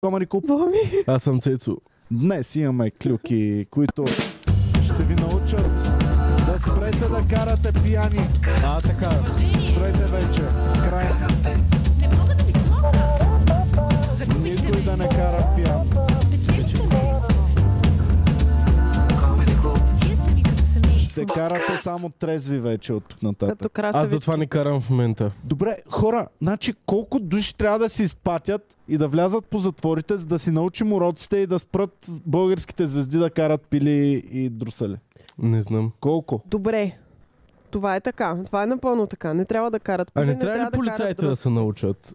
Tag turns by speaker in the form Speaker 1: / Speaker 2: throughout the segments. Speaker 1: Комари Клуб.
Speaker 2: Аз съм Цецо.
Speaker 1: Днес имаме клюки, които ще ви научат да спрете да карате пияни.
Speaker 2: А, така.
Speaker 1: Спрете вече. Край.
Speaker 3: Не мога да ви смогна. Загубихте
Speaker 1: Никой
Speaker 3: ме.
Speaker 1: да не кара пиян.
Speaker 3: Спечелихте ме. Вие сте ми като семейство.
Speaker 1: Ще карате само трезви вече от тук
Speaker 4: Като
Speaker 1: нататък.
Speaker 2: Аз
Speaker 4: крастави.
Speaker 2: затова не карам в момента.
Speaker 1: Добре, хора, значи колко души трябва да се изпатят и да влязат по затворите, за да си научим уроците и да спрат българските звезди да карат пили и друсали?
Speaker 2: Не знам.
Speaker 1: Колко?
Speaker 4: Добре. Това е така. Това е напълно така. Не трябва да карат
Speaker 2: А
Speaker 4: пили,
Speaker 2: не трябва ли
Speaker 4: да карат
Speaker 2: полицаите да
Speaker 4: дръз.
Speaker 2: се научат?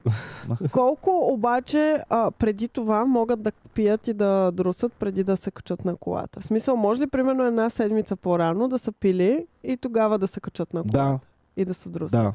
Speaker 4: Колко обаче а, преди това могат да пият и да друсат преди да се качат на колата? В смисъл, може ли примерно една седмица по-рано да са пили и тогава да се качат на колата
Speaker 1: Да,
Speaker 4: и да се друсат?
Speaker 1: да.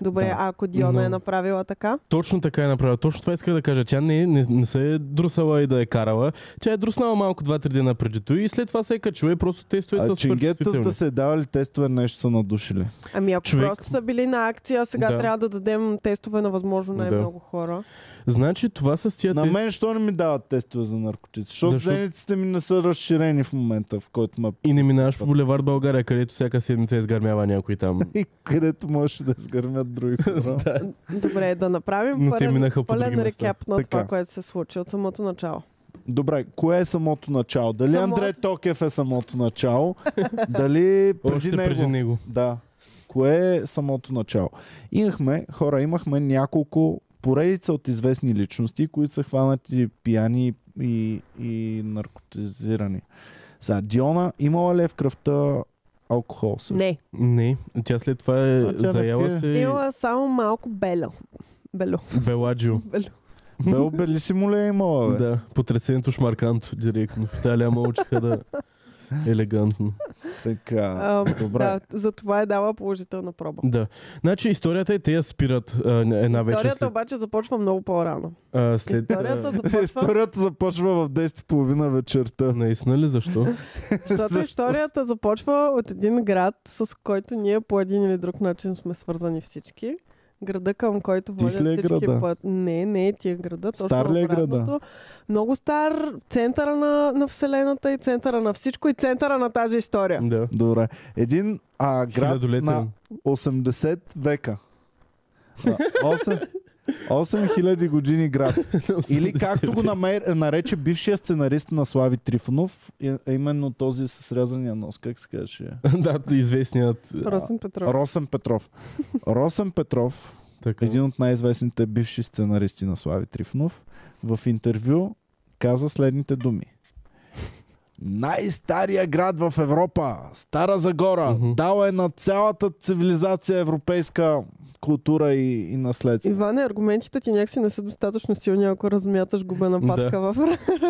Speaker 4: Добре,
Speaker 1: Да.
Speaker 4: а ако Диона
Speaker 2: Но-
Speaker 4: е направила така?
Speaker 2: Точно така е направила. Точно това иска да кажа. Тя не, не, не се е друсала и да е карала. Тя е друснала малко 2-3 дена преди той и след това се е качила и просто тестове
Speaker 1: А
Speaker 2: с
Speaker 1: чингетата
Speaker 2: чувствителни.
Speaker 1: сте се давали тестове, нещо са надушили.
Speaker 4: Ами ако
Speaker 2: Човек-
Speaker 4: просто са били на акция, сега
Speaker 2: Да.
Speaker 4: трябва да дадем тестове на възможно
Speaker 2: Да.
Speaker 4: най-много хора.
Speaker 2: Значи това с тия
Speaker 1: На
Speaker 2: тест-
Speaker 1: мен, що не ми дават тестове за наркотици? Защото
Speaker 2: Защо?
Speaker 1: зениците ми не са разширени в момента, в който ме...
Speaker 2: И не минаваш по булевард България, където всяка седмица изгърмява някой там.
Speaker 1: И където можеш да сгърмят други хора.
Speaker 4: Добре, да направим
Speaker 2: Но те
Speaker 4: пълен,
Speaker 2: минаха по други
Speaker 4: пълен
Speaker 2: места.
Speaker 4: рекап на
Speaker 1: Така.
Speaker 4: това, което се случи от самото начало.
Speaker 1: Добре, кое е самото начало? Дали
Speaker 4: Самото-
Speaker 1: Андрей Токев е самото начало? Дали преди
Speaker 2: Още
Speaker 1: него?
Speaker 2: преди него.
Speaker 1: Да. Кое е самото начало? Имахме, хора, имахме няколко поредица от известни личности, които са хванати пияни и, и наркотизирани. Сега, Диона имала ли е в кръвта алкохол? също?
Speaker 4: Не,
Speaker 2: Не, тя след това е
Speaker 1: А, тя не пие.
Speaker 2: заяла се
Speaker 4: имала само малко бело. Бело.
Speaker 2: Беладжио.
Speaker 4: бело.
Speaker 1: Бел Белисимо ли е имала? Бе?
Speaker 2: Да, потресенето шмарканто директно. В Италия мълчиха да е елегантно.
Speaker 1: Така.
Speaker 4: А,
Speaker 1: добре.
Speaker 4: Да, за това е дала положителна проба.
Speaker 2: Да. Значи историята е, те я спират а, една вечер
Speaker 4: Историята
Speaker 2: след,
Speaker 4: обаче започва много по-рано.
Speaker 2: а, след
Speaker 4: Историята
Speaker 2: а,
Speaker 4: започва,
Speaker 1: Историята започва в 10.30 вечерта.
Speaker 2: Наистина ли защо?
Speaker 4: защото историята започва от един град, с който ние по един или друг начин сме свързани всички. Града, към който
Speaker 1: Тих
Speaker 4: водят
Speaker 1: ли е
Speaker 4: всички
Speaker 1: града?
Speaker 4: път. Не, не е тия града. Точно
Speaker 1: Стар ли е града?
Speaker 4: обратното. Много стар, центъра на, на Вселената и центъра на всичко и центъра на тази история.
Speaker 2: да.
Speaker 1: Добре. Един а, град
Speaker 2: Хилядолетен.
Speaker 1: на 80 века. А, 8, 8000 години град. Или както го намер, нарече бившия сценарист на Слави Трифонов, и- а именно този с срязания нос, как се казваше?
Speaker 2: да, известният.
Speaker 4: Росен Петров.
Speaker 1: Росен Петров. Росен Петров,
Speaker 2: Така.
Speaker 1: един от най-известните бивши сценаристи на Слави Трифонов, в интервю каза следните думи. Най-стария град в Европа, Стара Загора,
Speaker 2: Мгм.
Speaker 1: дал е на цялата цивилизация европейска култура и, и наследство.
Speaker 4: Иване, аргументите ти някакси не са достатъчно силни, ако размяташ губена
Speaker 2: Да.
Speaker 4: патка в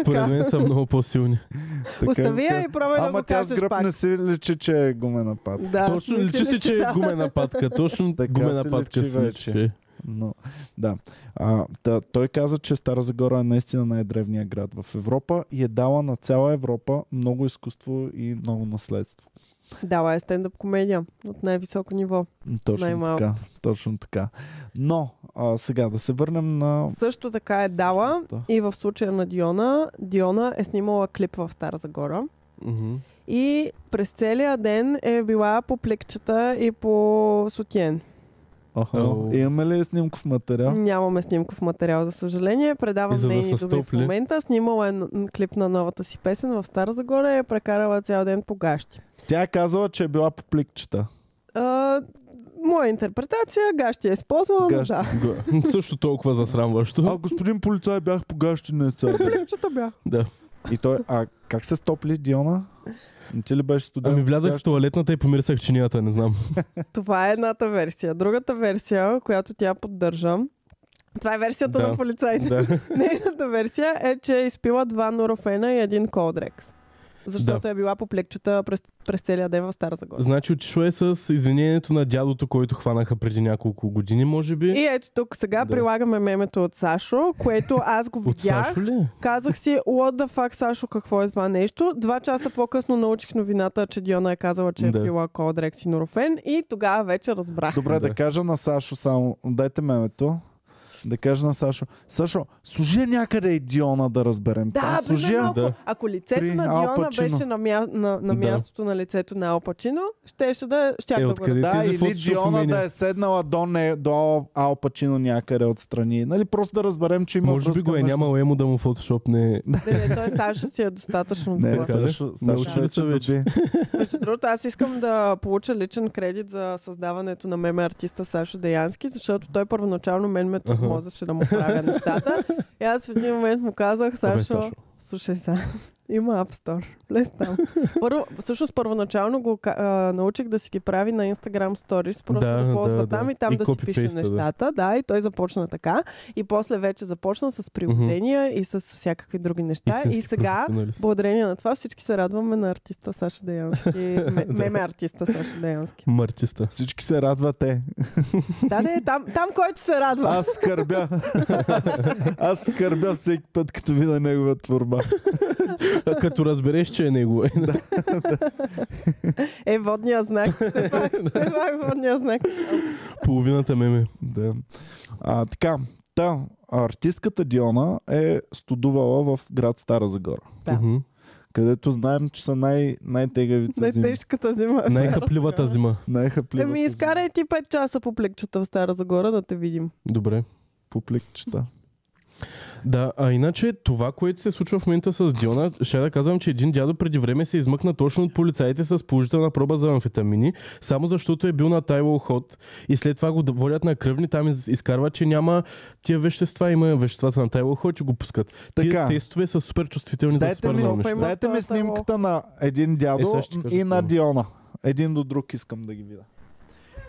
Speaker 2: Поред мен са много по-силни.
Speaker 1: Така,
Speaker 4: Остави я
Speaker 1: така.
Speaker 4: и пробвай да
Speaker 1: Ама
Speaker 4: го
Speaker 1: тя с
Speaker 4: кажеш
Speaker 1: гръб
Speaker 4: пак.
Speaker 1: не си личи, че е гумен напад.
Speaker 4: Да,
Speaker 2: Точно
Speaker 4: мисля,
Speaker 2: личи си, че е
Speaker 4: да.
Speaker 2: гумена патка. Точно
Speaker 1: Така
Speaker 2: гумена
Speaker 1: се
Speaker 2: патка
Speaker 1: личи
Speaker 2: си
Speaker 1: вече.
Speaker 2: личи.
Speaker 1: Но, да. А, та, той каза, че Стара Загора е наистина най-древният град в Европа и е дала на цяла Европа много изкуство и много наследство.
Speaker 4: Дала е стендъп комедия от най-високо ниво.
Speaker 1: Точно
Speaker 4: Най-малко.
Speaker 1: така, точно така. Но а, сега да се върнем на...
Speaker 4: Също така е дала
Speaker 1: Същността.
Speaker 4: и в случая на Диона. Диона е снимала клип в Стара Загора.
Speaker 2: Мгм.
Speaker 4: И през целия ден е била по плекчета и по сутиен.
Speaker 1: Охо.
Speaker 2: Ау.
Speaker 1: Имаме ли снимков материал?
Speaker 4: Нямаме снимков материал, за съжаление.
Speaker 2: И
Speaker 4: Предавам
Speaker 2: за да
Speaker 4: нейни
Speaker 2: са
Speaker 4: думи в
Speaker 2: стопли.
Speaker 4: момента. Снимала е н- н- клип на новата си песен в Стара Загора и е прекарала цял ден по гащи.
Speaker 1: Тя е казала, че е била по пликчета.
Speaker 4: А, моя интерпретация, гащи е използвала, но
Speaker 1: Гащи.
Speaker 4: да.
Speaker 2: Га- Също толкова
Speaker 1: А,
Speaker 2: засрамващо.
Speaker 1: господин полицай, бях по гащина цял ден.
Speaker 4: Клипчета бях.
Speaker 2: Да.
Speaker 1: И той, а как се стопли, Диона? Не ти ли беше студен?
Speaker 2: Ами влязах в туалетната и помирсах чинията, не знам.
Speaker 4: Това е едната версия. Другата версия, която тя поддържа, това е версията
Speaker 2: Да.
Speaker 4: на полицаите.
Speaker 2: Да.
Speaker 4: Нейната версия е, че е изпила два норофена и един колдрекс. Защото е била по плекчета през, през целия ден в Стара Загора.
Speaker 2: Значи отишла е с извинението на дядото, който хванаха преди няколко години, може би.
Speaker 4: И Е, ето тук сега
Speaker 2: Е, Да.
Speaker 4: прилагаме мемето от Сашо, което аз го
Speaker 2: От
Speaker 4: видях.
Speaker 2: Сашо ли?
Speaker 4: Казах си, what the fuck, Сашо, какво е това нещо? Два часа по-късно научих новината, че Диона е казала, че е
Speaker 2: Да.
Speaker 4: пила колдрекс и норофен и тогава вече разбрах.
Speaker 1: Добре, да.
Speaker 2: Да.
Speaker 1: кажа на Сашо само, дайте мемето. да кажа на Сашо, Сашо, служи някъде и Диона да разберем.
Speaker 4: Да,
Speaker 1: Там служи,
Speaker 4: примерно, ако,
Speaker 2: Да.
Speaker 4: да. ако лицето
Speaker 1: При
Speaker 4: При на
Speaker 1: Ал
Speaker 4: Диона
Speaker 1: Пачино.
Speaker 4: беше на, мя... на, на
Speaker 2: Да.
Speaker 4: мястото на лицето на Алпачино, щеше да, щях
Speaker 2: Е,
Speaker 4: да го
Speaker 2: откъде
Speaker 4: разбера.
Speaker 1: Да,
Speaker 2: Ти за
Speaker 1: или
Speaker 2: фото ще
Speaker 1: Диона
Speaker 2: променя.
Speaker 1: да е седнала до, не, до Ал Пачино някъде отстрани. Нали, просто да разберем, че има
Speaker 2: Може би
Speaker 1: връзка
Speaker 2: го е
Speaker 1: между-
Speaker 2: нямал емо да му фотошопне.
Speaker 4: Не, не, той Сашо си е достатъчно
Speaker 1: Не,
Speaker 4: добър.
Speaker 2: Така ли?
Speaker 1: Сашо, Сашо
Speaker 2: Научили
Speaker 1: вече
Speaker 2: са вече.
Speaker 1: доби.
Speaker 4: Между другото, аз искам да получа личен кредит за създаването на меме артиста Сашо Деянски, защото той първоначално мен ме тормозеше да му правя нещата. И аз в един момент му казах,
Speaker 2: Абе,
Speaker 4: Сашо,
Speaker 2: Сашо.
Speaker 4: слушай сега, има App Store, влез там. Първо, всъщност първоначално го ка- а, научих да си ги прави на Instagram Stories, просто
Speaker 2: Да,
Speaker 4: да,
Speaker 2: да,
Speaker 4: да ползва
Speaker 2: да.
Speaker 4: там и там
Speaker 2: И
Speaker 4: да си пише
Speaker 2: копипейста, да.
Speaker 4: нещата. Да. и той започна така. И после вече започна с приложения и с всякакви други неща. И, и
Speaker 2: Истински
Speaker 4: сега
Speaker 2: професионалист.
Speaker 4: Благодарение на това всички се радваме на артиста Саша Деянски. Ме- Меме артиста Саша Деянски.
Speaker 2: Мърчиста.
Speaker 1: Всички се радвате.
Speaker 4: Да, не, там, там който се радва.
Speaker 1: Аз скърбя. Аз- Аз скърбя всеки път, като видя негова творба.
Speaker 2: А, Като разбереш, че е негово.
Speaker 4: Е, водния знак. Все пак, все пак водния знак.
Speaker 2: Половината меме.
Speaker 1: Да. А, така, та, артистката Диона е студувала в град Стара Загора,
Speaker 4: Да.
Speaker 2: Мгм.
Speaker 1: където знаем, че са най- най-тегавите зими.
Speaker 4: Най-тежката зима.
Speaker 2: Най-хапливата зима.
Speaker 1: Най-хапливата
Speaker 4: Еми, изкарай ти 5 часа по плекчета в Стара Загора да те видим.
Speaker 2: Добре.
Speaker 1: публикчета.
Speaker 2: Да, а иначе това, което се случва в момента с Диона, ще да казвам, че един дядо преди време се измъкна точно от полицаите с положителна проба за амфетамини, само защото е бил на Тайло ход и след това го д- водят на кръвни, там из- изкарват, че няма тия вещества, има веществата на Тайло ход и го пускат.
Speaker 1: Така.
Speaker 2: Тия тестове са супер чувствителни за
Speaker 1: Дайте
Speaker 2: супер
Speaker 1: ми,
Speaker 2: много
Speaker 4: Опа,
Speaker 2: неща.
Speaker 4: има-
Speaker 1: дайте ми
Speaker 4: Тоест, ало.
Speaker 1: снимката на един
Speaker 2: Е,
Speaker 1: дядо
Speaker 2: сега ще кажа
Speaker 1: и на
Speaker 2: това.
Speaker 1: Диона. Един до друг искам да ги видя.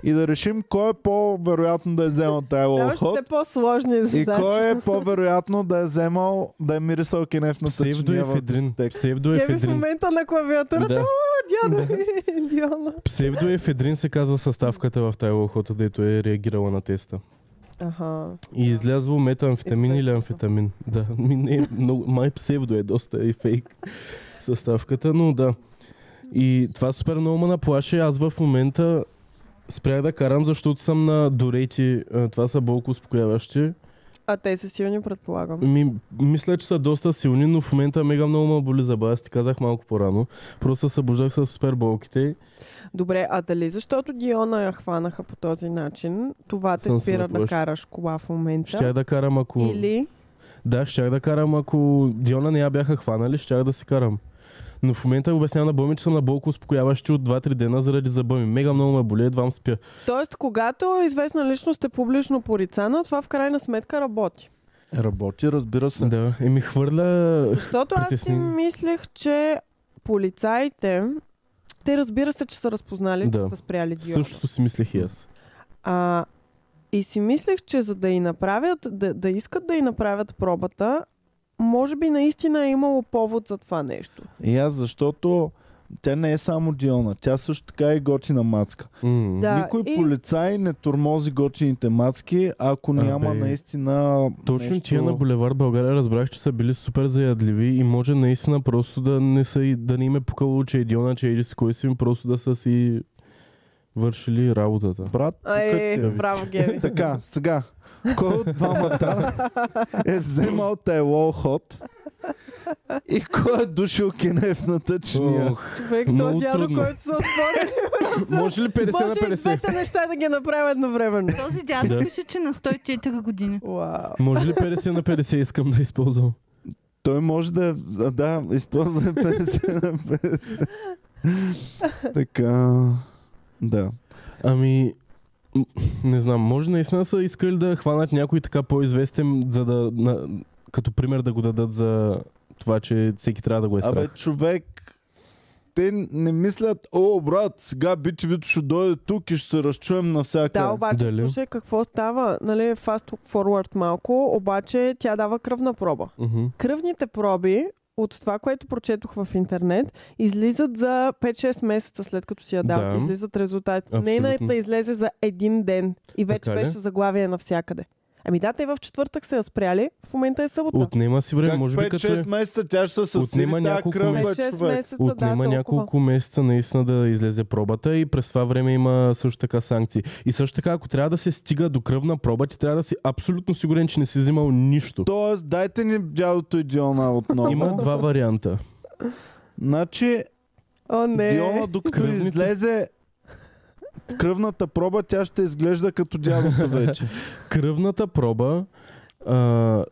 Speaker 1: И да решим кой е по-вероятно да е вземал
Speaker 4: Да,
Speaker 1: тайло
Speaker 4: още
Speaker 1: ход
Speaker 4: сте по-сложни
Speaker 1: и
Speaker 4: задачи.
Speaker 1: кой е по-вероятно да е вземал, да е мирисал кенеф на тъчния в
Speaker 2: Псевдоефедрин.
Speaker 1: дискотека.
Speaker 4: Еми, в
Speaker 2: Псевдоефедрин.
Speaker 4: момента на клавиатурата.
Speaker 2: е Да.
Speaker 4: О, дядо, Диана.
Speaker 2: Псевдоефедрин се казва съставката в Тайло ход, дето е реагирала на теста.
Speaker 4: Аха.
Speaker 2: И излязло метамфетамин или амфетамин. Да, ми не е много, май псевдо е доста и фейк съставката, но да. И това супер много ме наплаши. Аз в момента спрях да карам, защото съм на дорети. А, Това са болко успокояващи.
Speaker 4: А те са силни, предполагам.
Speaker 2: Ми, мисля, че са доста силни, но в момента мега много ме боли зъба. Аз ти казах малко по-рано. Просто се събуждах с супер болките.
Speaker 4: Добре, а дали защото Диона я хванаха по този начин, това те
Speaker 2: Съм се
Speaker 4: спира да
Speaker 2: наплашил.
Speaker 4: караш кола в
Speaker 2: Щях
Speaker 4: момента?
Speaker 2: да карам ако...
Speaker 4: Или
Speaker 2: Да, щях да карам, ако Диона не я бяха хванали, щях да си карам. Но в момента обяснявам на Боми, че съм на болко успокояващи от 2-3 дена заради зъба ми. Мега много ме боли, едва спя.
Speaker 4: Тоест, когато известна личност е публично порицана, това в крайна сметка работи.
Speaker 1: Работи, разбира се.
Speaker 2: Да, и ми хвърля...
Speaker 4: Защото аз си
Speaker 2: Притеснение.
Speaker 4: мислех, че полицаите, те разбира се, че са разпознали,
Speaker 2: Да.
Speaker 4: че са спряли Диона.
Speaker 2: Същото си мислех и аз.
Speaker 4: А, и си мислех, че за да и направят, да, да искат да и направят пробата, може би наистина е имало повод за това нещо.
Speaker 1: И аз, защото тя не е само Диона, тя също така е готина мацка.
Speaker 2: М.
Speaker 4: Да,
Speaker 1: Никой
Speaker 4: и-
Speaker 1: полицай не тормози готините мацки, ако
Speaker 2: Абе.
Speaker 1: няма наистина
Speaker 2: Точно
Speaker 1: нещо...
Speaker 2: тия на Булевар България разбрах, че са били супер заядливи и може наистина просто да не, са, и- да не им е пукало, че е Диона, че е Иди си кой си, ми, просто да са си вършили работата.
Speaker 1: Брат, тук
Speaker 4: Ай,
Speaker 1: ти е.
Speaker 4: браво, Геви.
Speaker 1: Така, сега. Кой от двамата е вземал тело ход и кой е душил кенеф на тъчния?
Speaker 2: Ох,
Speaker 4: Човек,
Speaker 2: Много
Speaker 4: този дядо,
Speaker 2: трудно.
Speaker 4: който се отвори,
Speaker 2: може ли 50
Speaker 4: може
Speaker 2: на
Speaker 4: и
Speaker 2: 50?
Speaker 4: двете неща да ги направя едновременно.
Speaker 5: Този дядо
Speaker 2: Да.
Speaker 5: пише, че на 104 години. Ами
Speaker 4: Уау.
Speaker 2: Може ли 50 на 50 искам да използвам?
Speaker 1: Той може да, да, да използва 50 на 50. Така, да.
Speaker 2: Ами, м, не знам, може наистина са искали да хванат някой така по-известен, за да, на, като пример да го дадат за това, че всеки трябва да го е страх.
Speaker 1: Абе, човек, те не мислят, о, брат, сега бити Вито ще дойде тук и ще се разчуем навсякъде.
Speaker 4: Да, обаче,
Speaker 2: Е, Дали?
Speaker 4: слушай, какво става? Нали, fast forward малко, обаче тя дава кръвна проба.
Speaker 2: Мгм.
Speaker 4: Кръвните проби от това, което прочетох в интернет, излизат за 5-6 месеца след като си я дал.
Speaker 2: Да.
Speaker 4: Излизат резултати.
Speaker 2: Абсолютно.
Speaker 4: Нейната излезе за един ден и вече
Speaker 2: Така ли?
Speaker 4: беше заглавие навсякъде. Ами да, те в четвъртък се я спряли, в момента е събота.
Speaker 2: Отнема си време,
Speaker 1: Как
Speaker 2: може би като
Speaker 1: 5-6
Speaker 2: е...
Speaker 1: месеца тя ще се съсили
Speaker 2: Отнема
Speaker 1: тази
Speaker 2: няколко
Speaker 4: Е,
Speaker 1: кръв,
Speaker 2: месеца.
Speaker 1: бе,
Speaker 4: 6
Speaker 1: човек.
Speaker 4: месеца, да,
Speaker 2: Отнема
Speaker 4: толкова.
Speaker 2: няколко месеца наистина да излезе пробата и през това време има също така санкции. И също така, ако трябва да се стига до кръвна проба, ти трябва да си абсолютно сигурен, че не си взимал нищо.
Speaker 1: Тоест, дайте ни дядото и Диона отново.
Speaker 2: Има два варианта.
Speaker 1: Значи,
Speaker 4: О, не.
Speaker 1: Диона, докато
Speaker 2: Кръвните.
Speaker 1: излезе кръвната проба, тя ще изглежда като дядото вече.
Speaker 2: Кръвната проба а,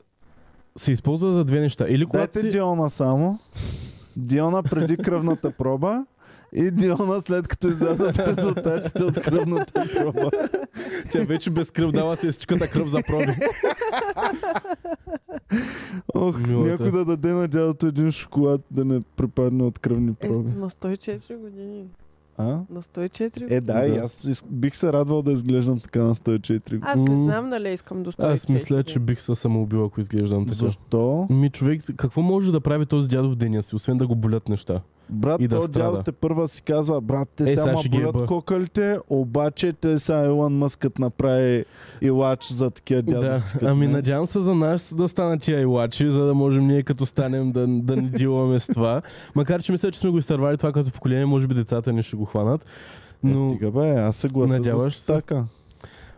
Speaker 2: се използва за две неща. Или когато
Speaker 1: Дайте
Speaker 2: си...
Speaker 1: Диона само. Диона преди кръвната проба и Диона след като излязат резултатите от кръвната проба.
Speaker 2: Тя вече без кръв дава си всичката кръв за проби.
Speaker 1: Ох,
Speaker 2: Милата.
Speaker 1: някой да даде на дядото един шоколад да не препадне от кръвни
Speaker 4: Е,
Speaker 1: проби.
Speaker 4: на 104 години.
Speaker 1: А?
Speaker 4: На 104 години.
Speaker 1: Е, да, и
Speaker 2: Да.
Speaker 1: аз из- бих се радвал да изглеждам така на 104.
Speaker 4: Аз не
Speaker 2: М.
Speaker 4: знам дали искам до 104
Speaker 2: Аз мисля, че
Speaker 4: години.
Speaker 2: бих се самоубил, ако изглеждам така.
Speaker 1: Защо?
Speaker 2: Ми човек, какво може да прави този дядо в деня си, освен да го болят неща?
Speaker 1: Брат,
Speaker 2: И да
Speaker 1: то
Speaker 2: страда.
Speaker 1: дядо те първа си казва, брат, те
Speaker 2: Е,
Speaker 1: е,
Speaker 2: сега
Speaker 1: само
Speaker 2: ще ги
Speaker 1: болят
Speaker 2: еба.
Speaker 1: кокалите, обаче те сега Илон Мъскът направи илач за такива
Speaker 2: Да,
Speaker 1: дядовци. като
Speaker 2: ами
Speaker 1: мен.
Speaker 2: надявам се за нас да станат тия илачи, за да можем ние като станем да, да не диламе с това. Макар, че мисля, че сме го изтървали това като поколение, може би децата ни ще го хванат.
Speaker 1: Е,
Speaker 2: Но,
Speaker 1: Стига бе, аз се гласа
Speaker 2: Надяваш
Speaker 1: за
Speaker 2: се?
Speaker 1: така.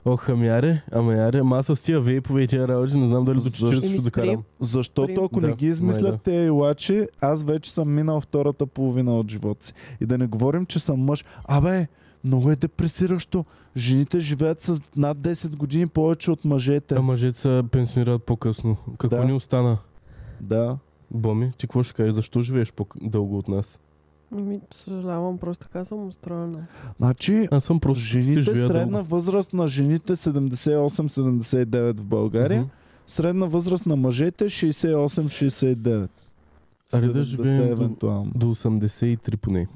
Speaker 2: ох, ами яре, ама яре, ама аз с тия вейпове и тия работи, не знам дали до
Speaker 1: Защо?
Speaker 2: 40
Speaker 4: Еми,
Speaker 2: ще докарам.
Speaker 1: Защото
Speaker 4: Прим.
Speaker 1: ако
Speaker 2: Да,
Speaker 1: не ги
Speaker 2: май
Speaker 1: измислят
Speaker 2: да.
Speaker 1: тези илачи, аз вече съм минал втората половина от живота си. И да не говорим, че съм мъж. Абе, много е депресиращо. Жените живеят с над 10 години повече от мъжете.
Speaker 2: А мъжете се пенсионират по-късно. Какво
Speaker 1: Да.
Speaker 2: ни остана?
Speaker 1: Да.
Speaker 2: Боми, ти какво ще кажеш? Защо живееш по-дълго от нас?
Speaker 4: Ми, Ами, съжалявам, просто така съм устроена.
Speaker 1: Значи,
Speaker 2: Аз съм просто
Speaker 1: Жените,
Speaker 2: ще живея
Speaker 1: средна
Speaker 2: дълго.
Speaker 1: възраст на жените 78-79 в България,
Speaker 2: Мгм.
Speaker 1: средна възраст на мъжете 68-69.
Speaker 2: Аре да
Speaker 1: 70
Speaker 2: живеем до-
Speaker 1: евентуално.
Speaker 2: До 83 поне.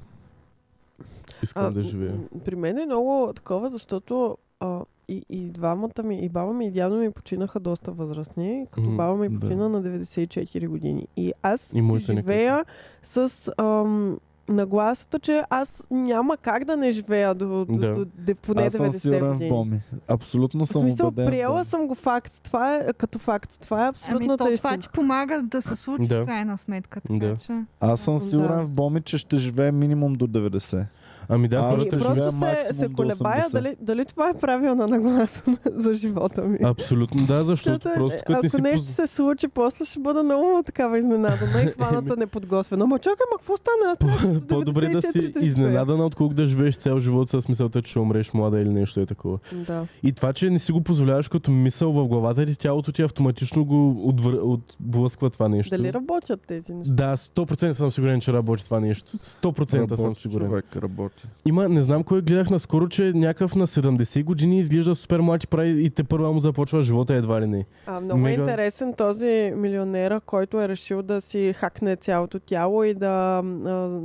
Speaker 2: Искам да
Speaker 4: м-
Speaker 2: живея.
Speaker 4: м- При мен е много такова, защото а, и, и двамата ми, и баба ми и дядо ми починаха доста възрастни, като
Speaker 2: Мгм,
Speaker 4: баба ми
Speaker 1: да.
Speaker 4: почина на 94 години. И аз
Speaker 2: И моята не
Speaker 4: живея с ам, нагласата, че аз няма как да не живея до, до,
Speaker 2: Да.
Speaker 4: до, до поне
Speaker 1: Аз съм
Speaker 4: 90
Speaker 1: сигурен в
Speaker 4: години.
Speaker 1: Боми. Абсолютно
Speaker 4: В
Speaker 1: съм
Speaker 4: смисъл,
Speaker 1: убеден. в
Speaker 4: приела
Speaker 1: Боми.
Speaker 4: съм го факт. Това е като факт. Това е
Speaker 5: Ами
Speaker 4: абсолютната
Speaker 5: то това
Speaker 4: истина.
Speaker 5: ти помага да се случи
Speaker 2: Да.
Speaker 5: в крайна сметка. Така,
Speaker 2: Да.
Speaker 5: че...
Speaker 1: Аз съм
Speaker 4: Да.
Speaker 1: сигурен в Боми, че ще живее минимум до 90.
Speaker 2: Ами да,
Speaker 1: А,
Speaker 2: хората
Speaker 4: Ами,
Speaker 1: ще
Speaker 2: живеят.
Speaker 1: живея
Speaker 4: просто се,
Speaker 1: максимум
Speaker 4: се
Speaker 1: до
Speaker 4: колебая
Speaker 1: 80.
Speaker 4: дали, дали това е правилна нагласа за живота ми.
Speaker 2: Абсолютно, да, защото
Speaker 4: Защото е-
Speaker 2: просто като не
Speaker 4: ако
Speaker 2: си...
Speaker 4: нещо
Speaker 2: поз-
Speaker 4: се случи, после ще бъда много такава изненадана и хваната неподготвена. Ма чакай, ма какво стана? Аз трябваше до
Speaker 2: По-добре
Speaker 4: 94
Speaker 2: да си
Speaker 4: живея.
Speaker 2: изненадана, отколкото да живееш цял живот с мисълта, че ще умреш млада или нещо е такова.
Speaker 4: Да.
Speaker 2: И това, че не си го позволяваш като мисъл в главата ти, тялото ти автоматично го отвър... отблъсква това нещо.
Speaker 4: Дали работят тези неща?
Speaker 2: Да, 100% съм сигурен, че работи това нещо. 100% съм
Speaker 1: Работи,
Speaker 2: сигурен.
Speaker 1: Човек работи.
Speaker 2: Има, не знам кой гледах наскоро, че някакъв на 70 години изглежда супер млад и прави и те първа му започва живота едва ли не.
Speaker 4: А, много
Speaker 2: Мега.
Speaker 4: е интересен този милионера, който е решил да си хакне цялото тяло и да, а,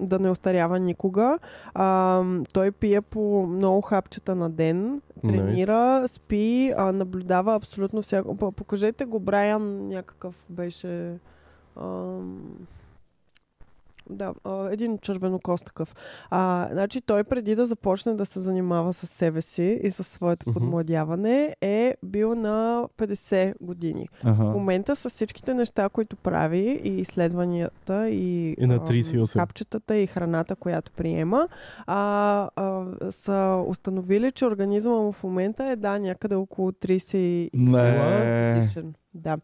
Speaker 4: да не остарява никога. А, той пие по много хапчета на ден, тренира, спи, а, наблюдава абсолютно всяко. П- Покажете го, Брайан някакъв беше... Ам... Да, а, един червенокост такъв. А, значи той преди да започне да се занимава с себе си и със своето
Speaker 2: Мгм.
Speaker 4: подмладяване е бил на 50 години. В
Speaker 1: Ага.
Speaker 4: момента с всичките неща, които прави и изследванията и
Speaker 2: Е на
Speaker 4: ам,
Speaker 2: 38.
Speaker 4: хапчетата и храната, която приема, а, а, са установили, че организма му в момента е да някъде около 30
Speaker 1: Не.
Speaker 4: годишен. Да.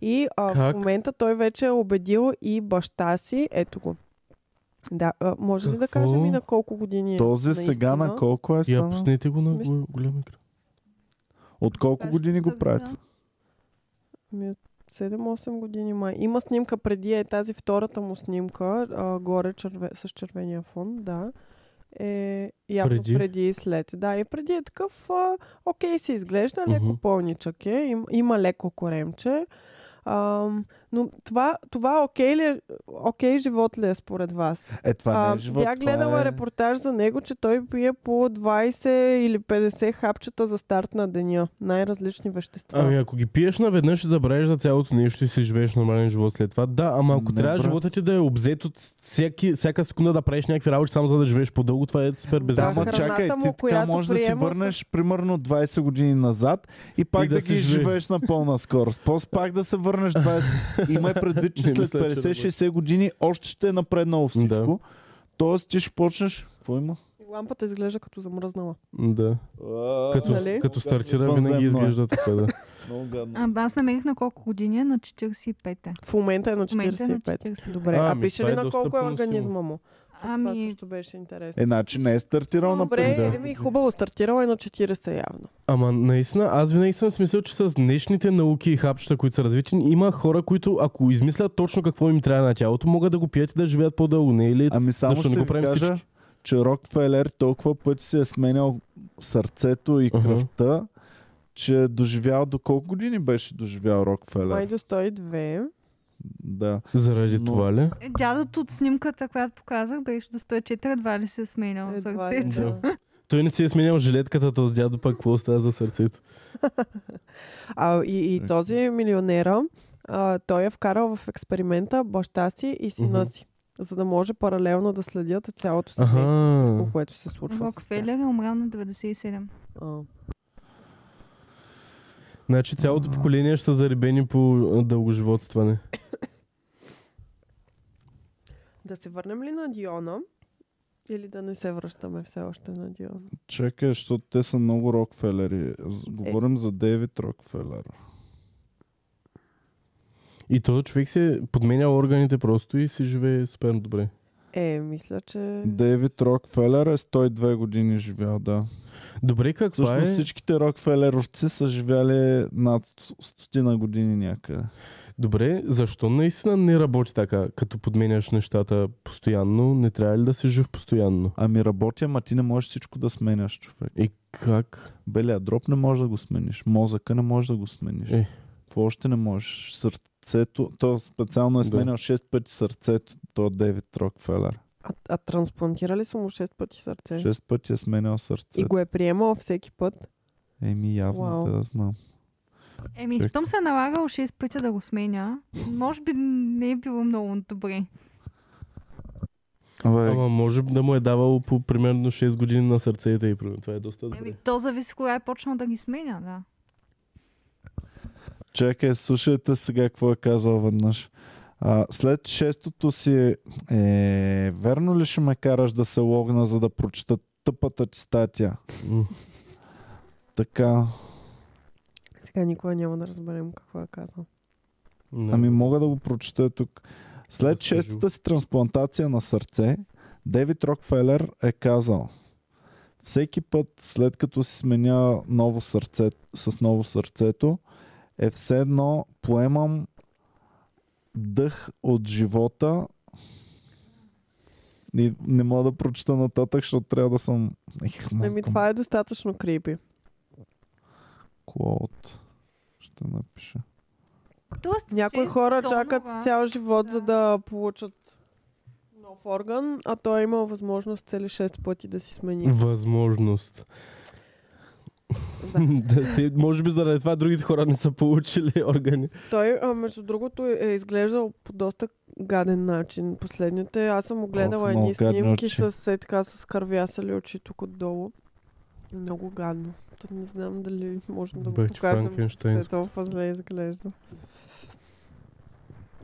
Speaker 4: И а,
Speaker 2: Е. Как?
Speaker 4: в момента той вече е убедил и баща си. Ето го. Да, а, може ли да
Speaker 2: Какво?
Speaker 4: кажем и на колко години е?
Speaker 1: Този
Speaker 4: наистина?
Speaker 1: сега на колко е
Speaker 2: Я
Speaker 1: станал?
Speaker 2: пуснете го на
Speaker 4: Мисля-
Speaker 2: гол- голям екран.
Speaker 1: От колко години го правят?
Speaker 4: Ми от 7-8 години май. Има снимка преди, е тази втората му снимка, а, горе черве, с червения фон, да. Е, явно
Speaker 2: Преди?
Speaker 4: преди. преди и след. Да, и преди е такъв, а, окей се изглежда, леко
Speaker 2: Мгм.
Speaker 4: пълничък е, им, има леко коремче. Ам, но това, това окей, ли, е- окей живот ли е според вас?
Speaker 1: Е, това не е живот.
Speaker 4: бях
Speaker 1: това
Speaker 4: гледала
Speaker 1: е...
Speaker 4: репортаж за него, че той пие по 20 или 50 хапчета за старт на деня. Най-различни вещества.
Speaker 2: Ами ако ги пиеш наведнъж, ще забравиш за цялото нещо и си живееш нормален живот след това. Да, ама ако
Speaker 1: Не,
Speaker 2: трябва
Speaker 1: брат.
Speaker 2: живота ти да е обзет от всяки, всяка секунда да правиш някакви работи само за да живееш по-дълго, това е супер
Speaker 1: Да,
Speaker 2: безумно.
Speaker 1: ама
Speaker 4: храната
Speaker 1: чакай,
Speaker 4: му,
Speaker 1: ти така
Speaker 4: която
Speaker 1: можеш да си
Speaker 4: приема с-
Speaker 1: върнеш примерно 20 години назад и пак
Speaker 2: И
Speaker 1: да,
Speaker 2: да си
Speaker 1: ги
Speaker 2: живее.
Speaker 1: живееш на пълна скорост. После пак да се върнеш 20. Имай предвид, че
Speaker 2: Не
Speaker 1: след
Speaker 2: мисля, че е да
Speaker 1: 50-60 години още ще е напреднало всичко. Тоест ти ще почнеш... Какво има?
Speaker 4: Лампата изглежда като замръзнала.
Speaker 2: Да. Като,
Speaker 4: Нали?
Speaker 2: като стартира,
Speaker 1: Извънземно
Speaker 2: винаги
Speaker 1: е.
Speaker 2: изглежда така, да.
Speaker 1: Много гадно.
Speaker 5: А,
Speaker 4: Ами-
Speaker 5: Ами, аз намерих на колко години е на 45-те.
Speaker 4: В момента е на
Speaker 5: В момента е на
Speaker 4: 45.
Speaker 5: 45.
Speaker 4: Добре, а,
Speaker 2: А,
Speaker 4: а
Speaker 2: ми,
Speaker 4: пише
Speaker 2: това
Speaker 4: ли
Speaker 2: е
Speaker 4: на
Speaker 2: доста
Speaker 4: колко е
Speaker 2: поносимо.
Speaker 4: организма му? Това
Speaker 5: Ами,
Speaker 4: също беше интересно.
Speaker 1: Е, значи не е стартирал на
Speaker 4: Добре,
Speaker 2: Да.
Speaker 4: да. ми хубаво стартирала е на 40 явно.
Speaker 2: Ама наистина, аз винаги съм смислил, че с днешните науки и хапчета, които са развити, има хора, които ако измислят точно какво им трябва на тялото, могат да го пият и да живеят по-дълго, не е ли?
Speaker 1: Ами само
Speaker 2: Защо не
Speaker 1: ще
Speaker 2: го
Speaker 1: ви
Speaker 2: правим
Speaker 1: кажа,
Speaker 2: всички?
Speaker 1: че Рокфелер толкова пъти си е сменял сърцето и
Speaker 2: Аха.
Speaker 1: кръвта, че е доживял до колко години беше доживял
Speaker 4: Май
Speaker 1: Рокфелер?
Speaker 4: до 102.
Speaker 1: Да.
Speaker 2: Заради
Speaker 1: Но-
Speaker 2: това ли?
Speaker 5: е, дядото от снимката, която показах, беше до 104, едва ли се е сменял
Speaker 4: Едва ли,
Speaker 5: сърцето.
Speaker 2: Да.
Speaker 4: да.
Speaker 2: Той не си е сменял жилетката, този дядо пак какво става за сърцето?
Speaker 4: А, и, и този милионера, а, той е вкарал в експеримента баща си и сина
Speaker 2: Мгм.
Speaker 4: си, за да може паралелно да следят цялото семейство,
Speaker 2: Аха.
Speaker 4: всичко, което се случва. с тях.
Speaker 5: Рокфелер е умрял на 97.
Speaker 4: А.
Speaker 2: Значи цялото поколение ще са заребени по а, дългоживотстване.
Speaker 4: Да се върнем ли на Диона? Или да не се връщаме все още на Диона?
Speaker 1: Чакай, защото те са много Рокфелери. З-
Speaker 2: Е.
Speaker 1: Говорим за Дейвид Рокфелер.
Speaker 2: И този човек се подменя органите просто и си живее супер добре.
Speaker 4: Е, мисля, че...
Speaker 1: Дейвид Рокфелер е 102 години живял, да.
Speaker 2: Добре, каква
Speaker 1: Всъщност
Speaker 2: е?
Speaker 1: всичките Рокфелеровци са живяли над сто- стотина години някъде.
Speaker 2: Добре, защо наистина не работи така, като подменяш нещата постоянно? Не трябва ли да си жив постоянно?
Speaker 1: Ами работя, ма ти не можеш всичко да сменяш, човек.
Speaker 2: И Е, как?
Speaker 1: Белия дроб не можеш да го смениш. Мозъка не можеш да го смениш.
Speaker 2: Е.
Speaker 1: Какво още не можеш? Сърцето, то специално е
Speaker 2: Да.
Speaker 1: сменял 6 пъти сърцето, то е Дейвид Рокфелер.
Speaker 4: А, а трансплантирали са му 6 пъти сърце.
Speaker 1: 6 пъти е сменял
Speaker 4: И
Speaker 1: сърцето.
Speaker 4: го е приемал всеки път.
Speaker 2: е-
Speaker 1: Еми явно,
Speaker 4: Уау.
Speaker 1: те да знам.
Speaker 5: Еми,
Speaker 1: Чакай.
Speaker 5: щом се е налагал 6 пъти да го сменя, може би не е било много добре.
Speaker 1: Абе,
Speaker 2: Ама може да му е давало по примерно 6 години на сърцете и примерно. Това е доста добре.
Speaker 5: Еми, то зависи кога е почнал да ги сменя, да.
Speaker 1: Чакай, слушайте сега какво е казал веднъж. А, след шестото си е, верно ли ще ме караш да се логна, за да прочета тъпата ти статия?
Speaker 2: М.
Speaker 1: Така,
Speaker 4: Сега никога няма да разберем какво е казал.
Speaker 2: Не.
Speaker 1: ами мога да го прочета тук. След
Speaker 2: Да се живо.
Speaker 1: шестата си трансплантация на сърце, Дейвид Рокфелер е казал Всеки път, след като си сменя ново сърце, с ново сърцето, е все едно поемам дъх от живота. И не мога да прочета нататък, защото трябва да съм... Ех,
Speaker 4: Еми, това е достатъчно крипи.
Speaker 1: Клод. Ще напиша.
Speaker 5: Тоест,
Speaker 4: Някои
Speaker 5: шест
Speaker 4: хора
Speaker 5: тонова-
Speaker 4: чакат цял живот, за да получат нов орган, а той е имал възможност цели 6 пъти да си смени.
Speaker 2: Възможност.
Speaker 4: Да.
Speaker 2: Да, те, може би заради това другите хора не са получили органи.
Speaker 4: Той, а, между другото, е изглеждал по доста гаден начин. Последните, аз съм му гледала
Speaker 1: Ох,
Speaker 4: едни
Speaker 1: много гадни
Speaker 4: снимки
Speaker 1: очи.
Speaker 4: с, е, така, с кървясали очи тук отдолу. Много гадно. То не знам дали можем да го
Speaker 2: Бех,
Speaker 4: покажем.
Speaker 2: Франкенштайн.
Speaker 4: Не толкова зле изглежда.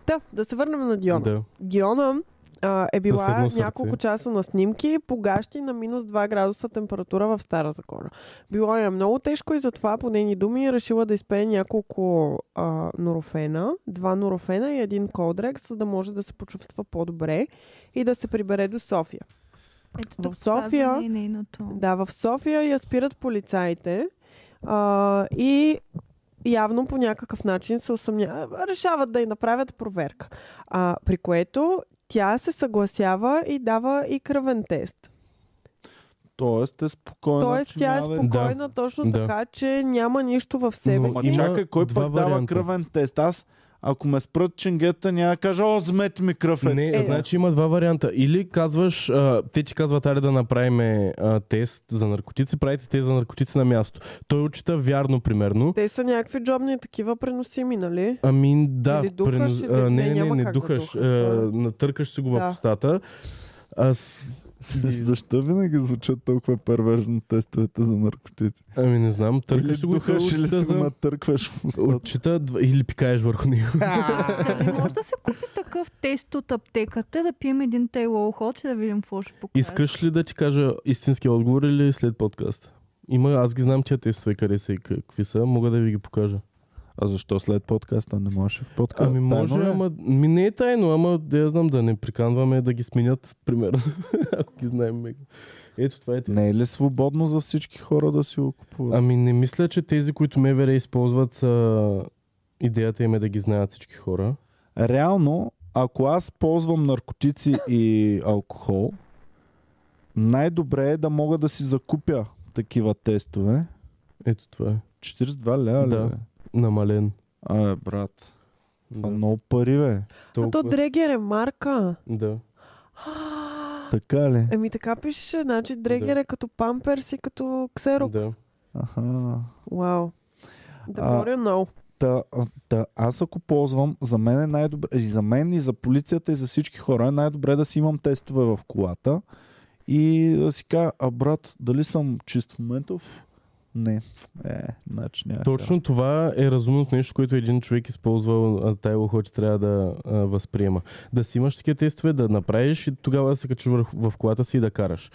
Speaker 4: Да, да се върнем на Диона.
Speaker 2: Да.
Speaker 4: Гиона а, е
Speaker 2: С едно
Speaker 4: била
Speaker 2: сърце.
Speaker 4: няколко часа на снимки, погащи на минус 2 градуса температура в Стара Загора. Било е много тежко и затова, по нейни думи, е решила да изпее няколко а, норофена, два норофена и един колдрекс, за да може да се почувства по-добре и да се прибере до София.
Speaker 5: Ето,
Speaker 4: В
Speaker 5: тук
Speaker 4: София-
Speaker 5: показваме и нейното.
Speaker 4: Да, в София я спират полицаите а, и явно по някакъв начин се усъмнява. Решават да й направят проверка. А, при което тя се съгласява и дава и кръвен тест.
Speaker 1: Тоест е спокойно.
Speaker 4: Тоест тя е спокойна да. точно
Speaker 2: Да.
Speaker 4: така, че няма нищо в себе
Speaker 2: Но-
Speaker 1: Ма
Speaker 4: си.
Speaker 2: Има
Speaker 1: чакай, кой
Speaker 2: два
Speaker 1: пък дава
Speaker 2: варианта.
Speaker 1: кръвен тест? Аз, Ако ме спрат ченгета, няма да кажа, о, змет ми кръв е.
Speaker 2: Не,
Speaker 4: Е.
Speaker 2: значи има два варианта. Или казваш, а, те ти казват, аре да направим а, тест за наркотици, правите тест за наркотици на място. Той отчита вярно, примерно.
Speaker 4: Те са някакви джобни такива преносими, нали?
Speaker 2: Ами да,
Speaker 4: Или духаш,
Speaker 2: пренос-
Speaker 4: или-
Speaker 2: а, не,
Speaker 4: не,
Speaker 2: не, не,
Speaker 4: няма
Speaker 2: не
Speaker 4: как да
Speaker 2: духаш.
Speaker 4: духаш,
Speaker 2: а,
Speaker 4: да.
Speaker 2: натъркаш си го в
Speaker 4: Да.
Speaker 2: устата. А, с-
Speaker 1: Виж, Защо винаги звучат толкова перверзно тестовете за наркотици?
Speaker 2: ами не знам,
Speaker 1: Или
Speaker 2: търкаш си го и той
Speaker 1: духаш, или
Speaker 2: отчита
Speaker 1: си го
Speaker 2: за-
Speaker 1: натъркваш в устата.
Speaker 2: Отчита дв- или пикаеш върху него.
Speaker 5: Дали може да се купи такъв тест от аптеката, да пием един тейлоу ход и да видим какво ще покаже?
Speaker 2: Искаш ли да ти кажа истинския отговор или след подкаст? Има, аз ги знам тия тестове, къде са и какви са, мога да ви ги покажа.
Speaker 1: А защо след подкаста не можеш в подкаст?
Speaker 2: Ами може,
Speaker 1: Тайно ли е?
Speaker 2: ама ми не е тайно, ама да я знам да не приканваме да ги сменят, примерно, ако ги знаем. мега. Ето това е. те.
Speaker 1: Не е ли свободно за всички хора да си го купуват?
Speaker 2: Ами не мисля, че тези, които МВР използват, са... идеята им е да ги знаят всички хора.
Speaker 1: Реално, ако аз ползвам наркотици и алкохол, най-добре е да мога да си закупя такива тестове.
Speaker 2: Ето това е.
Speaker 1: 42 лева
Speaker 2: Да.
Speaker 1: ли? бе?
Speaker 2: Намален.
Speaker 1: А, бе, брат, това
Speaker 2: Да.
Speaker 1: много пари, бе.
Speaker 4: А то Дрегер е марка.
Speaker 2: Да.
Speaker 1: Така ли?
Speaker 4: Еми така пише, значи Дрегер
Speaker 2: Да.
Speaker 4: е като памперс и като ксерокс.
Speaker 2: Да.
Speaker 1: Аха.
Speaker 4: Вау. Да
Speaker 1: А,
Speaker 4: говоря много.
Speaker 1: Та, а, та, аз ако ползвам, за мен е най-добре, и за мен и за полицията и за всички хора е най-добре да си имам тестове в колата и да си кажа, а брат, дали съм чист в момента? Ф, Не. Е, значи няма.
Speaker 2: Точно това е разумното нещо, което един човек използвал Тайло Хоч трябва да а, възприема. Да си имаш такива тестове, да направиш и тогава да се качиш върху- в колата си и да караш.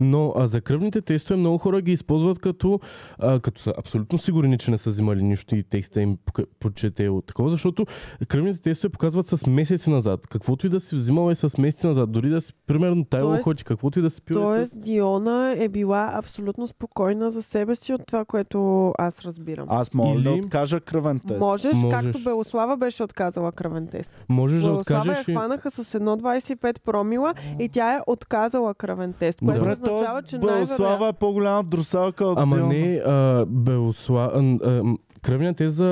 Speaker 2: Но а, за кръвните тестове много хора ги използват като, а, като са абсолютно сигурни, че не са взимали нищо и текста им пока- почете от такова, защото кръвните тестове показват с месеци назад. Каквото и да си взимал е с месеци назад. Дори да си, примерно, Тайло
Speaker 4: Тоест-
Speaker 2: Хоч, каквото и да си пил е с...
Speaker 4: Тоест Диона е била абсолютно спокойна за себе си от това, което аз разбирам.
Speaker 1: Аз мога ли да
Speaker 2: Или-
Speaker 1: откажа кръвен тест.
Speaker 4: Можеш,
Speaker 2: Можеш.
Speaker 4: както Белослава беше отказала кръвен тест.
Speaker 2: Можеш да
Speaker 4: Белослава
Speaker 2: откажеш
Speaker 4: я
Speaker 2: и...
Speaker 4: хванаха с 1,25 промила и тя е отказала кръвен тест, което
Speaker 2: Добре,
Speaker 4: означава, че
Speaker 1: Белослава
Speaker 4: най-вероятно...
Speaker 1: е по-голяма друсалка от
Speaker 2: Ама
Speaker 1: Диона.
Speaker 2: не, а, белосла... а, а, м, кръвния тест за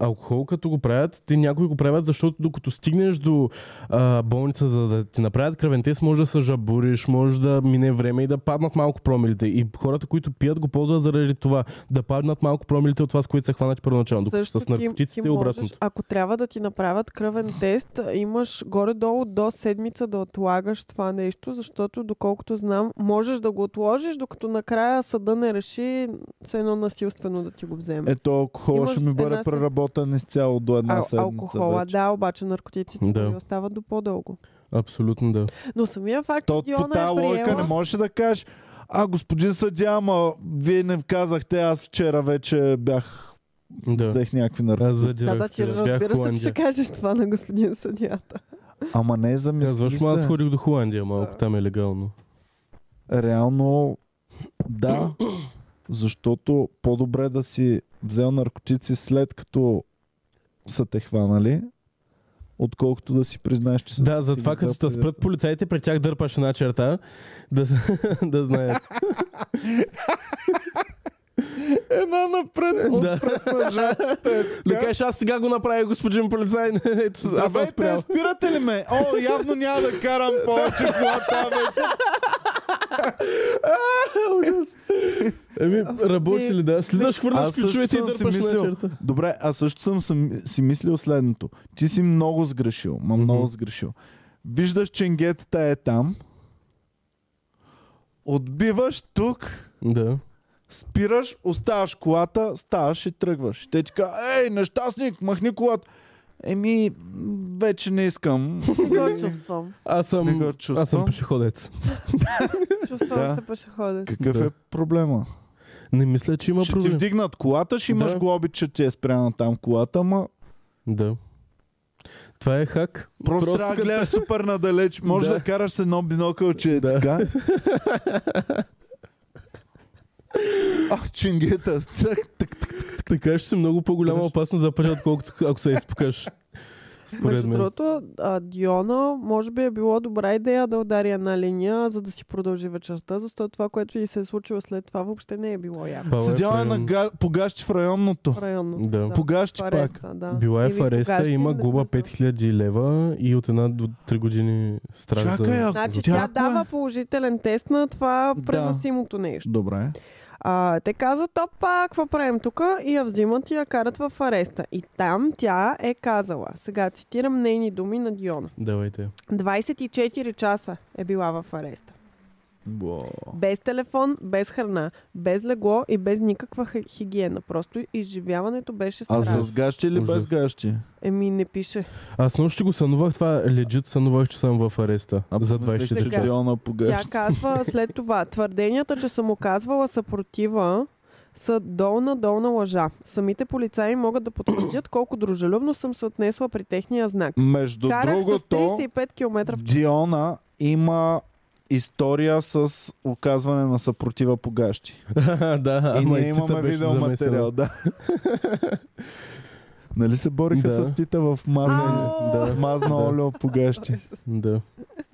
Speaker 2: а, алкохол, като го правят, те някои го правят, защото докато стигнеш до а, болница, за да ти направят кръвен тест, може да се жабуриш, може да мине време и да паднат малко промилите. И хората, които пият, го ползват заради това. Да паднат малко промилите от това, с което са хванати първоначално. Докато с
Speaker 4: ти- ти
Speaker 2: наркотиците е
Speaker 4: можеш,
Speaker 2: обратното.
Speaker 4: Ако трябва да ти направят кръвен тест, имаш горе-долу до седмица да отлагаш това нещо, защото доколкото знам, можеш да го отложиш, докато накрая съда не реши се едно насилствено да ти го вземе.
Speaker 1: Ето алкохола
Speaker 4: Имаш
Speaker 1: ще ми бъде
Speaker 4: една сед-
Speaker 1: преработен изцяло до една
Speaker 4: а,
Speaker 1: седмица
Speaker 4: алкохола,
Speaker 1: вече.
Speaker 4: да, обаче наркотиците
Speaker 2: Да.
Speaker 4: да. остават до по-дълго.
Speaker 2: Абсолютно да.
Speaker 4: Но самия факт,
Speaker 1: То
Speaker 4: че
Speaker 1: по
Speaker 4: Диона
Speaker 1: тази
Speaker 4: е
Speaker 1: логика не
Speaker 4: приела...
Speaker 1: можеш да кажеш, а господин съдя, ама вие не казахте, аз вчера вече бях
Speaker 2: да.
Speaker 1: взех някакви наркотици.
Speaker 2: Аз задирах,
Speaker 4: Да, да, ти
Speaker 2: вчера, бях
Speaker 4: разбира се, че
Speaker 2: Холандия.
Speaker 4: ще кажеш това на господин съдията.
Speaker 1: Ама не замисли
Speaker 2: Казваш, ма аз
Speaker 1: се.
Speaker 2: ходих до Холандия малко, там е легално.
Speaker 1: Реално, да. Защото по-добре да си взел наркотици след като са те хванали, отколкото да си признаеш, че са
Speaker 2: Да,
Speaker 1: си
Speaker 2: затова
Speaker 1: ги взел
Speaker 2: като
Speaker 1: преди
Speaker 2: те спрат полицаите, при тях дърпаш една черта, да, да знаят.
Speaker 1: Една напред,
Speaker 2: да.
Speaker 1: мъжа.
Speaker 2: Да кажеш, аз сега го направя, господин полицай. Ето, аз съм
Speaker 1: Здравейте,
Speaker 2: спрял.
Speaker 1: спирате ли ме? О, явно няма да карам повече колата вече.
Speaker 2: Еми, Ами, работи ли, да. Слизаш, хвърляш
Speaker 1: Аз също
Speaker 2: ключовете и
Speaker 1: съм си
Speaker 2: дърпаш една
Speaker 1: мислил.
Speaker 2: черта.
Speaker 1: Добре, аз също съм, съм си мислил следното. Ти си много сгрешил, ма много сгрешил. Виждаш, ченгетата е там. Отбиваш тук,
Speaker 2: Да.
Speaker 1: спираш, оставаш колата, ставаш и тръгваш. Те ти кажа, ей, нещастник, махни колата. Еми, м, вече не искам.
Speaker 4: Не го чувствам.
Speaker 2: Аз
Speaker 1: Не го
Speaker 2: съм, аз съм
Speaker 1: чувствам.
Speaker 2: пешеходец.
Speaker 4: Чувствам
Speaker 1: Да.
Speaker 4: се пешеходец.
Speaker 1: Какъв
Speaker 2: Да.
Speaker 1: е проблема?
Speaker 2: Не мисля, че има
Speaker 1: ще ти
Speaker 2: проблем.
Speaker 1: вдигнат колата, ще имаш
Speaker 2: Да.
Speaker 1: глоби, че ти е спряна там колата, ма
Speaker 2: Да. Това е хак.
Speaker 1: Просто,
Speaker 2: Просто
Speaker 1: трябва да
Speaker 2: като-
Speaker 1: гледаш супер надалеч. Може да,
Speaker 2: Да.
Speaker 1: караш с едно бинокълче
Speaker 2: Да.
Speaker 1: да. така. Ах, ченгета. Цък, тък, тък.
Speaker 2: Така ще си много по-голяма
Speaker 1: Виждаш.
Speaker 2: опасност за пътя, отколкото ако се изпукаш. според
Speaker 4: Между
Speaker 2: мен.
Speaker 4: другото, а, Диона, може би е било добра идея да удари една линия, за да си продължи вечерта, защото това, което и се е случило след това, въобще не е било яко.
Speaker 2: Бала е
Speaker 1: Седяла е
Speaker 2: в
Speaker 1: на
Speaker 2: район.
Speaker 1: га... погащи в районното.
Speaker 4: В районно.
Speaker 2: Да.
Speaker 1: Погащи
Speaker 4: в
Speaker 1: пак.
Speaker 4: ареста, да.
Speaker 2: Била е
Speaker 4: Или
Speaker 2: в ареста,
Speaker 4: погащи,
Speaker 2: има
Speaker 4: не
Speaker 2: глоба
Speaker 4: знам.
Speaker 2: 5000 лева и от една до 3 години страх
Speaker 1: Чакай,
Speaker 2: за...
Speaker 1: ако
Speaker 4: Значи
Speaker 1: тя,
Speaker 4: тя,
Speaker 1: ако е-
Speaker 4: дава положителен тест на това
Speaker 1: Да.
Speaker 4: преносимото нещо.
Speaker 1: Добре.
Speaker 4: А, те казват, опа, какво правим тук? И я взимат и я карат в ареста. И там тя е казала, сега цитирам нейни думи на Диона.
Speaker 2: Давайте.
Speaker 4: 24 часа е била в ареста.
Speaker 1: Бо.
Speaker 4: Без телефон, без храна, без легло и без никаква хи- хигиена. Просто изживяването беше
Speaker 1: А
Speaker 4: страшно.
Speaker 1: с гащи или без
Speaker 2: Ужас.
Speaker 1: гащи?
Speaker 4: Еми, не пише.
Speaker 2: Аз нощи го сънувах, това легит сънувах, че съм в ареста.
Speaker 1: А
Speaker 2: за
Speaker 1: помислих, че
Speaker 2: 24
Speaker 4: Така.
Speaker 2: часа.
Speaker 1: Диона
Speaker 4: Тя
Speaker 1: погащи.
Speaker 4: казва след това, твърденията, че съм оказвала съпротива, са долна-долна лъжа. Самите полицаи могат да потвърдят колко дружелюбно съм се отнесла при техния знак.
Speaker 1: Между
Speaker 4: Карах с
Speaker 1: другото,
Speaker 4: 35 км в
Speaker 1: Диона има история с оказване на съпротива погащи.
Speaker 2: да,
Speaker 1: И
Speaker 2: ама
Speaker 1: ние
Speaker 2: и Тита
Speaker 1: имаме
Speaker 2: беше
Speaker 1: видеоматериал,
Speaker 2: замесена.
Speaker 1: да. Нали се бориха
Speaker 2: Да.
Speaker 1: с Тита в мазна,
Speaker 4: Ау!
Speaker 2: Да,
Speaker 1: мазна олио погащи?
Speaker 2: да.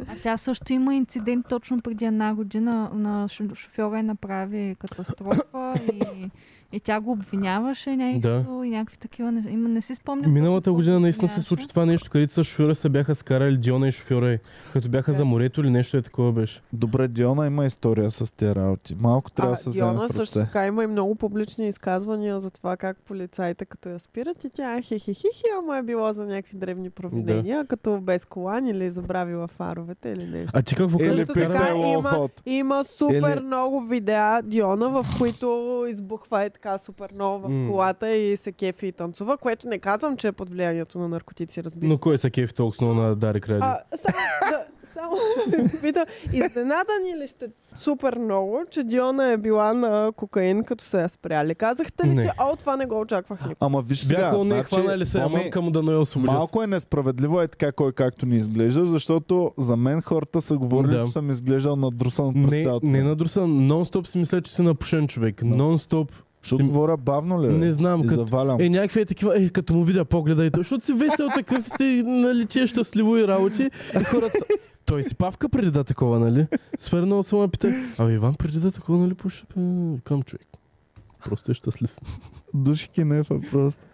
Speaker 5: А тя също има инцидент точно преди една година на шо- шофьора и направи катастрофа и, и тя го обвиняваше някакво и някакви такива неща. Има, не си спомням.
Speaker 2: Миналата
Speaker 5: точно какво
Speaker 2: година наистина се
Speaker 5: обвиняваше.
Speaker 2: случи това нещо, където с шофьора се бяха скарали Диона и шофьора, й, като бяха за морето или нещо е такова беше.
Speaker 1: Добре, Диона има история с тези работи. Малко трябва да се
Speaker 4: а,
Speaker 1: вземе
Speaker 4: Йона
Speaker 1: в
Speaker 4: също
Speaker 1: ръце.
Speaker 4: така има и много публични изказвания за това как полицаите като я спират и тя хихихихи, ама е било за някакви древни проведения, като без колан или забравила фаровете или нещо.
Speaker 2: А ти какво
Speaker 1: Или
Speaker 2: казваш?
Speaker 4: Също така
Speaker 1: пихте
Speaker 4: има-
Speaker 1: лохот.
Speaker 4: Има супер
Speaker 1: Или-
Speaker 4: много видеа Диона, в които избухва е така супер много в
Speaker 2: М.
Speaker 4: колата и се кефи и танцува, което не казвам, че е под влиянието на наркотици, разбира
Speaker 2: Но
Speaker 4: се.
Speaker 2: кой се кефи толкова много на Дарик Ради?
Speaker 4: А, само, да, само да ви питам, изненадани ли сте супер много, че Диона е била на кокаин, като се е спряли? Казахте ли
Speaker 2: Не.
Speaker 4: си, о, това не го очаквах никога.
Speaker 1: Ама виж сега,
Speaker 2: Бяха не
Speaker 1: значи,
Speaker 2: хванали се,
Speaker 1: Боми,
Speaker 2: ама му да не я освободят.
Speaker 1: Малко е несправедливо е така кой както ни изглежда, защото за мен хората са говорили,
Speaker 2: Да.
Speaker 1: че съм изглеждал надръсан през
Speaker 2: Не,
Speaker 1: цялото.
Speaker 2: не
Speaker 1: време.
Speaker 2: на друсан, нон-стоп си мисля, че си напушен човек. Нон-стоп.
Speaker 1: Защото говоря бавно ли? бе?
Speaker 2: Не знам,
Speaker 1: И
Speaker 2: като...
Speaker 1: завалям.
Speaker 2: Е, някакви е такива, е, като му видя погледа и той, защото си весел такъв и си, нали, ти е щастливо и работи. И хората са, той си павка преди да такова, нали? Супер много се ме пита. А Иван преди да такова, нали, пуша? Бе, Към човек. Просто е щастлив.
Speaker 1: Души кенефа просто.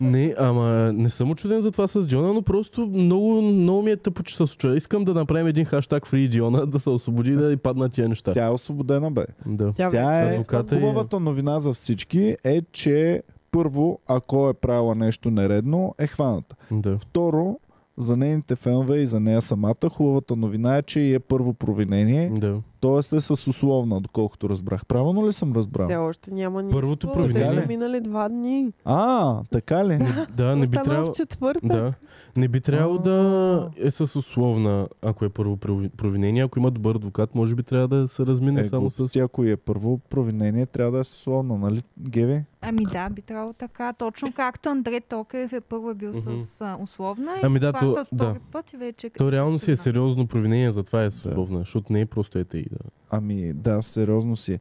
Speaker 2: Не, ама не съм очуден за това с Диона, но просто много, много ми е тъпо, че се случва. Искам да направим един хаштаг Free Диона, да се освободи и да и паднат тия неща.
Speaker 1: Тя е освободена, бе.
Speaker 2: Да.
Speaker 1: Тя е
Speaker 2: Адвоката и-
Speaker 1: Хубавата новина за всички е, че първо, ако е правила нещо нередно, е хваната.
Speaker 2: да.
Speaker 1: Второ, за нейните фенове и за нея самата, хубавата новина е, че и е първо провинение,
Speaker 2: Да.
Speaker 1: т.е. е с условна, доколкото разбрах. Правилно ли съм разбрал?
Speaker 4: Все още няма нищо.
Speaker 2: Първото
Speaker 4: Те
Speaker 2: провинение.
Speaker 4: са минали два дни.
Speaker 1: А, така ли?
Speaker 2: Да, не би
Speaker 4: Остана
Speaker 2: трябвало.
Speaker 4: в четвъртък.
Speaker 2: Да. Не би трябвало да е с условна, ако е първо прови- провинение. Ако има добър адвокат, може би трябва да се размине
Speaker 1: Е,
Speaker 2: само с...
Speaker 1: глупости, ако е първо провинение, трябва да е сословно, нали, Геви?
Speaker 5: Ами да, би трябвало така. Точно както Андре Токев е първо е бил
Speaker 2: Мгм.
Speaker 5: с а, условна и
Speaker 2: Ами да,
Speaker 5: хващат
Speaker 2: то-
Speaker 5: втори
Speaker 2: да.
Speaker 5: път и вече...
Speaker 2: То реално си е сериозно провинение, затова е
Speaker 1: Да.
Speaker 2: условна, защото не е просто ете и да.
Speaker 1: Ами да, сериозно си е.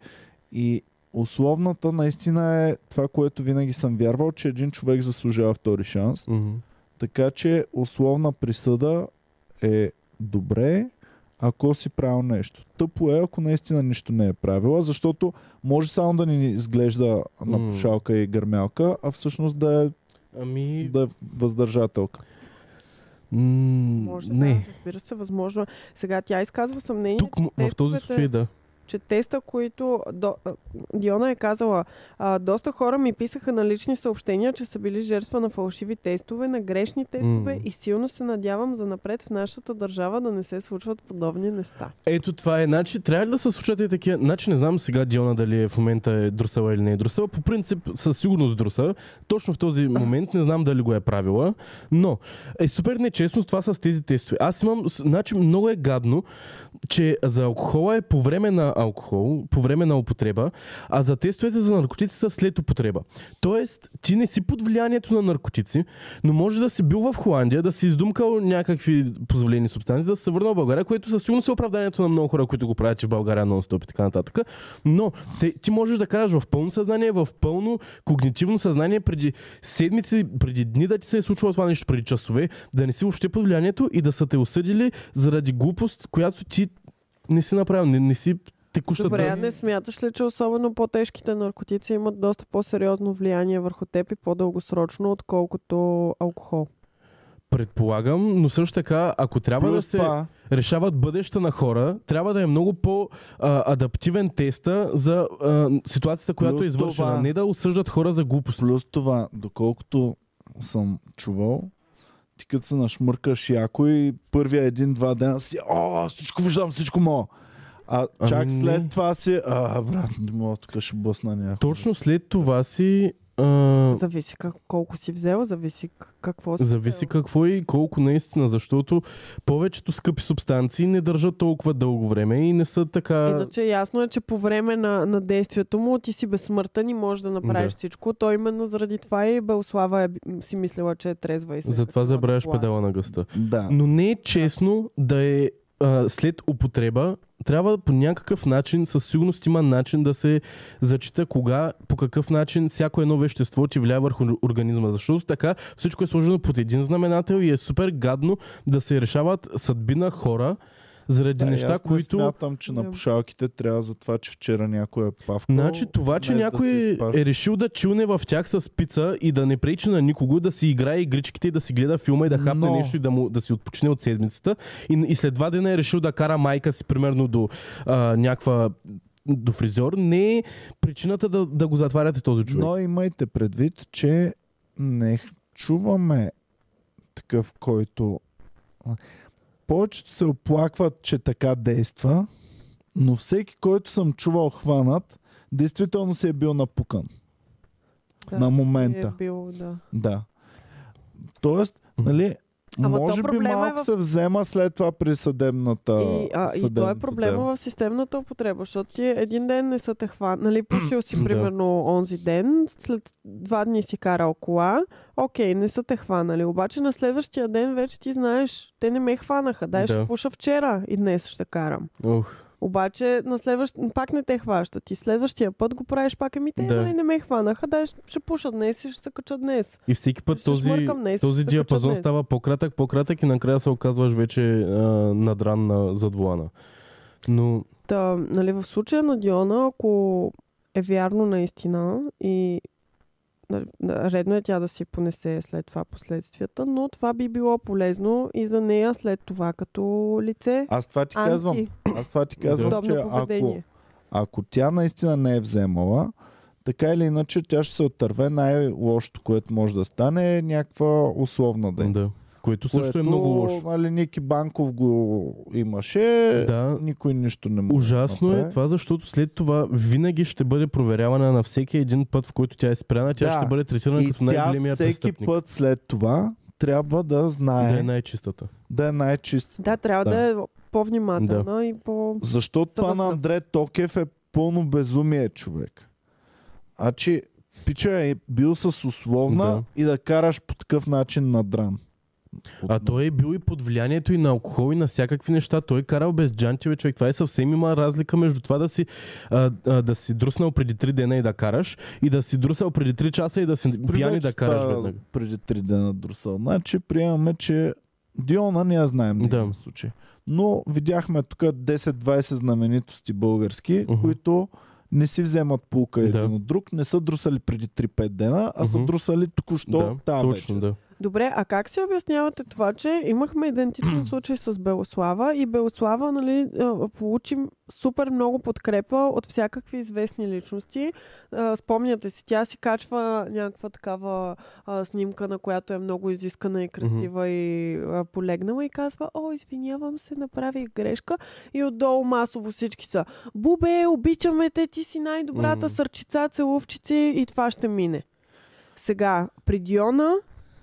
Speaker 1: И условната наистина е това, което винаги съм вярвал, че един човек заслужава втори шанс.
Speaker 2: Мгм.
Speaker 1: Така че условна присъда е добре, ако си правил нещо. Тъпо е, ако наистина нищо не е правила, защото може само да ни изглежда на
Speaker 2: М.
Speaker 1: пушалка и гърмялка, а всъщност да е,
Speaker 2: Ами...
Speaker 1: да е въздържателка.
Speaker 2: м,
Speaker 4: Може не. да,
Speaker 2: не.
Speaker 4: разбира се, възможно. е. Сега тя изказва съмнение,
Speaker 2: Тук м- в този
Speaker 4: тестовете-
Speaker 2: случай да.
Speaker 4: че теста, които до, а, Диона е казала, а, доста хора ми писаха на лични съобщения, че са били жертва на фалшиви тестове, на грешни тестове
Speaker 2: М.
Speaker 4: и силно се надявам за напред в нашата държава да не се случват подобни неща.
Speaker 2: Ето това е. Значи, трябва ли да се случат и такива? Значи, не знам сега Диона дали е в момента е друсала или не е друсала. По принцип, със сигурност друса. Точно в този момент не знам дали го е правила. Но е супер нечестно с това с тези тестове. Аз имам, с- значи, много е гадно, че за алкохола е по време на на алкохол по време на употреба, а за тестовете за наркотици са след употреба. Тоест, ти не си под влиянието на наркотици, но може да си бил в Холандия, да си издумкал някакви позволени субстанции, да се върнал в България, което със сигурност е оправданието на много хора, които го правят че в България нон-стоп и така нататък. Но те, ти можеш да кажеш в пълно съзнание, в пълно когнитивно съзнание преди седмици, преди дни да ти се е случило това нещо, преди часове, да не си въобще под влиянието и да са те осъдили заради глупост, която ти не си направил, не, не си текущата...
Speaker 4: Добре, а не смяташ ли, че особено по-тежките наркотици имат доста по-сериозно влияние върху теб и по-дългосрочно, отколкото алкохол?
Speaker 2: Предполагам, но също така, ако трябва да
Speaker 1: Плюс
Speaker 2: се
Speaker 1: това,
Speaker 2: решават бъдеща на хора, трябва да е много по-адаптивен теста за а, ситуацията, която
Speaker 1: Плюс
Speaker 2: е извършена.
Speaker 1: това-
Speaker 2: Не да осъждат хора за глупост.
Speaker 1: плюс това, доколкото съм чувал, ти като се нашмъркаш яко и първия един-два дена си, о, всичко виждам, всичко мога. А
Speaker 2: Ами
Speaker 1: чак
Speaker 2: не.
Speaker 1: след това си, а, брат, не мога, тук ще бъсна някой.
Speaker 2: Точно след това си а,
Speaker 4: Зависи как, колко си взела, зависи к- какво си
Speaker 2: Зависи
Speaker 4: взела.
Speaker 2: какво и колко наистина, защото повечето скъпи субстанции не държат толкова дълго време и не са така...
Speaker 4: Иначе ясно е, че по време на, на действието му ти си безсмъртен и можеш да направиш
Speaker 2: Да.
Speaker 4: да. всичко. Той именно заради това и Белслава е, би- м, си мислила, че е трезва и се е
Speaker 2: Затова
Speaker 4: хванала
Speaker 2: забравяш
Speaker 4: кола.
Speaker 2: педала на гъста.
Speaker 1: Да.
Speaker 2: Но не е честно да е а, след употреба. Трябва по някакъв начин, със сигурност има начин да се зачита кога, по какъв начин всяко едно вещество ти влияе върху организма. Защото така всичко е сложено под един знаменател и е супер гадно да се решават съдби на хора заради
Speaker 1: Да, и
Speaker 2: неща,
Speaker 1: аз не
Speaker 2: които...
Speaker 1: смятам, че на
Speaker 4: Да.
Speaker 1: пушалките трябва за това, че вчера някой е павкал.
Speaker 2: Значи това, че
Speaker 1: днес да
Speaker 2: някой
Speaker 1: се изпаш-
Speaker 2: е решил да чилне в тях с пица и да не пречи на никого да си играе игричките и да си гледа филма и да хапне
Speaker 1: Но-
Speaker 2: нещо и да, му, да си отпочине от седмицата и, и след два дена е решил да кара майка си примерно до а, някаква до фризьор, не е причината да, да го затваряте този човек.
Speaker 1: Но имайте предвид, че не х- чуваме такъв, който... Повечето се оплакват, че така действа, но всеки, който съм чувал хванат, действително си е бил напукан
Speaker 4: Да,
Speaker 1: на
Speaker 4: и Е
Speaker 1: момента.
Speaker 4: бил, да.
Speaker 1: Да. Тоест, нали,
Speaker 4: Ама то
Speaker 1: може би
Speaker 4: проблема е
Speaker 1: малко
Speaker 4: в-
Speaker 1: се взема след това при съдебната.
Speaker 4: И, а, и то е
Speaker 1: съдебното
Speaker 4: проблема
Speaker 1: дело.
Speaker 4: в системната употреба, защото ти един ден не са те хванали, нали, пушил си
Speaker 2: Да.
Speaker 4: примерно онзи ден, след два дни си карал кола, окей, не са те хванали, обаче на следващия ден вече ти знаеш, те не ме хванаха, дай
Speaker 2: Да.
Speaker 4: ще пуша вчера и днес ще карам.
Speaker 2: Ох,
Speaker 4: Обаче на следващ... пак не те хващат и следващия път го правиш пак, ами те
Speaker 2: Да.
Speaker 4: нали, не ме хванаха, дай ще- ще пуша днес и ще се кача днес.
Speaker 2: и всеки път
Speaker 4: Ще
Speaker 2: този,
Speaker 4: шмъркам днес,
Speaker 2: този
Speaker 4: ще кача
Speaker 2: диапазон
Speaker 4: днес.
Speaker 2: става по-кратък, по-кратък и накрая се оказваш вече а, надран на, зад вулана. Но
Speaker 4: Та, нали, в случая на Диона, ако е вярно наистина и нали, редно е тя да си понесе след това последствията, но това би било полезно и за нея след това като лице.
Speaker 1: Аз това ти казвам. Аз това ти казвам, че
Speaker 4: подобно
Speaker 1: ако,
Speaker 4: поведение.
Speaker 1: ако тя наистина не е вземала, така или иначе тя ще се отърве най-лошото, което може да стане е някаква условна ден.
Speaker 2: да. Което също
Speaker 1: Което,
Speaker 2: е много лошо.
Speaker 1: Нали, Ники Банков го имаше,
Speaker 2: Да,
Speaker 1: никой нищо не може.
Speaker 2: Ужасно е
Speaker 1: направи.
Speaker 2: това, защото след това винаги ще бъде проверявана на всеки един път, в който тя е спряна, тя
Speaker 1: Да.
Speaker 2: ще бъде третирана
Speaker 1: И
Speaker 2: като
Speaker 1: тя
Speaker 2: най-големия
Speaker 1: всеки
Speaker 2: престъпник.
Speaker 1: път след това трябва да знае,
Speaker 2: Да е най-чистата.
Speaker 1: да е най-чист.
Speaker 4: Да, трябва да,
Speaker 1: Да.
Speaker 4: е по-внимателна и по...
Speaker 1: Защо това на
Speaker 4: възна.
Speaker 1: Андре Токев е пълно безумие, човек? А че пича е бил с условна
Speaker 2: Да.
Speaker 1: и да караш по такъв начин на дран.
Speaker 2: А той е бил и под влиянието и на алкохол и на всякакви неща. Той е карал без джантиве, човек. Това е съвсем има разлика между това да си, а, а, да си друснал преди 3 дена и да караш и да си друсал преди 3 часа и да си
Speaker 1: Спри
Speaker 2: пиян и
Speaker 1: вече
Speaker 2: да караш нали.
Speaker 1: това
Speaker 2: веднага.
Speaker 1: Преди три дена друсъл. Значи приемаме, че Диона не я знаем да.
Speaker 2: Да.
Speaker 1: има случай. Но видяхме тук 10-20 знаменитости български,
Speaker 2: Мгм.
Speaker 1: които не си вземат полка
Speaker 2: Да.
Speaker 1: един от друг, не са друсали преди 3-5 дена, а са
Speaker 2: Мгм.
Speaker 1: друсали току-що
Speaker 2: Да,
Speaker 1: там
Speaker 2: точно,
Speaker 1: вече.
Speaker 2: да.
Speaker 4: Добре, а как си обяснявате това, че имахме идентичен случай с Белослава и Белослава нали, а, получи супер много подкрепа от всякакви известни личности. А, Спомняте си, тя си качва някаква такава а, снимка, на която е много изискана и красива и а, полегнала и казва, о, извинявам се, направих грешка. И отдолу масово всички са, бубе, обичаме те, ти си най-добрата,
Speaker 2: Мгм.
Speaker 4: сърчица, целувчици и това ще мине. Сега, при Диона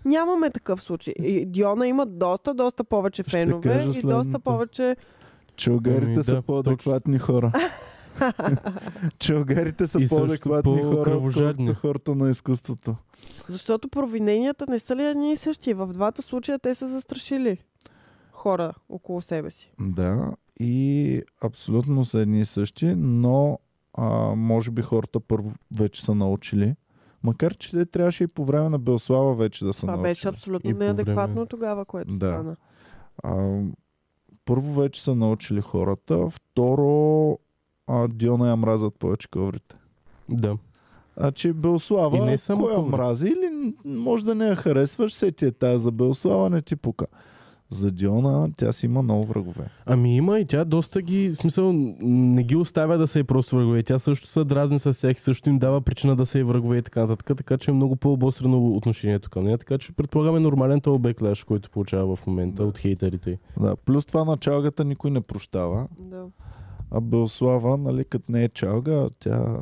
Speaker 4: нямаме такъв случай. И Диона има доста, доста повече
Speaker 1: Ще
Speaker 4: фенове
Speaker 1: кажа
Speaker 4: и доста
Speaker 1: следното.
Speaker 4: повече...
Speaker 1: Чулгарите
Speaker 2: Ами
Speaker 1: са
Speaker 2: да,
Speaker 1: по-адекватни хора. Чалгарите са
Speaker 2: И също
Speaker 1: по-адекватни хора,
Speaker 2: по-кръвожадни.
Speaker 1: отколкото хората на изкуството.
Speaker 4: Защото провиненията не са ли едни и същи? В двата случая те са застрашили хора около себе си.
Speaker 1: Да, и абсолютно са едни и същи, но а, може би хората първо вече са научили. Макар, че те трябваше и по време на Белслава вече да са
Speaker 4: Това
Speaker 1: научили.
Speaker 4: беше абсолютно
Speaker 2: И по
Speaker 4: неадекватно
Speaker 2: време.
Speaker 4: тогава, което
Speaker 1: Да.
Speaker 4: стана.
Speaker 1: А, първо вече са научили хората, второ а, Диона я мразят повече коврите.
Speaker 2: Да.
Speaker 1: Значи
Speaker 2: И
Speaker 1: Белслава,
Speaker 2: не само
Speaker 1: коя
Speaker 2: коври.
Speaker 1: мрази или н- може да не я харесваш, се ти е тая за Белслава, не ти пука. За Диона тя си има много врагове.
Speaker 2: Ами има и тя доста ги, в смисъл, н- не ги оставя да са и просто врагове. Тя също са дразни с тях, и също им дава причина да са и врагове и така нататък, така че е много по-обострено отношението към нея. Така че предполагаме нормален този бекляш, който получава в момента
Speaker 1: Да.
Speaker 2: от хейтерите.
Speaker 1: Да, плюс това на чалгата никой не прощава.
Speaker 4: Да.
Speaker 1: А Белслава, нали, като не е чалга, тя,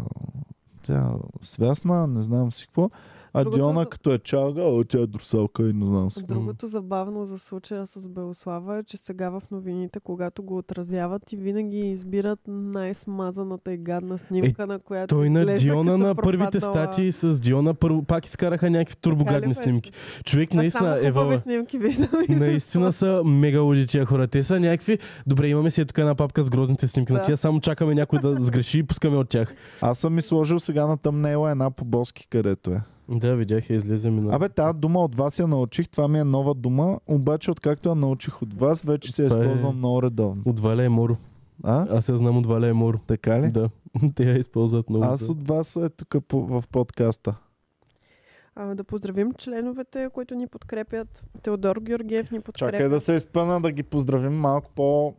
Speaker 1: тя свясна, не знам си какво. А
Speaker 4: Другото
Speaker 1: Диона,
Speaker 4: за-
Speaker 1: като е чалга, о, тя е друсалка и не знам си. какво.
Speaker 4: Другото забавно за случая с Белослава е, че сега в новините, когато го отразяват и винаги избират най-смазаната и гадна
Speaker 2: Е,
Speaker 4: снимка, на която
Speaker 2: Той на
Speaker 4: изглежда
Speaker 2: Диона
Speaker 4: като
Speaker 2: на първите
Speaker 4: пропаднала.
Speaker 2: статии с Диона първо, пак изкараха някакви турбогадни
Speaker 4: беше?
Speaker 2: е снимки. Човек
Speaker 4: А е само
Speaker 2: наистина е
Speaker 4: хубави
Speaker 2: във...
Speaker 4: снимки виждам.
Speaker 2: Наистина са мега луди тия хора. Те са някакви... Добре, имаме си е тук една папка с грозните снимки. На
Speaker 4: Да.
Speaker 2: тия само чакаме някой да сгреши и пускаме от тях.
Speaker 1: Аз съм ми сложил сега на тъмнела една по боски, където е.
Speaker 2: Да, видях, я излезе ми на...
Speaker 1: Абе, тази дума от вас я научих, това ми е нова дума, обаче откакто я научих от вас, вече се я
Speaker 2: Това е-
Speaker 1: използвам много редовно.
Speaker 2: От Валя е моро.
Speaker 1: А?
Speaker 2: Аз я знам от Валя е моро.
Speaker 1: Така ли?
Speaker 2: Да. Те я използват много.
Speaker 1: Аз
Speaker 2: да.
Speaker 1: от вас е тук по- в подкаста.
Speaker 4: А, да поздравим членовете, които ни подкрепят. Теодор Георгиев ни подкрепя.
Speaker 1: Чакай да се изпъна да ги поздравим малко по...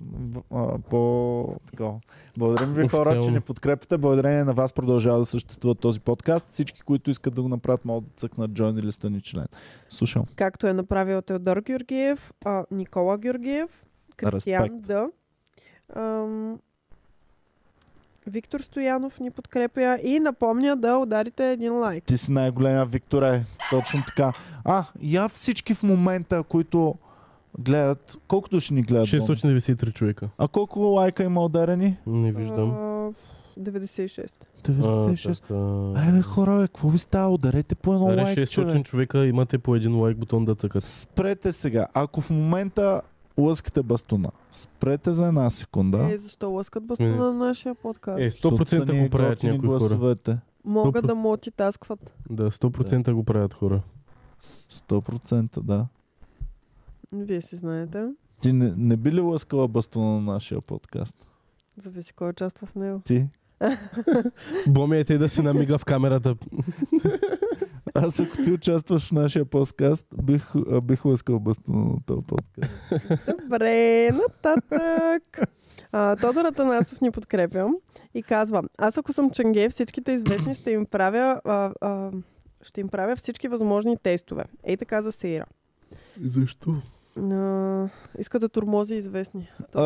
Speaker 1: в- а, по... Такова. Благодарим ви хора, че
Speaker 2: Официално.
Speaker 1: ни подкрепите. Благодарение на вас продължава да съществува този подкаст. Всички, които искат да го направят, могат да цъкнат Джон или стани член. Слушам.
Speaker 4: Както е направил Теодор Георгиев, а, Никола Георгиев, Кристиан
Speaker 1: Респект.
Speaker 4: Д. Ам, Виктор Стоянов ни подкрепя и напомня да ударите един лайк.
Speaker 1: Ти си най-големия Викторе. Точно така. А, я всички в момента, които гледат, колко души ни гледат? Боми?
Speaker 2: 693 човека.
Speaker 1: А колко лайка има ударени?
Speaker 2: Не виждам.
Speaker 4: А, 96.
Speaker 2: А,
Speaker 1: 96.
Speaker 2: така.
Speaker 1: Айде хора, Е, бе, какво ви става? Ударете по едно
Speaker 2: Аре,
Speaker 1: лайк,
Speaker 2: 600
Speaker 1: човек.
Speaker 2: човека имате по един лайк бутон да цъкат.
Speaker 1: Спрете сега. Ако в момента лъскате бастуна, спрете за една секунда.
Speaker 4: Е, защо лъскат бастона на нашия подкаст?
Speaker 2: Е,
Speaker 1: защото са
Speaker 2: 100%
Speaker 1: ни
Speaker 2: го правят
Speaker 1: готини
Speaker 2: някои хора.
Speaker 1: гласовете.
Speaker 4: Могат
Speaker 2: просто-
Speaker 4: да мултитаскват.
Speaker 2: Да, 100% го правят хора.
Speaker 1: 100% да.
Speaker 4: Вие си знаете.
Speaker 1: Ти не, не би ли лъскала бастуна на нашия подкаст?
Speaker 4: Зависи кой участва в него.
Speaker 1: Ти?
Speaker 2: Боми е те да си намига в камерата.
Speaker 1: Аз ако ти участваш в нашия подкаст, бих, а, бих лъскал бастуна на този подкаст.
Speaker 4: Добре, нататък. А, Тодор Атанасов ни подкрепя и казва, аз ако съм Чанге, всичките известни ще им правя, а, а, ще им правя всички възможни тестове. Ей така за Сейра.
Speaker 2: Защо?
Speaker 4: А, иска да турмози известни.
Speaker 1: А,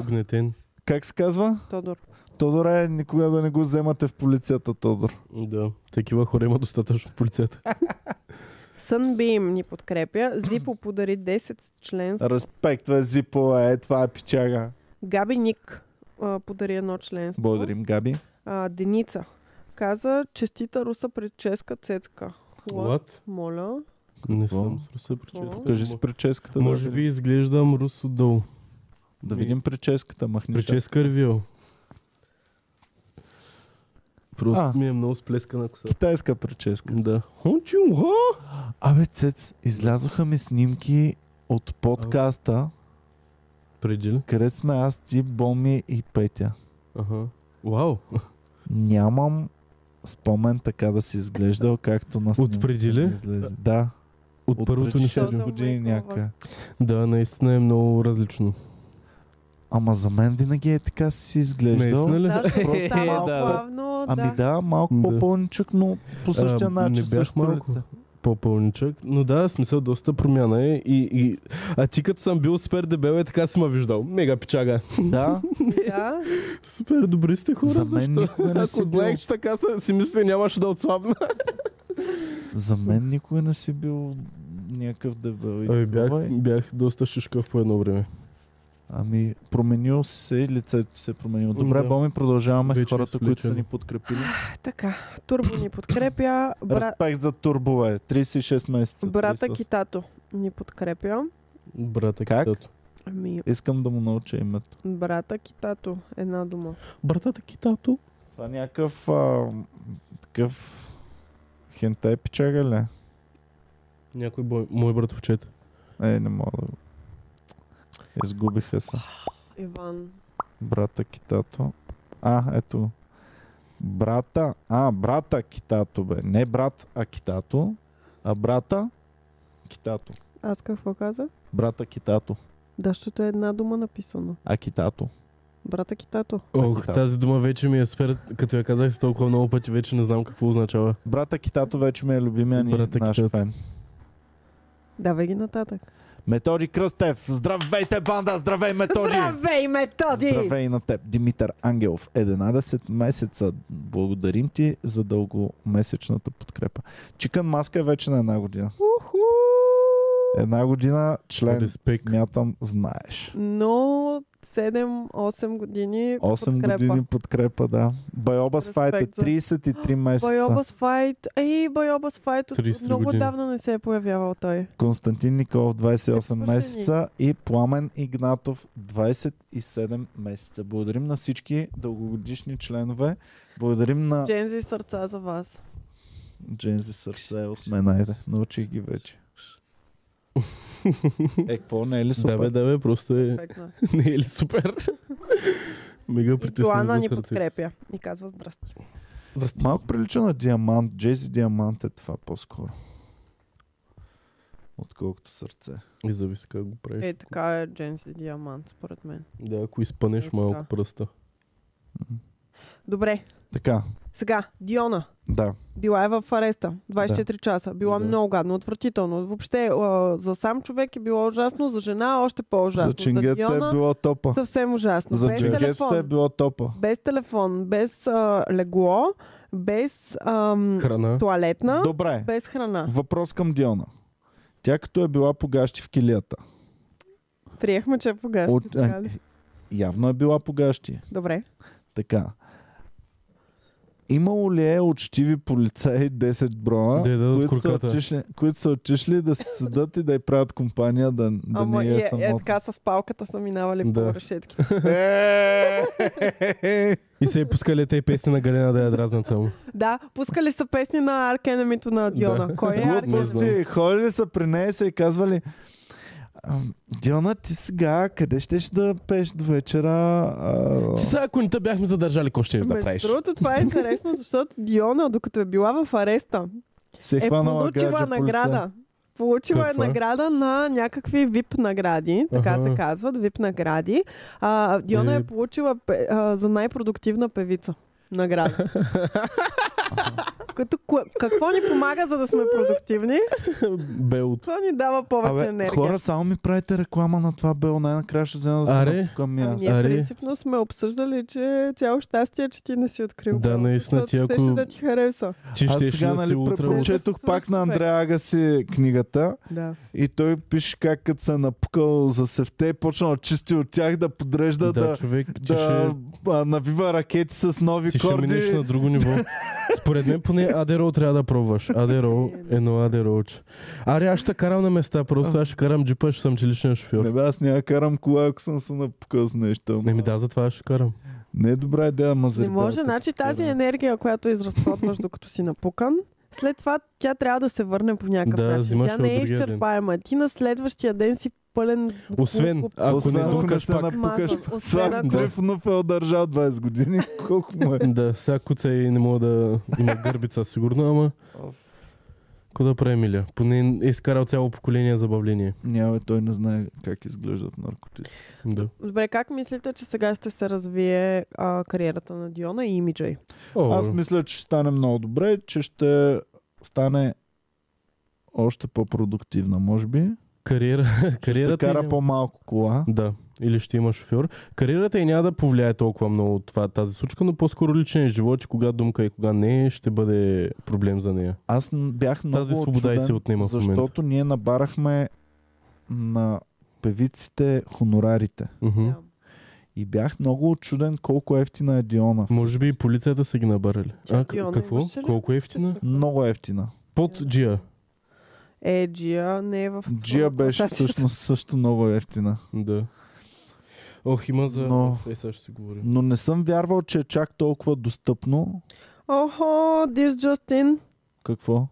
Speaker 2: Угнетен.
Speaker 1: как се казва?
Speaker 4: Тодор.
Speaker 1: Тодор е никога да не го вземате в полицията, Тодор.
Speaker 2: Да. Такива хора има достатъчно в полицията.
Speaker 4: Сънбим ни подкрепя. Зипо подари 10 член.
Speaker 1: Респект, бе, Зипо, е, това е пичага.
Speaker 4: Габи Ник а, подари едно членство.
Speaker 1: Благодарим, Габи.
Speaker 4: А, Деница каза, честита руса прическа цецка. What?
Speaker 2: What?
Speaker 4: Моля.
Speaker 2: Не
Speaker 1: Какво?
Speaker 2: съм с руса прическа.
Speaker 1: Кажи с прическата. да
Speaker 2: Може
Speaker 1: видим.
Speaker 2: би изглеждам рус отдолу.
Speaker 1: Да видим прическата, махни шапка.
Speaker 2: Прическа ревил. Просто
Speaker 1: А.
Speaker 2: ми е много сплескана коса.
Speaker 1: Китайска прическа.
Speaker 2: Да. Хончунга!
Speaker 1: Абе, Цец, излязоха ми снимки от подкаста,
Speaker 2: Преди ли?
Speaker 1: където сме аз, ти, Боми и Петя.
Speaker 2: Аха. Вау!
Speaker 1: Нямам спомен така да си изглеждал, както на снимката
Speaker 2: преди ли?
Speaker 1: ми Излезе. Да,
Speaker 2: От,
Speaker 1: от
Speaker 2: първото
Speaker 1: преди
Speaker 2: ни
Speaker 1: 6
Speaker 2: шедо.
Speaker 4: сезон.
Speaker 1: години някъде.
Speaker 2: Да, наистина е много различно.
Speaker 1: Ама за мен винаги е така си изглеждал.
Speaker 2: Наистина ли? е,
Speaker 4: Даже
Speaker 1: Просто
Speaker 4: просто става
Speaker 1: малко.
Speaker 4: плавно,
Speaker 1: Ами
Speaker 4: да.
Speaker 1: да, малко
Speaker 2: Да.
Speaker 1: по-пълничък, но по същия
Speaker 2: А,
Speaker 1: начин.
Speaker 2: не бях
Speaker 1: същото
Speaker 2: малко.
Speaker 1: лице.
Speaker 2: По-пълничък. Но да, в смисъл доста промяна е. И, и... А ти като съм бил супер дебел е така си ма виждал. Мега пичага.
Speaker 1: Да,
Speaker 4: да.
Speaker 2: Супер добри сте хора.
Speaker 1: за мен
Speaker 2: защо?
Speaker 1: никога не си
Speaker 2: Ако
Speaker 1: бил.
Speaker 2: знаех, че така са- си мисля, нямаше да отслабна.
Speaker 1: За мен никога не си бил някакъв дебел. и
Speaker 2: Ами
Speaker 1: такова,
Speaker 2: бях,
Speaker 1: и-
Speaker 2: бях доста шишкав по едно време.
Speaker 1: Ами, променил си се, лицето ти се е променило. Добре,
Speaker 2: Ами Да.
Speaker 1: да. Боми, продължаваме
Speaker 2: Вече
Speaker 1: Вече хората, които са
Speaker 2: излечено.
Speaker 1: ни подкрепили.
Speaker 4: Така, Турбо ни подкрепя. Бра...
Speaker 1: Респект за турбове. 36 месеца.
Speaker 4: Брата
Speaker 1: 38.
Speaker 4: Китато ни подкрепя.
Speaker 2: Брата
Speaker 1: Как?
Speaker 2: китато.
Speaker 4: Ами,
Speaker 1: Искам да му науча името.
Speaker 4: брата Китато, една дума.
Speaker 2: Братата китато.
Speaker 1: Това е някакъв... А, такъв... Хентай пичага ли?
Speaker 2: Някой бой, мой братовчет.
Speaker 1: Е, не мога да... го- Изгубиха се.
Speaker 4: Иван.
Speaker 1: Брата Китато. А, ето. го. Брата. А, брата Китато, бе. Не брат, а Китато. А брата Китато.
Speaker 4: Аз какво казах?
Speaker 1: Брата Китато.
Speaker 4: Да, защото е една дума написано.
Speaker 1: А Китато.
Speaker 4: Брата Китато.
Speaker 2: Ох,
Speaker 1: Китато.
Speaker 2: тази дума вече ми е супер. Като я казах толкова много пъти, вече не знам какво означава.
Speaker 1: Брата Китато вече ми е любимия ни
Speaker 2: Брата
Speaker 1: наш
Speaker 2: Китато.
Speaker 1: фен.
Speaker 4: Давай ги нататък.
Speaker 1: Методи Кръстев. Здравейте, банда! Здравей, Методи!
Speaker 4: Здравей, методи!
Speaker 1: Здравей на теб, Димитър Ангелов. 11 месеца. Благодарим ти за дългомесечната подкрепа. Чикън маска е вече на една година.
Speaker 4: Уху!
Speaker 1: Една година член,
Speaker 2: Респект.
Speaker 1: смятам, знаеш.
Speaker 4: Но 7-8 години
Speaker 1: 8
Speaker 4: подкрепа.
Speaker 1: години подкрепа, да. Байобас
Speaker 4: Респект
Speaker 1: файт е
Speaker 4: за-
Speaker 1: 33 месеца.
Speaker 4: Байобас Файт. Ей, Байобас Файт. от-
Speaker 2: 33
Speaker 4: Много
Speaker 2: години.
Speaker 4: отдавна не се е появявал той.
Speaker 1: Константин Николов 28
Speaker 4: Е, Свършени.
Speaker 1: месеца и Пламен Игнатов 27 месеца. Благодарим на всички дългогодишни членове. Благодарим на
Speaker 4: Джензи сърца за вас.
Speaker 1: Джензи сърце от мен. Айде, научих ги вече. Е, какво не е ли
Speaker 2: Да, бе,
Speaker 1: супер?
Speaker 2: да, бе, просто е.
Speaker 4: Перфектно.
Speaker 2: Не е ли супер? Мега
Speaker 4: И
Speaker 2: притесни
Speaker 4: Йоанна ни подкрепя. И казва здрасти.
Speaker 1: Малко прилича на диамант. Джези диамант е това по-скоро. Отколкото сърце.
Speaker 2: И зависи как го правиш.
Speaker 4: Е, така е Дженси Диамант, според мен.
Speaker 2: Да, ако изпънеш
Speaker 4: Е,
Speaker 2: малко
Speaker 4: така.
Speaker 2: пръста.
Speaker 4: Добре,
Speaker 1: Така,
Speaker 4: сега, Диона.
Speaker 1: да.
Speaker 4: Била е в ареста 24 часа. Била
Speaker 1: Да.
Speaker 4: много гадно, отвратително. Въобще а, за сам човек е било ужасно, за жена е още
Speaker 1: За
Speaker 4: по-ужасно. За,
Speaker 1: чингета е
Speaker 4: Диона
Speaker 1: било топа.
Speaker 4: съвсем ужасно.
Speaker 1: За
Speaker 4: без
Speaker 1: джингетата
Speaker 4: телефон,
Speaker 1: е било топа.
Speaker 4: без телефон, без а, легло, без ам,
Speaker 2: Храна.
Speaker 4: туалетна,
Speaker 1: Добре.
Speaker 4: без храна.
Speaker 1: Въпрос към Диона. Тя като е била по гащи в килията.
Speaker 4: Приехме, че е погашно.
Speaker 1: От-
Speaker 4: така ли?
Speaker 1: Явно е била по гащи.
Speaker 4: Добре.
Speaker 1: Така. Имало ли е учтиви полицаи 10 броя,
Speaker 2: Да й дадат
Speaker 1: които, са
Speaker 2: курката.
Speaker 1: отишли, които са отишли да се седат и да й правят компания, да, да
Speaker 4: Ама
Speaker 1: не
Speaker 4: и
Speaker 1: е
Speaker 4: е, е,
Speaker 1: самотна.
Speaker 4: така с палката са минавали
Speaker 2: Да.
Speaker 4: по решетки.
Speaker 1: Е,
Speaker 2: И се е пускали те песни на Галена да я дразнат само.
Speaker 4: Да, пускали са песни на Ark Enemy-то на Диона.
Speaker 2: Да.
Speaker 4: Кой е Ark
Speaker 2: Глупост.
Speaker 4: Enemy?
Speaker 1: Глупости. Ходили са при нея и са й казвали «Ам, Диона, ти сега къде щеш да пееш до вечера? а,
Speaker 2: Ти сега, ако не те бяхме задържали, какво ще да правиш?
Speaker 4: Между другото, това е интересно, защото Диона, докато е била в ареста,
Speaker 1: се
Speaker 4: е
Speaker 1: хванала
Speaker 4: получила
Speaker 1: гадже полицай».
Speaker 4: награда. Получила
Speaker 2: Каква?
Speaker 4: е награда на някакви VIP награди, така
Speaker 2: Аха.
Speaker 4: се казват, VIP награди. А, Диона е
Speaker 2: Е.
Speaker 4: получила пе- а, за най-продуктивна певица награда. Като, кое- какво ни помага за да сме продуктивни?
Speaker 2: Белото.
Speaker 4: Това ни дава повече
Speaker 1: Абе,
Speaker 4: енергия.
Speaker 1: хора, само ми правите реклама на това бел. Най-накрая ще взема да се
Speaker 2: Аре.
Speaker 1: напукам и
Speaker 4: Ами
Speaker 1: аз.
Speaker 4: ние
Speaker 2: Ари.
Speaker 4: принципно сме обсъждали, че цяло щастие, че ти не си открил.
Speaker 2: Да,
Speaker 4: Белото,
Speaker 2: наистина, ти
Speaker 4: защото
Speaker 2: ако-
Speaker 4: щеше да ти хареса.
Speaker 2: Ти
Speaker 1: Аз
Speaker 2: ще
Speaker 1: сега,
Speaker 2: да си
Speaker 1: нали,
Speaker 2: утре от-
Speaker 4: препоръча-
Speaker 1: препоръчетох
Speaker 4: от-
Speaker 1: пак на Андрея Агаси книгата
Speaker 4: Да.
Speaker 1: и той пише как като се е напукал за севте и почнал да чисти от тях, да подрежда, да,
Speaker 2: Да, човек, ти ще...
Speaker 1: да а, навива ракети с нови
Speaker 2: Ти ще минеш
Speaker 1: корди.
Speaker 2: на друго ниво. Според мен поне Адерол трябва да пробваш. Адерол, едно Адеролче. Аре, аз ще карам на места, просто аз ще карам джипа, ще съм ти личен
Speaker 1: Не
Speaker 2: шофьор.
Speaker 1: бе, аз няма карам кола, ако съм се напукал с нещо. ама
Speaker 2: Не ми да, затова аз ще карам.
Speaker 1: Не е добра идея, ама за
Speaker 4: Не може,
Speaker 1: ребята.
Speaker 4: значи тази
Speaker 1: да.
Speaker 4: енергия, която изразходваш докато си напукан, след това тя трябва да се върне по някакъв
Speaker 2: Да,
Speaker 4: начин.
Speaker 2: взимаш
Speaker 4: Тя
Speaker 2: я
Speaker 4: не
Speaker 2: от
Speaker 4: е
Speaker 2: другия ден.
Speaker 4: изчерпаема. Ти на следващия ден си пълен...
Speaker 2: Освен,
Speaker 4: буклук.
Speaker 2: ако
Speaker 1: Освен
Speaker 2: не
Speaker 1: ако не
Speaker 2: докаш
Speaker 1: се
Speaker 2: пак.
Speaker 1: напукаш.
Speaker 4: Смазвам. Освен
Speaker 1: Слав
Speaker 4: ако-
Speaker 1: Трифонов е удържал 20 години. Колко му е?
Speaker 2: Да, сега куца и не мога да има гърбица, сигурно, ама... Какво да прави, Миля? Поне е изкарал цяло поколение забавление.
Speaker 1: Няма, бе, той не знае как изглеждат наркотици.
Speaker 2: Да.
Speaker 4: Добре, как мислите, че сега ще се развие а, кариерата на Диона и имиджа й?
Speaker 2: О,
Speaker 1: Аз мисля, че ще стане много добре, че ще стане още по-продуктивна, може би.
Speaker 2: кариера, кариерата... е
Speaker 1: Ще
Speaker 2: ѝ
Speaker 1: кара
Speaker 2: няма-
Speaker 1: по-малко кола.
Speaker 2: Да, или ще има шофьор. Кариерата и няма да повлияе толкова много от това, тази случка, но по-скоро личен живот и кога думка и кога не, ще бъде проблем за нея.
Speaker 1: Аз н- бях много
Speaker 2: Тази свобода и
Speaker 1: очуден,
Speaker 2: се отнема в момента.
Speaker 1: защото ние набарахме на певиците хонорарите.
Speaker 2: Мгм.
Speaker 4: Да.
Speaker 1: И бях много очуден колко ефтина е Диона.
Speaker 2: Може би и полицията са ги набарали. А,
Speaker 4: Чакай,
Speaker 2: к-
Speaker 4: Йоана,
Speaker 2: какво?
Speaker 4: имаш ли?
Speaker 2: Колко е ефтина?
Speaker 1: Много ефтина.
Speaker 2: Под Джия.
Speaker 4: Е, Джия не е в...
Speaker 1: Джия беше всъщност също много ефтина.
Speaker 2: Да. Ох, има за...
Speaker 1: Но-
Speaker 2: Е, сега ще си говорим.
Speaker 1: Но не съм вярвал, че е чак толкова достъпно.
Speaker 4: Охо, this Justin.
Speaker 1: Какво?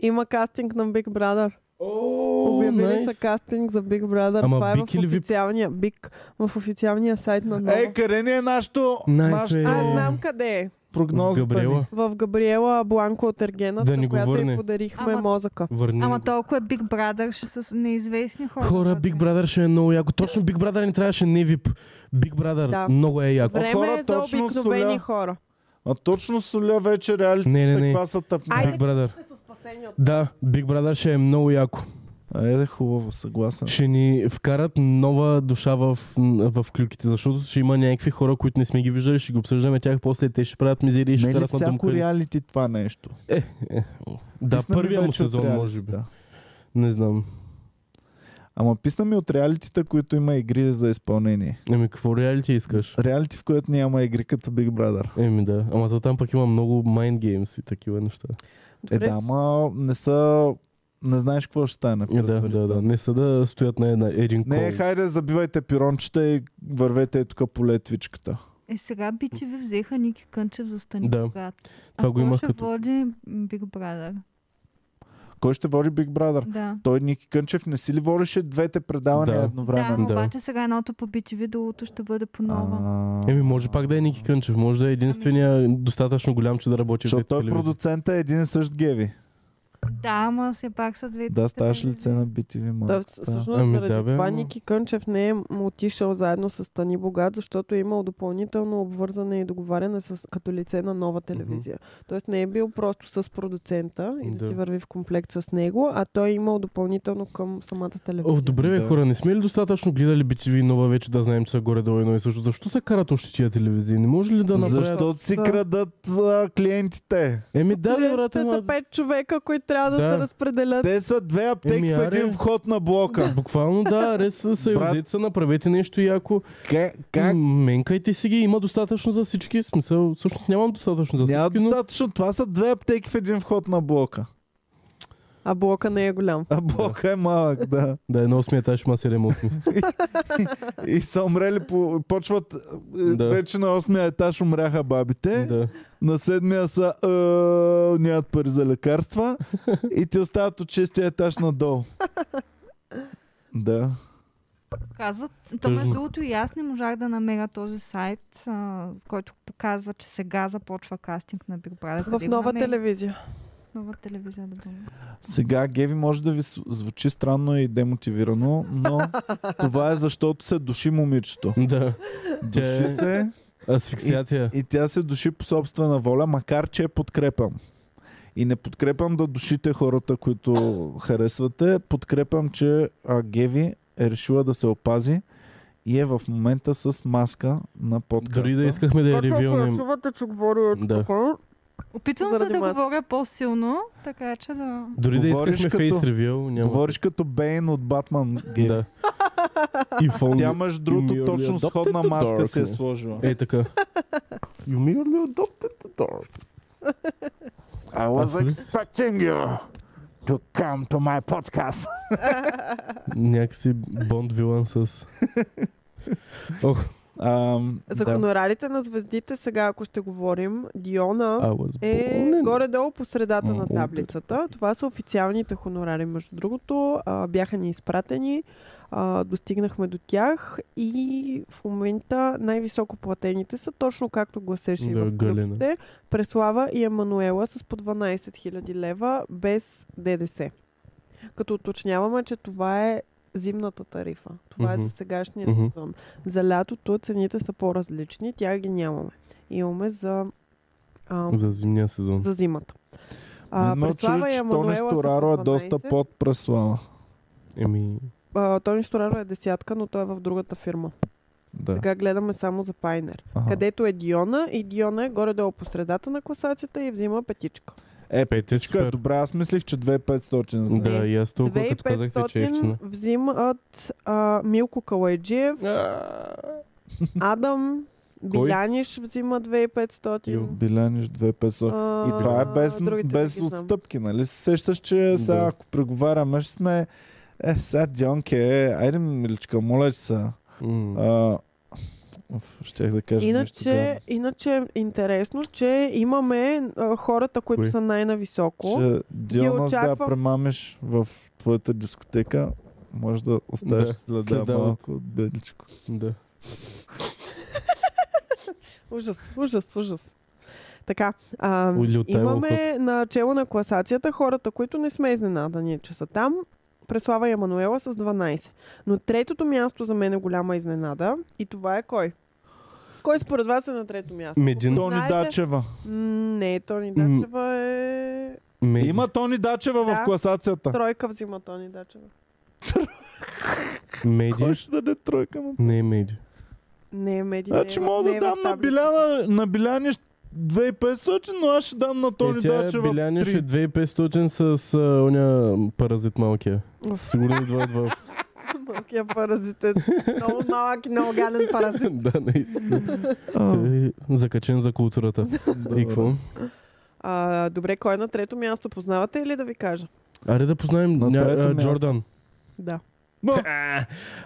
Speaker 4: Има кастинг на Big Brother.
Speaker 2: О,
Speaker 4: Обявили
Speaker 2: найс.
Speaker 4: са кастинг за Big Brother.
Speaker 2: Ама
Speaker 4: Това е
Speaker 2: Big
Speaker 4: в
Speaker 2: или Vip?
Speaker 4: официалния, Big, в официалния сайт на Нова.
Speaker 1: Е, къде ни е нашото,
Speaker 2: Най-
Speaker 1: нашата
Speaker 2: е.
Speaker 4: Аз знам къде е.
Speaker 1: прогноза?
Speaker 2: Габриела,
Speaker 4: В Габриела Бланко от Ергена,
Speaker 2: Да
Speaker 4: да
Speaker 2: ни
Speaker 4: на
Speaker 2: го
Speaker 4: която
Speaker 2: върне.
Speaker 4: й подарихме
Speaker 5: Ама-
Speaker 4: мозъка.
Speaker 2: върни
Speaker 5: Ама
Speaker 2: го.
Speaker 5: толкова Big Brother ще са с неизвестни хора.
Speaker 2: Хора,
Speaker 5: вътре.
Speaker 2: Big Brother ще е много яко. Точно Big Brother не трябваше не вип. Big Brother
Speaker 4: Да.
Speaker 2: много е яко.
Speaker 4: Време
Speaker 1: хора,
Speaker 4: е за
Speaker 1: точно
Speaker 4: обикновени
Speaker 1: соля.
Speaker 4: хора.
Speaker 1: А точно соля вече реалити.
Speaker 2: Не, не, не.
Speaker 1: Каква са тъпна.
Speaker 4: Айде.
Speaker 2: Big Brother.
Speaker 4: Са спасени от
Speaker 2: Да, Big Brother ще е много яко.
Speaker 1: Айде, хубаво, съгласен.
Speaker 2: Ще ни вкарат нова душа в, в клюките, защото ще има някакви хора, които не сме ги виждали, ще ги обсъждаме тях, после те ще правят мизери и ще
Speaker 1: Не е ли
Speaker 2: карат на
Speaker 1: всяко
Speaker 2: домка.
Speaker 1: реалити това нещо?
Speaker 2: е. Да,
Speaker 1: Писна ми
Speaker 2: първия му
Speaker 1: вече от
Speaker 2: сезон,
Speaker 1: реалити,
Speaker 2: може би.
Speaker 1: да.
Speaker 2: Не знам.
Speaker 1: Ама писна ми от реалитите, които има игри за изпълнение.
Speaker 2: Еми, какво реалити искаш?
Speaker 1: Реалити, в което няма игри като Big Brother.
Speaker 2: Еми да, ама то там пък има много mind games и такива неща.
Speaker 1: Е,
Speaker 4: Добре,
Speaker 1: да, ама не са... Не знаеш какво ще стане. нали,
Speaker 2: Е, да, да, да. Не са да стоят на една, един кол.
Speaker 1: Не, е хайде, забивайте пирончета и вървете е тук по летвичката.
Speaker 5: Е, сега би, че ви взеха Ники Кънчев за стани
Speaker 2: Да.
Speaker 5: богат. А
Speaker 2: Това го
Speaker 5: кой
Speaker 2: имах
Speaker 5: ще
Speaker 2: като-
Speaker 5: води м, Big Brother.
Speaker 1: Кой ще води Big Brother?
Speaker 5: Да.
Speaker 1: Той Ники Кънчев не си ли водеше двете предавания
Speaker 2: Да.
Speaker 5: Да,
Speaker 1: едновременно?
Speaker 5: но
Speaker 2: Да.
Speaker 5: обаче сега едното по BTV, другото ще бъде по нова.
Speaker 1: А,
Speaker 2: Еми, може пак да е Ники Кънчев. Може да е единствения достатъчно голям, че да работи в
Speaker 1: Защото
Speaker 2: двете
Speaker 1: той
Speaker 2: телевизии.
Speaker 1: продуцента е един и същ Геви.
Speaker 5: Да, ама все пак са две.
Speaker 1: Да, ставаш лице на BTV
Speaker 4: Да,
Speaker 1: малко.
Speaker 4: с- всъщност
Speaker 2: Ами
Speaker 4: ами, заради
Speaker 2: да,
Speaker 4: да,
Speaker 2: бе,
Speaker 4: това
Speaker 2: ама-
Speaker 4: Ники Кънчев не е м- отишъл заедно с Тани Богат, защото е имал допълнително обвързане и договаряне с, като лице на нова телевизия. Тоест не е бил просто с продуцента и да,
Speaker 2: Да.
Speaker 4: си върви в комплект с него, а той е имал допълнително към самата телевизия.
Speaker 2: О, добре, бе,
Speaker 1: Да.
Speaker 2: хора, не сме ли достатъчно гледали BTV и нова вече да знаем, че са горе-долу едно и също? Защо се карат още тия телевизии? Не може ли да направят?
Speaker 1: Защото си
Speaker 4: е. Да.
Speaker 1: крадат за клиентите.
Speaker 2: Еми да, бе, брат,
Speaker 4: Те
Speaker 2: ама...
Speaker 4: са пет човека, които трябва да,
Speaker 2: Да.
Speaker 4: се разпределят.
Speaker 1: Те са две аптеки
Speaker 2: Еми,
Speaker 1: в
Speaker 2: аре.
Speaker 1: един вход на блока.
Speaker 2: Буквално да, рез се
Speaker 1: Брат.
Speaker 2: взете, са, направете нещо яко.
Speaker 1: Как? как?
Speaker 2: М, Менкайте си ги, има достатъчно за всички. В Смисъл, всъщност нямам достатъчно за
Speaker 1: Няма
Speaker 2: всички, но
Speaker 1: достатъчно. Това са две аптеки в един вход на блока.
Speaker 4: А блока не е голям.
Speaker 1: А блока е малък, да.
Speaker 2: да, едно осми етаж има 7-8.
Speaker 1: И са умрели, по... почват... е,
Speaker 2: Да.
Speaker 1: Вече на 8-я етаж умряха бабите.
Speaker 2: да.
Speaker 1: На седмия са а, нямат пари за лекарства и ти остават от шестия етаж надолу. Да.
Speaker 5: Казват, то
Speaker 2: Тъжно.
Speaker 5: между другото и аз не можах да намеря този сайт, а, който показва, че сега започва кастинг на Big Brother.
Speaker 4: В
Speaker 5: Къде го
Speaker 4: нова
Speaker 5: намерих?
Speaker 4: телевизия.
Speaker 5: Нова телевизия, добре.
Speaker 1: Сега Геви може да ви с- звучи странно и демотивирано, но това е защото се души момичето.
Speaker 2: Да. Тя е
Speaker 1: Души се
Speaker 2: асфиксиация.
Speaker 1: и тя се души по собствена воля, макар че я подкрепям. И не подкрепям да душите хората, които харесвате. Подкрепям, че а, Геви е решила да се опази и е в момента с маска на подкаста.
Speaker 2: Дори да искахме да е я ревюнем.
Speaker 4: чувате, че говори ето
Speaker 2: Да.
Speaker 4: така.
Speaker 5: Опитвам се
Speaker 4: Заради
Speaker 5: да
Speaker 4: маска.
Speaker 5: говоря по-силно, така че да...
Speaker 2: Дори да
Speaker 1: Говориш
Speaker 2: искахме
Speaker 1: като-
Speaker 2: фейс ревю, няма.
Speaker 1: Говориш като Бейн от Батман Геви.
Speaker 2: Да. Ами, И фон.
Speaker 1: Тя между другото
Speaker 2: Merely
Speaker 1: точно
Speaker 2: adopted
Speaker 1: сходна
Speaker 2: the
Speaker 1: маска се е
Speaker 2: darkness.
Speaker 1: сложила.
Speaker 2: Е така. You merely adopted the dark.
Speaker 6: I was expecting you to come to my podcast.
Speaker 2: Някакси Бонд вилан с... Ох,
Speaker 1: Ам,
Speaker 4: За
Speaker 1: да.
Speaker 4: хонорарите на звездите сега, ако ще говорим, Диона...
Speaker 2: I was
Speaker 4: е
Speaker 2: born in-
Speaker 4: горе-долу по средата на
Speaker 2: Мгм.
Speaker 4: таблицата. Това са официалните хонорари, между другото. А, бяха ни изпратени, а, достигнахме до тях и в момента най-високо платените са точно както гласеше и
Speaker 2: Да,
Speaker 4: в
Speaker 2: Галина.
Speaker 4: клюките. Преслава и Емануела с по 12 000 лева без ДДС. Като уточняваме, че това е зимната тарифа. Това е
Speaker 2: Мгм.
Speaker 4: за сегашния
Speaker 2: Мгм.
Speaker 4: сезон. За лятото цените са по-различни, тя ги нямаме. Имаме за а,
Speaker 2: За зимния сезон.
Speaker 4: за зимата.
Speaker 1: А,
Speaker 4: А,
Speaker 1: Ме
Speaker 4: Преслава
Speaker 1: чуди,
Speaker 4: и
Speaker 1: че Тони
Speaker 4: Емануела
Speaker 1: Стораро е
Speaker 4: са по 12.
Speaker 1: доста под Преслава.
Speaker 2: Еми,
Speaker 4: А, Тони Стораро е десятка, но той е в другата фирма.
Speaker 1: Да.
Speaker 4: Сега гледаме само за Пайнер,
Speaker 1: Аха.
Speaker 4: където е Диона и Диона е горе-долу по средата на класацията и взима петичка.
Speaker 1: Е,
Speaker 2: Пет е
Speaker 1: петичка,
Speaker 2: супер.
Speaker 1: добре, аз мислих, че 2500 за
Speaker 2: Да, и аз толкова като казахте,
Speaker 1: е
Speaker 2: че е евчина.
Speaker 4: 2500 взимат а, Милко Калайджиев, Адам
Speaker 2: Кой?
Speaker 4: Биляниш взима 2500.
Speaker 2: Ю.
Speaker 1: Биляниш 2500.
Speaker 4: а,
Speaker 1: И това е без,
Speaker 4: другите
Speaker 1: без
Speaker 4: не ги знам.
Speaker 1: отстъпки, нали? Се Сещаш, че сега
Speaker 2: Да.
Speaker 1: ако преговаряме, ще сме... Е, сега Дьонке, е, айде миличка, моля, че са.
Speaker 2: М.
Speaker 1: А, уф, щях да кажа нещо. гадно.
Speaker 4: Иначе, иначе е интересно, че имаме а, хората, които
Speaker 2: Кои?
Speaker 4: са най-нависоко.
Speaker 1: Че Дионас да я
Speaker 4: очаквам.
Speaker 1: премамиш в твоята дискотека, може да оставиш
Speaker 2: Да,
Speaker 1: следа
Speaker 2: следа от-
Speaker 1: малко от беличко.
Speaker 2: Да.
Speaker 4: Ужас, ужас, ужас. Така, а,
Speaker 2: Или от Тайло
Speaker 4: имаме на чело на класацията хората, които не сме изненадани, че са там. Преслава и Емануела с 12. Но третото място за мен е голяма изненада. И това е кой? Кой според вас е на трето място?
Speaker 2: Медин.
Speaker 4: Ако
Speaker 1: Тони
Speaker 4: знаете-
Speaker 1: Дачева.
Speaker 4: М, Не, Тони
Speaker 2: М.
Speaker 4: Дачева е...
Speaker 2: Меди.
Speaker 1: Има Тони Дачева в
Speaker 4: Да.
Speaker 1: класацията.
Speaker 4: Тройка взима Тони Дачева.
Speaker 1: Кой
Speaker 2: Меди.
Speaker 1: ще даде тройка на
Speaker 2: Не е меди.
Speaker 4: Не, Меди
Speaker 1: Значи
Speaker 4: не е, в-
Speaker 1: мога
Speaker 4: не
Speaker 1: да
Speaker 4: е
Speaker 1: дам
Speaker 4: в
Speaker 1: на
Speaker 4: таблицата.
Speaker 1: Биляна, на Биляни щ- 2500, но аз ще дам на Тони
Speaker 2: е, тя е
Speaker 1: Дачева 3.
Speaker 2: Белянише 2500 с а, оня паразит малкия.
Speaker 4: Уф,
Speaker 2: Сигурно идва два.
Speaker 4: Малкия паразитен. Много малък и много гаден паразит.
Speaker 2: да, наистина. Е, Закачен за културата. И какво?
Speaker 4: А, добре, кой е на трето място? Познавате ли да ви кажа?
Speaker 2: Аре да познаем
Speaker 1: На
Speaker 2: ня-
Speaker 1: трето
Speaker 2: а,
Speaker 1: място.
Speaker 2: Джордан.
Speaker 4: Да.
Speaker 1: Но,
Speaker 4: Е,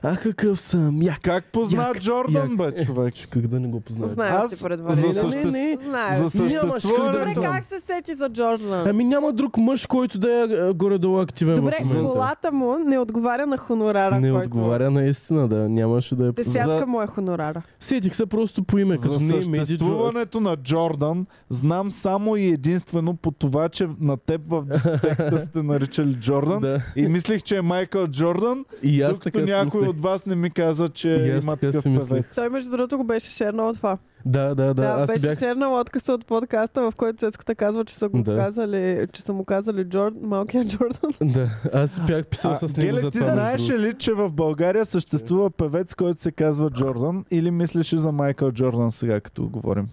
Speaker 2: А какъв съм? Я
Speaker 1: как позна
Speaker 2: Як,
Speaker 1: Джордан, бе, човек?
Speaker 2: как да не го познаем?
Speaker 4: Знаем
Speaker 1: Аз
Speaker 4: си пред
Speaker 1: за
Speaker 4: Валерия.
Speaker 1: съществ-
Speaker 4: не, не. Знаем.
Speaker 1: За
Speaker 4: За... Добре,
Speaker 2: Ето.
Speaker 1: съществуването.
Speaker 4: как се сети за Джордан?
Speaker 2: Ами няма друг мъж, който да е а, горе-долу активен
Speaker 4: Добре,
Speaker 2: в момента.
Speaker 4: колата му не отговаря на хонорара,
Speaker 2: Не
Speaker 4: който...
Speaker 2: отговаря наистина, да. Нямаше да е...
Speaker 4: Десятка
Speaker 1: За-
Speaker 4: му е хонорара.
Speaker 2: Сетих се просто по име, като
Speaker 1: За
Speaker 2: не е Меди Джордан.
Speaker 1: съществуването на Джордан знам само и единствено по това, че на теб в дискотеката сте наричали Джордан.
Speaker 2: Да.
Speaker 1: И мислих, че е Майкъл Джордан,
Speaker 2: И аз
Speaker 1: докато
Speaker 2: така си
Speaker 1: някой
Speaker 2: мислех.
Speaker 1: от вас не ми каза,
Speaker 2: И
Speaker 1: че
Speaker 2: аз
Speaker 1: има
Speaker 2: така
Speaker 1: такъв
Speaker 2: си мислех.
Speaker 1: певец.
Speaker 4: Той, между другото, го беше шернал от това.
Speaker 2: Да, да, да.
Speaker 4: да
Speaker 2: Аз си
Speaker 4: беше
Speaker 2: бях...
Speaker 4: шернал откъса от подкаста, в който цецката казва, че са, го
Speaker 2: Да.
Speaker 4: казали, че са му казали Джорд, малкия Джордан.
Speaker 2: Да, аз си бях писал
Speaker 1: А,
Speaker 2: с него
Speaker 1: Геле,
Speaker 2: за
Speaker 1: ти
Speaker 2: това.
Speaker 1: знаеш ли, че в България съществува певец, който се казва Джордан? Или мислиш и за Майкъл Джордан сега, като говорим?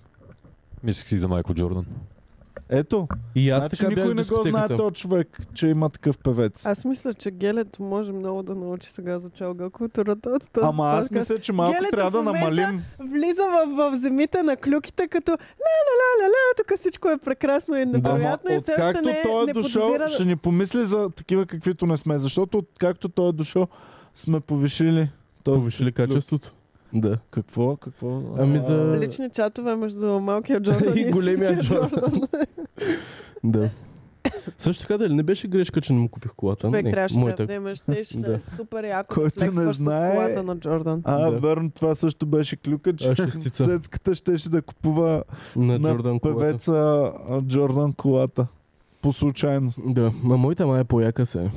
Speaker 7: Мислих си за Майкъл Джордан.
Speaker 1: Ето,
Speaker 2: И аз
Speaker 1: значи
Speaker 2: така бях
Speaker 1: никой не го знае
Speaker 2: дискотеката.
Speaker 1: този човек, че има такъв певец.
Speaker 4: Аз мисля, че Гелето може много да научи сега за чалга културата от този
Speaker 1: Ама аз
Speaker 4: подкаст.
Speaker 1: мисля, че малко
Speaker 4: Гелето
Speaker 1: трябва
Speaker 4: в
Speaker 1: да
Speaker 4: момента-
Speaker 1: намалим.
Speaker 4: Влиза в, в земите на клюките, като ля-ля-ля-ля-ля, тук всичко е прекрасно и невероятно и все още
Speaker 1: откакто
Speaker 4: не,
Speaker 1: той е
Speaker 4: не
Speaker 1: дошъл,
Speaker 4: подозира...
Speaker 1: ще ни помисли за такива каквито не сме. Защото откакто той е дошъл, сме повишили. този
Speaker 2: Повишили качеството. Да.
Speaker 1: Какво? Какво?
Speaker 2: Ами за-
Speaker 4: Лични чатове между малкия Джордан
Speaker 2: И големия Джордан. Да. Също така, дали не беше грешка, че не му купих колата?
Speaker 4: Човек
Speaker 2: не,
Speaker 4: трябваше да я
Speaker 2: Ами, моята.
Speaker 4: вземеш, те ще
Speaker 2: Да.
Speaker 4: е супер яко.
Speaker 1: Който не
Speaker 4: флексваш с
Speaker 1: знае-
Speaker 4: колата на Джордан.
Speaker 1: А,
Speaker 2: Да.
Speaker 1: верно, това също беше клюка, че
Speaker 2: А, шестица.
Speaker 1: Цецката щеше да купува
Speaker 2: на
Speaker 1: на
Speaker 2: Джордан колата.
Speaker 1: певеца а, Джордан колата. По случайност.
Speaker 2: Да, а моята май е по-яка се.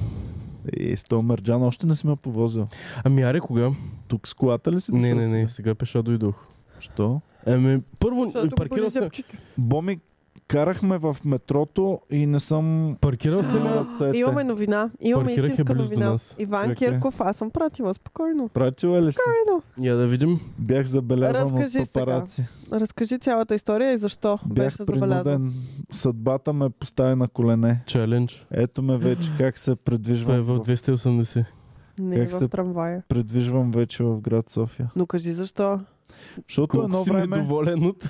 Speaker 1: Е, с този мерджан още не сме повозил.
Speaker 2: Ами аре кога?
Speaker 1: Тук с колата ли си?
Speaker 2: Не,
Speaker 1: дошъл
Speaker 2: не, не,
Speaker 1: сега?
Speaker 2: сега пеша дойдох.
Speaker 1: Що?
Speaker 2: Еми, първо,
Speaker 4: Защото го боли
Speaker 2: паркирал се,
Speaker 4: зъбчето.
Speaker 1: Боми, карахме в метрото и не съм...
Speaker 2: паркирал се на...
Speaker 1: ръцете.
Speaker 4: Имаме новина. Имаме
Speaker 2: Паркирах я
Speaker 4: истинска
Speaker 2: близо до
Speaker 4: новина.
Speaker 2: нас.
Speaker 4: Иван
Speaker 1: Чакай.
Speaker 4: Кирков, аз съм пратила спокойно.
Speaker 1: Пратила ли си?
Speaker 2: Я да видим.
Speaker 1: Бях забелязан
Speaker 4: Разкажи сега.
Speaker 1: от папараци.
Speaker 4: Разкажи цялата история и защо
Speaker 1: Бях
Speaker 4: беше забелязан.
Speaker 1: принуден. Съдбата ме постави на колене.
Speaker 2: Чалендж.
Speaker 1: Ето ме вече как се
Speaker 2: Това е
Speaker 1: придвижвам.
Speaker 2: в
Speaker 1: в-
Speaker 2: 280.
Speaker 1: е
Speaker 4: Не е
Speaker 1: Как
Speaker 4: в
Speaker 1: се-
Speaker 4: трамвая.
Speaker 1: Придвижвам вече в град София.
Speaker 4: Но кажи защо.
Speaker 1: Защото едно
Speaker 2: Колко си
Speaker 1: време
Speaker 2: недоволен от...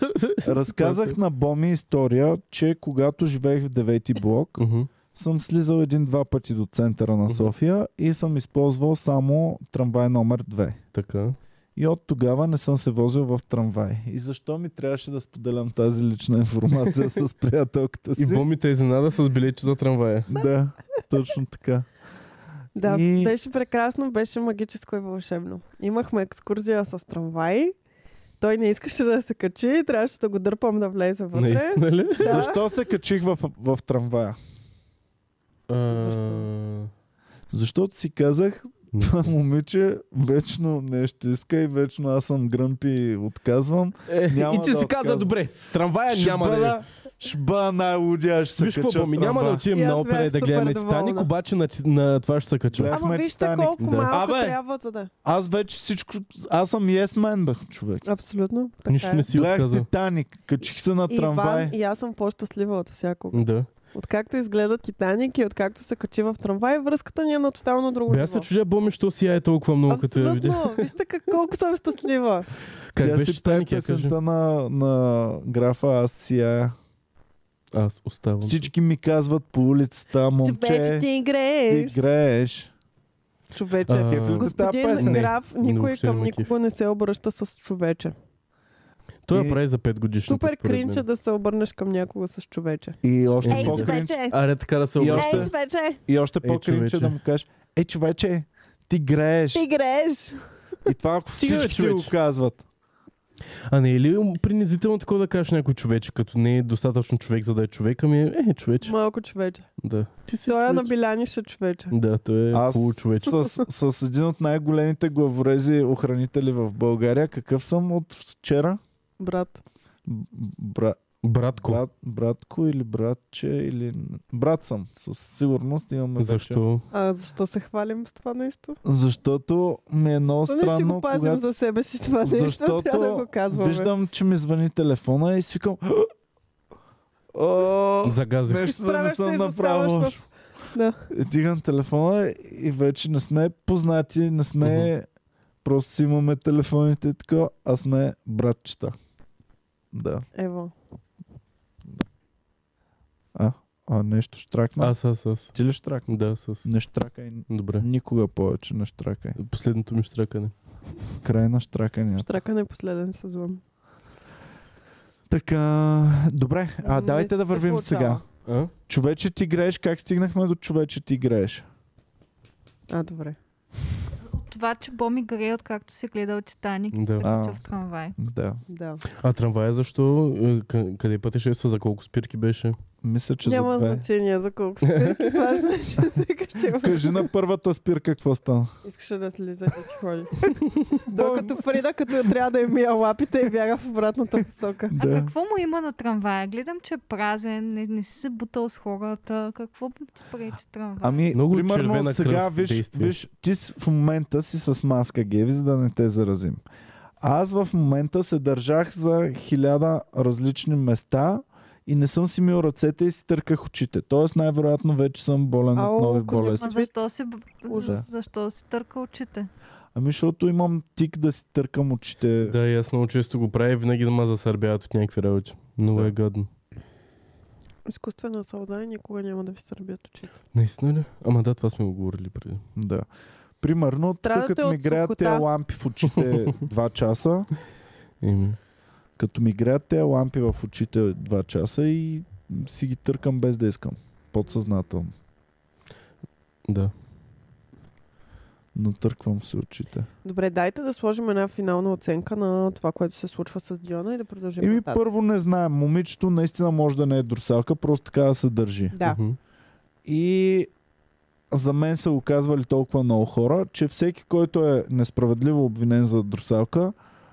Speaker 1: разказах на Боми история, че когато живеех в девети блок,
Speaker 2: Мгм.
Speaker 1: съм слизал един-два пъти до центъра на
Speaker 2: Мгм.
Speaker 1: София и съм използвал само трамвай номер 2.
Speaker 2: Така.
Speaker 1: И от тогава не съм се возил в трамвай. И защо ми трябваше да споделям тази лична информация с приятелката си?
Speaker 2: И бомите изненада с билетче за трамвая.
Speaker 1: Да, точно така.
Speaker 4: Да,
Speaker 1: И-
Speaker 4: и... беше прекрасно, беше магическо и вълшебно. Имахме екскурзия с трамвай. Той не искаше да се качи, трябваше да го дърпам да влезе вътре.
Speaker 2: Наистина ли?
Speaker 4: Да.
Speaker 1: Защо се качих в, в трамвая?
Speaker 2: А,
Speaker 1: Защото си казах, това момиче вечно нещо иска и вечно аз съм гръмпи и отказвам.
Speaker 2: Е,
Speaker 1: Няма
Speaker 2: и че
Speaker 1: да
Speaker 2: си каза,
Speaker 1: отказвам.
Speaker 2: добре, трамвая
Speaker 1: Ще
Speaker 2: няма да... е.
Speaker 1: бъда, ще бъда най-лудия, ще се
Speaker 2: Виж
Speaker 1: кача
Speaker 2: какво,
Speaker 1: в
Speaker 2: ми няма да
Speaker 1: трамвая.
Speaker 2: отидем
Speaker 4: И аз
Speaker 2: на опера и
Speaker 4: бях
Speaker 2: да гледаме
Speaker 4: супер доволна.
Speaker 2: Титаник, обаче на, на това ще се кача.
Speaker 1: Бля.
Speaker 4: Ама
Speaker 1: Бяхме
Speaker 4: вижте
Speaker 1: Титаник,
Speaker 4: колко
Speaker 2: да.
Speaker 4: малко
Speaker 1: Абе!
Speaker 4: трябва за да.
Speaker 1: Аз вече всичко... Аз съм yes man, бях човек.
Speaker 4: Абсолютно. Така
Speaker 2: Нищо
Speaker 4: е.
Speaker 2: не си
Speaker 1: Гледах
Speaker 2: отказал.
Speaker 1: Титаник, качих се на
Speaker 4: И Иван,
Speaker 1: трамвай.
Speaker 4: и аз съм по-щастлива от всякога.
Speaker 2: Да.
Speaker 4: Откакто изгледа Титаник и откакто се качи в трамвай, връзката ни е на тотално друго
Speaker 2: Бе, аз се чудя, Боми, що сияе толкова много, като я видя.
Speaker 4: Абсолютно. Вижте как, колко съм щастлива.
Speaker 2: Как
Speaker 1: Тя
Speaker 2: беше
Speaker 1: си пее
Speaker 2: Титаник, я кажа.
Speaker 1: песента на, на графа аз сия.
Speaker 2: Аз оставам.
Speaker 1: Всички ми казват по улицата,
Speaker 4: Човече,
Speaker 1: момче,
Speaker 4: ти
Speaker 1: ти
Speaker 4: грееш.
Speaker 1: грееш.
Speaker 4: Човече.
Speaker 2: А, е
Speaker 1: Кефил да става
Speaker 4: Господин
Speaker 1: песен.
Speaker 2: Не,
Speaker 4: Граф,
Speaker 2: не,
Speaker 4: никой
Speaker 2: въобще не
Speaker 4: към
Speaker 2: ме кефи.
Speaker 4: никого не се обръща с човече.
Speaker 2: Той я
Speaker 1: И-
Speaker 2: прави за 5 годишни.
Speaker 4: Супер кринче да се обърнеш към някого с човече.
Speaker 1: И още
Speaker 2: Ей,
Speaker 1: по-кринч,
Speaker 2: Е, Аре така да се
Speaker 1: И
Speaker 2: обръща.
Speaker 1: още-
Speaker 4: Ей, човече,
Speaker 1: и още
Speaker 2: Ей,
Speaker 1: по-кринче
Speaker 2: човече.
Speaker 1: да му кажеш, е, човече, ти грееш.
Speaker 4: ти грееш.
Speaker 1: И това ако
Speaker 2: Стига, бе,
Speaker 1: всички ти го
Speaker 2: човече.
Speaker 1: казват.
Speaker 2: А не е ли принизително такова да кажеш някой човече, като не е достатъчно човек, за да е човек, ами е, е човече.
Speaker 4: Малко човече.
Speaker 2: Да. Ти си
Speaker 4: Той е на
Speaker 2: човече.
Speaker 4: Биляниша човече.
Speaker 2: Да, той е
Speaker 1: Аз
Speaker 2: получовече.
Speaker 1: с, с, с един от най-големите главорези охранители в България, какъв съм от вчера?
Speaker 4: Брат.
Speaker 1: Б- Бра,
Speaker 2: Братко,
Speaker 1: брат, братко или братче или... Брат съм, със сигурност имаме вече.
Speaker 2: защо?
Speaker 4: А защо се хвалим с това нещо?
Speaker 1: Защото ми е много
Speaker 4: Защо не си
Speaker 1: странно,
Speaker 4: го пазим
Speaker 1: когато...
Speaker 4: за себе си това нещо?
Speaker 1: Защото
Speaker 4: Трябва да го казваме.
Speaker 1: виждам, че ми звъни телефона и свикам... О,
Speaker 2: Загазих.
Speaker 1: нещо да не
Speaker 4: Изправяш се
Speaker 1: съм
Speaker 4: и заставаш
Speaker 1: направил.
Speaker 4: в-
Speaker 1: лошо.
Speaker 4: Да.
Speaker 1: И Дигам телефона и вече не сме познати, не сме... Просто си имаме телефоните и така, а сме братчета. Да.
Speaker 4: Ево.
Speaker 1: А нещо штракна.
Speaker 2: Аз, аз, аз.
Speaker 1: Ти ли штракна?
Speaker 2: Да, с.
Speaker 1: Не штракай.
Speaker 2: Добре.
Speaker 1: Никога повече не штракай.
Speaker 2: Последното ми штракане.
Speaker 1: Край на штракания.
Speaker 4: Штракане е последен сезон.
Speaker 1: Така, добре, а
Speaker 4: Не
Speaker 1: давайте да
Speaker 4: се
Speaker 1: вървим
Speaker 4: получава.
Speaker 1: сега.
Speaker 2: А?
Speaker 1: Човече ти грееш, как стигнахме до човече ти грееш?
Speaker 4: А, добре.
Speaker 5: От това, че Боми грее, откакто си гледал Титаник и
Speaker 2: Да.
Speaker 5: се
Speaker 1: А.
Speaker 5: качил в трамвай.
Speaker 1: Да.
Speaker 4: Да.
Speaker 2: а трамвая защо? Е, къ- Къде пътешества? За колко спирки беше?
Speaker 1: Мисля, че
Speaker 4: Няма
Speaker 1: за две.
Speaker 4: значение за колко спирки важно е, че се качи.
Speaker 1: Кажи на първата спирка какво стана.
Speaker 4: Искаше да слиза и да си ходи. Той като Фрида, като трябва да им мия лапите и бяга в обратната посока.
Speaker 5: А
Speaker 1: Да.
Speaker 5: какво му има на трамвая? Гледам, че е празен, не, не си се бутал с хората. Какво ти пречи трамвая?
Speaker 1: Ами,
Speaker 2: Много
Speaker 1: примерно
Speaker 2: червена
Speaker 1: сега,
Speaker 2: кръв
Speaker 1: виж,
Speaker 2: действие.
Speaker 1: виж, ти с- в момента си с маска, Геви, за да не те заразим. Аз в момента се държах за хиляда различни места и не съм си мил ръцете и си търках очите. Тоест най-вероятно вече съм болен
Speaker 4: Ау,
Speaker 1: от нови
Speaker 4: ако няма
Speaker 1: болести.
Speaker 5: Ма защо си, б- защо си търка очите?
Speaker 1: Ами защото имам тик да си търкам очите.
Speaker 2: Да, и аз много често го правя и винаги ма засърбяват от някакви работи. Много
Speaker 1: Да.
Speaker 2: е гадно.
Speaker 4: Изкуствена сълза и никога няма да ви сърбят очите.
Speaker 2: Наистина ли? Ама да, това сме го говорили преди.
Speaker 1: Да. Примерно,
Speaker 4: Трябва да
Speaker 1: тук
Speaker 4: те
Speaker 1: като ми
Speaker 4: от
Speaker 1: греят
Speaker 4: сухота.
Speaker 1: тези лампи в очите 2 часа,
Speaker 2: Еми.
Speaker 1: като ми греят тези лампи в очите 2 часа и си ги търкам без да искам. Подсъзнателно.
Speaker 2: Да.
Speaker 1: Натърквам се очите.
Speaker 4: Добре, дайте да сложим една финална оценка на това, което се случва с Диона и да продължим.
Speaker 1: Еми
Speaker 4: нататък.
Speaker 1: първо не знаем. Момичето наистина може да не е друсалка, просто така да се държи.
Speaker 4: Да.
Speaker 2: Мгм.
Speaker 1: И за мен са го казвали толкова много хора, че всеки, който е несправедливо обвинен за друсалка,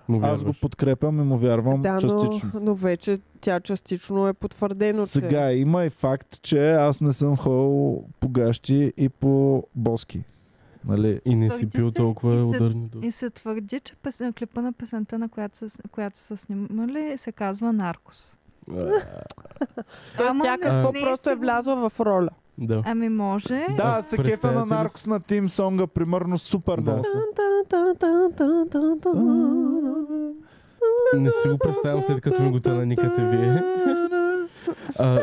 Speaker 2: Му
Speaker 1: аз го
Speaker 2: вярваш.
Speaker 1: подкрепям и му вярвам
Speaker 4: Да, но,
Speaker 1: частично.
Speaker 4: но вече тя частично е потвърдено, че...
Speaker 1: Сега има и факт, че аз не съм ходил по гащи и по боски. Нали?
Speaker 2: И не
Speaker 5: Той
Speaker 2: си
Speaker 5: ти
Speaker 2: пил
Speaker 5: се- и
Speaker 2: толкова
Speaker 5: се-
Speaker 2: ударни думи.
Speaker 5: И се твърди, че пес, клипа на песента, на която, са- която са снимали, се казва Наркос.
Speaker 4: Тоест
Speaker 5: Ама
Speaker 4: тя
Speaker 5: не-
Speaker 4: какво
Speaker 5: не е
Speaker 4: просто е
Speaker 5: сигурно.
Speaker 4: влязла в роля.
Speaker 2: Да.
Speaker 5: Ами може.
Speaker 1: Да,
Speaker 2: А,
Speaker 1: аз се кефа на
Speaker 2: представете ли си?
Speaker 1: наркос на Тим Сонга, примерно супер
Speaker 2: Да.
Speaker 1: много съм.
Speaker 2: Не си го представям след като ми го наникате вие. А,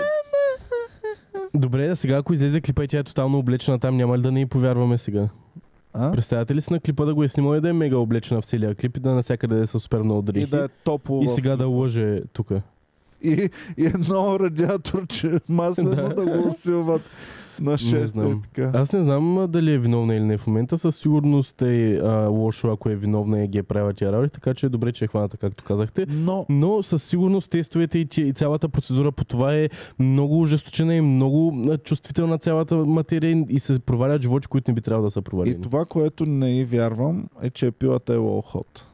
Speaker 2: добре, а сега ако излезе клипа и тя е тотално облечена там, няма ли да не й повярваме сега?
Speaker 1: А?
Speaker 2: Представяте ли си на клипа да го е снимала и да е мега облечена в целия клип и да навсякъде да е със супер много
Speaker 1: И
Speaker 2: дрехи?
Speaker 1: да е топло.
Speaker 2: и
Speaker 1: в-
Speaker 2: сега да лъже тук.
Speaker 1: И, и едно радиаторче маслено
Speaker 2: Да.
Speaker 1: да го усилват на 6
Speaker 2: знам.
Speaker 1: и така.
Speaker 2: Аз не знам а, дали е виновна или не в момента. Със сигурност е а, лошо, ако е виновна и ги е правила тия работи, така че е добре, че е хваната, както казахте.
Speaker 1: Но
Speaker 2: Но със сигурност тестовете и, тя- и цялата процедура по това е много ожесточена и много а, чувствителна цялата материя и- и се провалят животи, които не би трябвало да са провалени.
Speaker 1: и това, което не и вярвам, е, че е пила Тейло Хот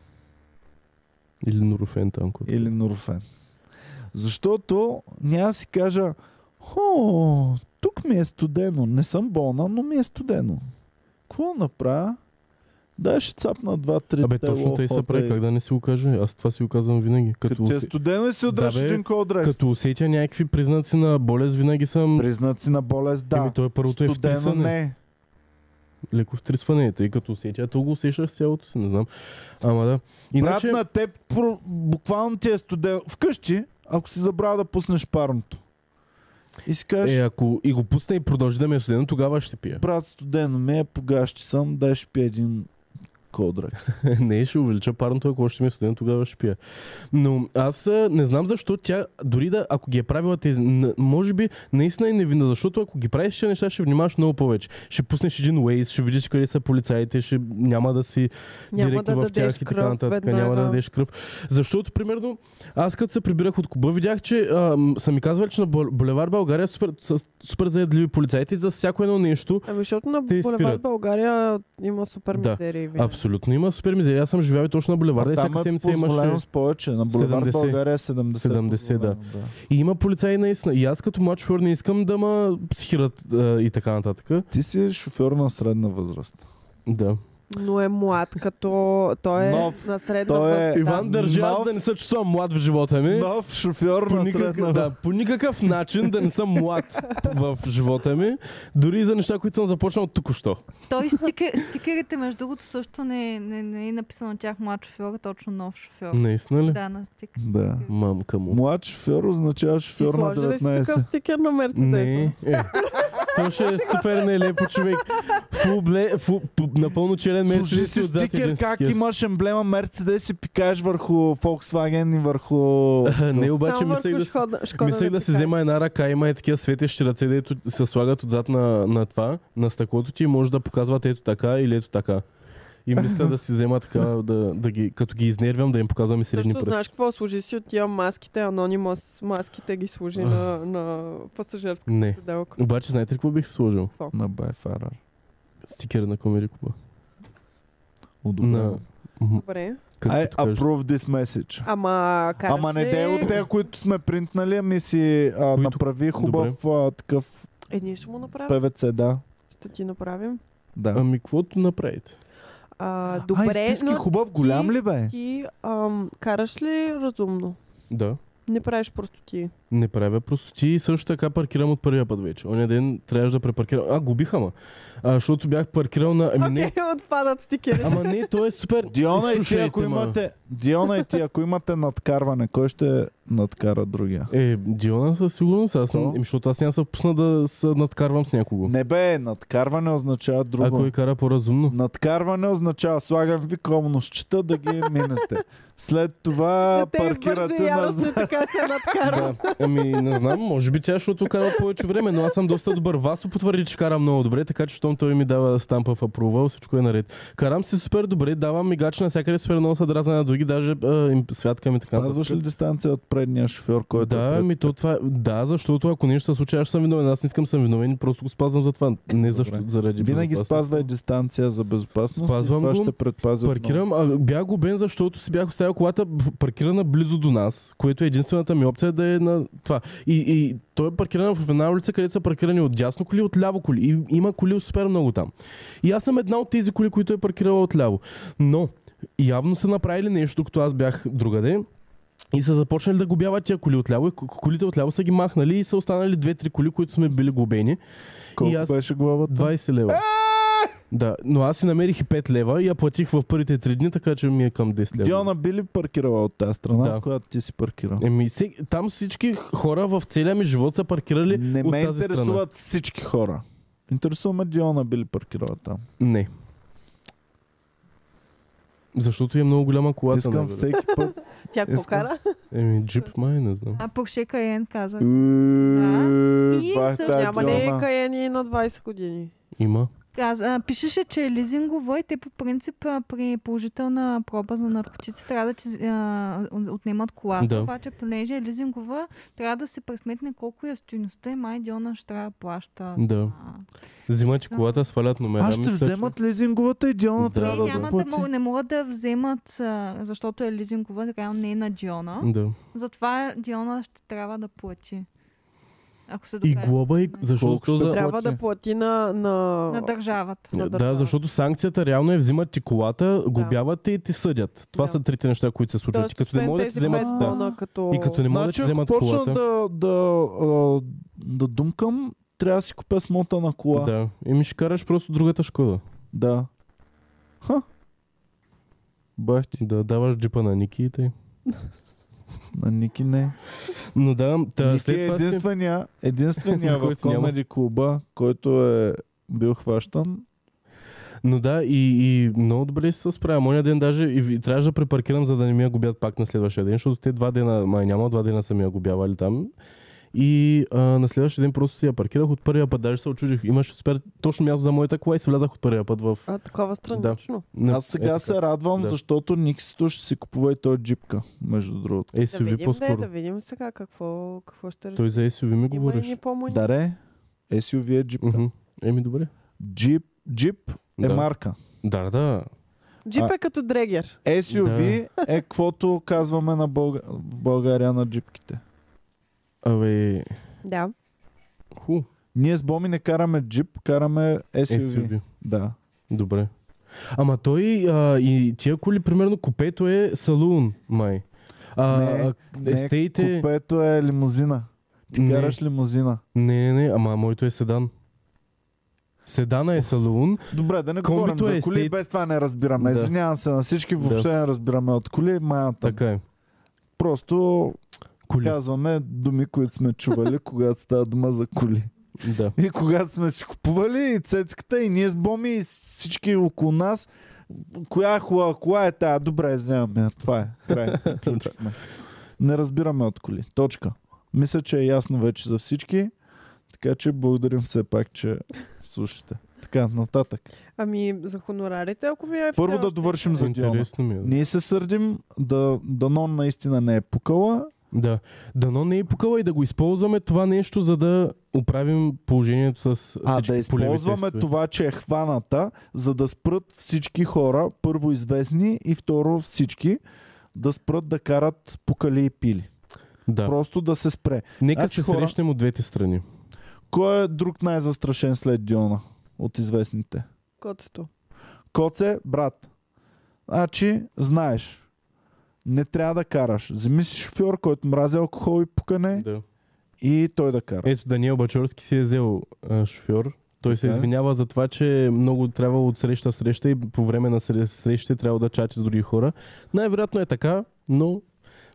Speaker 2: Или Нурофен там. който-
Speaker 1: или Нурфен. Защото няма да си кажа, хо, тук ми е студено, не съм болна, но ми е студено. Какво направя? Да, ще цапна два-три
Speaker 2: Абе, точно тъй се прави, как да не си го кажа? Аз това си го казвам винаги. Като,
Speaker 1: Като ти е
Speaker 2: усе...
Speaker 1: студено и си удръж
Speaker 2: Да, бе,
Speaker 1: един кодрес.
Speaker 2: като усетя някакви признаци на болест, винаги съм...
Speaker 1: Признаци на болест, да.
Speaker 2: Еми, той първото е
Speaker 1: студено
Speaker 2: втрисване.
Speaker 1: не.
Speaker 2: Леко втрисване, е, тъй като усетя, то го усещаш с цялото си, не знам. Ама да.
Speaker 1: Брат
Speaker 2: Иначе,
Speaker 1: на теб, про- буквално ти е студено. Вкъщи, ако си забравя да пуснеш парното. И си кажеш,
Speaker 2: е, ако и го пусне и продължи да ме е студено, тогава ще пия.
Speaker 1: брат, студено ми е, погащи съм, дай ще пия един кодрекс.
Speaker 2: не, ще увелича парното, ако още ми е студено, тогава ще пия. Но аз а, не знам защо тя, дори да, ако ги е правила тези, н- може би наистина е невинна, защото ако ги правиш тези неща, ще внимаваш много повече. Ще пуснеш един Waze, ще видиш къде са полицаите, ще няма да си
Speaker 4: Няма
Speaker 2: директно
Speaker 4: да
Speaker 2: в
Speaker 4: дадеш
Speaker 2: тях и така
Speaker 4: кръв
Speaker 2: нататък,
Speaker 4: веднага.
Speaker 2: няма да дадеш кръв. Защото, примерно, аз като се прибирах от Куба, видях, че а, м, са ми казвали, че на бул- Булевар България е супер, са супер заедливи полицаите и за всяко едно нещо
Speaker 4: Ами защото на
Speaker 2: Те
Speaker 4: Булевард
Speaker 2: спират.
Speaker 4: България има супер
Speaker 2: Да,
Speaker 4: мизерии. винаги.
Speaker 2: Абсолютно има супер мизерия. Аз съм живял и точно на булеварда и
Speaker 1: там
Speaker 2: всяка
Speaker 1: е
Speaker 2: седмица имаше...
Speaker 1: позволено с повече. На Булевард
Speaker 2: 70.
Speaker 1: България е 70.
Speaker 2: 70, да.
Speaker 1: позволено,
Speaker 2: И има полицаи наистина. И аз като млад шофьор не искам да ма схират а, и така нататък.
Speaker 1: Ти си шофьор на средна възраст.
Speaker 2: Да.
Speaker 4: Но е млад, като той е
Speaker 1: Нов.
Speaker 4: на средна
Speaker 1: Той е-
Speaker 4: възраст.
Speaker 2: Иван държи аз
Speaker 1: нов-
Speaker 2: да не се чувствам млад в живота ми.
Speaker 1: Нов шофьор
Speaker 2: Е? По
Speaker 1: на средна
Speaker 2: никакъв,
Speaker 1: възраст.
Speaker 2: да, по никакъв начин да не съм млад в живота ми, дори и за неща, които съм започнал току-що.
Speaker 5: Той стикер, стикерите, между другото, също не, не, не е написано на тях млад шофьор, а точно нов шофьор.
Speaker 2: Наистина ли?
Speaker 5: Да, на стикер.
Speaker 1: Да.
Speaker 2: Мамка му.
Speaker 1: Млад шофьор означава
Speaker 4: Ти
Speaker 1: шофьор на
Speaker 4: сложи ли си
Speaker 1: 19.
Speaker 4: такъв стикер на Мерцедес?
Speaker 2: Не. Е. То ще е супер нелепо човек. Фул бле, фул, п- напълно черен Е, мерцедес.
Speaker 1: Служи
Speaker 2: и
Speaker 1: си
Speaker 2: отзад един
Speaker 1: стикер, как
Speaker 2: стикер.
Speaker 1: имаш емблема Мерцедес и пикаеш върху Volkswagen и върху...
Speaker 2: Не, обаче
Speaker 4: Само
Speaker 2: мислех
Speaker 4: върху Шкода-
Speaker 2: да,
Speaker 4: Шкода
Speaker 2: мислех
Speaker 4: не
Speaker 2: да си
Speaker 4: пикае.
Speaker 2: взема една ръка, има и такива светещи ръце, дето се слагат отзад на, на това, на стъклото ти и може да показват ето така или ето така. И мисля да си взема така, да, да ги, като ги изнервям, да им показвам и средни
Speaker 4: Също знаеш
Speaker 2: пръсти.
Speaker 4: какво служи си от тия маските, анонимас маските ги служи на, на пасажирска
Speaker 2: Не.
Speaker 4: седалка.
Speaker 2: Обаче, знаете ли какво бих сложил?
Speaker 1: На Байфарър.
Speaker 2: Стикер на Комери Куба.
Speaker 1: Одобрено.
Speaker 2: На- М,
Speaker 4: Добре.
Speaker 2: Както
Speaker 1: I
Speaker 2: кажеш.
Speaker 1: approve this message.
Speaker 4: Ама караш
Speaker 1: Ама не
Speaker 4: ли-
Speaker 1: дей от те, които сме принтнали, ами си а,
Speaker 2: Които?
Speaker 1: направи хубав а, такъв
Speaker 4: Е, ние ще му направим.
Speaker 1: ПВЦ, да.
Speaker 4: Ще ти направим.
Speaker 1: Да.
Speaker 2: Ами, каквото направите?
Speaker 4: А,
Speaker 1: а,
Speaker 4: добре,
Speaker 1: истински
Speaker 4: но
Speaker 1: хубав, голям ли бе?
Speaker 4: ти ам, караш ли разумно?
Speaker 2: Да.
Speaker 4: Не правиш просто ти.
Speaker 2: Не правя просто ти и също така паркирам от първия път вече. Оня ден трябваше да препаркирам. А, губиха ма. А, защото бях паркирал на... Ами не.
Speaker 4: Окей, отпадат стикери.
Speaker 2: Ама не, то е супер.
Speaker 1: Диона и ти,
Speaker 2: Изслушайте
Speaker 1: ако
Speaker 2: ма.
Speaker 1: имате, Диона и ти, ако имате надкарване, кой ще надкара другия?
Speaker 2: Е, Диона със сигурност, аз,
Speaker 1: Защо?
Speaker 2: не- ами, защото аз няма се пусна да се надкарвам с някого.
Speaker 1: Не бе, надкарване означава
Speaker 2: а
Speaker 1: друго.
Speaker 2: кой кара по-разумно?
Speaker 1: Надкарване означава слагам ви комнощчета да ги минете. След това
Speaker 4: Те бързи
Speaker 1: паркирате на...
Speaker 4: яростно така се надкарват.
Speaker 2: Да. Ами, не знам, може би тя, защото кара повече време, но аз съм доста добър. Васо потвърди, че карам много добре, така че щом той ми дава стампа в апрувал, всичко е наред. Карам се супер добре, давам мигач навсякъде, супер много се дразна на други, даже а, им святкам и така.
Speaker 1: Пазваш ли
Speaker 2: нататък.
Speaker 1: дистанция от предния шофьор, който е
Speaker 2: да,
Speaker 1: пред...
Speaker 2: ми то това. Да, защото ако нещо се случи, аз ще съм виновен. Аз не искам да съм виновен, просто го спазвам за това. Не защо, заради.
Speaker 1: Винаги
Speaker 2: безопасност.
Speaker 1: спазвай дистанция за безопасност.
Speaker 2: Спазвам
Speaker 1: и това
Speaker 2: го.
Speaker 1: ще предпази. от много.
Speaker 2: Паркирам, а, бях губен, защото си бях оставил колата б- паркирана близо до нас, което е единствената ми опция да е на това. И, и той е паркиран в една улица, където са паркирани от дясно коли, и от ляво коли. И има коли супер много там. И аз съм една от тези коли, които е паркирала от ляво. Но явно са направили нещо, като аз бях другаде. И са започнали да губяват тия коли отляво. И к- колите отляво са ги махнали и са останали две-три коли, които сме били губени.
Speaker 1: Колко
Speaker 2: и аз-
Speaker 1: беше главата?
Speaker 2: 20 лева.
Speaker 1: Е!
Speaker 2: Да, но аз си намерих и 5 лева и я платих в първите 3 дни, така че ми е към 10 лева.
Speaker 1: Диона би ли паркирала от тази страна,
Speaker 2: Да.
Speaker 1: от която ти си паркирал?
Speaker 2: Еми, се, там всички хора в целия ми живот са паркирали
Speaker 1: Не
Speaker 2: от
Speaker 1: ме
Speaker 2: тази страна.
Speaker 1: интересуват всички хора. Интересува ме Диона би ли паркирала там.
Speaker 2: Не. Защото е много голяма колата.
Speaker 1: Искам
Speaker 2: най-вероятно.
Speaker 1: всеки път.
Speaker 4: Тя какво
Speaker 1: Искам-
Speaker 4: кара?
Speaker 2: Еми, джип май, не знам.
Speaker 5: А Порше Каен каза.
Speaker 1: Е,
Speaker 5: И
Speaker 1: бах
Speaker 5: също-
Speaker 1: тая
Speaker 4: Няма ли
Speaker 1: Диона.
Speaker 4: е каяни на 20 години?
Speaker 2: Има.
Speaker 5: каза а, пишеше, че е лизингово и те по принцип а, при положителна проба за наркотици трябва да ти а, отнемат колата.
Speaker 2: Да.
Speaker 5: Обаче, понеже е лизингова, трябва да се пресметне колко е стоиността и май Диона ще трябва да плаща.
Speaker 2: Да.
Speaker 5: А,
Speaker 2: Взимат ти
Speaker 5: Да.
Speaker 2: колата, свалят номера.
Speaker 1: А ще
Speaker 2: мисля, че-
Speaker 1: вземат лизинговата и Диона
Speaker 2: Да,
Speaker 1: трябва
Speaker 5: не,
Speaker 1: да
Speaker 5: няма
Speaker 1: плати.
Speaker 5: да мог, не могат да вземат, а, защото е лизингова, реално не е на Диона.
Speaker 2: Да.
Speaker 5: Затова Диона ще трябва да плати. А, ако се
Speaker 2: И
Speaker 5: докаже.
Speaker 2: глоба, и... защото
Speaker 1: Колко
Speaker 2: то
Speaker 1: ще
Speaker 2: за...
Speaker 1: плати?
Speaker 4: Трябва да плати на... на...
Speaker 5: На държавата.
Speaker 4: на
Speaker 2: Да,
Speaker 4: държавата.
Speaker 2: защото санкцията реално е взимат ти колата, глобяват те и ти съдят. Това
Speaker 4: Да.
Speaker 2: са трите неща, които се случват.
Speaker 4: Тоест,
Speaker 2: И като не
Speaker 4: освен
Speaker 2: могат да ти
Speaker 4: тези
Speaker 2: вземат...
Speaker 4: пет
Speaker 1: да.
Speaker 4: тона, като...
Speaker 2: И като не могат да
Speaker 1: Значи,
Speaker 2: ти
Speaker 1: ако
Speaker 2: вземат
Speaker 1: почна
Speaker 2: колата...
Speaker 1: да, да, а, да думкам, трябва да си купя смота на кола.
Speaker 2: Да. И ми ще караш просто другата Шкода.
Speaker 1: Да. Ха. Бах ти.
Speaker 2: Да даваш джипа на Ники и тъй.
Speaker 1: На Ники не.
Speaker 2: Но да, та,
Speaker 1: Ники
Speaker 2: след
Speaker 1: е
Speaker 2: това си...
Speaker 1: единствения, единствения в
Speaker 2: Който няма.
Speaker 1: комеди клуба, който е бил хващан.
Speaker 2: Но да, и, и много добре се справя. Моя ден даже и, ви- трябваше да препаркирам, за да не ми я губят пак на следващия ден, защото те два дена, май няма, два дена са ми я губявали там. И а, на следващия ден просто си я паркирах от първия път. Даже се очудих. Имаше супер точно място за моята кола и се влязах от първия път в...
Speaker 4: А, такова странично.
Speaker 2: на-
Speaker 1: Аз сега
Speaker 2: е,
Speaker 1: се радвам,
Speaker 2: Да.
Speaker 1: защото Никсито ще си купува и той джипка, между другото.
Speaker 2: така.
Speaker 4: Да
Speaker 2: SUV
Speaker 4: видим, де,
Speaker 2: по-скоро.
Speaker 4: да видим сега какво, какво ще реши.
Speaker 2: Той за SUV ми
Speaker 4: Има и
Speaker 2: говориш.
Speaker 4: ни по-муни.
Speaker 1: Даре, SUV е джипка.
Speaker 2: Мгм. Еми, добре.
Speaker 1: Джип, джип е
Speaker 2: да.
Speaker 1: марка.
Speaker 2: Да, да.
Speaker 4: Джип е като дрегер.
Speaker 1: SUV е каквото казваме на Бълга... в България на джипките.
Speaker 2: Абе,
Speaker 4: Да.
Speaker 2: ху.
Speaker 1: Ние с Боми не караме джип, караме SUV.
Speaker 2: SUV.
Speaker 1: Да.
Speaker 2: Добре. Ама той а, и тия коли, примерно, купето е салун, май. А,
Speaker 1: Не,
Speaker 2: а, естейте...
Speaker 1: Купето е лимузина. Ти
Speaker 2: Е, Не.
Speaker 1: караш лимузина.
Speaker 2: Не, не, не, ама моето е седан. Седана е салун.
Speaker 1: Добре, да не
Speaker 2: Комбито
Speaker 1: говорим
Speaker 2: е
Speaker 1: за коли,
Speaker 2: естет.
Speaker 1: без това не разбираме.
Speaker 2: Да.
Speaker 1: Извинявам се на всички, въобще не разбираме от коли, маята.
Speaker 2: Така е.
Speaker 1: Просто
Speaker 2: Коли.
Speaker 1: казваме думи, които сме чували, когато става дума за коли.
Speaker 2: Да.
Speaker 1: И когато сме си купували и цецката, и ние с Боми, и всички около нас, коя е хубава, коя е тая, добре, вземаме, я. това е, край, приключихме. Не разбираме от коли, точка. Мисля, че е ясно вече за всички, така че благодарим все пак, че слушате. Така, нататък.
Speaker 4: Ами за хонорарите, ако ви е...
Speaker 1: Първо
Speaker 4: все
Speaker 1: да
Speaker 4: още-
Speaker 1: довършим за Диона.
Speaker 2: Интересно ми е.
Speaker 1: Ние се сърдим, да, дано наистина не е пукала.
Speaker 2: Да. Дано не е пукала и да го използваме това нещо, за да оправим положението с всички
Speaker 1: А да
Speaker 2: полеви
Speaker 1: използваме
Speaker 2: тестове.
Speaker 1: това, че е хваната, за да спрат всички хора, първо известни и второ всички, да спрат да карат покали и пили.
Speaker 2: Да.
Speaker 1: Просто да се спре.
Speaker 2: Нека
Speaker 1: Значи,
Speaker 2: се
Speaker 1: хора-
Speaker 2: срещнем от двете страни.
Speaker 1: Кой е друг най-застрашен след Диона от известните?
Speaker 4: Котето.
Speaker 1: Коце, брат. Значи, знаеш, не трябва да караш. Вземи си шофьор, който мрази алкохол и пукане
Speaker 2: Да.
Speaker 1: и той да кара.
Speaker 2: Ето Даниел Бачорски си е взел а, шофьор. Той се
Speaker 1: Така е.
Speaker 2: извинява за това, че много трябва от среща в среща и по време на сре- срещи трябва да чачи с други хора. Най-вероятно е така, но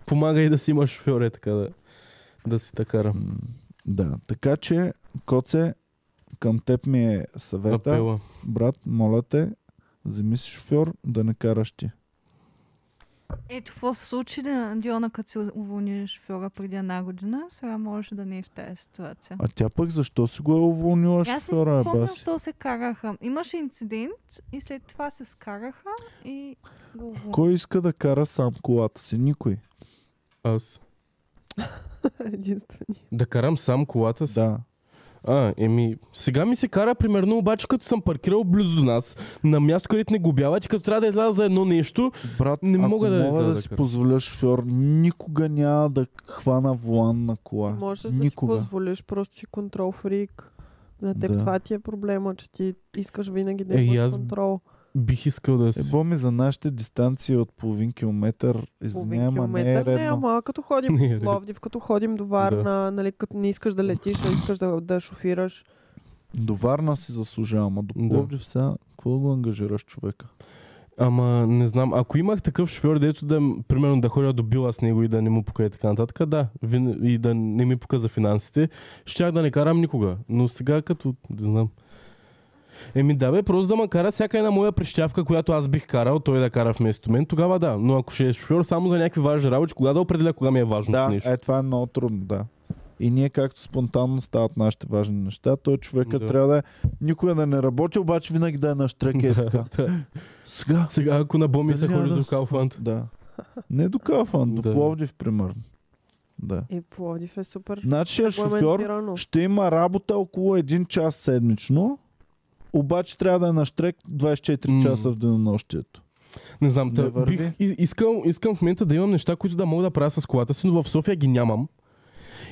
Speaker 2: помага и да си има шофьор, е така да, да си такара.
Speaker 1: М, Да, така че, Коце, към теб ми е съвета.
Speaker 2: Апела.
Speaker 1: брат, моля те, вземи си шофьор да не караш ти.
Speaker 5: Ето какво се случи на Диона, като си уволни шофьора преди една година. Сега можеше да не е в тази ситуация.
Speaker 1: А тя пък защо си го е уволнила
Speaker 5: Аз не си
Speaker 1: шофьора, е
Speaker 5: спомням,
Speaker 1: баси?
Speaker 5: що се караха. Имаше инцидент и след това се скараха и го уволни.
Speaker 1: Кой иска да кара сам колата си? Никой.
Speaker 2: Аз.
Speaker 4: Единствени.
Speaker 2: Да карам сам колата си.
Speaker 1: Да.
Speaker 2: А, еми, сега ми се кара примерно, обаче като съм паркирал близо до нас, на място, където не губяват и като трябва да изляза за едно нещо,
Speaker 1: Брат,
Speaker 2: Не
Speaker 1: ако
Speaker 2: мога да
Speaker 1: мога
Speaker 2: изляза
Speaker 1: да,
Speaker 2: да
Speaker 1: си
Speaker 2: карам.
Speaker 1: позволя шофьор, никога няма да хвана волан на кола.
Speaker 4: Може да си
Speaker 1: никога.
Speaker 4: позволиш, просто си контрол фрик. На теб
Speaker 1: Да.
Speaker 4: това ти е проблема, че ти искаш винаги да
Speaker 2: Е, и
Speaker 4: имаш
Speaker 2: аз-
Speaker 4: контрол.
Speaker 2: бих искал да
Speaker 1: Е,
Speaker 2: си...
Speaker 1: боми за нашите дистанции от половин километър, извиняй,
Speaker 4: Половин
Speaker 1: ама не е
Speaker 4: километър. Не,
Speaker 1: редно.
Speaker 4: ама като ходим
Speaker 2: Не е
Speaker 4: в
Speaker 2: редно.
Speaker 4: Пловдив, като ходим до Варна, нали, като не искаш да летиш, а искаш да, да шофираш.
Speaker 1: До Варна си заслужава, ама до
Speaker 2: Да.
Speaker 1: Пловдив сега, какво да го ангажираш човека?
Speaker 2: Ама не знам, ако имах такъв шофьор, дето да, м- примерно да ходя до била с него и да не му пука и така нататък, да, вин... и да не ми пука за финансите, щях да не карам никога. Но сега като, не знам. Еми да бе, просто да ме кара всяка една моя прищявка, която аз бих карал, той да кара вместо мен, тогава да. Но ако ще е шофьор само за някакви важни работи, кога да определя кога ми е важно
Speaker 1: Да,
Speaker 2: нещо?
Speaker 1: е, това е много трудно, да. И ние както спонтанно стават нашите важни неща, той човека
Speaker 2: Да.
Speaker 1: трябва да е никога да не работи, обаче винаги да е на штрек и е така. Сега.
Speaker 2: Сега ако на Боми се
Speaker 1: Дали
Speaker 2: ходи
Speaker 1: няма да
Speaker 2: до
Speaker 1: се-
Speaker 2: Калфанд.
Speaker 1: Да. Не е до Кафан, до
Speaker 2: Да.
Speaker 1: Пловдив, примерно. Да.
Speaker 4: Е, Пловдив е супер.
Speaker 1: Нашия шофьор
Speaker 4: регламентирано.
Speaker 1: ще има работа около 1 час седмично, обаче трябва да е на штрек 24
Speaker 2: М.
Speaker 1: часа в денонощието.
Speaker 2: Не знам,
Speaker 1: Не
Speaker 2: да,
Speaker 1: върви.
Speaker 2: бих, и- искам, искам в момента да имам неща, които да мога да правя с колата си, но в София ги нямам.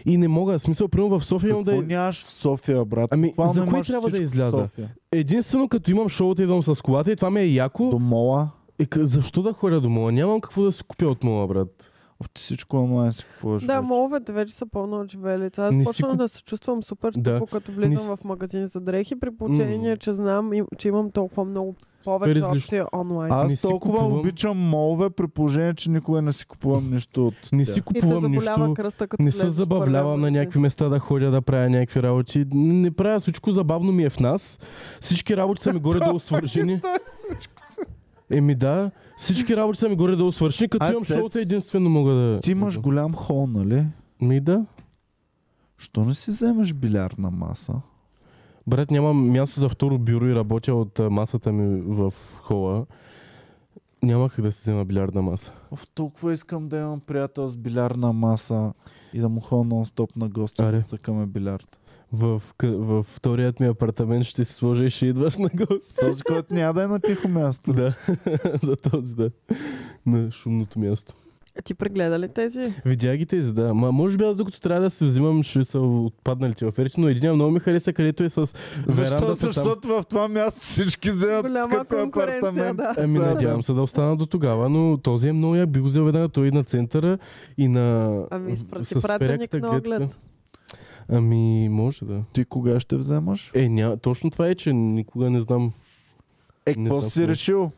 Speaker 2: И не мога. В Смисъл, примерно в София имам
Speaker 1: Какво
Speaker 2: да... е
Speaker 1: нямаш в София, брат?
Speaker 2: Ами,
Speaker 1: Буквално
Speaker 2: за кое
Speaker 1: имаш
Speaker 2: трябва да
Speaker 1: всичко в
Speaker 2: изляза?
Speaker 1: София.
Speaker 2: Единствено, като имам шоута, идвам с колата и това ми е яко.
Speaker 1: До мола.
Speaker 2: Е, к- защо да ходя до мола? Нямам какво да си купя от мола, брат.
Speaker 1: В ти всичко онлайн си купуваш.
Speaker 4: Да,
Speaker 1: вече.
Speaker 4: моловете вече са пълно от живелица. Аз
Speaker 2: Не си
Speaker 4: почвам
Speaker 2: куп-
Speaker 4: да се чувствам супер
Speaker 2: Да.
Speaker 4: тъпо, като влизам
Speaker 2: Не
Speaker 4: в магазин за дрехи, при положение, че знам, им- че имам толкова много повече
Speaker 2: излишно.
Speaker 4: опции онлайн.
Speaker 1: Аз
Speaker 2: Е, не си
Speaker 1: толкова
Speaker 2: купувам-
Speaker 1: обичам молове, при положение, че никога не си купувам нищо от
Speaker 2: Не
Speaker 1: тях.
Speaker 2: си
Speaker 4: И те
Speaker 2: купувам
Speaker 4: заболява
Speaker 2: нищо.
Speaker 4: кръста, като
Speaker 2: Не
Speaker 4: влезеш
Speaker 2: се
Speaker 4: в
Speaker 2: забавлявам на
Speaker 4: първия
Speaker 2: някакви места да ходя да правя някакви работи. Н- Не правя всичко, забавно ми е в нас. Всички работи са ми горе-долу
Speaker 1: е-
Speaker 2: свършени. Еми да, всички работи са ми горе-долу свършени, като
Speaker 1: А,
Speaker 2: имам
Speaker 1: Цец?
Speaker 2: шоута единствено мога да...
Speaker 1: Ти имаш голям хол, нали?
Speaker 2: Ми да.
Speaker 1: Що не си вземеш билярна маса?
Speaker 2: Брат, нямам място за второ бюро и работя от а, масата ми в хола. Няма как да си взема билярдна маса.
Speaker 1: Оф, толкова искам да имам приятел с билярна маса и да му ходя нон-стоп на гости
Speaker 2: Аре.
Speaker 1: да цъкаме билярд.
Speaker 2: В, къ- във вторият ми апартамент ще си сложа и ще идваш на гост.
Speaker 1: Този, който няма да е на тихо място.
Speaker 2: да, за този да. На шумното място.
Speaker 4: ден. Е, Ти прегледа ли тези?
Speaker 2: Видя ги тези, да. Ма, може би аз докато трябва да се взимам, ще са отпадналите оферти, но един много ми хареса, където е с
Speaker 1: Защо?
Speaker 2: верандата там.
Speaker 1: Защото в това място всички вземат
Speaker 4: Голяма
Speaker 1: скъпи
Speaker 4: конкуренция,
Speaker 1: апартамент.
Speaker 4: да.
Speaker 2: Ами
Speaker 1: Да,
Speaker 2: надявам се да остана до тогава, но този е много як. Би го взел веднага. Той и на центъра и на...
Speaker 4: Ами,
Speaker 2: с-
Speaker 4: изпрати
Speaker 2: с
Speaker 4: пратеник
Speaker 2: перяката
Speaker 4: на
Speaker 2: гледка.
Speaker 4: оглед.
Speaker 2: Ами, може да.
Speaker 1: Ти кога ще вземаш?
Speaker 2: Е, ня... точно това е, че никога не знам.
Speaker 1: Е,
Speaker 2: Не
Speaker 1: какво
Speaker 2: знам
Speaker 1: си
Speaker 2: кога.
Speaker 1: решил?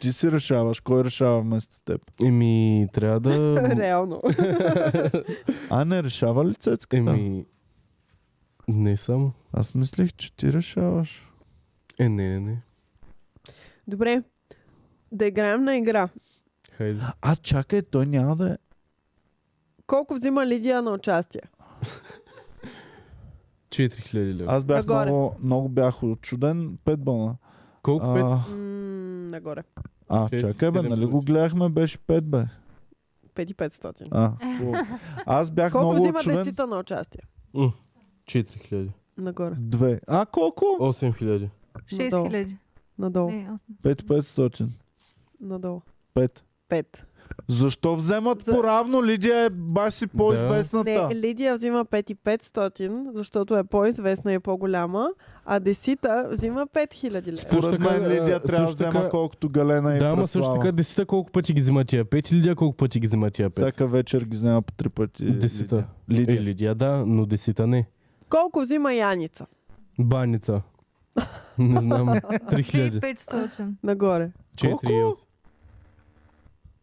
Speaker 1: Ти си решаваш. Кой решава вместо теб?
Speaker 2: Еми, трябва да...
Speaker 4: Реално.
Speaker 1: А не решава ли цецката?
Speaker 2: Еми... Не само.
Speaker 1: Аз мислих, че ти решаваш.
Speaker 2: Е, не, не, не.
Speaker 4: Добре. Да играем на игра.
Speaker 2: Хайде.
Speaker 1: А, чакай, той няма да е.
Speaker 4: Колко взима Лидия на участие?
Speaker 2: 4000 лева.
Speaker 1: Аз бях
Speaker 4: Нагоре.
Speaker 1: много, много бях очуден. Пет бона.
Speaker 2: Колко пет?
Speaker 1: А,
Speaker 4: М, нагоре.
Speaker 1: а,
Speaker 2: Шест,
Speaker 1: чакай бе,
Speaker 2: седем
Speaker 1: нали
Speaker 2: случаи.
Speaker 1: го гледахме, беше пет бе.
Speaker 4: 5500.
Speaker 1: А, хубаво. Аз бях
Speaker 4: Колко
Speaker 1: много
Speaker 4: взима
Speaker 1: очуден.
Speaker 4: десита на участие?
Speaker 2: 4000.
Speaker 4: Нагоре.
Speaker 1: Две. А, колко?
Speaker 2: 8000.
Speaker 4: Надолу.
Speaker 5: 6000.
Speaker 4: Надолу.
Speaker 5: Не, Е, осем.
Speaker 1: 5500.
Speaker 4: Надолу.
Speaker 1: Пет.
Speaker 4: Пет.
Speaker 1: Защо вземат
Speaker 4: За-
Speaker 1: поравно? Лидия е баш си по-известната.
Speaker 4: Не, Лидия взима 5500, защото е по-известна и по-голяма, а Десита взима 5000 лева.
Speaker 2: Също
Speaker 1: Според
Speaker 2: така,
Speaker 1: мен Лидия
Speaker 2: а,
Speaker 1: трябва да
Speaker 2: също
Speaker 1: взема
Speaker 2: така-
Speaker 1: колкото Галена и
Speaker 2: Да, ама също
Speaker 1: Е, Преслава.
Speaker 2: така десета колко пъти ги взима тия пет и Лидия колко пъти ги взима тия пет.
Speaker 1: Всяка вечер ги взема по три пъти.
Speaker 2: Десета.
Speaker 1: Лидия.
Speaker 2: Е,
Speaker 1: Лидия.
Speaker 2: Лидия, да, но десета не.
Speaker 4: Колко взима Яница?
Speaker 2: Баница. Не знам. 3000.
Speaker 5: 3500.
Speaker 4: Нагоре.
Speaker 2: 4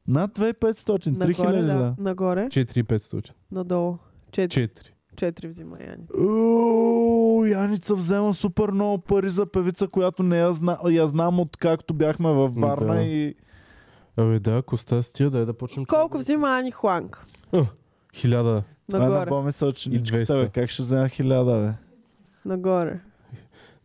Speaker 1: Над 2500,
Speaker 4: Нагоре,
Speaker 1: 3000
Speaker 4: да.
Speaker 1: да.
Speaker 4: Нагоре.
Speaker 2: 4500.
Speaker 4: Надолу. 4,
Speaker 2: 4.
Speaker 4: 4 взима Яница.
Speaker 1: Уу, Яница взема супер много пари за певица, която не я, зна... я знам от както бяхме във Варна
Speaker 2: Да.
Speaker 1: и...
Speaker 2: Абе да, Коста с тия, дай да почнем.
Speaker 4: Колко взима Ани Хуанг?
Speaker 2: 1000.
Speaker 1: Това е на
Speaker 4: Нагоре.
Speaker 1: по-мисля ученичката,
Speaker 2: 200.
Speaker 1: бе. е, Как ще взема 1000, бе?
Speaker 4: Нагоре.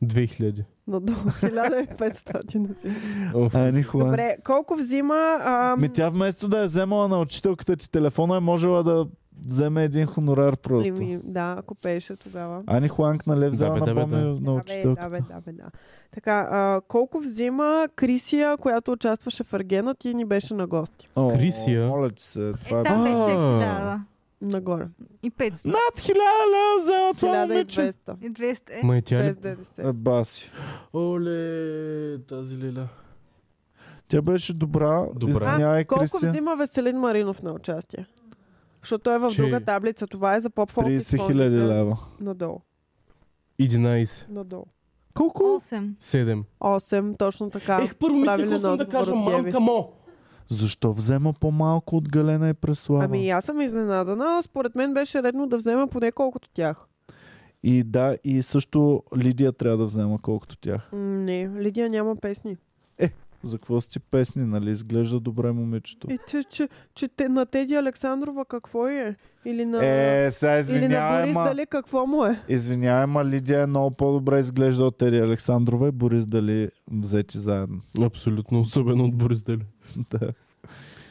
Speaker 2: 2000.
Speaker 4: Надолу. 1500 взима.
Speaker 2: Оф.
Speaker 1: А, нихуя.
Speaker 4: Добре, колко взима... Ам...
Speaker 1: Ми тя вместо да е вземала на учителката ти телефона, е можела да вземе един хонорар просто.
Speaker 4: Еми, нали, да, ако пееше тогава.
Speaker 1: Ани Хуанг, нали, е взела
Speaker 2: бе, да, бе,
Speaker 1: напомня
Speaker 2: да.
Speaker 1: на
Speaker 4: Да, бе, да,
Speaker 1: учителката.
Speaker 4: бе, да, бе, да. Така, а, колко взима Крисия, която участваше в Аргена, ти ни беше на гости?
Speaker 1: О,
Speaker 2: Крисия.
Speaker 1: Моля ти се, това
Speaker 5: Е,
Speaker 1: е...
Speaker 5: там
Speaker 1: Над
Speaker 5: вече е
Speaker 2: А.
Speaker 5: 1000.
Speaker 4: Нагоре.
Speaker 5: И 500.
Speaker 1: хиляда лева взема това момиче.
Speaker 4: 1200.
Speaker 5: И 200. Е,
Speaker 2: Ма и тя ли?
Speaker 4: Без ДДС.
Speaker 1: Е, баси.
Speaker 2: Оле, тази лиля.
Speaker 1: Тя беше добра.
Speaker 2: Добра.
Speaker 1: Извинявай,
Speaker 4: Колко
Speaker 1: Крисия.
Speaker 4: взима Веселин Маринов на участие? Защото той е в
Speaker 2: Че-
Speaker 4: друга таблица. Това е за поп фолк
Speaker 1: 30 хиляди
Speaker 4: изпълнител.
Speaker 1: лева.
Speaker 4: Надолу.
Speaker 2: 11.
Speaker 4: Надолу.
Speaker 1: Колко?
Speaker 5: 8.
Speaker 2: 7.
Speaker 4: 8, точно така.
Speaker 2: Ех, първо мислех
Speaker 4: правилен
Speaker 2: освен да
Speaker 4: отговор
Speaker 2: кажа
Speaker 4: от Геви.
Speaker 2: мамка мо.
Speaker 1: Защо взема по-малко от Галена и Преслава?
Speaker 4: Ами и аз съм изненадана. Според мен беше редно да взема поне колкото тях.
Speaker 1: И да, и също Лидия трябва да взема колкото тях.
Speaker 4: М, Не, Лидия няма песни.
Speaker 1: За какво си песни, нали? Изглежда добре момичето.
Speaker 4: И че, че, че те, на Теди Александрова какво е? Или на,
Speaker 1: Е, сега
Speaker 4: или на
Speaker 1: извинявай,
Speaker 4: Борис
Speaker 1: ма,
Speaker 4: дали какво му е?
Speaker 1: извинявай, ма Лидия е много по-добре изглежда от Тери Александрова и Борис дали взети заедно.
Speaker 2: Абсолютно, особено от Борис Дели.
Speaker 1: Да.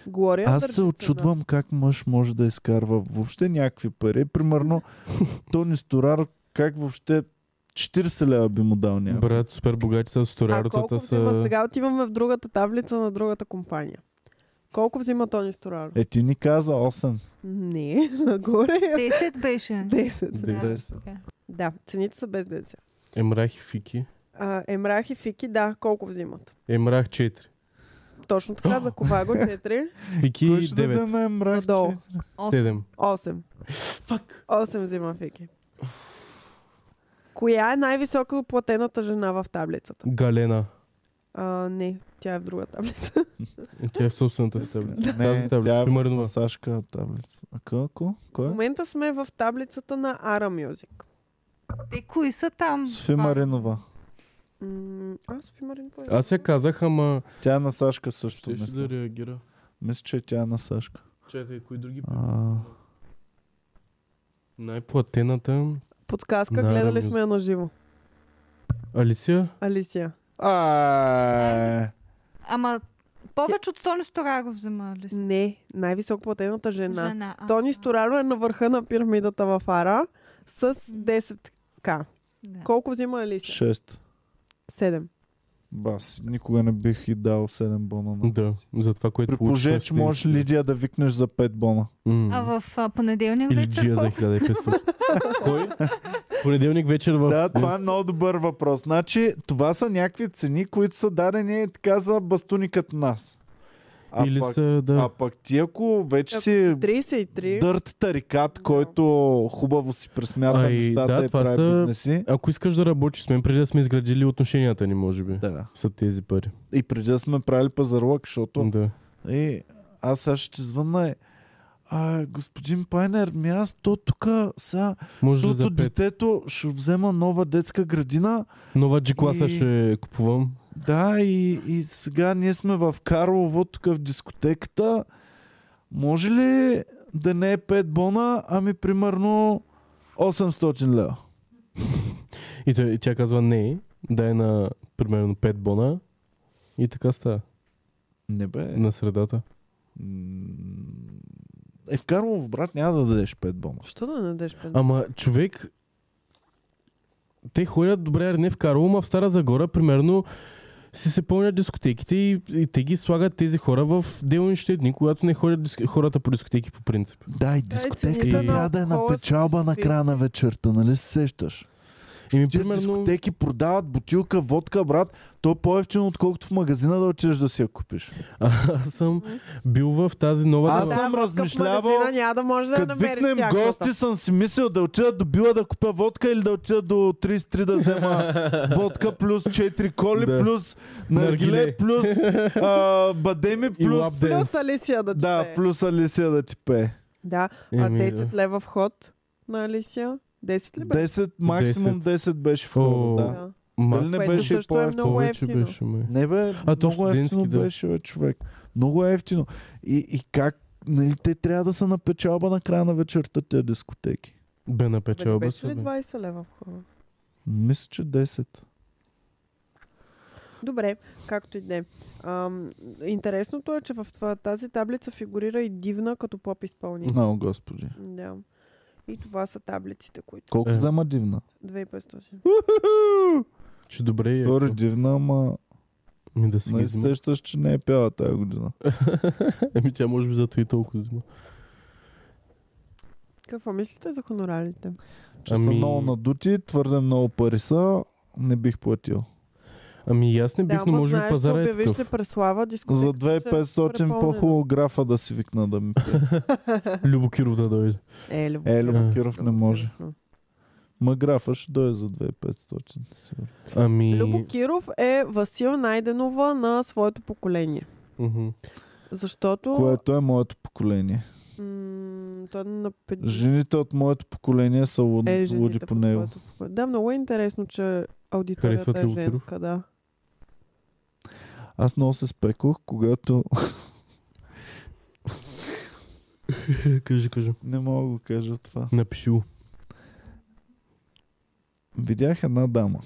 Speaker 4: Глория
Speaker 1: Аз се
Speaker 4: Дърдицина.
Speaker 1: очудвам как мъж може да изкарва въобще някакви пари. Примерно, Тони Сторар, как въобще 40 лева би му дал някой.
Speaker 2: Брат, супер богати са,
Speaker 4: А колко
Speaker 2: сторяротата
Speaker 4: взима?
Speaker 2: са...
Speaker 4: Сега отиваме в другата таблица на другата компания. Колко взима Тони Стораро?
Speaker 1: Е, ти ни каза 8.
Speaker 4: Не, нагоре.
Speaker 5: 10 беше.
Speaker 4: 10.
Speaker 2: Да.
Speaker 1: 10.
Speaker 4: Да, цените са без ДДС.
Speaker 2: Емрах Е, и Фики. Е,
Speaker 4: А, Емрах и Фики, да, колко взимат?
Speaker 2: Емрах 4.
Speaker 4: Точно така, за Коваго 4,
Speaker 2: Фики
Speaker 1: Кой ще даде
Speaker 2: 9.
Speaker 1: на мрак?
Speaker 4: Надолу.
Speaker 2: 7.
Speaker 4: 8.
Speaker 2: Фак.
Speaker 4: 8 взима Фики. Коя е най-високо оплатената жена в таблицата?
Speaker 2: Галена.
Speaker 4: А, не, тя е в друга таблица.
Speaker 2: Тя е в собствената си таблица.
Speaker 1: Не,
Speaker 2: Тази таблица.
Speaker 1: тя е
Speaker 2: Примерно.
Speaker 1: на Сашка таблица. А какво?
Speaker 4: В
Speaker 1: Кой? е?
Speaker 4: момента сме в таблицата на Ara Music.
Speaker 5: Те кои са там?
Speaker 1: Софи Маринова.
Speaker 4: М, Аз в Фимарин Поезд.
Speaker 2: Аз я казах, ама
Speaker 1: Тя е на Сашка също.
Speaker 2: ще, ще
Speaker 1: Мисля.
Speaker 2: да реагира.
Speaker 1: мисля, че тя е на Сашка.
Speaker 2: Чакай, кои други?
Speaker 1: А,
Speaker 2: Най-платената.
Speaker 4: Подсказка,
Speaker 2: На Ara
Speaker 4: гледали
Speaker 2: Music.
Speaker 4: сме я на живо.
Speaker 2: Алисия?
Speaker 4: Алисия.
Speaker 1: а,
Speaker 5: Ама повече от Тони Стораро взема ли? си?
Speaker 4: Не, най-високо платената жена.
Speaker 5: Жена. а,
Speaker 4: Тони
Speaker 5: а,
Speaker 4: Стораро е на върха на пирамидата в Ара с 10к.
Speaker 5: да.
Speaker 4: Колко взима Алисия?
Speaker 1: 6.
Speaker 4: 7.
Speaker 1: Бас, никога не бих и дал 7 бона. На...
Speaker 2: Да, за това, което
Speaker 1: При
Speaker 2: получиш,
Speaker 1: положение,
Speaker 2: което
Speaker 1: че
Speaker 2: ще
Speaker 1: можеш
Speaker 2: имаш.
Speaker 1: Лидия да викнеш за 5 бона.
Speaker 2: М.
Speaker 5: А в а, понеделник
Speaker 2: Или
Speaker 5: вечер
Speaker 2: Джия за
Speaker 5: колко?
Speaker 2: 1500. Кой? Понеделник вечер в...
Speaker 1: Да, това е много добър въпрос. Значи, това са някакви цени, които са дадени така за бастуни като нас. А,
Speaker 2: Или
Speaker 1: пък,
Speaker 2: са, да.
Speaker 1: а пък ти ако вече
Speaker 4: Ако
Speaker 1: си
Speaker 4: 33.
Speaker 1: дърт тарикат, който хубаво си пресмята
Speaker 2: Ай,
Speaker 1: нещата
Speaker 2: да,
Speaker 1: и
Speaker 2: това
Speaker 1: прави
Speaker 2: са-
Speaker 1: бизнеси.
Speaker 2: Ако искаш да работиш с мен, преди да сме изградили отношенията ни, може би.
Speaker 1: Да.
Speaker 2: Са тези пари.
Speaker 1: И преди да сме правили пазарлък, защото
Speaker 2: Да.
Speaker 1: И аз сега ще звънна е. А, господин Пайнер, ми аз то тук сега,
Speaker 2: Може ли
Speaker 1: защото
Speaker 2: за пет?
Speaker 1: детето ще взема нова детска градина.
Speaker 2: Нова G-класа
Speaker 1: И-
Speaker 2: ще купувам.
Speaker 1: Да, и, и сега ние сме в Карлово, тук в дискотеката. Може ли да не е 5 бона, ами примерно 800 лева?
Speaker 2: И тя, и тя казва не, дай на примерно 5 бона. И така става.
Speaker 1: Не бе.
Speaker 2: На средата.
Speaker 1: М, Е, в Карлово, брат, няма да дадеш 5 бона.
Speaker 4: Що да не дадеш пен?
Speaker 2: Ама човек... Те ходят добре, ар не в Карлово, ма в Стара Загора, примерно, си се пълнят дискотеките и, и те ги слагат тези хора в делнищите дни, когато не ходят диск... хората по дискотеки по принцип.
Speaker 1: Да, и дискотеката
Speaker 2: цените на
Speaker 1: трябва да е на
Speaker 4: алкохола са
Speaker 1: печалба на
Speaker 4: всякакви.
Speaker 1: края на вечерта, нали се сещаш?
Speaker 2: И ми,
Speaker 1: Тия
Speaker 2: примерно,
Speaker 1: дискотеки продават бутилка водка, брат. То е по-ефтино, отколкото в магазина да отидеш да си я купиш.
Speaker 2: аз съм бил в тази нова...
Speaker 1: Аз
Speaker 2: държава.
Speaker 1: съм размишлявал,
Speaker 4: Магазина, няма да може да я
Speaker 1: Като
Speaker 4: намериш
Speaker 1: викнем
Speaker 4: тяхната.
Speaker 1: гости, съм си мислил да отида до била да купя водка или да отида до 33 да взема водка плюс 4 коли,
Speaker 2: Да.
Speaker 1: плюс
Speaker 2: Наргиле.
Speaker 1: наргиле, плюс а, бадеми,
Speaker 2: И
Speaker 1: плюс...
Speaker 2: лап
Speaker 4: Плюс
Speaker 2: денс.
Speaker 4: Алисия да ти
Speaker 1: Да,
Speaker 4: пее.
Speaker 1: плюс Алисия да ти пее.
Speaker 4: Да, а
Speaker 2: Еми, да.
Speaker 4: 10 лева вход на Алисия. 10 ли бе?
Speaker 1: 10, максимум 10, беше в
Speaker 2: О,
Speaker 1: хода, да.
Speaker 4: Да.
Speaker 2: Ма,
Speaker 1: Дали не
Speaker 4: Което
Speaker 1: беше
Speaker 4: също е
Speaker 1: по-ефтино?
Speaker 4: много
Speaker 2: повече
Speaker 4: ефтино.
Speaker 2: беше, май.
Speaker 1: Не бе,
Speaker 2: А,
Speaker 1: а,
Speaker 2: то
Speaker 1: много
Speaker 2: студентски,
Speaker 1: ефтино
Speaker 2: да.
Speaker 1: да. беше, бе, човек. Много ефтино. И, и как, нали, те трябва да са на печалба на края на вечерта тези дискотеки.
Speaker 2: Бе на
Speaker 4: Бе, не
Speaker 2: печалба
Speaker 4: Нали Беше
Speaker 2: са,
Speaker 4: ли
Speaker 2: бе.
Speaker 4: 20 лева входа?
Speaker 1: Мисля, че 10.
Speaker 4: Добре, както и да е. Ам, Интересното е, че в това- тази таблица фигурира и дивна като поп изпълнител.
Speaker 1: Много, господи.
Speaker 4: Да. И това са таблиците, които.
Speaker 1: Колко
Speaker 2: Е.
Speaker 1: взема дивна?
Speaker 4: 2500.
Speaker 2: Че добре е.
Speaker 1: Сори,
Speaker 2: ако-
Speaker 1: дивна, ама
Speaker 2: Ми да си ги
Speaker 1: не се
Speaker 2: взима.
Speaker 1: сещаш, че не е пяла тази година.
Speaker 2: Еми тя може би зато и толкова взима.
Speaker 4: Какво мислите за хонорарите?
Speaker 1: Че са
Speaker 2: Ами-
Speaker 1: много надути, твърде много пари са, не бих платил.
Speaker 2: Ами и аз не бих,
Speaker 4: да,
Speaker 2: но
Speaker 4: ама
Speaker 2: може би
Speaker 4: знаеш, че
Speaker 2: пазара е
Speaker 4: обявиш ли
Speaker 2: такъв.
Speaker 4: преслава, дискусия.
Speaker 1: За 2500 по-хубаво графа да си викна да ми пие.
Speaker 2: Любокиров да дойде.
Speaker 4: Е, любо.
Speaker 1: Е,
Speaker 2: Да.
Speaker 1: Любокиров не може. Ма графа ще дойде за 2500. сигурно.
Speaker 2: Ами...
Speaker 4: Любо Киров е Васил Найденова на своето поколение.
Speaker 2: Мгм.
Speaker 4: Защото
Speaker 1: Което е моето поколение.
Speaker 4: м- той е на 50
Speaker 1: Жените от моето поколение са луд,
Speaker 4: е
Speaker 1: луди
Speaker 4: жените
Speaker 1: по
Speaker 4: по
Speaker 1: него.
Speaker 4: твоето поколение. Да, много е интересно, че аудиторията
Speaker 2: Харесват
Speaker 4: е
Speaker 2: Любо Киров?
Speaker 4: женска, да.
Speaker 1: Аз много се спекох, когато...
Speaker 2: Е, Кажи, кажи.
Speaker 1: Не мога да го кажа това.
Speaker 2: Напиши го.
Speaker 1: Видях една дама.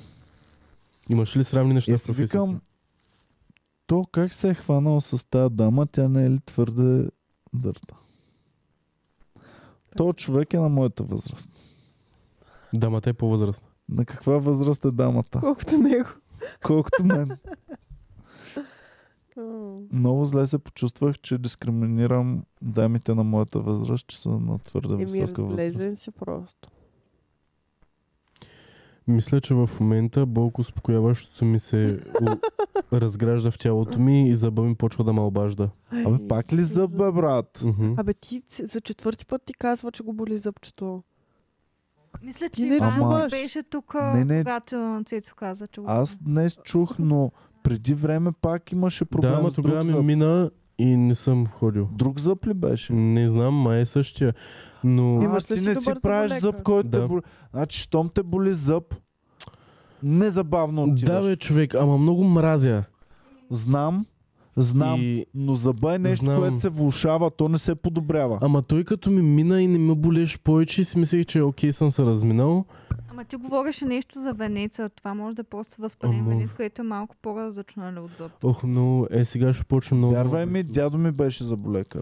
Speaker 2: Имаш ли срамни неща
Speaker 1: И
Speaker 2: в
Speaker 1: си
Speaker 2: професията?
Speaker 1: викам... То как се е хванал с тази дама, тя не е ли твърде дърта? То човек е на моята възраст.
Speaker 2: Дамата е по-възрастна.
Speaker 1: На каква възраст е дамата?
Speaker 4: Колкото него.
Speaker 1: Колкото мен.
Speaker 4: М.
Speaker 1: Много зле се почувствах, че дискриминирам дамите на моята възраст, че са на твърде
Speaker 4: Еми,
Speaker 1: висока възраст.
Speaker 4: разлезен си просто.
Speaker 2: Мисля, че в момента болко успокояващото ми се у- разгражда в тялото ми и зъба ми почва да ме обажда.
Speaker 1: Абе, Ами пак ли зъб, бе, брат?
Speaker 2: Мгм.
Speaker 4: Абе, ти ц- за четвърти път ти казва, че го боли зъбчето.
Speaker 5: Мисля,
Speaker 4: Ти
Speaker 5: че
Speaker 4: не
Speaker 5: Иван
Speaker 1: Ама-
Speaker 5: не беше тук,
Speaker 1: Не,
Speaker 5: не,
Speaker 1: не.
Speaker 5: не. когато Цецо каза, че го...
Speaker 1: Аз днес чух, но преди време пак имаше проблем
Speaker 2: Да, ама
Speaker 1: с друг
Speaker 2: тогава ми
Speaker 1: зъб.
Speaker 2: мина и не съм ходил.
Speaker 1: Друг зъб ли беше?
Speaker 2: Не знам, май е същия. Но
Speaker 1: А,
Speaker 4: Имаш ли
Speaker 1: ти
Speaker 4: си
Speaker 1: не
Speaker 4: добър
Speaker 1: си правиш
Speaker 4: зъболекар?
Speaker 1: зъб, който
Speaker 2: Да.
Speaker 1: те боли. Значи, щом те боли зъб, незабавно отиваш.
Speaker 2: Да, бе, човек, ама много мразя.
Speaker 1: Знам, знам,
Speaker 2: И...
Speaker 1: но зъба е нещо,
Speaker 2: Знам.
Speaker 1: което се влушава, то не се подобрява.
Speaker 2: Ама той като ми мина и не ме болеш повече, си мислех, че окей съм се разминал.
Speaker 5: Ама ти говореше нещо за венеца, това може да е просто възприемане,
Speaker 2: Ама-
Speaker 5: с което е малко по-различно нали, от зъб.
Speaker 2: Ох, но е сега ще почне много.
Speaker 1: Вярвай ми, дядо ми беше зъболекар.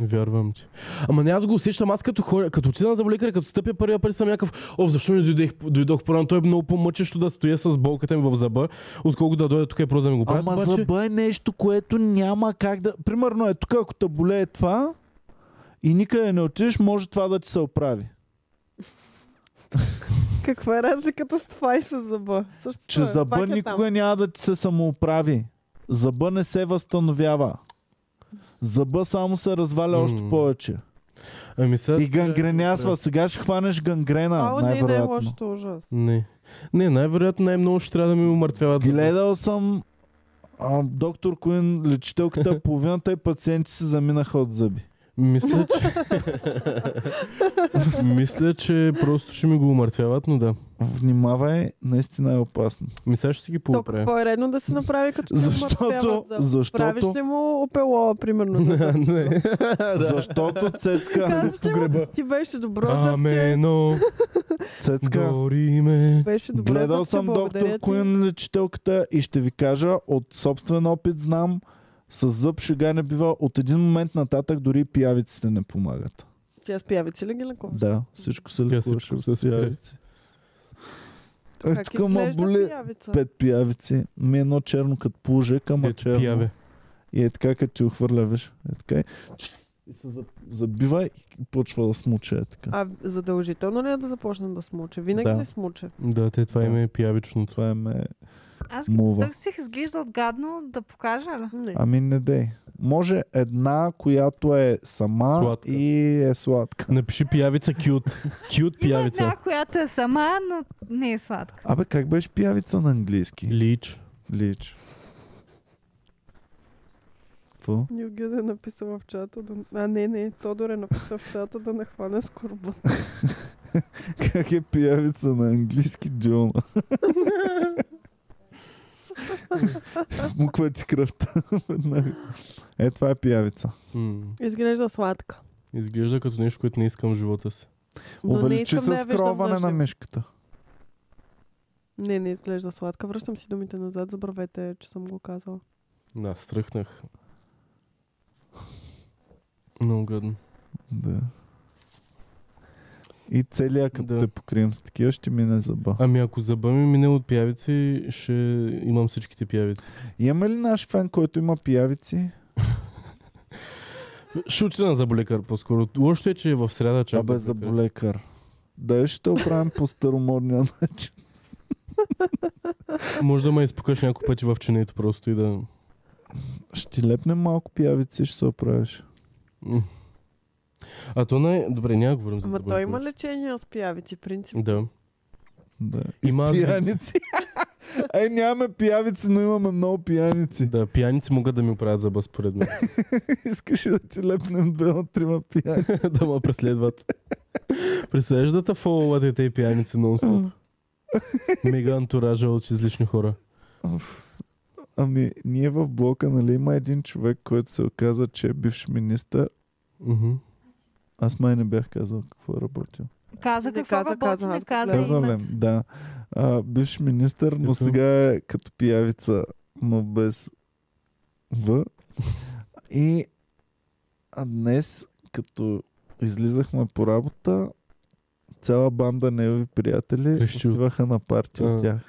Speaker 2: Вярвам ти. Ама не аз го усещам, аз като хора, като отида на заболекаря, като стъпя първия път съм някакъв, о, защо не дойдех, дойдох по-рано, той е много по-мъчещо да стоя с болката ми в зъба, отколкото да дойде тук и просто да ми го правят.
Speaker 1: Ама
Speaker 2: обаче,
Speaker 1: зъба е нещо, което няма как да... Примерно е тук, ако те более това и никъде не отидеш, може това да ти се оправи.
Speaker 4: Каква е разликата с това и с зъба? Също е,
Speaker 1: Че зъба никога няма да ти се самоуправи. Зъба не се възстановява. Зъба само се разваля
Speaker 2: М.
Speaker 1: още повече.
Speaker 2: Ами сега...
Speaker 1: И гангренясва. Сега ще хванеш гангрена,
Speaker 4: А, не, не е
Speaker 1: най-вероятно.
Speaker 4: лошото ужас.
Speaker 2: Не. Не, най-вероятно най-много ще трябва да ми умъртвяват. зъба.
Speaker 1: Гледал съм а, доктор Куин, лечителката, половината и пациенти се заминаха от зъби.
Speaker 2: Мисля, че... Мисля, че просто ще ми го умъртвяват, но да.
Speaker 1: Внимавай, наистина е опасно.
Speaker 2: Мисля, ще си ги
Speaker 4: То
Speaker 2: поуправя.
Speaker 4: какво е редно да се направи като ти
Speaker 1: Защото-
Speaker 4: умъртвяват зъб?
Speaker 1: защото-
Speaker 4: Правиш ли му опело, примерно? на зъб?
Speaker 2: Не.
Speaker 1: Защото Цецка,
Speaker 4: Казваш ли му,
Speaker 2: Погреба.
Speaker 4: ти беше добро
Speaker 1: Ами,
Speaker 4: зъбче,
Speaker 2: Амено,
Speaker 1: Цецка,
Speaker 2: гори ме.
Speaker 4: беше добро
Speaker 1: гледал
Speaker 4: зъбче,
Speaker 1: съм
Speaker 4: благодаря
Speaker 1: доктор
Speaker 4: ти.
Speaker 1: Куин, лечителката и ще ви кажа, от собствен опит знам, с зъб шега не бива, от един момент нататък дори пиявиците не помагат.
Speaker 4: Тя с пиявици ли ги лекуваш?
Speaker 1: Да, всичко се
Speaker 2: Тя
Speaker 1: лекуваше с
Speaker 2: всичко се
Speaker 1: пиявици. Е,
Speaker 4: Как
Speaker 1: тук ма
Speaker 4: изглежда
Speaker 1: боли
Speaker 4: пиявица?
Speaker 1: пет пиявици. Ми е едно черно като плужек, ама
Speaker 2: Ето,
Speaker 1: черно.
Speaker 2: пияве.
Speaker 1: И е така, като ти ухвърля, виж. Е така. и- И се за- забива и почва да смуче. Е така.
Speaker 4: А задължително ли е да започне да смуче? Винаги
Speaker 1: Да.
Speaker 4: ли смуче?
Speaker 2: Да, те това
Speaker 1: Да.
Speaker 2: име е пиявичното.
Speaker 1: Това е ме...
Speaker 5: Аз ги
Speaker 1: Мува.
Speaker 5: търсих, изглеждат гадно, да покажа ли?
Speaker 4: Не.
Speaker 1: Ами не дей. Може една, която е сама
Speaker 2: Сладка.
Speaker 1: и е сладка.
Speaker 2: Напиши пиявица кют. Кют
Speaker 5: Има една,
Speaker 2: пиявица.
Speaker 5: която е сама, но не е сладка.
Speaker 1: Абе, как беше пиявица на английски?
Speaker 2: Лич.
Speaker 1: Лич. Какво?
Speaker 4: Юген е написала в чата да... А, не, не, Тодор е написал в чата да не хване скорба.
Speaker 1: Как е пиявица на английски Дюна? Смуква ти кръвта веднага. Е, това е пиявица.
Speaker 2: М,
Speaker 4: Изглежда сладка.
Speaker 2: Изглежда като нещо, което не искам в живота си.
Speaker 4: Но не
Speaker 1: Увеличи
Speaker 4: искам да
Speaker 1: се
Speaker 4: я виждам
Speaker 1: скроване
Speaker 4: на
Speaker 1: на
Speaker 4: живо.
Speaker 1: мишката.
Speaker 4: Не, не изглежда сладка. Връщам си думите назад, забравете, че съм го казала.
Speaker 2: Да, стръхнах. Много гадно.
Speaker 1: Да. И целият, като
Speaker 2: Да.
Speaker 1: те покрием с такива, ще мине зъба.
Speaker 2: Ами ако зъба ми мине от пиявици, ще имам всичките пиявици.
Speaker 1: Имаме ли наш фен, който има пиявици?
Speaker 2: Ще отида на заболекар по-скоро. Лошото е, че е в среда чак.
Speaker 1: Абе,
Speaker 2: заболекар.
Speaker 1: заболекар. Да, ще те оправим по старомодния начин.
Speaker 2: Може да ме изпукаш няколко пъти в чинето просто и да...
Speaker 1: Ще ти лепнем малко пиявици, ще се оправиш.
Speaker 2: М. А то най... Добре, няма да говорим за
Speaker 4: Ама
Speaker 2: заболекар.
Speaker 4: той има лечение с пиявици, принцип.
Speaker 2: Да.
Speaker 1: Да.
Speaker 2: Има-
Speaker 1: Има пияници. Ай, нямаме пиявици, но имаме много пияници.
Speaker 2: Да, пияници могат да ми оправят зъба според мен.
Speaker 1: Искаш ли да ти лепнем две от трима пияници?
Speaker 2: да ме преследват. Преследваш да те фолуват и те пияници нон Мега антуража от излишни хора.
Speaker 1: Ами, ние в блока, нали, има един човек, който се оказа, че е бивш министър.
Speaker 2: Мгм.
Speaker 1: Аз май не бях казал какво е работил.
Speaker 5: Каза
Speaker 4: Не
Speaker 5: какво
Speaker 4: каза,
Speaker 5: работи,
Speaker 4: каза,
Speaker 5: не
Speaker 4: аз го
Speaker 5: каза
Speaker 4: гледам.
Speaker 1: Казвам
Speaker 5: името.
Speaker 1: ли? Да. А, бивш министър, но
Speaker 2: Ето.
Speaker 1: сега е като пиявица, но без В. И а днес, като излизахме по работа, цяла банда негови приятели
Speaker 2: Крещи от-
Speaker 1: отиваха на парти
Speaker 2: А.
Speaker 1: от тях.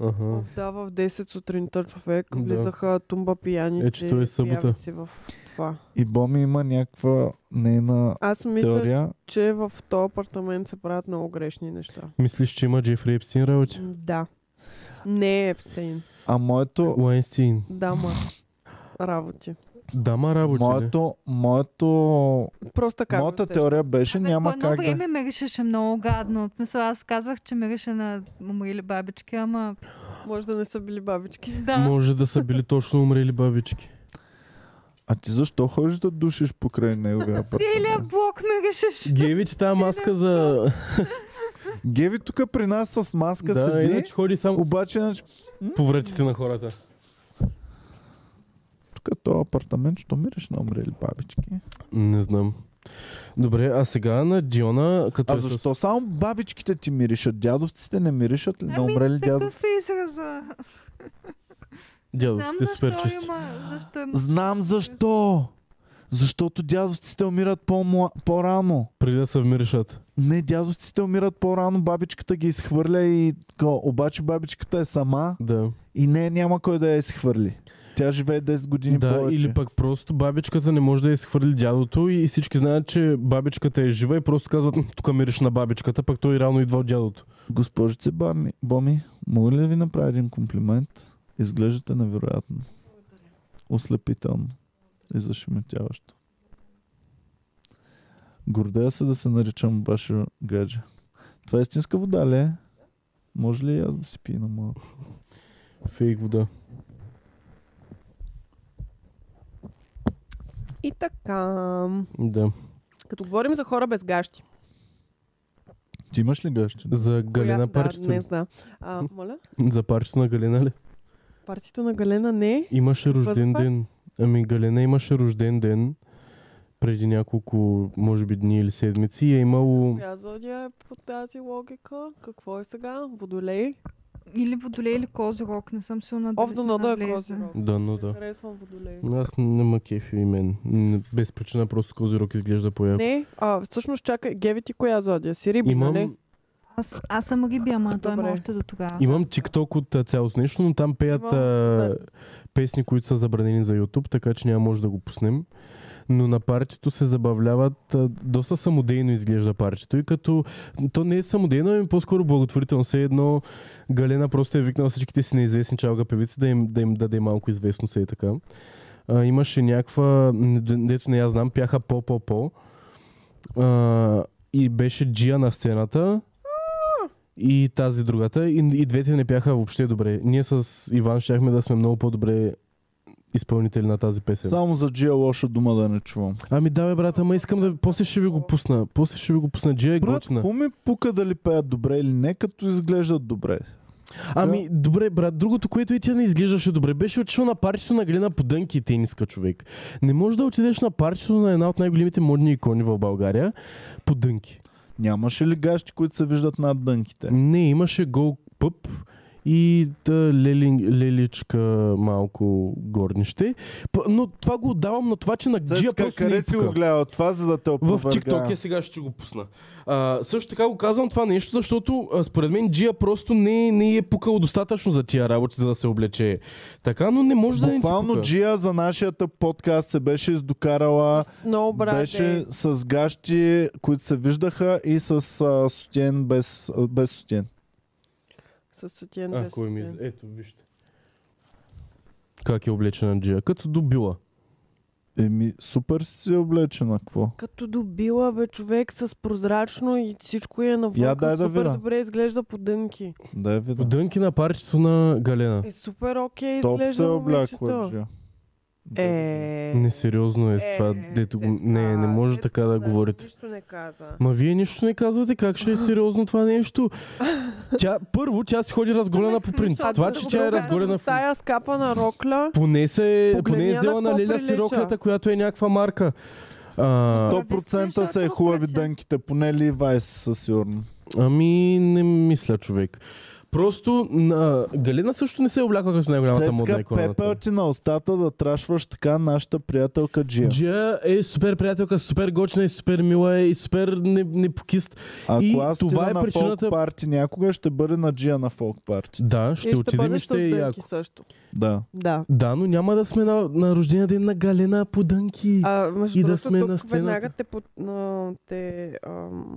Speaker 2: Аха.
Speaker 4: Да, в 10 сутринта човек
Speaker 2: Да.
Speaker 4: влизаха тумба пияни.
Speaker 2: Е, че то е събота.
Speaker 4: В това.
Speaker 1: И Боми има някаква нейна
Speaker 4: Аз мисля,
Speaker 1: теория.
Speaker 4: че в този апартамент се правят много грешни неща.
Speaker 2: Мислиш, че има Джефри Епстин работи?
Speaker 4: М, Да. Не е Епстейн.
Speaker 1: А моето,
Speaker 2: Уайнстин.
Speaker 4: Дама. Работи.
Speaker 2: Дама работи ли?
Speaker 1: моето, моето,
Speaker 4: Просто така. го
Speaker 1: моята
Speaker 4: усещам.
Speaker 1: теория беше,
Speaker 5: Абе, е по
Speaker 1: няма
Speaker 5: едно
Speaker 1: как да...
Speaker 5: време миришеше много гадно. В смисъл, аз казвах, че мирише на умрили бабички, ама...
Speaker 4: Може да не са били бабички.
Speaker 5: Да.
Speaker 2: Може да са били точно умрели бабички.
Speaker 1: А ти защо ходиш да душиш покрай неговия
Speaker 5: Целият
Speaker 1: апартамент?
Speaker 5: блок миришеше.
Speaker 2: Геви, че тази маска за...
Speaker 1: Геви тук при нас с маска
Speaker 2: да,
Speaker 1: седи,
Speaker 2: иначе ходи само
Speaker 1: обаче иначе,
Speaker 2: по вратите на хората.
Speaker 1: тук този апартамент, що мириш на умрели бабички?
Speaker 2: Не знам. Добре, а сега на Диона, като
Speaker 1: А
Speaker 2: е с-
Speaker 1: защо само бабичките ти миришат? Дядовците не миришат ли? Не умрели дядов?
Speaker 5: Ами, Такъв е израза.
Speaker 2: Дядо,
Speaker 5: Знам
Speaker 2: си
Speaker 5: защо
Speaker 2: супер чисти.
Speaker 5: има... Защо има...
Speaker 1: Знам защо! Защото дядовците умират по-мла... по-рано.
Speaker 2: Преди да се вмиришат.
Speaker 1: Не, дядовците умират по-рано, бабичката ги изхвърля и така, обаче бабичката е сама
Speaker 2: Да.
Speaker 1: и не, няма кой да я изхвърли. Тя живее 10 години
Speaker 2: да,
Speaker 1: повече.
Speaker 2: или пък просто бабичката не може да изхвърли дядото и всички знаят, че бабичката е жива и просто казват, «М, тук мириш на бабичката, пък той рано идва от дядото.
Speaker 1: Госпожице Боми, Боми, мога ли да ви направя един комплимент? Изглеждате невероятно. Ослепително. И зашеметяващо. Гордея се да се наричам ваше гадже. Това е истинска вода ли е? Може ли и аз да си пия на малко?
Speaker 2: Фейк вода.
Speaker 4: И така.
Speaker 2: Да.
Speaker 4: Като говорим за хора без гащи.
Speaker 1: Ти имаш ли гадже?
Speaker 2: За Галена
Speaker 4: коя- да,
Speaker 2: парчето.
Speaker 4: днес, да. А, моля?
Speaker 2: За парчето на Галена ли?
Speaker 4: Партито на Галена не е.
Speaker 2: Имаше рожден
Speaker 4: това?
Speaker 2: ден. Ами Галена имаше рожден ден преди няколко, може би, дни или седмици и е имало...
Speaker 4: Коя зодия е по тази логика? Какво е сега? Водолей?
Speaker 5: Или водолей, или козирог. Не съм сигурна дали ще
Speaker 4: Овдана да е
Speaker 5: навлезе.
Speaker 4: козирог.
Speaker 2: Да, но да.
Speaker 4: Харесвам водолей.
Speaker 2: Аз не ма кефи и мен. Н- Без причина просто Козирог изглежда по-яко.
Speaker 4: Не, а, всъщност чакай, Геви ти коя зодия си? Риби, нали?
Speaker 2: Имам,
Speaker 5: Аз, аз съм риби, ама той има
Speaker 4: Добре.
Speaker 5: още до тогава.
Speaker 2: имам TikTok от а, цялото нещо, но там пеят
Speaker 4: Имам,
Speaker 2: а,
Speaker 4: да.
Speaker 2: песни, които са забранени за YouTube, така че няма може да го пуснем. Но на партито се забавляват, а, доста самодейно изглежда партито и като... То не е самодейно, ами по-скоро благотворително. Все едно Галена просто е викнала всичките си неизвестни чалга певици да им, да им даде малко известно се и така. А, имаше някаква, н- д- дето не я знам, пяха по-по-по. А, и беше Джия на сцената. И тази другата. И, и двете не бяха въобще добре. Ние с Иван щяхме да сме много по-добре изпълнители на тази песен.
Speaker 1: Само за Джия лоша дума да не чувам.
Speaker 2: Ами да, бе, брат, ама искам да... После ще ви го пусна. После ще ви го пусна. Джия е
Speaker 1: Брат,
Speaker 2: готина.
Speaker 1: какво ми пука дали пеят добре или не, като изглеждат добре?
Speaker 2: Ами, добре, брат, другото, което и тя не изглеждаше добре, беше отишъл на партито на Глена по дънки и тениска, човек. Не можеш да отидеш на партито на една от най-големите модни икони в България по дънки.
Speaker 1: Нямаше ли гащи, които се виждат над дънките?
Speaker 2: Не, имаше гол пъп и да, лелин, леличка малко горнище. П- Но това го отдавам на това, че на Джия
Speaker 1: Цецка,
Speaker 2: просто не
Speaker 1: къде
Speaker 2: е
Speaker 1: си го
Speaker 2: пука.
Speaker 1: гледал това, за да те
Speaker 2: В
Speaker 1: опровергая?
Speaker 2: TikTok е я сега ще го пусна. А, също така го казвам това нещо, защото а, според мен Джия просто не, не е пукал достатъчно за тия работи, за да се облече така, но не може да не ти
Speaker 1: Буквално
Speaker 2: пука.
Speaker 1: Джия за нашията подкаст се беше издокарала.
Speaker 4: Сноубра
Speaker 1: Беше с гащи, които се виждаха и с а, сутен без, а, без сутен.
Speaker 4: С сутиен
Speaker 2: А,
Speaker 4: без
Speaker 2: кой ми е?
Speaker 4: сутиен.
Speaker 2: Ето, вижте. Как е облечена Джия? Като добила.
Speaker 1: Еми, супер си се облечена, какво?
Speaker 4: Като добила бе човек с прозрачно и всичко е навън.
Speaker 1: Я дай да
Speaker 4: супер
Speaker 1: видя.
Speaker 4: добре изглежда по дънки.
Speaker 1: Да я
Speaker 2: По
Speaker 1: видя.
Speaker 2: дънки на парчето на Галена.
Speaker 4: Е супер окей
Speaker 1: Топ
Speaker 4: изглежда
Speaker 1: се облякла,
Speaker 4: момичето.
Speaker 1: Джия. Да я
Speaker 4: Е...
Speaker 2: Несериозно е това,
Speaker 4: е,
Speaker 2: дето го...
Speaker 4: Цецка,
Speaker 2: Не, не може така да
Speaker 4: Цецка,
Speaker 2: говорите.
Speaker 4: Нищо не каза.
Speaker 2: Ма вие нищо не казвате, как ще е сериозно това нещо? Тя, първо, тя си ходи разголена по принцип.
Speaker 5: А
Speaker 2: Това,
Speaker 5: друго,
Speaker 2: че тя е
Speaker 5: друго,
Speaker 2: разголена...
Speaker 4: С тая скапа на рокля.
Speaker 2: Поне, се,
Speaker 4: Погледни
Speaker 2: поне е
Speaker 4: я
Speaker 2: взела
Speaker 4: на
Speaker 2: на
Speaker 4: какво
Speaker 2: Леля си
Speaker 4: прилича.
Speaker 2: роклята, която е някаква марка. А,
Speaker 5: Стоп.
Speaker 1: 100% са е хубави дънките, поне Ливайс със сигурно.
Speaker 2: ами, не мисля, човек. Просто на... Галина също не се е облякла като най-голямата модна
Speaker 1: Цецка, пепел
Speaker 2: иконата.
Speaker 1: ти на устата да трашваш така нашата приятелка Джия.
Speaker 2: Джия е супер приятелка, супер гочна и супер мила е и супер не- непокист.
Speaker 1: Ако
Speaker 2: и
Speaker 1: аз
Speaker 2: това
Speaker 1: това
Speaker 2: е
Speaker 1: на
Speaker 2: причината-
Speaker 1: фолк парти някога, ще бъде на Джия на фолк парти.
Speaker 2: Да, ще
Speaker 4: и ще
Speaker 2: отидем и
Speaker 4: бъдеш
Speaker 2: ще е
Speaker 4: с дънки
Speaker 2: яко.
Speaker 4: също.
Speaker 1: Да.
Speaker 4: Да.
Speaker 2: Да, но няма да сме на, на рождения ден на Галена по дънки.
Speaker 4: А, между
Speaker 2: И да
Speaker 4: другото,
Speaker 2: сме
Speaker 4: тук
Speaker 2: на сцената.
Speaker 4: веднага те, по, а, те ам,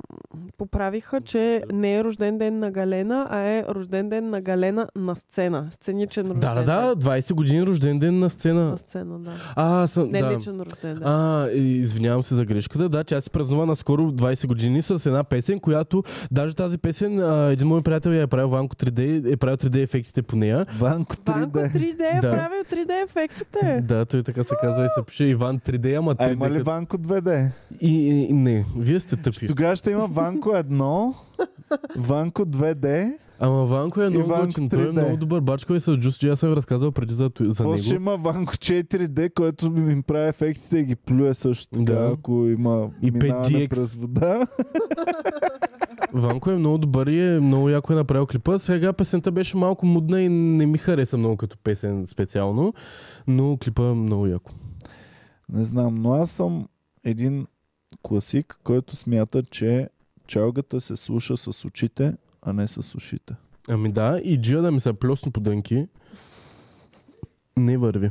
Speaker 4: поправиха, че не е рожден ден на Галена, а е рожден ден на Галена на сцена. Сценичен рожден
Speaker 2: да, да,
Speaker 4: ден.
Speaker 2: да, 20 години рожден ден на сцена.
Speaker 4: На сцена, да.
Speaker 2: А, съм,
Speaker 4: Не
Speaker 2: да.
Speaker 4: личен рожден ден.
Speaker 2: А, и- извинявам се за грешката. Да, тя си празнува наскоро 20 години с една песен, която даже тази песен, а, един мой приятел я е правил Ванко 3D, е правил 3D ефектите по нея.
Speaker 1: Ванко
Speaker 4: Ванко
Speaker 1: 3D.
Speaker 4: 3D е
Speaker 2: Да.
Speaker 4: правил 3D ефектите.
Speaker 2: Да, той така се казва и се пише Иван 3D, ама 3D.
Speaker 1: А има ли
Speaker 2: като-
Speaker 1: Ванко 2D?
Speaker 2: и, и, и, не, вие сте тъпи.
Speaker 1: Тогава ще има Ванко 1, Ванко 2D,
Speaker 2: Ама Ванко е
Speaker 1: И
Speaker 2: много
Speaker 1: Ванко
Speaker 2: готин, той е
Speaker 1: 3D.
Speaker 2: много добър бачка и с Джус Джи, аз съм ви разказал преди за, той- за
Speaker 1: после ще
Speaker 2: него.
Speaker 1: има Ванко 4D, който ми им прави ефектите и ги плюе също така,
Speaker 2: Да.
Speaker 1: ако има
Speaker 2: И
Speaker 1: минаване
Speaker 2: 5DX.
Speaker 1: през вода.
Speaker 2: Ванко е много добър и е много яко е направил клипа. Сега песента беше малко мудна и не ми хареса много като песен специално, но клипа е много яко.
Speaker 1: Не знам, но аз съм един класик, който смята, че чалгата се слуша с очите, а не с ушите.
Speaker 2: Ами да, и Джия да ми се плесни по дънки. Не върви.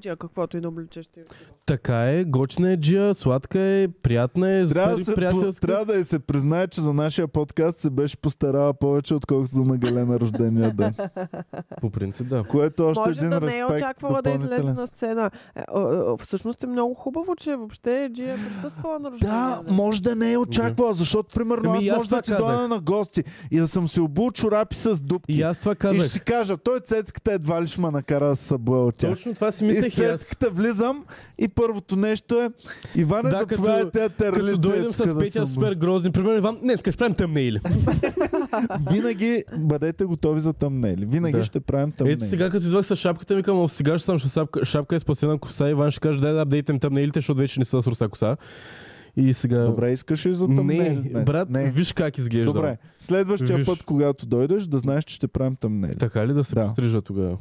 Speaker 4: Джия, каквото и да обличаш ти.
Speaker 2: Така е, гочна е Джия, сладка е, приятна е,
Speaker 1: Трябва да,
Speaker 2: супер
Speaker 1: се,
Speaker 2: приятелска.
Speaker 1: трябва да и се признае, че за нашия подкаст се беше постарала повече, отколкото за нагалена рождения ден.
Speaker 2: По принцип, да.
Speaker 1: Което е още
Speaker 4: Може
Speaker 1: един
Speaker 4: да не е
Speaker 1: респект
Speaker 4: очаквала да излезе
Speaker 1: допълнителен.
Speaker 4: на сцена. Е, а, а, Всъщност е много хубаво, че въобще Джия е присъствала на рождения
Speaker 1: Да,
Speaker 4: ден.
Speaker 1: може да не е очаквала, защото примерно
Speaker 2: Ами
Speaker 1: аз
Speaker 2: и аз
Speaker 1: може да
Speaker 2: това
Speaker 1: ти
Speaker 2: казах.
Speaker 1: дойда на гости и да съм си обул чорапи с дупки.
Speaker 2: И аз това
Speaker 1: и
Speaker 2: казах.
Speaker 1: ще си кажа, той цецката едва ли ще ме накара да се съблая от тях.
Speaker 2: Точно това си
Speaker 1: И в
Speaker 2: мислех и аз.
Speaker 1: цецката влизам и първото нещо е Иване,
Speaker 2: Да,
Speaker 1: да,
Speaker 2: като-
Speaker 1: заповядайте
Speaker 2: Като
Speaker 1: терлица.
Speaker 2: дойдем с Петя супер грозни, примерно Иван, не, ще правим тъмнейли.
Speaker 1: Винаги бъдете готови за тъмнели. Винаги
Speaker 2: Да.
Speaker 1: ще правим тъмнели.
Speaker 2: Ето сега като идвах с шапката ми към, сега ще съм с шапка, шапка е спасена коса, Иван ще каже, дай да апдейтим тъмнейлите, защото вече не са с руса коса. И сега...
Speaker 1: Добре, искаш ли за
Speaker 2: Е, не,
Speaker 1: тъмнели днес?
Speaker 2: брат,
Speaker 1: не.
Speaker 2: виж как изглежда.
Speaker 1: Добре, следващия
Speaker 2: Виж.
Speaker 1: път, когато дойдеш, да знаеш, че ще правим тъмнели.
Speaker 2: Така ли да се
Speaker 1: Да.
Speaker 2: пострижа тогава?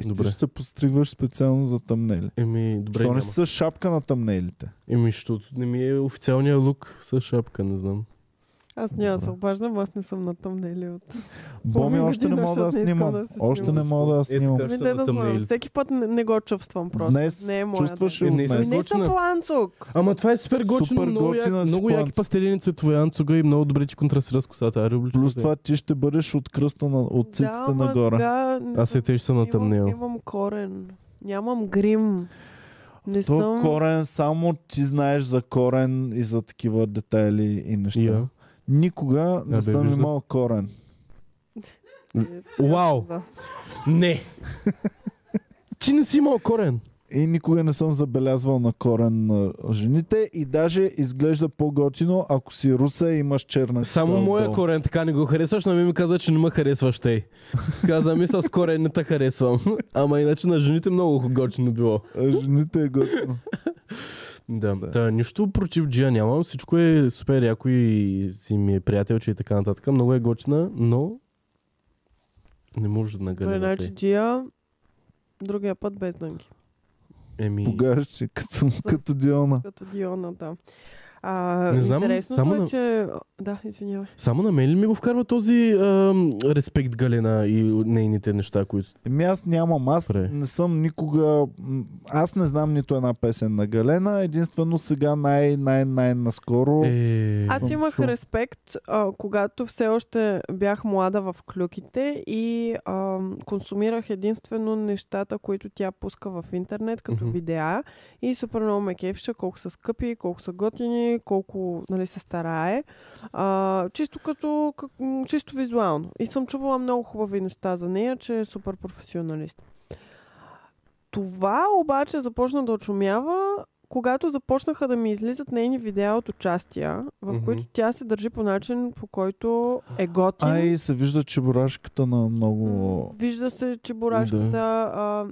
Speaker 1: И ти
Speaker 2: добре.
Speaker 1: ще се подстригваш специално за тъмнели.
Speaker 2: Еми, добре.
Speaker 1: Що
Speaker 2: няма.
Speaker 1: не си с шапка на тъмнелите?
Speaker 2: Еми, защото не ми е официалния лук с шапка, не знам.
Speaker 4: Аз няма да се обаждам, аз не съм на тъмнели от...
Speaker 1: Боми,
Speaker 4: Половин
Speaker 1: още не
Speaker 4: година,
Speaker 1: мога да
Speaker 4: защото не искам
Speaker 1: снимам.
Speaker 4: да се
Speaker 1: Още не
Speaker 4: снимам.
Speaker 1: мога да снимам.
Speaker 2: Е, така.
Speaker 4: Ми
Speaker 2: Ще
Speaker 4: не
Speaker 2: на
Speaker 4: да знам,
Speaker 2: thumbnail.
Speaker 4: всеки път не, не го чувствам просто.
Speaker 1: Днес
Speaker 4: не е моя
Speaker 1: Чувстваш
Speaker 4: ден.
Speaker 1: ли
Speaker 2: Е, не
Speaker 1: от
Speaker 2: съм-
Speaker 1: днес?
Speaker 4: Ми не съм
Speaker 2: Готина.
Speaker 4: планцук.
Speaker 2: Ама това е супер готино,
Speaker 1: Супер
Speaker 2: много, як,
Speaker 1: готина си
Speaker 2: много яки
Speaker 1: планца.
Speaker 2: пастелени цветове, анцуга и много добре ти контрастира с косата. Ари, обличам
Speaker 1: Плюс
Speaker 2: те.
Speaker 1: това е ти ще бъдеш от кръста на, от циците
Speaker 4: да, ама
Speaker 1: нагоре.
Speaker 4: Сега, не
Speaker 2: Аз е
Speaker 4: съм-
Speaker 2: и те ще съм на
Speaker 4: имам,
Speaker 2: тъмнел.
Speaker 4: имам корен. Нямам грим. Не
Speaker 1: То е
Speaker 4: съм...
Speaker 1: корен, само ти знаеш за корен и за такива детайли и неща.
Speaker 2: Я.
Speaker 1: Никога не
Speaker 2: бе,
Speaker 1: съм
Speaker 2: виждам.
Speaker 1: имал корен.
Speaker 2: Вау!
Speaker 4: Да.
Speaker 2: Не! Ти не си имал корен.
Speaker 1: И никога не съм забелязвал на корен на жените. И даже изглежда по-готино, ако си руса и имаш черна
Speaker 2: Само
Speaker 1: коса
Speaker 2: моя
Speaker 1: отдолу.
Speaker 2: корен така не го харесваш, но ми ми каза, че не ме харесваш тъй. Каза ми с корен не те харесвам. Ама иначе на жените много готино било.
Speaker 1: А Жените е готино.
Speaker 2: Да. да.
Speaker 1: Да.
Speaker 2: Та, нищо против Джия нямам. Всичко е супер яко и си ми е приятелче и така нататък. Много е готина, но не може да
Speaker 4: Добре,
Speaker 2: награди.
Speaker 4: значи Джия другия път без дънки.
Speaker 2: Еми...
Speaker 1: Погаш си, като, като Диона.
Speaker 4: Като Диона, да. А,
Speaker 2: Не знам,
Speaker 4: интересното
Speaker 2: само
Speaker 4: е,
Speaker 2: на-
Speaker 4: че... Да, извинявай.
Speaker 2: Само на мен ли ми го вкарва този ам, респект Галена и нейните неща, които...
Speaker 1: Еми аз нямам, аз
Speaker 2: Добре.
Speaker 1: не съм никога, м, аз не знам нито една песен на Галена, единствено сега най, най, най наскоро.
Speaker 2: Е...
Speaker 4: Аз
Speaker 1: съм
Speaker 4: имах
Speaker 1: чул.
Speaker 4: респект, а, когато все още бях млада в клюките и а, консумирах единствено нещата, които тя пуска в интернет, като
Speaker 2: Мгм.
Speaker 4: видеа. И супер много ме кефеше колко са скъпи, колко са готини, колко нали, се старае. А, чисто като, как, м, чисто визуално. И съм чувала много хубави неща за нея, че е супер професионалист. Това обаче започна да очумява когато започнаха да ми излизат нейни видеа от участия, в
Speaker 2: Мгм.
Speaker 4: които тя се държи по начин, по който е готин.
Speaker 1: Ай, се вижда чебурашката на много...
Speaker 4: Вижда се чебурашката. Да. А,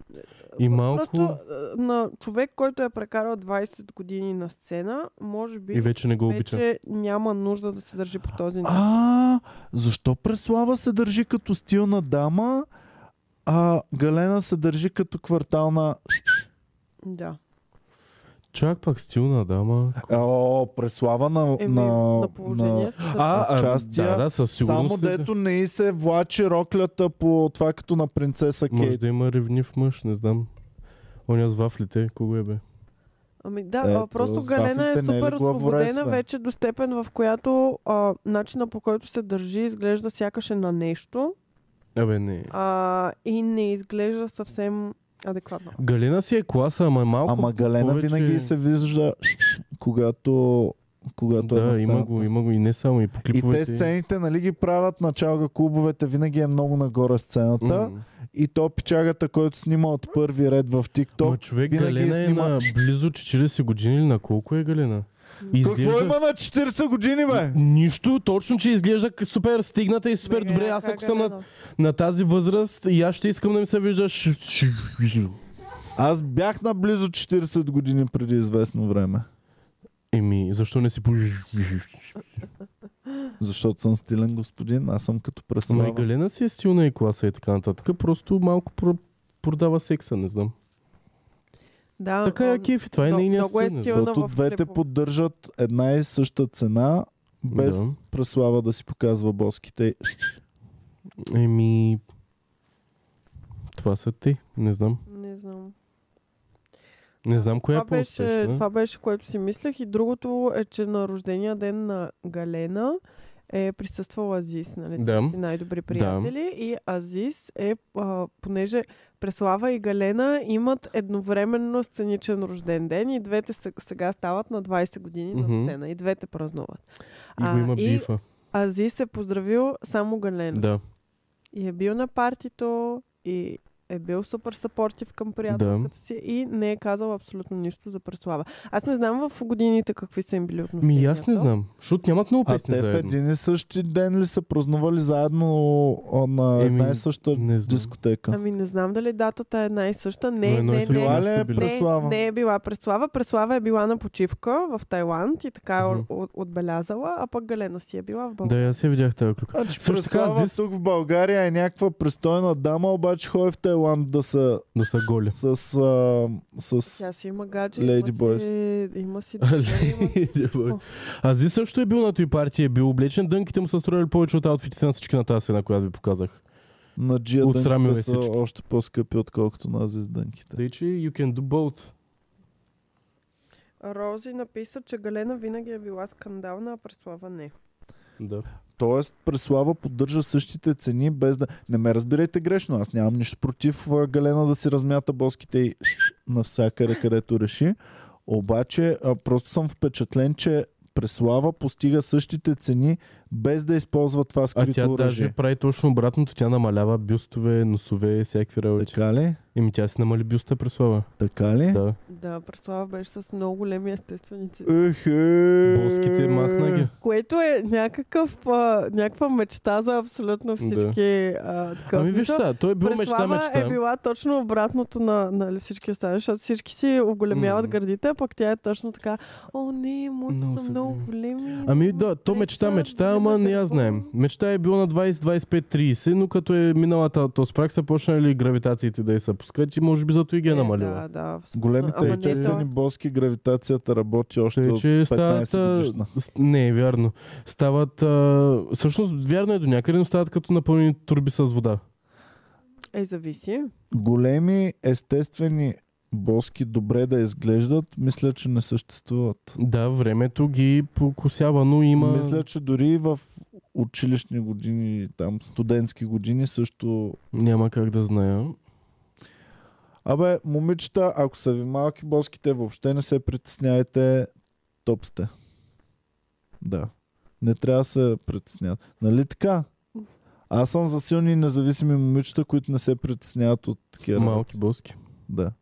Speaker 2: И малко...
Speaker 4: Просто а, на човек, който е прекарал 20 години на сцена, може би
Speaker 2: И вече не го обича.
Speaker 4: вече няма нужда да се държи по този начин.
Speaker 1: А, защо Преслава се държи като стилна дама, а Галена се държи като квартална...
Speaker 4: Да.
Speaker 2: Чак пак стилна дама.
Speaker 1: О, Преслава на...
Speaker 4: Еми,
Speaker 1: на,
Speaker 4: Е, на, положение се държи.
Speaker 2: А, а
Speaker 1: Участия,
Speaker 2: да, да, със сигурност.
Speaker 1: Само
Speaker 2: е да.
Speaker 1: дето не й се влачи роклята по това като на принцеса
Speaker 2: Може
Speaker 1: Кейт.
Speaker 2: да има ревнив мъж, не знам. Оня с вафлите, кого е бе?
Speaker 4: Ами да,
Speaker 1: Е,
Speaker 4: а, просто
Speaker 1: с
Speaker 4: Галена е
Speaker 1: гафите не е
Speaker 4: супер
Speaker 1: ли главорез,
Speaker 4: освободена
Speaker 1: бе?
Speaker 4: вече до степен, в която а, начина по който се държи изглежда сякаш е на нещо
Speaker 2: Абе, не.
Speaker 4: а, и не изглежда съвсем адекватно.
Speaker 2: Галина си е класа, ама е малко
Speaker 1: Ама Галена
Speaker 2: повече...
Speaker 1: винаги се вижда, когато, когато е на
Speaker 2: Да,
Speaker 1: сцената.
Speaker 2: има го, има го и не само, и по
Speaker 1: И те
Speaker 2: клиповете.
Speaker 1: сцените, нали ги правят началга клубовете, винаги е много нагоре сцената.
Speaker 2: М.
Speaker 1: И то пичагата, който снима от първи ред в
Speaker 2: Ма
Speaker 1: TikTok.
Speaker 2: човек
Speaker 1: винаги
Speaker 2: Галена е
Speaker 1: снима-
Speaker 2: на близо 40 години или на колко е Галена? И
Speaker 1: Какво има на 40 години, бе?
Speaker 2: Нищо, точно, че изглежда к- супер стигната и супер
Speaker 4: Мега
Speaker 2: добре. Аз
Speaker 4: яка
Speaker 2: ако съм на,
Speaker 4: Галена.
Speaker 2: на тази възраст и аз ще искам да ми се виждаш.
Speaker 1: Аз бях на близо 40 години преди известно време.
Speaker 2: Еми, защо не си по...
Speaker 1: Защото съм стилен господин, аз съм като
Speaker 2: Ама и
Speaker 1: преслава.
Speaker 2: Галена си е силна и класа и така нататък. Просто малко про- продава секса, не знам.
Speaker 4: Да,
Speaker 2: Така е
Speaker 4: а,
Speaker 2: кефи, това е
Speaker 4: но-
Speaker 2: нейният
Speaker 4: много е
Speaker 2: стил. не знам.
Speaker 4: стилна
Speaker 1: Защото
Speaker 4: в
Speaker 1: двете
Speaker 4: клипа.
Speaker 1: поддържат една и съща цена, без
Speaker 2: Да.
Speaker 1: преслава да си показва боските.
Speaker 2: Еми... Това са те, не знам.
Speaker 4: Не знам.
Speaker 2: Не знам коя
Speaker 4: Това
Speaker 2: е
Speaker 4: беше,
Speaker 2: по-успешна.
Speaker 4: това беше, което си мислех. И другото е, че на рождения ден на Галена е присъствал Азис, нали?
Speaker 2: Да.
Speaker 4: Те са си най-добри приятели. И Азис е, а, понеже Преслава и Галена имат едновременно сценичен рожден ден и двете се- сега стават на 20 години
Speaker 2: Мгм.
Speaker 4: на сцена. И двете празнуват.
Speaker 2: И го
Speaker 4: А,
Speaker 2: има
Speaker 4: и-
Speaker 2: бифа.
Speaker 4: Азис е поздравил само Галена.
Speaker 2: Да.
Speaker 4: И е бил на партито и е бил супер съпортив към приятелката си и не е казал абсолютно нищо за Преслава. Аз не знам в годините какви са им били отношенията.
Speaker 2: Ми аз не знам, защото нямат много
Speaker 1: А
Speaker 2: песни
Speaker 1: те в
Speaker 2: заедно.
Speaker 1: един и същи ден ли са празнували заедно а, на
Speaker 2: Еми,
Speaker 1: една и съща
Speaker 2: Не знам.
Speaker 1: дискотека?
Speaker 4: Ами не знам дали датата е една и съща.
Speaker 2: Но
Speaker 4: Не,
Speaker 2: едно и
Speaker 4: не,
Speaker 2: също
Speaker 1: Била
Speaker 4: не.
Speaker 1: ли
Speaker 2: са
Speaker 1: е
Speaker 2: били.
Speaker 4: Не,
Speaker 1: преслава?
Speaker 4: не е била Преслава. Преслава е била на почивка в Тайланд и така е
Speaker 2: Мгм.
Speaker 4: от- отбелязала, а пък Галена си е била в
Speaker 2: Да,
Speaker 4: България.
Speaker 2: и аз я видях тази клюка.
Speaker 1: Значи
Speaker 2: Също така,
Speaker 1: Преслава
Speaker 2: Азис-
Speaker 1: тук в България е някаква пристойна дама, обаче ходи в Тайланд да са
Speaker 2: Да са голи.
Speaker 1: с... А, с
Speaker 4: Тя си има гадже,
Speaker 1: Lady
Speaker 4: има, си, има си... дете, има си-
Speaker 2: Ази също е бил на той партия, е бил облечен. Дънките му са строили повече от аутфитите на всички на тази сцена, която ви показах.
Speaker 1: на джия
Speaker 2: Отсрамил
Speaker 1: дънките
Speaker 2: е
Speaker 1: са
Speaker 2: всички.
Speaker 1: още по-скъпи, отколкото на Азис дънките.
Speaker 2: Тъй, че you can do both.
Speaker 4: Рози написа, че Галена винаги е била скандална, а Преслава не.
Speaker 2: Да.
Speaker 1: Тоест, Преслава поддържа същите цени, без да... Не ме разбирайте грешно, аз нямам нищо против а, Галена да си размята боските и навсякъде, където реши. Обаче, а, просто съм впечатлен, че Преслава постига същите цени, без да използва това
Speaker 2: А
Speaker 1: скрито
Speaker 2: тя даже
Speaker 1: оръжие.
Speaker 2: прави точно обратното. Тя намалява бюстове, носове, всякакви работи.
Speaker 1: Така ли?
Speaker 2: Еми тя си намали бюста, преслава.
Speaker 1: Така ли?
Speaker 2: Да.
Speaker 4: Да, Преслава беше с много големи естественици.
Speaker 2: Uhhuh.
Speaker 1: Ехе!
Speaker 2: Боските махна ги.
Speaker 4: Което е някакъв, а, някаква мечта за абсолютно всички. А, такъв
Speaker 2: Ами виж
Speaker 4: смисъл.
Speaker 2: сега, той е бил мечта,
Speaker 4: Преслава е
Speaker 2: мечта.
Speaker 4: била точно обратното на, на всички останали, защото всички си оголемяват
Speaker 2: М.
Speaker 4: гърдите, а пък тя е точно така, о не, моите
Speaker 2: Много
Speaker 4: са
Speaker 2: са
Speaker 4: много
Speaker 2: големи."
Speaker 4: големи.
Speaker 2: Ами да, то мечта, мечта, ама не я знаем. Мечта е била на 20, 25, 30, но като е минала та- този прак, са почнали гравитациите да я се пускат и може би зато и ги е намалила.
Speaker 4: Да, да, абсолютно.
Speaker 1: Големите
Speaker 4: ама не, е
Speaker 1: естествени
Speaker 4: то,
Speaker 1: боски, гравитацията работи още
Speaker 2: Тъй,
Speaker 1: от
Speaker 2: Е, че
Speaker 1: 15
Speaker 2: стават...
Speaker 1: годишна.
Speaker 2: а, с- Не е вярно. Стават... А, всъщност, вярно е до някъде, но стават като напълнени турби с вода.
Speaker 4: е, зависи.
Speaker 1: Големи естествени боски добре да изглеждат, мисля, че не съществуват.
Speaker 2: Да, времето ги покосява, но има...
Speaker 1: Мисля, че дори и в училищни години, там студентски години също...
Speaker 2: Няма как да зная.
Speaker 1: Абе, момичета, ако са ви малки боските, въобще не се притесняйте, топ сте. Да. Не трябва да се притесняват. Нали така? Аз съм за силни и независими момичета, които не се притесняват от такива.
Speaker 2: Малки боски.
Speaker 1: Да.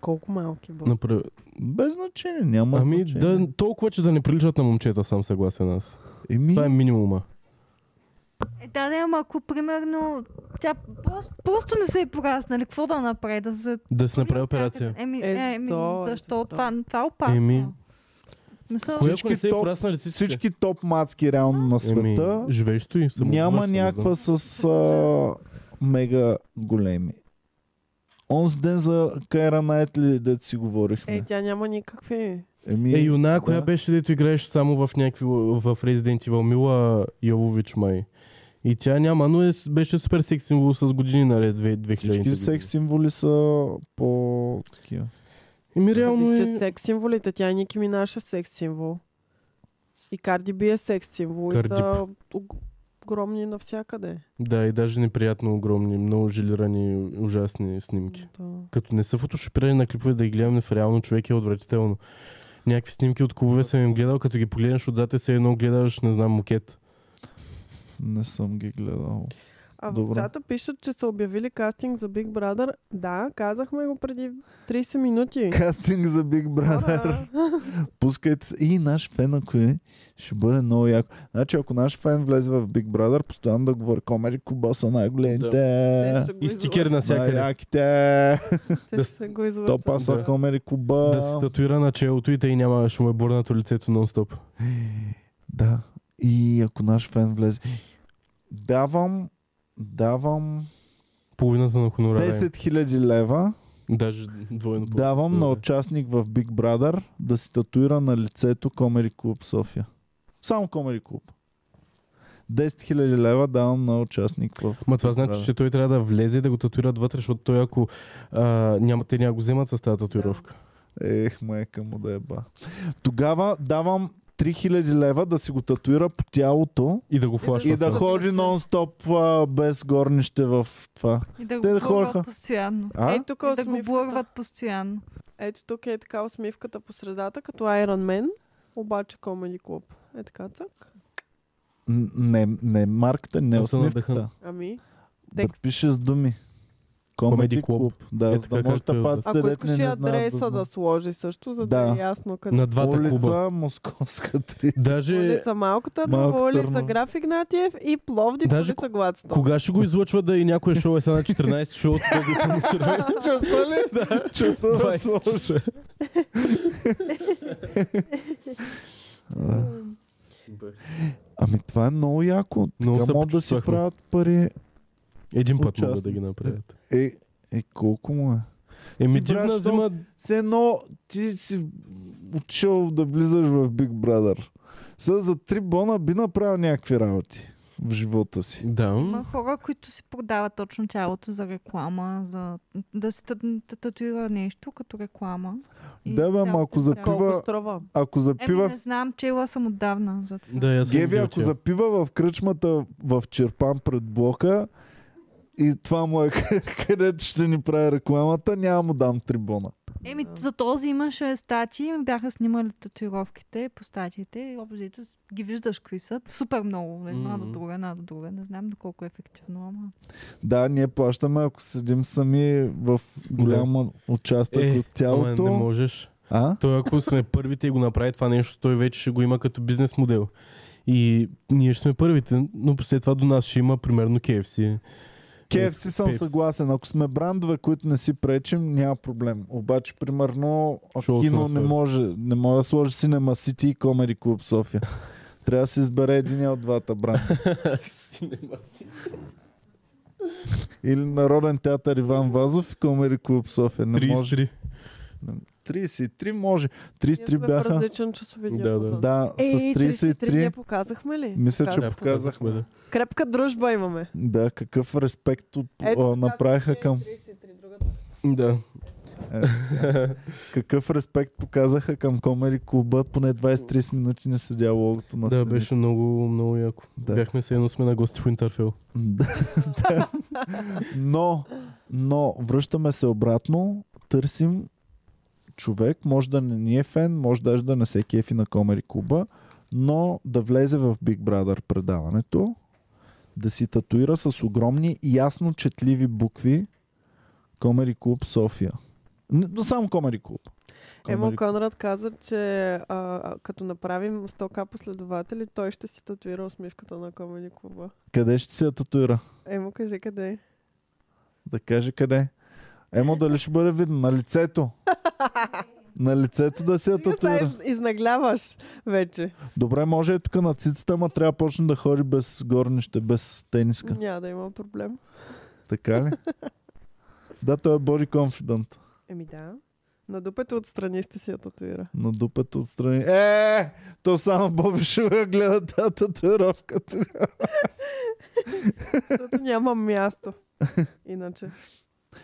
Speaker 4: Колко малки бъл.
Speaker 2: Направи...
Speaker 1: Без значение, няма
Speaker 2: Ами
Speaker 1: значение.
Speaker 2: да, толкова, че да не приличат на момчета, съм съгласен аз.
Speaker 1: Еми,
Speaker 2: Това е минимума.
Speaker 5: Е, да, да, ама ако примерно тя просто, просто не се е пораснали, какво да направи? Да се...
Speaker 2: Да се направи
Speaker 5: тури от
Speaker 2: операция.
Speaker 5: някъде? Еми,
Speaker 4: Е,
Speaker 5: е, еми,
Speaker 4: защо,
Speaker 5: защо?
Speaker 4: е, защо?
Speaker 5: Това, това е опасно.
Speaker 2: Еми.
Speaker 5: Мисъл,
Speaker 2: Коя
Speaker 1: Всички
Speaker 2: ако не се е
Speaker 1: топ-
Speaker 2: пораснали всички?
Speaker 1: всички топ мацки реално на
Speaker 2: Еми,
Speaker 1: света
Speaker 2: живеещо и само
Speaker 1: няма
Speaker 2: Е,
Speaker 1: някаква с а, мега големи. Онзи ден за Кайра Найтли, да си говорихме.
Speaker 4: Е, тя няма никакви.
Speaker 1: Еми,
Speaker 2: Е, юна, коя
Speaker 1: да.
Speaker 2: беше, дето играеше само в някакви, в Resident Evil, Мила Йовович май. И тя няма, но е, беше супер секс символ с години наред, две- 2000-те
Speaker 1: Всички
Speaker 2: години.
Speaker 1: секс символи са по такива.
Speaker 2: Еми, реално
Speaker 4: Висят
Speaker 2: е...
Speaker 4: секс символите. Тя и Ники Минаш е секс символ. И Карди Би е секс символ.
Speaker 2: Карди
Speaker 4: И са ог- огромни навсякъде.
Speaker 2: Да, и даже неприятно огромни, много жилирани, ужасни снимки.
Speaker 4: Да.
Speaker 2: Като не са фотошопирани на клипове да ги гледаме в реално, човек е отвратително. Някакви снимки от клубове съм им гледал, като ги погледнеш отзад е се едно гледаш, не знам, мукет.
Speaker 1: Не съм ги гледал.
Speaker 4: А в
Speaker 1: Добре.
Speaker 4: чата пишат, че са обявили кастинг за Big Brother. Да, казахме го преди 30 минути.
Speaker 1: Кастинг за Big Brother.
Speaker 4: Хора,
Speaker 1: Пускайте се. И наш фен, ако е, ще бъде много яко. Значи, ако наш фен влезе в Big Brother, постоянно да говори Комери Куба са най-големите.
Speaker 4: те ще го
Speaker 2: И стикер
Speaker 4: излъчат,
Speaker 2: навсякъде.
Speaker 1: Най-яките.
Speaker 4: те
Speaker 2: да-
Speaker 4: ще го излъчат.
Speaker 1: Топа са
Speaker 2: Да.
Speaker 1: Комери
Speaker 2: Да се
Speaker 1: Куба.
Speaker 2: татуира на челото и те и няма, ще му е бурнато лицето нон-стоп.
Speaker 1: Да. И ако наш фен влезе. Давам, давам
Speaker 2: Половината на хонорара. им.
Speaker 1: 10 000 лева.
Speaker 2: Даже двойно повече.
Speaker 1: Давам на
Speaker 2: Добре.
Speaker 1: участник в Big Brother да си татуира на лицето Комери Клуб София. Само Комери Клуб. 10 000 лева давам на участник в...
Speaker 2: Ма
Speaker 1: Big
Speaker 2: това значи,
Speaker 1: Brother.
Speaker 2: че той трябва да влезе и да го татуират вътре, защото той ако а, няма, те няма го вземат с тази татуировка.
Speaker 1: Ех, майка му да е ба. Тогава давам 3000 лева да си го татуира по тялото
Speaker 2: И да го флашват.
Speaker 1: и да ходи нон-стоп а, без горнище в това.
Speaker 5: и да го
Speaker 1: те да
Speaker 5: те
Speaker 1: хораха.
Speaker 5: постоянно.
Speaker 1: А?
Speaker 4: Ето тук,
Speaker 5: И да го
Speaker 4: усмивката.
Speaker 5: блъгват постоянно.
Speaker 4: Ето тук е така усмивката по средата, като Iron Man, обаче Comedy Club. Е така цък.
Speaker 1: Н- Не, не марката, не
Speaker 2: Да се
Speaker 1: усмивката.
Speaker 2: надъхам.
Speaker 4: Ами,
Speaker 1: Да
Speaker 4: Текст.
Speaker 1: пише с думи.
Speaker 2: Comedy
Speaker 1: Комеди
Speaker 2: Club.
Speaker 1: клуб. Да,
Speaker 2: Е,
Speaker 1: за
Speaker 2: така
Speaker 1: да може
Speaker 2: както е.
Speaker 1: да паците,
Speaker 4: ако
Speaker 1: дете
Speaker 4: искаш и
Speaker 1: не знаят
Speaker 4: адреса
Speaker 1: да
Speaker 4: да
Speaker 1: знаят.
Speaker 4: сложи също, за да,
Speaker 1: Да.
Speaker 4: е ясно къде.
Speaker 2: На двата
Speaker 1: улица
Speaker 2: клуба.
Speaker 1: Московска 3.
Speaker 2: Даже,
Speaker 4: Улица Малко
Speaker 1: Малко
Speaker 4: Търново, улица
Speaker 1: Търново.
Speaker 4: Граф Игнатиев и Пловдив,
Speaker 2: Даже
Speaker 4: улица Гладсто.
Speaker 2: кога ще го излъчва да и някое шоу е сега на 14 шоу, от кога го коментираме?
Speaker 1: Часа ли? Да. Часа да
Speaker 2: 20
Speaker 1: сложа.
Speaker 2: часа.
Speaker 1: Ами това е много яко.
Speaker 2: Много
Speaker 1: Така
Speaker 2: се
Speaker 1: могат да си
Speaker 2: почувствахме.
Speaker 1: правят пари.
Speaker 2: Един път могат да
Speaker 1: Участниците.
Speaker 2: ги направят.
Speaker 1: Е, е колко му е?
Speaker 2: Еми,
Speaker 1: Ти,
Speaker 2: дивна
Speaker 1: брат, щом
Speaker 2: зима,
Speaker 1: Все едно ти си учил да влизаш в Big Brother. Сега за три бона би направил някакви работи в живота си.
Speaker 2: да,
Speaker 5: Има хора, които си продават точно тялото за реклама, за да си тат- та- татуира нещо като реклама. И
Speaker 1: Да, бе, ама
Speaker 5: цялото
Speaker 1: ако
Speaker 5: е
Speaker 1: закрива-
Speaker 5: тяло.
Speaker 4: Колко струва?
Speaker 1: Ако
Speaker 5: Еми,
Speaker 1: запива...
Speaker 5: не знам, чела съм отдавна за това.
Speaker 2: да, я съм
Speaker 1: Геви,
Speaker 2: видял
Speaker 1: ако
Speaker 2: тя.
Speaker 1: запива в кръчмата в Черпан пред блока и това му е където ще ни прави рекламата, няма му дам три бона.
Speaker 5: Еми, за този имаше статии, бяха снимали татуировките по статиите и обзито ги виждаш кои са. Супер много, нали? една до
Speaker 2: Мгм.
Speaker 5: друга, една до друга. Не знам доколко е ефективно, ама...
Speaker 1: Да, ние плащаме, ако седим сами в голяма участък
Speaker 2: Е,
Speaker 1: от
Speaker 2: Ама не
Speaker 1: тялото.
Speaker 2: можеш.
Speaker 1: а?
Speaker 2: Той ако сме първите и го направи това нещо, той вече ще го има като бизнес модел. И ние ще сме първите, но след това до нас ще има примерно KFC.
Speaker 1: Кев си съм
Speaker 2: Пепс.
Speaker 1: съгласен. Ако сме брандове, които не си пречим, няма проблем. Обаче, примерно,
Speaker 2: Шоу
Speaker 1: кино
Speaker 2: сме
Speaker 1: не
Speaker 2: свързани.
Speaker 1: може. Не може да сложи Cinema City и Comedy Club София. Трябва да се избере един от двата бранда. Или Народен театър Иван Вазов и Comedy Club София. Не може.
Speaker 2: 33.
Speaker 1: 33 може.
Speaker 4: Ние
Speaker 1: 33
Speaker 4: сме Е, в
Speaker 1: бяха.
Speaker 4: различен часови
Speaker 2: Да,
Speaker 4: диапазон.
Speaker 2: да.
Speaker 1: Да,
Speaker 4: Ей,
Speaker 1: с
Speaker 4: 33 ние
Speaker 1: 33.
Speaker 4: показахме ли?
Speaker 1: Мисля, че
Speaker 4: Показахме.
Speaker 2: Да,
Speaker 1: показахме.
Speaker 2: да.
Speaker 4: Крепка дружба имаме.
Speaker 1: Да, какъв респект от-
Speaker 4: Ето
Speaker 1: а,
Speaker 4: така,
Speaker 1: направиха
Speaker 4: Е,
Speaker 1: към
Speaker 4: 33, другата.
Speaker 2: Да.
Speaker 1: Какъв респект показаха към Комери клуба, поне 20-30 минути не седя логото на
Speaker 2: Да,
Speaker 1: стените.
Speaker 2: беше много, много яко.
Speaker 1: Да.
Speaker 2: Бяхме се едно сме на гости в Интерфел.
Speaker 1: Да, да. Но, но, връщаме се обратно, търсим човек, може да не ни е фен, може даже да не се кефи на Комери клуба, но да влезе в Big Brother предаването, да си татуира с огромни, ясно четливи букви Комери клуб София. Н- но Само Комари Клуб.
Speaker 4: Емо Конрад каза, че а, а, като направим 100к последователи, той ще си татуира усмивката на Комеди клуба.
Speaker 1: Къде ще се я татуира?
Speaker 4: Емо, кажи къде е.
Speaker 1: Да каже къде. Емо, дали ще бъде видно? На лицето. На лицето да се я
Speaker 4: Ти сега
Speaker 1: татуира.
Speaker 4: из- изнагляваш вече.
Speaker 1: Добре, може е тук на цицата, ама трябва да почне да ходи без горнище, без тениска.
Speaker 4: Няма да има проблем.
Speaker 1: Така ли? Да, той е body confident.
Speaker 4: Еми да. На дупето отстрани ще си я татуира.
Speaker 1: На дупето отстрани. Е, то само Боби ще го гледа тази татуировка тук.
Speaker 4: Защото няма място. Иначе.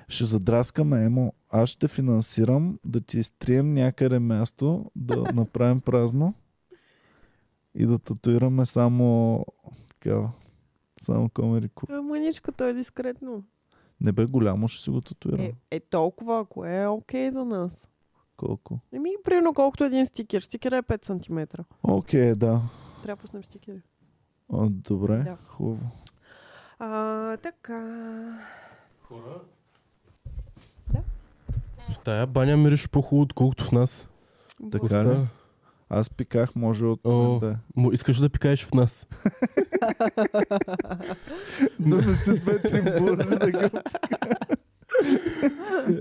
Speaker 1: Ще задраскаме, Емо. Аз ще финансирам да ти изтрием някъде място, да направим празно и да татуираме само такава. Само комери клуб.
Speaker 4: Той е мъничко, той е дискретно.
Speaker 1: Не бе голямо, ще си го татуирам.
Speaker 4: Е, е толкова, ако е окей за нас.
Speaker 1: Колко?
Speaker 4: Еми, примерно колкото един стикер. Стикера е 5 см.
Speaker 1: Окей, да.
Speaker 4: Трябва да пуснем стикери.
Speaker 1: О, добре,
Speaker 4: Да.
Speaker 1: хубаво.
Speaker 4: А, така.
Speaker 2: Хора.
Speaker 4: Да.
Speaker 2: В тая баня мирише по-хубаво, отколкото в нас.
Speaker 1: Така
Speaker 2: Коста,
Speaker 1: ли? Аз пиках, може от...
Speaker 2: О.
Speaker 1: Да. е.
Speaker 2: му искаш да пикаеш в нас.
Speaker 1: Да си две-три бузи да ги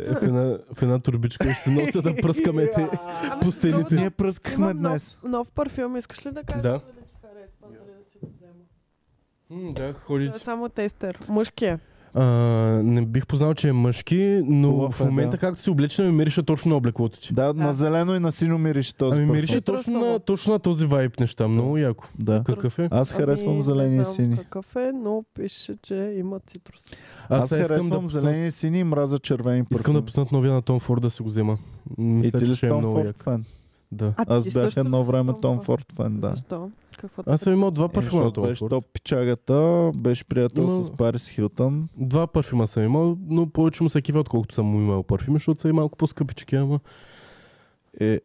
Speaker 2: Е, в, една, в една турбичка и ще нося да пръскаме те
Speaker 4: Ами,
Speaker 2: по стените.
Speaker 1: Ние пръскахме
Speaker 4: Имам
Speaker 1: днес.
Speaker 4: нов, нов парфюм, искаш ли да кажеш?
Speaker 2: Да.
Speaker 4: Дали ти харесва, дали да си го взема?
Speaker 2: М,
Speaker 4: Той
Speaker 2: Да, ходи.
Speaker 4: е само тестер. Мъжки е.
Speaker 2: А, не бих познал, че е мъжки, но
Speaker 1: Хубав
Speaker 2: в
Speaker 1: е,
Speaker 2: момента
Speaker 1: да.
Speaker 2: както си облечен, ми мирише точно на облеклото ти.
Speaker 1: Да, на зелено и на синьо мирише този
Speaker 2: Ами
Speaker 1: парфюм.
Speaker 2: мирише точно на, точно на този вайб неща, много яко.
Speaker 1: Да.
Speaker 2: Какъв е?
Speaker 1: Аз харесвам
Speaker 4: Ами,
Speaker 1: зелени
Speaker 4: не
Speaker 1: и
Speaker 4: знам
Speaker 1: сини.
Speaker 4: Какъв е, но пише, че има цитрус.
Speaker 1: Аз,
Speaker 2: сега искам
Speaker 1: харесвам
Speaker 2: да пусна-
Speaker 1: зелени и сини и мраза червени парфюм.
Speaker 2: Искам да пуснат новия на Том Форд да си го взема.
Speaker 1: И
Speaker 2: Мисля,
Speaker 1: ти ли
Speaker 2: че
Speaker 1: си
Speaker 2: е
Speaker 1: Том
Speaker 2: много
Speaker 1: Форд
Speaker 2: як.
Speaker 1: фен?
Speaker 2: Да.
Speaker 4: А
Speaker 1: Аз
Speaker 4: ти
Speaker 1: бях
Speaker 4: също
Speaker 1: едно
Speaker 4: ли си
Speaker 1: време
Speaker 4: Том
Speaker 1: Том
Speaker 4: Форд?
Speaker 1: Форд фен, да.
Speaker 4: Защо? Какво
Speaker 2: Аз съм имал два
Speaker 1: Е,
Speaker 2: парфюма на
Speaker 1: защото
Speaker 2: Том
Speaker 1: беше
Speaker 2: Форд.
Speaker 1: топ пичагата, беше приятел
Speaker 2: Ма-
Speaker 1: с Парис Хилтън.
Speaker 2: Два парфюма съм имал, но повече му се кива, отколкото съм му имал парфюми, защото са и малко по-скъпички, ама
Speaker 1: Е,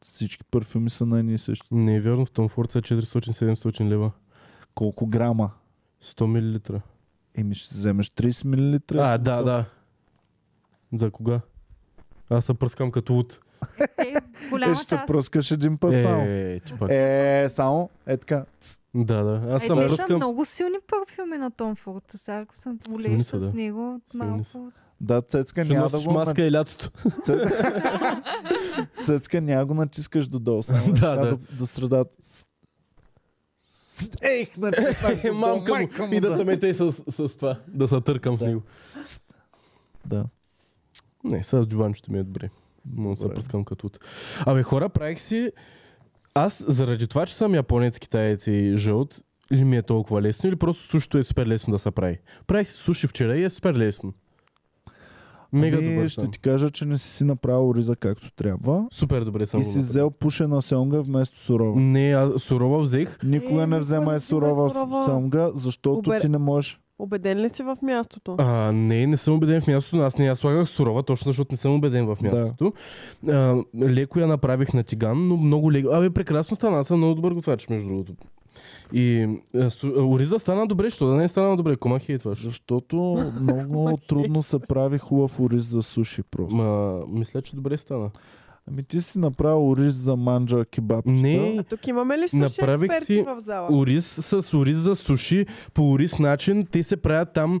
Speaker 1: всички парфюми са на едни и същи.
Speaker 2: не е вярно, в Том Форд са 400-700 лева.
Speaker 1: Колко грама?
Speaker 2: 100 мл.
Speaker 1: Еми ще си вземеш 30 мл.
Speaker 2: А, да, да. За кога? Аз се пръскам като от.
Speaker 5: Те, голяма
Speaker 1: Е, ще се
Speaker 5: част.
Speaker 1: пръскаш един път само.
Speaker 2: Е, ти пак.
Speaker 1: Е, само, е така. Ц,
Speaker 2: Да, да. Аз
Speaker 5: Е,
Speaker 2: съм
Speaker 5: те са
Speaker 2: пръскам.
Speaker 5: много силни парфюми на Том Форд. Сега, ако съм
Speaker 2: Силни
Speaker 5: болееш
Speaker 2: са,
Speaker 5: с
Speaker 2: да.
Speaker 5: него,
Speaker 2: Силни са.
Speaker 5: малко...
Speaker 1: Да, Цецка
Speaker 2: Ще
Speaker 1: няма да
Speaker 2: носиш
Speaker 1: го
Speaker 2: маска и лятото.
Speaker 1: Цецка, цецка няма го натискаш до долу. Само
Speaker 2: Да,
Speaker 1: така
Speaker 2: да.
Speaker 1: До, до средата. С- с- Ех, натиснах
Speaker 2: Е,
Speaker 1: го,
Speaker 2: мамка
Speaker 1: майка
Speaker 2: му. И да се мете и с, с това. Да се търкам в
Speaker 1: Да.
Speaker 2: него.
Speaker 1: Да.
Speaker 2: Не, сега с Джованчето ми е добре. Много се
Speaker 1: Добре.
Speaker 2: пръскам като от. Абе, хора, правих си... Аз, заради това, че съм японец, китаец и жълт, ли ми е толкова лесно или просто сушито е супер лесно да се прави? Правих си суши вчера и е супер лесно. Мега
Speaker 1: Ами,
Speaker 2: добър
Speaker 1: ще
Speaker 2: съм.
Speaker 1: ти кажа, че не си си направил риза както трябва.
Speaker 2: Супер добре съм.
Speaker 1: и
Speaker 2: го
Speaker 1: си
Speaker 2: направил.
Speaker 1: взел пушена сьонга вместо сурова.
Speaker 2: Не, аз сурова взех.
Speaker 1: Никога
Speaker 4: Е,
Speaker 1: не
Speaker 4: никога
Speaker 1: вземай
Speaker 4: не взимай
Speaker 1: сурова,
Speaker 4: сурова.
Speaker 1: сьонга, защото
Speaker 4: Обер-
Speaker 1: ти не можеш.
Speaker 4: Обеден ли си в мястото?
Speaker 2: А, не, не съм убеден в мястото. но Аз не я слагах сурова, точно защото не съм убеден в мястото. А, леко я направих на тиган, но много леко. Абе, прекрасно стана. Аз съм много добър готвач, между другото. И а, су, а, ориза стана добре, що да не е стана добре. Комах и това.
Speaker 1: Защото много трудно се прави хубав ориз за суши просто.
Speaker 2: Ма, мисля, че добре стана.
Speaker 1: Ами ти си направил ориз за манджа кебабчета.
Speaker 2: Не,
Speaker 4: А тук имаме ли суши
Speaker 2: Направих
Speaker 4: експерти
Speaker 2: си
Speaker 4: в зала?
Speaker 2: Ориз с ориз за суши по ориз начин. Те се правят там.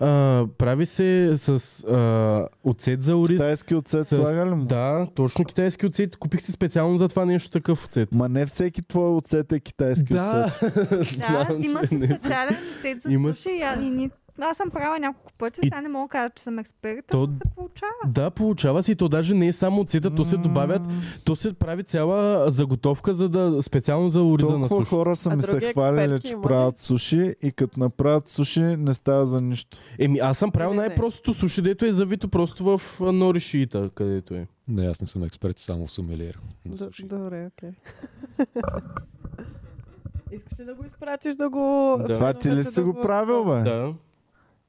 Speaker 2: А, прави се с а, оцет за ориз.
Speaker 1: Китайски оцет
Speaker 2: С-
Speaker 1: слага ли му?
Speaker 2: Да, точно китайски оцет. Купих си специално за това нещо такъв оцет.
Speaker 1: Ма не всеки твой оцет е китайски оцет.
Speaker 2: Да,
Speaker 5: Да,
Speaker 2: знам,
Speaker 5: има
Speaker 2: че
Speaker 5: си
Speaker 2: не-
Speaker 5: специален лицет за
Speaker 2: Има
Speaker 5: суши. а- и ни- Аз съм правила няколко пъти,
Speaker 2: И-
Speaker 5: сега не мога да кажа, че съм експерт,
Speaker 2: То-
Speaker 5: но се получава.
Speaker 2: Да, получава се и то даже не е само оцета, то се добавят, то се прави цяла заготовка за да, специално за ориза на
Speaker 1: Толкова
Speaker 2: суш.
Speaker 1: хора са
Speaker 4: А
Speaker 1: ми се
Speaker 4: други
Speaker 1: хвалили,
Speaker 4: експерти
Speaker 1: че
Speaker 4: има ли?
Speaker 1: правят суши и като направят суши не става за нищо.
Speaker 2: Еми, аз съм правил
Speaker 4: Не, не, не.
Speaker 2: най-простото суши, дето е завито просто в а, нори шиита, където е.
Speaker 7: Не, аз не съм експерт, само сумелиер. Да,
Speaker 4: Д-
Speaker 7: слушай.
Speaker 4: Добре, окей. Искаш ли да го изпратиш да го...
Speaker 2: Да.
Speaker 1: Това ти ли
Speaker 4: феновете
Speaker 1: си
Speaker 4: да
Speaker 1: го правил, бе? Е.
Speaker 2: Да,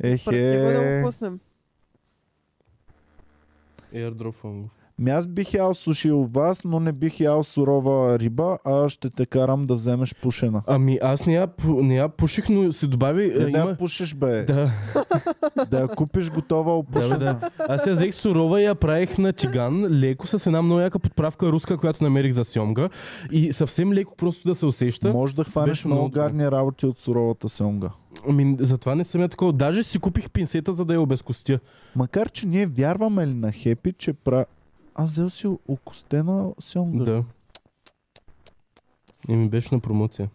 Speaker 1: Ехе.
Speaker 4: Прати го да го пуснем.
Speaker 2: airdropвам. го.
Speaker 1: Ми Ами аз бих ял суши у вас, но не бих ял сурова риба, а ще те карам да вземеш пушена.
Speaker 2: Ами аз не я, пу- не я пуших, но си добави...
Speaker 1: Де
Speaker 2: а,
Speaker 1: да
Speaker 2: Е, има...
Speaker 1: я пушиш, бе. Да,
Speaker 2: Да,
Speaker 1: я купиш готова
Speaker 2: да,
Speaker 1: опушена.
Speaker 2: бе, да. Аз я взех сурова и я правих на тиган, леко с една много яка подправка руска, която намерих за сьомга. И съвсем леко просто да се усеща.
Speaker 1: Може да хванеш
Speaker 2: Беше
Speaker 1: много
Speaker 2: много
Speaker 1: гарни работи от суровата сьомга.
Speaker 2: Ами, затова не съм я такова. Даже си купих пинсета, за да я обезкостя.
Speaker 1: Макар, че ние вярваме ли на Хепи, че пра... Аз взел си окостена сьомга.
Speaker 2: Да. И ми беше на промоция.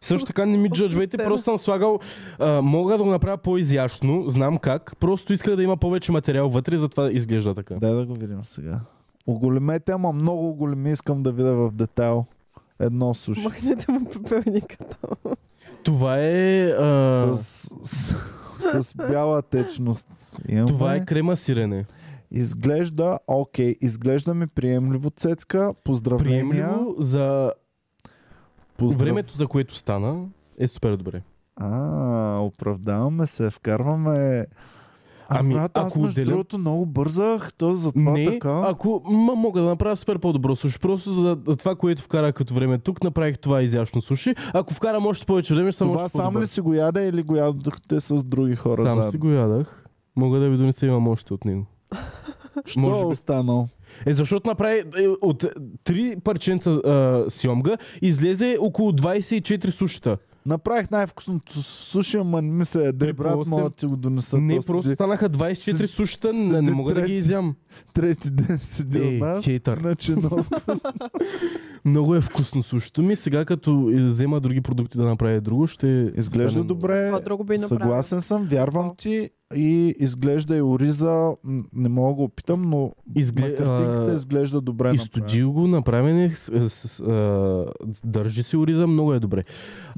Speaker 2: Също така не ми джаджвайте, просто съм слагал... А, мога да го направя по-изящно, знам как. Просто исках да има повече материал вътре, затова изглежда така.
Speaker 1: Дай да го видим сега. Оголемете, ама много големи искам да видя в детайл. Едно суши.
Speaker 4: Махнете му пепелниката.
Speaker 2: Това е... А,
Speaker 1: С, с, с бяла течност. Имаме.
Speaker 2: това е крема сирене.
Speaker 1: Изглежда, окей, изглежда ми приемливо, Цецка. Поздравления.
Speaker 2: Приемливо за
Speaker 1: Поздрав...
Speaker 2: времето, за което стана, е супер добре.
Speaker 1: А, оправдаваме се, вкарваме... А,
Speaker 2: Ами,
Speaker 1: ами, брат, аз
Speaker 2: ако
Speaker 1: между
Speaker 2: отделям-
Speaker 1: другото много бързах, то затова
Speaker 2: не,
Speaker 1: така.
Speaker 2: ако ма, мога да направя супер по-добро суши, просто за това, което вкара като време тук, направих това изящно суши. Ако вкарам още повече време, ще съм
Speaker 1: Това
Speaker 2: още
Speaker 1: сам
Speaker 2: по-добър.
Speaker 1: ли си го яде или го ядохте с други хора
Speaker 2: Сам
Speaker 1: заедно?
Speaker 2: си го ядах. Мога да ви донеса имам още от него.
Speaker 1: Що
Speaker 2: може
Speaker 1: е
Speaker 2: би.
Speaker 1: останал?
Speaker 2: Е, защото направи е, от е, три парченца а, сьомга, излезе около 24 сушита.
Speaker 1: Направих най-вкусното суши, ама не ми се яде,
Speaker 2: Три по
Speaker 1: брат,
Speaker 2: осем.
Speaker 1: мога да ти го донеса.
Speaker 2: не,
Speaker 1: то седи-
Speaker 2: просто станаха 24
Speaker 1: Седи-
Speaker 2: сушита, не, не
Speaker 1: седи
Speaker 2: мога да ги
Speaker 1: трети.
Speaker 2: изям.
Speaker 1: Трети ден седи
Speaker 2: Ей,
Speaker 1: у нас.
Speaker 2: хейтър.
Speaker 1: Значи, но...
Speaker 2: Много е вкусно сушито ми. Сега като е, взема други продукти да направя друго, ще...
Speaker 1: Изглежда
Speaker 2: стане-
Speaker 1: добре.
Speaker 4: Какво друго би направил?
Speaker 1: Съгласен съм, вярвам
Speaker 4: Какво?
Speaker 1: ти и изглежда и ориза, м, не мога да го опитам, но
Speaker 2: Изгле-
Speaker 1: на картинката е
Speaker 2: а,
Speaker 1: изглежда добре.
Speaker 2: И
Speaker 1: направено.
Speaker 2: студил го, направене, с, с, с, а, държи си ориза, много е добре.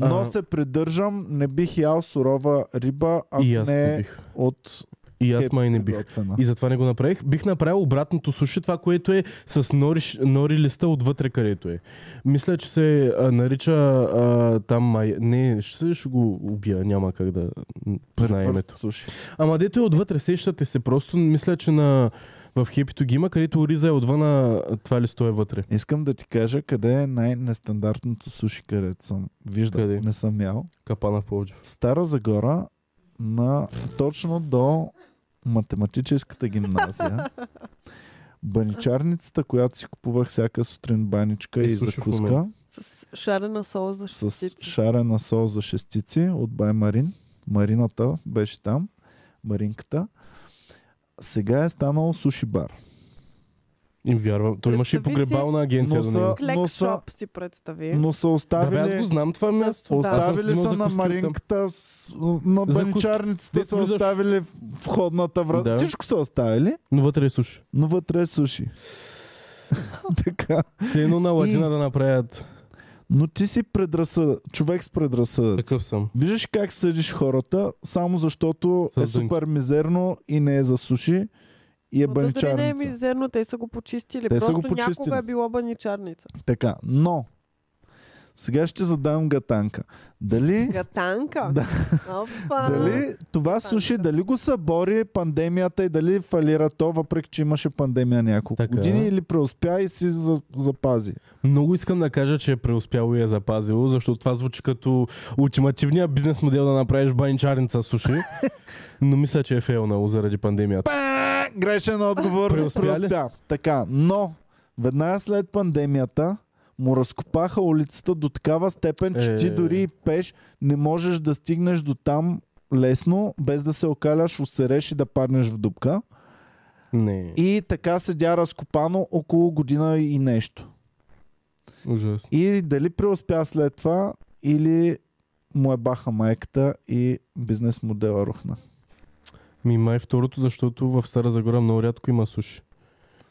Speaker 2: А,
Speaker 1: Но се придържам, не бих ял сурова риба, ако
Speaker 2: и аз не
Speaker 1: не е
Speaker 2: бих.
Speaker 1: от
Speaker 2: И аз
Speaker 1: хеп
Speaker 2: май не бих.
Speaker 1: приготвена.
Speaker 2: И затова не го направих. Бих направил обратното суши, това, което е с нори, ш- нори листа отвътре, където е. Мисля, че се а, нарича а, там май... Не, ще, се- ще го убия, няма как да м, знае името.
Speaker 1: Просто суши.
Speaker 2: Ама дето е отвътре, сещате се просто, мисля, че на... В хепито ги има, където ориза е отвън, а това листо е вътре.
Speaker 1: Искам да ти кажа къде е най-нестандартното суши, където съм виждал,
Speaker 2: Къде?
Speaker 1: не съм ял.
Speaker 2: Капана в Пловдив.
Speaker 1: В Стара Загора, на, точно до математическата гимназия. Баничарницата, която си купувах всяка сутрин баничка
Speaker 2: И
Speaker 1: и
Speaker 2: суши в
Speaker 1: закуска
Speaker 2: момента.
Speaker 4: С шарена сол за
Speaker 1: с
Speaker 4: щитици.
Speaker 1: шарена сол за шестици от Бай Марин. Марината беше там, Маринката. Сега е станал суши бар.
Speaker 2: Им вярвам. Той имаше и
Speaker 4: Представи си,
Speaker 2: погребална агенция
Speaker 1: но
Speaker 2: до
Speaker 1: са-
Speaker 2: него.
Speaker 4: Клек
Speaker 1: но са-
Speaker 4: шоп си представи.
Speaker 1: Но са
Speaker 2: Е. Да, бе, аз
Speaker 1: оставили...
Speaker 2: го знам това място.
Speaker 4: Да.
Speaker 1: Оставили
Speaker 2: Аз
Speaker 1: са
Speaker 2: съм
Speaker 1: на
Speaker 2: закуската.
Speaker 1: маринката, с- на
Speaker 2: Закуската.
Speaker 1: баничарницата
Speaker 2: Дето
Speaker 1: са
Speaker 2: влизаш.
Speaker 1: оставили в входната врата.
Speaker 2: Да.
Speaker 1: Всичко са оставили,
Speaker 2: Но вътре е суш.
Speaker 1: но вътре е суши. така.
Speaker 2: Все едно на ладина да направят.
Speaker 1: Но ти си предразсъдък. Човек с предразсъдък.
Speaker 2: Такъв съм.
Speaker 1: Виждаш как съдиш хората, само защото
Speaker 2: С
Speaker 1: е
Speaker 2: дънки.
Speaker 1: супер мизерно и не е за суши и е
Speaker 4: Ма да дори не е
Speaker 1: баничарница.
Speaker 4: мизерно, те са го почистили.
Speaker 1: Те са
Speaker 4: Просто
Speaker 1: го почистили.
Speaker 4: някога е било баничарница.
Speaker 1: Така, но сега ще задам гатанка. Дали
Speaker 4: Гатанка?
Speaker 1: Да.
Speaker 4: Опа.
Speaker 1: Дали това
Speaker 4: Фантика.
Speaker 1: суши, дали го събори пандемията и дали фалира то, въпреки че имаше пандемия няколко
Speaker 2: Така.
Speaker 1: години или преуспя и си за, запази?
Speaker 2: Много искам да кажа, че е преуспяло и е запазило, защото това звучи като ултимативния бизнес модел да направиш баничарница суши. Но мисля, че е фейлнало заради пандемията.
Speaker 1: Па, грешен отговор.
Speaker 2: Преуспя ли?
Speaker 1: преуспя. Така, но веднага след пандемията му разкопаха улицата до такава степен, че
Speaker 2: Е.
Speaker 1: ти дори и пеш не можеш да стигнеш до там лесно, без да се окаляш, усереш и да паднеш в дупка.
Speaker 2: Не,
Speaker 1: И така седя разкопано около година и нещо.
Speaker 2: ужасно.
Speaker 1: И дали преуспя след това, или му е баха майката и бизнес модела рухна.
Speaker 2: Ми май второто, защото в Стара Загора много рядко има суши.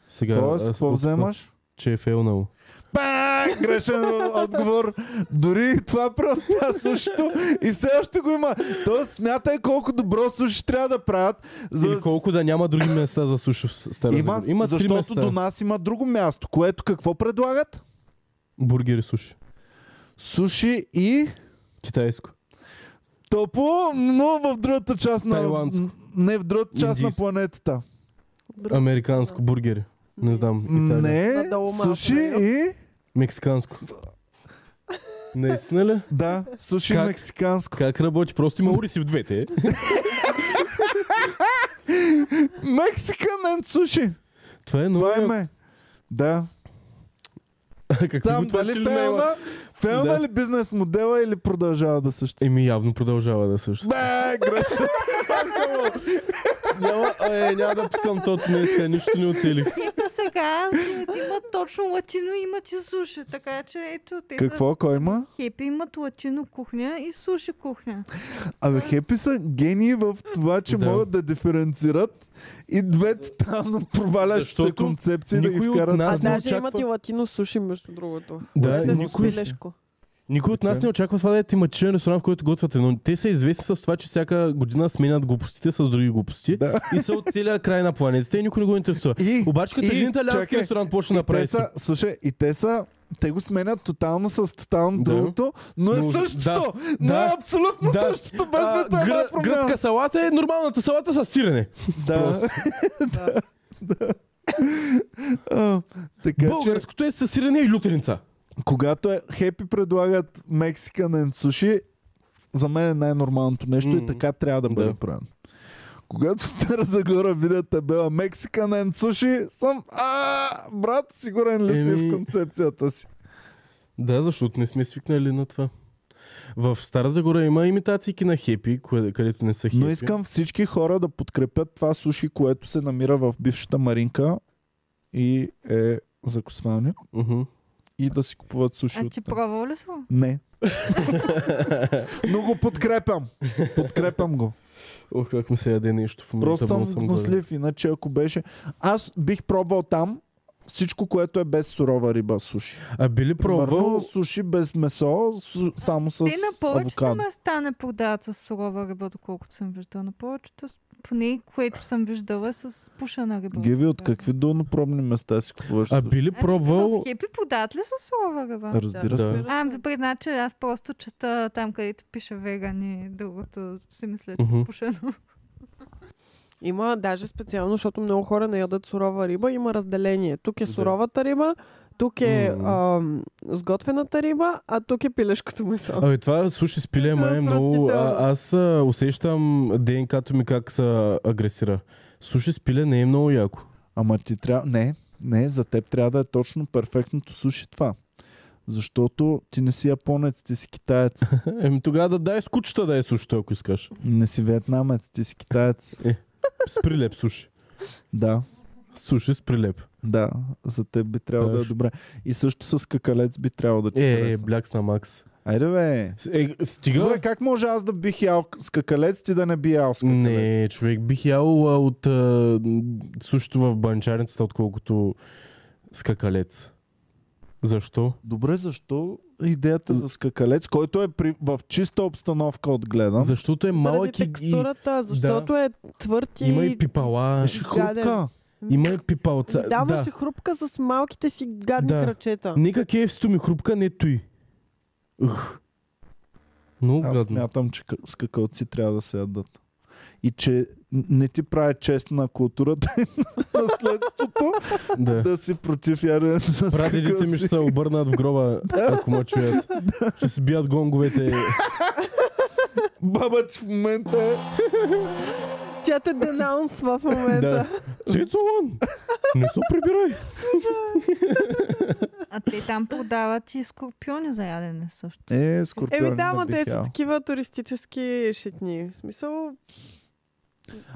Speaker 2: Сега,
Speaker 1: Тоест,
Speaker 2: аз
Speaker 1: какво
Speaker 2: мисля,
Speaker 1: вземаш?
Speaker 2: Че е фейлнало.
Speaker 1: Ба, грешен отговор. Дори и това преуспя също и все още го има. Тоест, смятай колко добро суши трябва да правят.
Speaker 2: За...
Speaker 1: За... да
Speaker 2: Или
Speaker 1: с-
Speaker 2: колко да няма други места за суши в Стара
Speaker 1: има,
Speaker 2: Загора. Има три
Speaker 1: защото
Speaker 2: места.
Speaker 1: до нас има друго място, което какво предлагат?
Speaker 2: Бургери суши.
Speaker 1: Суши и
Speaker 2: Китайско.
Speaker 1: топо, но в другата част на...
Speaker 2: Тайландско.
Speaker 1: Не, в другата част на
Speaker 2: Индийско.
Speaker 1: планетата.
Speaker 4: Друг.
Speaker 2: Американско бургери. Не знам. Италия.
Speaker 1: Не,
Speaker 4: Надолу малко,
Speaker 1: суши
Speaker 4: нали?
Speaker 1: и...
Speaker 2: Мексиканско. Наистина ли?
Speaker 1: Да, суши
Speaker 2: Как?
Speaker 1: мексиканско.
Speaker 2: Как работи? Просто има уриси в двете. е.
Speaker 1: Мексикан and суши.
Speaker 2: Това е
Speaker 1: Това е
Speaker 2: много...
Speaker 1: ме. Да.
Speaker 2: Какво
Speaker 1: Там
Speaker 2: го това,
Speaker 1: дали
Speaker 2: че ли не е ма-
Speaker 1: фелна, фелна
Speaker 2: Да.
Speaker 1: ли бизнес модела или продължава да съществува?
Speaker 2: Еми явно продължава да също.
Speaker 1: Бе, грешно.
Speaker 2: Няма, е, няма да пускам тото днес, е, нищо не оцелих.
Speaker 5: Ето сега имат- имат точно латино, имат и суши. Така че ето те са
Speaker 1: Какво кой има?
Speaker 5: хепи, имат латино кухня и суши кухня.
Speaker 1: Абе, хепи са гении в това, че
Speaker 2: Да.
Speaker 1: могат да диференцират и две тотално провалящи се
Speaker 2: Защото
Speaker 1: концепции да ги
Speaker 2: никой от
Speaker 1: вкарат.
Speaker 2: нас
Speaker 4: А
Speaker 2: Аз не
Speaker 4: даже имат
Speaker 2: очаквах-
Speaker 4: и латино суши, между другото.
Speaker 2: Да,
Speaker 4: Латино
Speaker 2: никой-
Speaker 4: свилешко.
Speaker 2: Никой от нас не очаква това да е тематичен ресторант, в който готвят, но те са известни с това, че всяка година сменят глупостите с други глупости
Speaker 1: Да.
Speaker 2: и са от целия край на планетата и никой не го интересува.
Speaker 1: И-
Speaker 2: Обаче като
Speaker 1: и-
Speaker 2: един италиански
Speaker 1: чакай.
Speaker 2: ресторант почне
Speaker 1: И
Speaker 2: да прави
Speaker 1: те са, слушай, и те са те го сменят тотално с тотално
Speaker 2: Да.
Speaker 1: другото, но е
Speaker 2: Но-
Speaker 1: същото!
Speaker 2: да,
Speaker 1: но е
Speaker 2: да,
Speaker 1: абсолютно
Speaker 2: да.
Speaker 1: същото, без
Speaker 2: А,
Speaker 1: нито е една
Speaker 2: гръ-
Speaker 1: промяна.
Speaker 2: гръцка салата е нормалната салата с сирене.
Speaker 1: Да. да. А, така че,
Speaker 2: Българското е с сирене и лютеница.
Speaker 1: когато е хепи предлагат мексиканен суши, за мен е най-нормалното нещо и
Speaker 2: Мгм.
Speaker 1: така трябва да бъде
Speaker 2: Да.
Speaker 1: правено. Когато в Стара Загора видят е табела мексиканен суши, съм а, брат, сигурен ли си
Speaker 2: Еми-
Speaker 1: в концепцията си?
Speaker 2: Да, защото не сме свикнали на това. В Стара Загора има имитации на хепи, кое- където не са хепи.
Speaker 1: Но искам всички хора да подкрепят това суши, което се намира в бившата Маринка и е закусване
Speaker 2: Мгм.
Speaker 1: и да си купуват суши
Speaker 5: А
Speaker 1: от
Speaker 5: ти
Speaker 1: там.
Speaker 5: пробвал ли си? го?
Speaker 1: Не. Но го подкрепям. Подкрепям го.
Speaker 2: Ох, как ми се яде нещо в момента.
Speaker 1: Просто съм
Speaker 2: много гладен.
Speaker 1: гнослив, иначе ако беше... Аз бих пробвал там всичко, което е без сурова риба суши.
Speaker 2: А били
Speaker 1: Примерно
Speaker 2: пробвал...
Speaker 1: суши без месо, су... само с
Speaker 5: Те на повечето
Speaker 1: авокадо.
Speaker 5: места не продават с сурова риба, доколкото съм виждала. На повечето, с- поне което съм виждала, е с пушена риба. Е,
Speaker 1: Геви, от
Speaker 5: Да.
Speaker 1: какви долнопробни места си купуваш?
Speaker 2: А
Speaker 1: суши?
Speaker 2: били
Speaker 5: Е, В
Speaker 2: пробвал...
Speaker 5: хепи подават ли с сурова риба?
Speaker 1: Разбира
Speaker 2: Да.
Speaker 1: се.
Speaker 5: А, добре, значи аз просто чета там, където пише вегани, другото си мисля, че
Speaker 2: Мгм.
Speaker 5: е пушено.
Speaker 4: Има даже специално, защото много хора не ядат сурова риба, има разделение. Тук е суровата риба, тук е
Speaker 2: М.
Speaker 4: ам, сготвената риба, а тук е пилешкото месо.
Speaker 2: Абе, това суши с пиле,
Speaker 4: Това е
Speaker 2: май е много...
Speaker 4: отвратително.
Speaker 2: А, аз а, усещам ДНК-то ми как се агресира. Суши с пиле не е много яко.
Speaker 1: Ама ти трябва... Не, не, за теб трябва да е точно перфектното суши това. Защото ти не си японец, ти си китаец.
Speaker 2: Еми тогава да дай с кучета да е сушито, ако искаш.
Speaker 1: Не си вьетнамец, ти си китаец.
Speaker 2: С прилеп суши.
Speaker 1: Да,
Speaker 2: Суши с
Speaker 1: Е,
Speaker 2: прилеп.
Speaker 1: да. За теб би трябвало да е
Speaker 2: Хорошо.
Speaker 1: добре. И също с какалец би трябвало да ти
Speaker 2: Е, е,
Speaker 1: хареса.
Speaker 2: блякс на Макс.
Speaker 1: Айде бе.
Speaker 2: С- Е, стига.
Speaker 1: Добре, как може аз да бих ял с какалец, ти да не би ял с какалец?
Speaker 2: Не, човек, бих ял а, от а, м, сушито в банчарницата, отколкото скакалец. Защо?
Speaker 1: Добре, защо идеята за скакалец, който е при, в чиста обстановка отгледан?
Speaker 2: Защото е
Speaker 4: Заради
Speaker 2: малък и, и
Speaker 4: текстурата, защото е твърд и... Ами
Speaker 2: има и пипала,
Speaker 1: Беше хрупка.
Speaker 4: гаден.
Speaker 2: има и пипалца.
Speaker 4: Да, да. хрупка с малките си гадни
Speaker 2: Да.
Speaker 4: крачета.
Speaker 2: Нека кефсто ми хрупка, не той. Ух. Много
Speaker 1: Аз
Speaker 2: гадно.
Speaker 1: смятам, че къ- скакалци трябва да се ядат. И че н- не ти прави чест на културата и на наследството
Speaker 2: Да.
Speaker 1: да си против яденето с
Speaker 2: Прадедите ми ще
Speaker 1: скакалци.
Speaker 2: се обърнат в гроба, ако ме чуят. Ще си бият гонговете.
Speaker 1: Баба, че в момента е...
Speaker 4: Тя те денаунсва в
Speaker 2: да.
Speaker 4: момента.
Speaker 2: Цицолан! Не се прибирай!
Speaker 5: А те там продават и скорпиони за ядене също.
Speaker 1: Е,
Speaker 4: Еми
Speaker 1: скорпиони
Speaker 4: да, ама
Speaker 1: не
Speaker 4: те
Speaker 1: бих
Speaker 4: са
Speaker 1: ял.
Speaker 4: такива туристически шитни. В смисъл...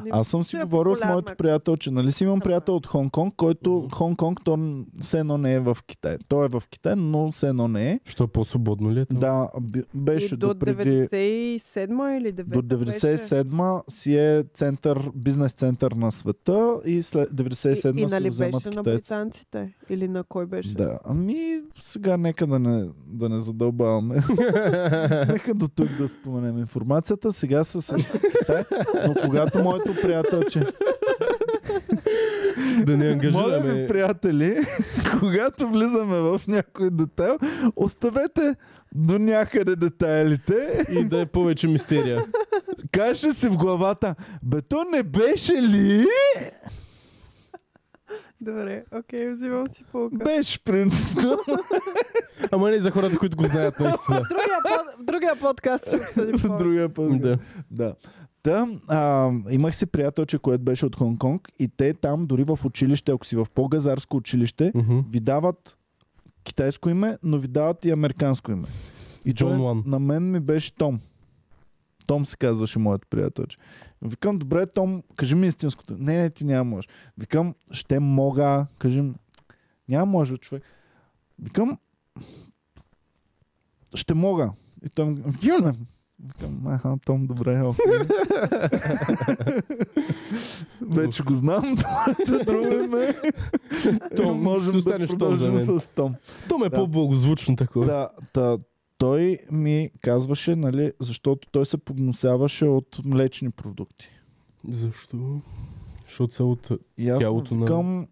Speaker 4: не-
Speaker 1: Аз съм си
Speaker 4: Супер
Speaker 1: говорил с моето
Speaker 4: е популярна.
Speaker 1: приятел, че нали си имам приятел от Хонг Конг, който
Speaker 2: Мгм.
Speaker 1: Хонг Конг то н- все едно не е в Китай. Той е в Китай, но все едно не е.
Speaker 2: Що е по-свободно ли е? там?
Speaker 1: Да, б- беше
Speaker 4: И до
Speaker 1: до преди...
Speaker 4: 97 или 9
Speaker 1: До 97-ма си е център, бизнес център на света и след
Speaker 4: и,
Speaker 1: 97-ма
Speaker 4: и
Speaker 1: си
Speaker 4: нали
Speaker 1: го вземат
Speaker 4: беше
Speaker 1: китайците.
Speaker 4: на британците? Или на кой беше?
Speaker 1: Да, ами сега нека да не, да не задълбаваме. нека до тук да споменем информацията. Сега са с, с Китай, но когато моето приятелче...
Speaker 2: Да не
Speaker 1: Моля ви,
Speaker 2: ангажираме.
Speaker 1: приятели, когато влизаме в някой детайл, оставете до някъде детайлите.
Speaker 2: И да е повече мистерия.
Speaker 1: Каже си в главата, бе то не беше ли?
Speaker 4: Добре, окей, взимам си полка.
Speaker 1: Беше принципно.
Speaker 2: Ама не за хората, които го знаят наистина.
Speaker 4: Другия, под, другия подкаст ще обсъдим.
Speaker 1: В
Speaker 4: повече.
Speaker 1: другия път.
Speaker 2: да.
Speaker 1: Да. Та, а, имах си приятелче, което беше от Хонг Конг и те там, дори в училище, ако си в по-газарско училище,
Speaker 2: Мгм.
Speaker 1: ви дават китайско име, но ви дават и американско име. И
Speaker 2: Джон
Speaker 1: той
Speaker 2: Уан.
Speaker 1: на мен ми беше Том. Том се казваше моят приятелче. Викам, добре, Том, кажи ми истинското. Не, не, ти няма можеш. Викам, ще мога. Кажи ми, няма може, човек. Викам, ще мога. И той ми казва, «Юна!» Викам, аха, Том, добре, окей. Вече го знам, твоето друго име.
Speaker 2: Том,
Speaker 1: можем
Speaker 2: ще
Speaker 1: да
Speaker 2: останеш Том за
Speaker 1: продължим
Speaker 2: мен.
Speaker 1: с Том.
Speaker 2: То ме е
Speaker 1: Да.
Speaker 2: по-благозвучно такова.
Speaker 1: Да, та, той ми казваше, нали, защото той се погносяваше от млечни продукти.
Speaker 2: Защо? Защото са от...
Speaker 1: И аз
Speaker 2: Тялото
Speaker 1: му
Speaker 2: на-
Speaker 1: викам,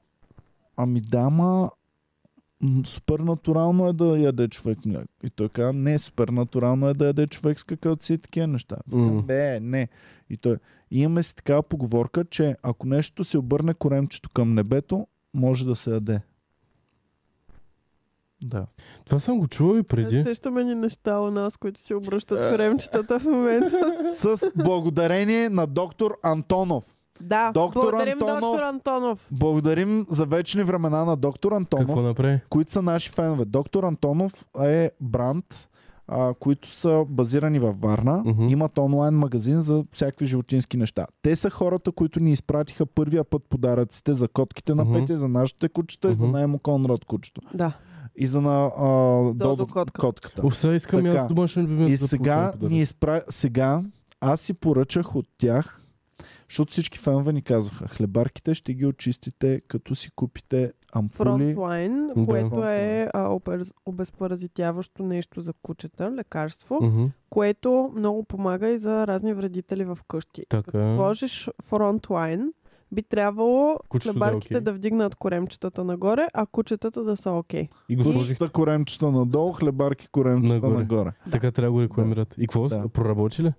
Speaker 1: ами дама, м, супер натурално е да яде човек мляко. И той каза, не, супер натурално е да яде човек с какаоци и такива неща.
Speaker 2: М.
Speaker 1: Викам, Бе, не. И той, и имаме си такава поговорка, че ако нещо си обърне коремчето към небето, може да се яде. Да.
Speaker 2: Това съм го чувал и преди.
Speaker 4: Е, Сещаме ни неща у нас, които си
Speaker 1: Е.
Speaker 4: обръщат коремчетата в момента.
Speaker 1: С благодарение на доктор Антонов.
Speaker 4: Да,
Speaker 1: Доктор
Speaker 4: благодарим
Speaker 1: Антонов.
Speaker 4: доктор Антонов.
Speaker 1: Благодарим за вечни времена на доктор Антонов,
Speaker 2: Какво направи?
Speaker 1: които са наши фенове. Доктор Антонов е бранд, а, които са базирани във Варна.
Speaker 2: Мгм.
Speaker 1: Имат онлайн магазин за всякакви животински неща. Те са хората, които ни изпратиха първия път подаръците за котките на
Speaker 2: Мгм.
Speaker 1: Петя, за нашите кучета и за
Speaker 2: Мгм.
Speaker 1: наймо Конрад кучето.
Speaker 4: Да.
Speaker 1: И за на а, Додо
Speaker 4: котката.
Speaker 1: котката.
Speaker 2: Уф, сега искам и
Speaker 1: Така.
Speaker 2: аз домашен любимец
Speaker 1: И
Speaker 2: да
Speaker 1: сега,
Speaker 2: получавам
Speaker 1: ни изпра... сега аз си поръчах от тях, защото всички фенове ни казаха, хлебарките ще ги очистите, като си купите ампули.
Speaker 4: Фронтлайн,
Speaker 2: Да.
Speaker 4: което е а, обез- обезпаразитяващо нещо за кучета, лекарство,
Speaker 2: подарък. Мгм.
Speaker 4: което много помага и за разни вредители в къщи.
Speaker 2: Така.
Speaker 4: Като сложиш фронтлайн, би трябвало
Speaker 2: Кучето да е
Speaker 4: хлебарките
Speaker 2: окей.
Speaker 4: да вдигнат коремчетата нагоре, а кучетата да са окей.
Speaker 2: И го сложих.
Speaker 1: Кучета коремчета надолу, хлебарки коремчета
Speaker 2: Нагоре.
Speaker 1: нагоре. нагоре.
Speaker 2: Така трябва да го рекламират. И какво?
Speaker 1: Да.
Speaker 2: Проработи ли?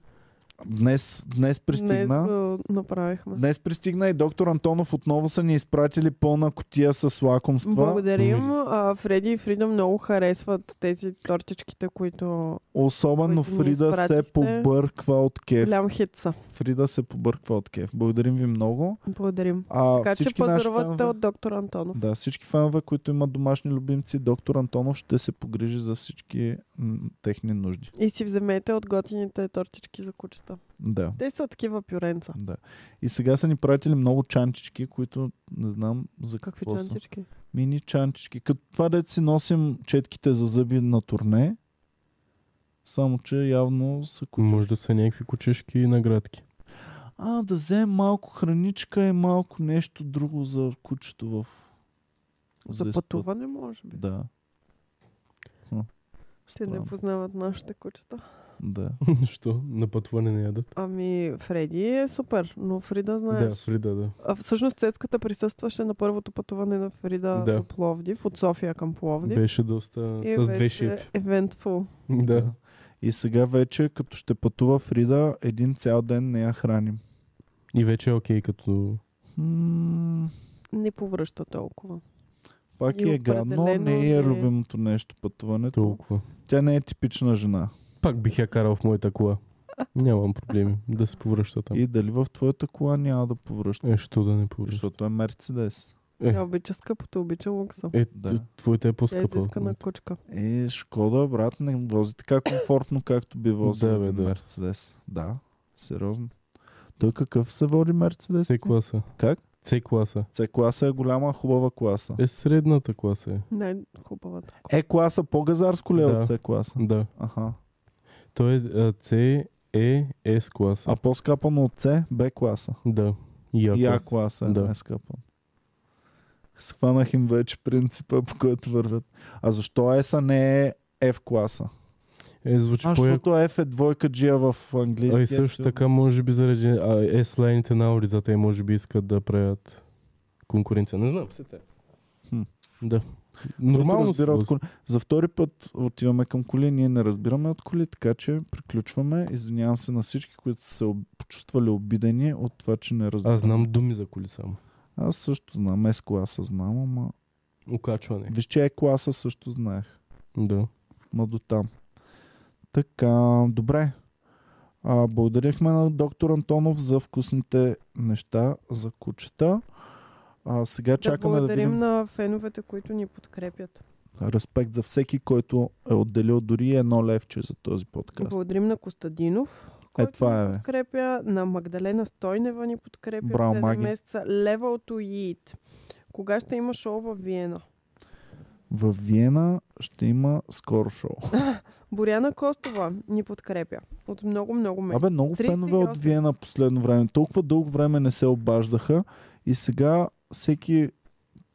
Speaker 1: Днес, днес пристигна.
Speaker 4: Днес
Speaker 1: Днес...
Speaker 4: го направихме.
Speaker 1: Днес пристигна и доктор Антонов отново са ни изпратили пълна котия с лакомства.
Speaker 4: Благодарим. А, Фреди и Фрида много харесват тези тортичките, които
Speaker 1: Особено
Speaker 4: които ни
Speaker 1: Фрида се
Speaker 4: изпратихте.
Speaker 1: побърква от кеф.
Speaker 4: голям хит са.
Speaker 1: Фрида се побърква от кеф. Благодарим ви много.
Speaker 4: Благодарим.
Speaker 1: А,
Speaker 4: Така че
Speaker 1: всички наши фенове-
Speaker 4: поздравате от доктор Антонов.
Speaker 1: Да, всички фенове, които имат домашни любимци, доктор Антонов ще се погрижи за всички м- техни нужди.
Speaker 4: И си вземете от готините тортички за кучета.
Speaker 1: Да.
Speaker 4: Те са такива пюренца.
Speaker 1: Да. И сега са ни пратили много чанчички, които не знам за
Speaker 4: Какви
Speaker 1: какво са.
Speaker 4: чантички?
Speaker 1: Мини чанчички. Като това дето си носим четките за зъби на турне, само че явно са кучета.
Speaker 2: Може да са някакви кучешки и наградки.
Speaker 1: А, да вземем малко храничка и малко нещо друго за кучето в...
Speaker 4: За
Speaker 1: изпът.
Speaker 4: пътуване, може би.
Speaker 1: Да. Хм.
Speaker 4: Те не
Speaker 1: Странно.
Speaker 4: познават нашите кучета.
Speaker 1: Да.
Speaker 2: Що? На пътуване не ядат.
Speaker 4: Ами, Фреди е супер, но Фрида знаеш.
Speaker 2: Да, Фрида, да.
Speaker 4: А, всъщност Цецката присъстваше на първото пътуване на Фрида
Speaker 2: Да.
Speaker 4: до Пловдив, от София към Пловдив.
Speaker 2: Беше доста...
Speaker 4: И
Speaker 2: с
Speaker 4: беше
Speaker 2: две шипи.
Speaker 4: Eventful.
Speaker 2: Да.
Speaker 1: И сега вече, като ще пътува Фрида, един цял ден не я храним.
Speaker 2: И вече е окей като...
Speaker 1: М,
Speaker 4: Не повръща толкова.
Speaker 1: пак
Speaker 4: И
Speaker 1: и е гадно,
Speaker 4: определено
Speaker 1: не е
Speaker 4: не е.
Speaker 1: любимото нещо пътуването.
Speaker 2: Толкова.
Speaker 1: Тя не е типична жена.
Speaker 2: Пак бих я карал в моята кола. Нямам проблеми да се повръща там.
Speaker 1: И дали в твоята кола няма да повръща,
Speaker 2: Е, що да не повръща?
Speaker 1: защото е Мерцедес.
Speaker 2: Е.
Speaker 4: Тя обича скъпото, обича лукса.
Speaker 2: Е,
Speaker 1: Да.
Speaker 2: да. твоята е
Speaker 4: Тя е
Speaker 2: по-скъпа.
Speaker 4: изискана кучка.
Speaker 1: Е, Шкода, брат, не вози така комфортно, както би возил
Speaker 2: Да,
Speaker 1: да,
Speaker 2: бе, да.
Speaker 1: Мерцедес. Да, сериозно. Той какъв се води Мерцедес?
Speaker 2: С класа.
Speaker 1: Как?
Speaker 2: С класа.
Speaker 1: С класа е голяма, хубава класа.
Speaker 2: Е средната класа е.
Speaker 4: Най-хубавата.
Speaker 1: Е класа по-газарско ли е
Speaker 2: Да.
Speaker 1: от С класа?
Speaker 2: Да.
Speaker 1: Аха.
Speaker 2: Той е а, С, Е, С класа.
Speaker 1: А по-скапано от С, Б класа.
Speaker 2: Да. И А
Speaker 1: И А
Speaker 2: класа.
Speaker 1: класа е
Speaker 2: Да.
Speaker 1: да. най-скъпа. Схванах им вече принципа, по който вървят. А защо S не е F класа?
Speaker 2: Е, звучи
Speaker 1: А,
Speaker 2: по
Speaker 1: защото F е двойка G в
Speaker 2: А
Speaker 1: английски.
Speaker 2: и също така, може би заради а, S-лайните на Audi, те може би искат да правят конкуренция. Не знам, се те.
Speaker 1: Хм.
Speaker 2: Да.
Speaker 1: Нормално
Speaker 2: Нормално се
Speaker 1: разбира от
Speaker 2: вози.
Speaker 1: коли. За втори път отиваме към коли, ние не разбираме от коли, така че приключваме. Извинявам се на всички, които са се об- почувствали обидени от това, че не разбираме.
Speaker 2: Аз знам думи за коли само.
Speaker 1: Аз също знам, S класа знам, ама...
Speaker 2: Окачване.
Speaker 1: Виж, че е класа също знаех.
Speaker 2: Да.
Speaker 1: Ма до там. Така, добре. А, благодарихме на доктор Антонов за вкусните неща за кучета. А, сега
Speaker 4: Да
Speaker 1: чакаме да
Speaker 4: благодарим
Speaker 1: видим
Speaker 4: на феновете, които ни подкрепят.
Speaker 1: респект за всеки, който е отделил дори едно левче за този подкаст.
Speaker 4: Благодарим на Костадинов, който
Speaker 1: това е, бе.
Speaker 4: ни подкрепя, на Магдалена Стойнева ни подкрепя
Speaker 1: Браво,
Speaker 4: Браво, 7
Speaker 1: маги.
Speaker 4: месеца. Level to eat. Кога ще има шоу във Виена?
Speaker 1: В Виена ще има скоро шоу.
Speaker 4: Боряна Костова ни подкрепя от много-много месеца.
Speaker 1: Абе, много
Speaker 4: 38.
Speaker 1: фенове от Виена последно време. Толкова дълго време не се обаждаха и сега всеки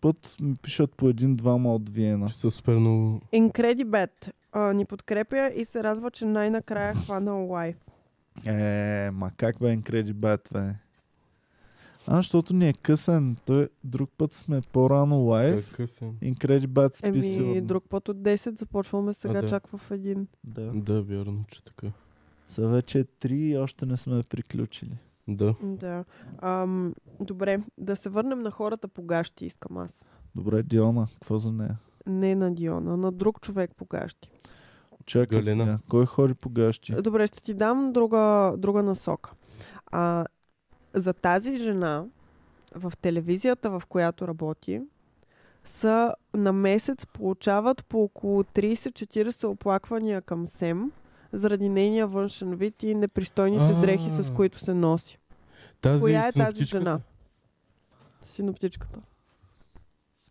Speaker 1: път ми пишат по един-двама от Виена.
Speaker 2: Че са супер много...
Speaker 4: Incredibet а, ни подкрепя и се радва, че най-накрая хвана лайф.
Speaker 1: Е, ма как бе Incredibet, бе? А, защото ни е късен. Той друг път сме по-рано лайв.
Speaker 2: Така съм.
Speaker 1: Incredibet спи
Speaker 4: Еми,
Speaker 1: сигурно.
Speaker 4: друг път от 10 започваме сега,
Speaker 2: А, да.
Speaker 4: чак в един.
Speaker 1: Да.
Speaker 2: Да, вярно, че така.
Speaker 1: Са вече три и още не сме приключили.
Speaker 2: Да.
Speaker 4: Да. Ам, добре, да се върнем на хората по гащи, искам аз.
Speaker 1: Добре, Диона, какво за нея?
Speaker 4: Не на Диона, на друг човек по гащи.
Speaker 1: Чакай
Speaker 2: Галина.
Speaker 1: сега. Кой ходи по гащи?
Speaker 4: Добре, ще ти дам друга, друга насока. А, за тази жена в телевизията, в която работи, са на месец получават по около 30-40 оплаквания към СЕМ заради нейния външен вид и непристойните
Speaker 2: А.
Speaker 4: дрехи, с които се носи.
Speaker 2: Тази
Speaker 4: Коя е тази
Speaker 2: синоптичката?
Speaker 4: жена? Синоптичката.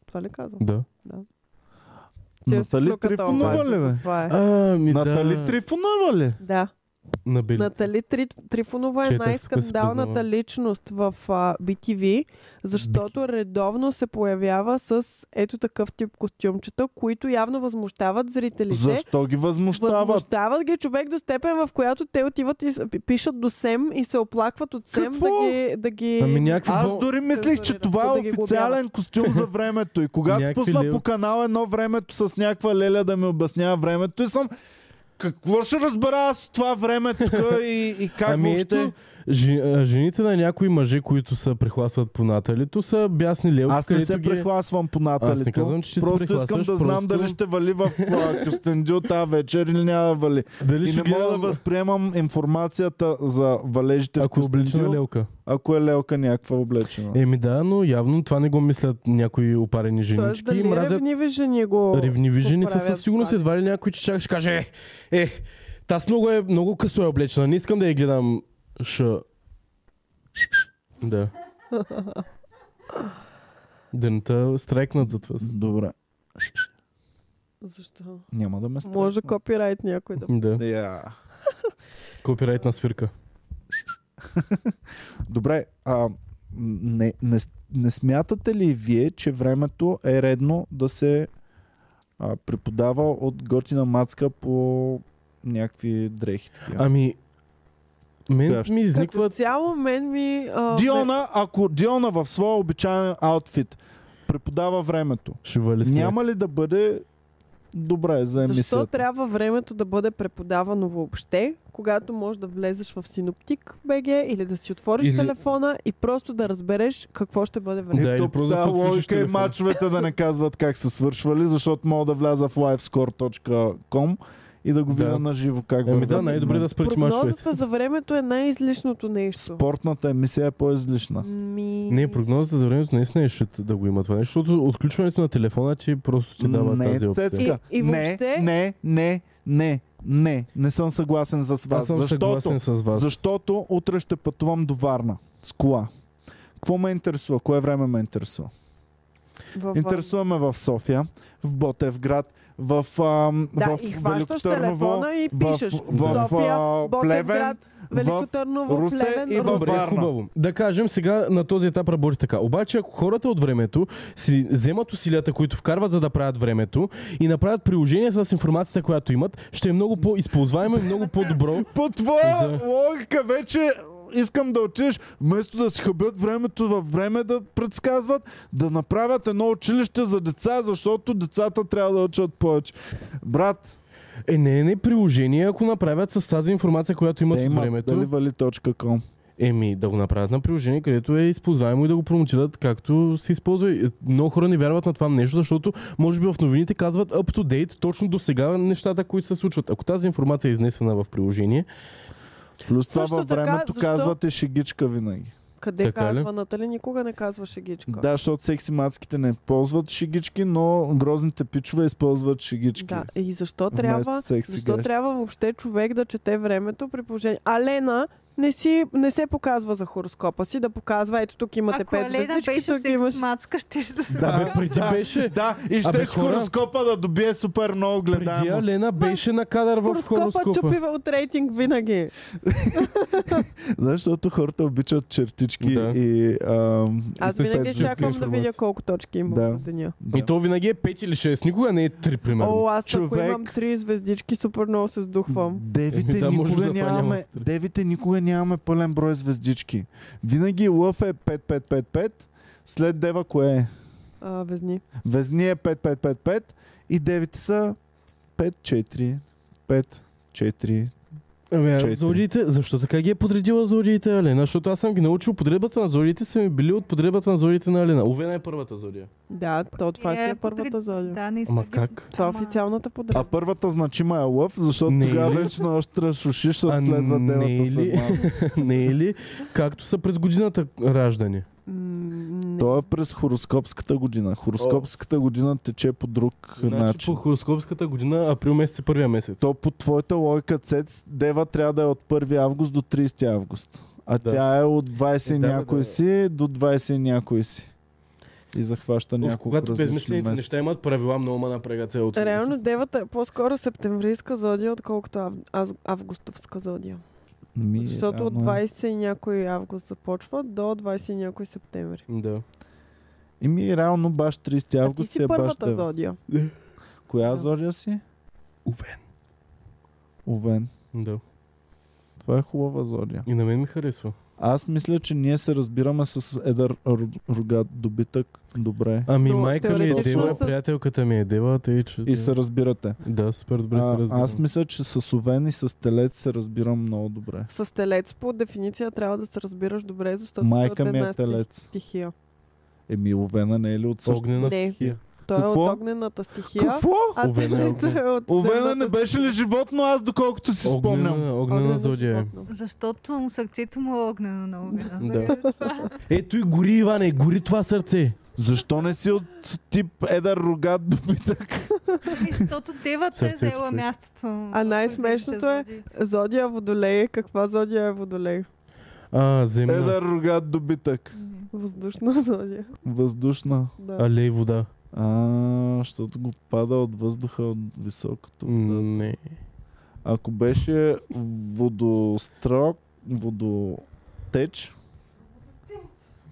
Speaker 4: Това ли казвам?
Speaker 2: Да.
Speaker 4: Ти си
Speaker 1: Натали
Speaker 4: клюката,
Speaker 1: Трифонова
Speaker 4: обаче.
Speaker 1: ли, бе?
Speaker 4: Това е.
Speaker 2: А, ми
Speaker 1: Натали
Speaker 2: да.
Speaker 1: Трифонова ли?
Speaker 4: Да.
Speaker 2: На Бели.
Speaker 4: Натали Трит- Трифонова е
Speaker 2: Четах, тук се
Speaker 4: най-скандалната
Speaker 2: познавам.
Speaker 4: личност в а, BTV, защото редовно се появява с ето такъв тип костюмчета, които явно възмущават зрителите.
Speaker 1: Защо ги възмущават?
Speaker 4: Възмущават ги човек до степен, в която те отиват и с- пи- пишат до СЕМ и се оплакват от СЕМ
Speaker 1: Какво?
Speaker 4: да ги... Да ги...
Speaker 2: Ами някакви...
Speaker 1: Аз
Speaker 2: бо-
Speaker 1: дори мислих, че
Speaker 4: Да
Speaker 1: това е
Speaker 4: ги
Speaker 1: официален костюм за времето. И когато
Speaker 2: Някакви
Speaker 1: пусна
Speaker 2: лева.
Speaker 1: по канал едно времето с някаква леля да ми обяснява времето и съм... Какво ще разбера аз от това време тук и, и как
Speaker 2: ами
Speaker 1: въобще?
Speaker 2: ето, жи- а, жените на някои мъже, които се прехласват по наталито, са бясни лелки,
Speaker 1: Аз не
Speaker 2: където
Speaker 1: се
Speaker 2: ги... е.
Speaker 1: прехласвам по
Speaker 2: Аз не
Speaker 1: наталито.
Speaker 2: казвам, че ще се
Speaker 1: просто искам
Speaker 2: прехласваш,
Speaker 1: да знам
Speaker 2: просто-
Speaker 1: дали ще вали в а, Кюстендил тази вечер или няма да вали.
Speaker 2: Дали
Speaker 1: И
Speaker 2: ще е
Speaker 1: не мога да
Speaker 2: гледам-
Speaker 1: възприемам информацията за валежите в
Speaker 2: Ако облича
Speaker 1: Кюстендил,
Speaker 2: лелка.
Speaker 1: ако е лелка някаква облечена.
Speaker 2: Еми Ами да, но явно това не го мислят някои опарени
Speaker 4: Тоест,
Speaker 2: женички и
Speaker 4: дали
Speaker 2: мразят
Speaker 4: ревниви жени го...
Speaker 2: Ревниви
Speaker 4: го
Speaker 2: жени са
Speaker 4: правят
Speaker 2: със сигурност
Speaker 4: това?
Speaker 2: едва ли някой, че чак ще каже е, е, таз много е, много късо е облечена, не искам да я гледам Ш. Да. Да не те страйкнат за това.
Speaker 1: Добре,
Speaker 4: Защо?
Speaker 1: няма да ме спре.
Speaker 4: Може копирайт някой да...
Speaker 2: Да.
Speaker 1: Yeah.
Speaker 2: Копирайт на свирка.
Speaker 1: Добре, а, не, не, не смятате ли вие, че времето е редно да се а, преподава от готина мацка по някакви дрехи? Такива?
Speaker 2: Ами, мен
Speaker 1: Коя ще-
Speaker 2: ми
Speaker 4: Като
Speaker 2: изникват...
Speaker 4: цяло мен ми... А,
Speaker 1: Диона, ако Диона в своя обичайен аутфит преподава времето,
Speaker 2: Ще вали сняг.
Speaker 1: няма ли да бъде добре за
Speaker 4: Защо
Speaker 1: емисията?
Speaker 4: трябва времето да бъде преподавано въобще, когато можеш да влезеш в синоптик БГ или да си отвориш
Speaker 2: Или-
Speaker 4: или... телефона и просто да разбереш какво ще бъде
Speaker 1: И
Speaker 4: времето?
Speaker 2: Да, или
Speaker 1: тук
Speaker 2: просто да
Speaker 1: тази
Speaker 2: си отключиш
Speaker 1: логика е и
Speaker 2: телефона.
Speaker 1: мачовете да не казват как са свършвали, защото мога да вляза в livescore.com и да го
Speaker 2: Да.
Speaker 1: видя на живо как
Speaker 2: Ами да,
Speaker 1: вървят.
Speaker 2: най-добре да спрати мачовете.
Speaker 4: Прогнозата за времето е най-излишното нещо.
Speaker 1: Спортната емисия е по-излишна.
Speaker 4: Ми...
Speaker 1: е
Speaker 2: Не, прогнозата за времето наистина е шит да го има това нещо, защото отключването на телефона ти просто ти дава
Speaker 1: не,
Speaker 2: тази опция.
Speaker 1: Цецка.
Speaker 4: И- и въобще-
Speaker 1: Не, не, не, не, не, не съм съгласен с вас.
Speaker 2: Аз съм
Speaker 1: защото,
Speaker 2: съгласен с вас.
Speaker 1: защото утре ще пътувам до Варна с кола. Какво ме интересува? Кое време ме интересува?
Speaker 4: Във...
Speaker 1: Интересуваме в София, в Ботевград, в, ам,
Speaker 4: Да,
Speaker 1: в
Speaker 4: и хващаш
Speaker 1: Велико Търново,
Speaker 4: телефона и
Speaker 1: в,
Speaker 4: пишеш.
Speaker 1: в,
Speaker 4: Да.
Speaker 1: а,
Speaker 4: София,
Speaker 1: Плевен,
Speaker 4: Ботевград, Велико
Speaker 1: в
Speaker 4: Търново,
Speaker 1: Русе
Speaker 4: Плевен,
Speaker 1: и в
Speaker 4: Русе.
Speaker 2: Добре,
Speaker 1: е Варна.
Speaker 2: хубаво. Да кажем, сега на този етап работи така. Обаче, ако хората от времето си вземат усилията, които вкарват за да правят времето и направят приложение с информацията, която имат, ще е много по-използваемо и много по-добро.
Speaker 1: По твоя
Speaker 2: За-
Speaker 1: логика вече искам да отидеш, вместо да си хъбят времето във време да предсказват, да направят едно училище за деца, защото децата трябва да учат повече. Брат,
Speaker 2: Е, не, не, приложение, ако направят с тази информация, която имат
Speaker 1: да
Speaker 2: от
Speaker 1: има
Speaker 2: времето.
Speaker 1: дали вали.com.
Speaker 2: Еми, да го направят на приложение, където е използваемо и да го промотират както се използва. И Много хора не вярват на това нещо, защото може би в новините казват up to date точно до сега нещата, които се случват. Ако тази информация е изнесена в приложение,
Speaker 1: Плюс това
Speaker 4: Също
Speaker 1: във
Speaker 4: така,
Speaker 1: времето
Speaker 4: защо-
Speaker 1: казвате шегичка винаги.
Speaker 4: Къде
Speaker 2: Така ли?
Speaker 4: казва Натали? Никога не казва шегичка.
Speaker 1: Да, защото секси мацките не ползват шегички, но грозните пичове използват шегички.
Speaker 4: Да, и защо
Speaker 1: Вместо
Speaker 4: трябва,
Speaker 1: секси
Speaker 4: защо
Speaker 1: гащи.
Speaker 4: трябва въобще човек да чете времето при положение... А Лена не, си, не се показва за хороскопа си, да показва, ето тук имате
Speaker 5: Ако
Speaker 4: пет
Speaker 5: Елена
Speaker 4: звездички,
Speaker 5: беше
Speaker 4: тук
Speaker 5: секс
Speaker 4: имаш...
Speaker 5: мацка, ще ще да се...
Speaker 1: Да,
Speaker 2: Абе, преди беше.
Speaker 1: Да, и ще
Speaker 2: Абе,
Speaker 1: с
Speaker 2: хора-
Speaker 1: хороскопа да добие супер много
Speaker 2: преди
Speaker 1: гледаемост.
Speaker 2: Алена беше на кадър в
Speaker 4: Хороскопа
Speaker 2: хороскопа.
Speaker 4: чупива от рейтинг винаги.
Speaker 1: Защото хората обичат чертички
Speaker 2: Да.
Speaker 1: и... Ам,
Speaker 4: Аз
Speaker 1: и
Speaker 4: винаги
Speaker 1: статистическа
Speaker 4: чакам да видя
Speaker 1: информация.
Speaker 4: колко точки имам
Speaker 1: Да.
Speaker 4: за деня.
Speaker 1: Да.
Speaker 2: И то винаги е 5 или 6, никога не е 3, примерно.
Speaker 4: О, аз ако
Speaker 1: Човек-
Speaker 4: имам три звездички, супер много се сдухвам.
Speaker 1: Девите,
Speaker 2: Еми да, може би
Speaker 1: никога
Speaker 2: за това няма
Speaker 1: нямаме,
Speaker 2: три.
Speaker 1: девите никога нямаме пълен брой звездички. Винаги лъв е 5555, след дева кое е?
Speaker 4: А, везни.
Speaker 1: Везни е 5555 и девите са 54, 5, 4.
Speaker 2: Ами, аз
Speaker 1: четири.
Speaker 2: зодиите, защо така ги е подредила зодиите Алена? Защото аз съм ги научил, подредбата на зодиите са ми били от подредбата на зодиите на Алена. Овена е първата зодия.
Speaker 4: Да, то това си е първата
Speaker 5: подред-
Speaker 4: зодия.
Speaker 5: Да, не са
Speaker 2: Ама
Speaker 5: ги-
Speaker 2: как?
Speaker 4: Това е
Speaker 5: Ама-
Speaker 4: официалната
Speaker 1: А
Speaker 4: подредба.
Speaker 1: първата значима е лъв, защото
Speaker 2: Не е
Speaker 1: тогава
Speaker 2: ли?
Speaker 1: вече на остра шуши,
Speaker 2: А,
Speaker 1: защото следва
Speaker 2: не
Speaker 1: девата
Speaker 2: е ли?
Speaker 1: след малко.
Speaker 2: не е ли? Както са през годината раждани.
Speaker 4: М, не.
Speaker 1: То е през хороскопската година. Хороскопската година тече по друг
Speaker 2: Значи,
Speaker 1: начин.
Speaker 2: по хороскопската година, април месец е първия месец.
Speaker 1: То по твоята логика, Цец, Дева трябва да е от 1 август до 30 август. А
Speaker 2: Да.
Speaker 1: тя е от 20
Speaker 2: Е, да, бе,
Speaker 1: някой
Speaker 2: да.
Speaker 1: си до 20 някой си. И захваща
Speaker 2: Уф,
Speaker 1: няколко
Speaker 2: когато
Speaker 1: различни
Speaker 2: безмислените
Speaker 1: месеца.
Speaker 2: неща имат правила, много ма напряга цялото.
Speaker 4: Реално девата е по-скоро септемврийска зодия, отколкото ав- аз- августовска зодия.
Speaker 1: Ми,
Speaker 4: Защото от
Speaker 1: реално е.
Speaker 4: 20 и някой август започва до 20 и някой септември.
Speaker 2: Да.
Speaker 1: И ми реално баш 30
Speaker 4: А ти
Speaker 1: август си
Speaker 4: си
Speaker 1: е баш
Speaker 4: първата
Speaker 1: Дева.
Speaker 4: зодия.
Speaker 1: Коя
Speaker 4: Да.
Speaker 1: зодия си?
Speaker 2: Овен.
Speaker 1: Овен.
Speaker 2: Да.
Speaker 1: Това е хубава зодия.
Speaker 2: И на мен ми харесва.
Speaker 1: Аз мисля, че ние се разбираме с едър р- рогат добитък добре.
Speaker 2: Ами
Speaker 4: Но
Speaker 2: майка ми е
Speaker 4: теоретично
Speaker 2: дева,
Speaker 4: с-
Speaker 2: приятелката ми е дева, а тъй че...
Speaker 1: И
Speaker 2: да.
Speaker 1: се разбирате.
Speaker 2: Да, супер добре се
Speaker 1: А,
Speaker 2: разбира.
Speaker 1: аз мисля, че с Овен и с Телец се разбирам много добре.
Speaker 4: С телец по дефиниция трябва да се разбираш добре, защото той
Speaker 1: Майка
Speaker 4: от
Speaker 1: ми
Speaker 4: една
Speaker 1: е
Speaker 4: стих-
Speaker 1: Телец.
Speaker 4: стихия.
Speaker 1: Еми, Овена не е ли от същата?
Speaker 2: Огнена
Speaker 4: Не.
Speaker 2: стихия.
Speaker 4: Той е
Speaker 1: Какво?
Speaker 4: от огнената стихия.
Speaker 1: Какво?
Speaker 4: А
Speaker 2: Овена е
Speaker 4: телеца е от
Speaker 1: Овена
Speaker 4: земната
Speaker 1: не беше ли животно, аз доколкото си спомням?
Speaker 2: Огнена, огнена
Speaker 4: огнено
Speaker 2: зодия. е.
Speaker 4: животно.
Speaker 5: Защото му сърцето му е огнено на огнена.
Speaker 2: Да.
Speaker 5: заради това.
Speaker 2: Ето и гори, Иване, гори това сърце.
Speaker 1: Защо не си от тип едър рогат добитък?
Speaker 5: И Защото девата е
Speaker 2: Сърцето
Speaker 5: заела
Speaker 2: човек.
Speaker 5: мястото. Ами,
Speaker 4: А най-смешното е- Зодия водолей. Каква зодия е водолей?
Speaker 2: А, земя,
Speaker 1: Едър рогат добитък.
Speaker 4: Въздушна зодия.
Speaker 1: Въздушна.
Speaker 4: Да.
Speaker 2: алей вода.
Speaker 1: А, защото го пада от въздуха от високото.
Speaker 2: М, Не.
Speaker 1: Ако беше водострок, водотеч,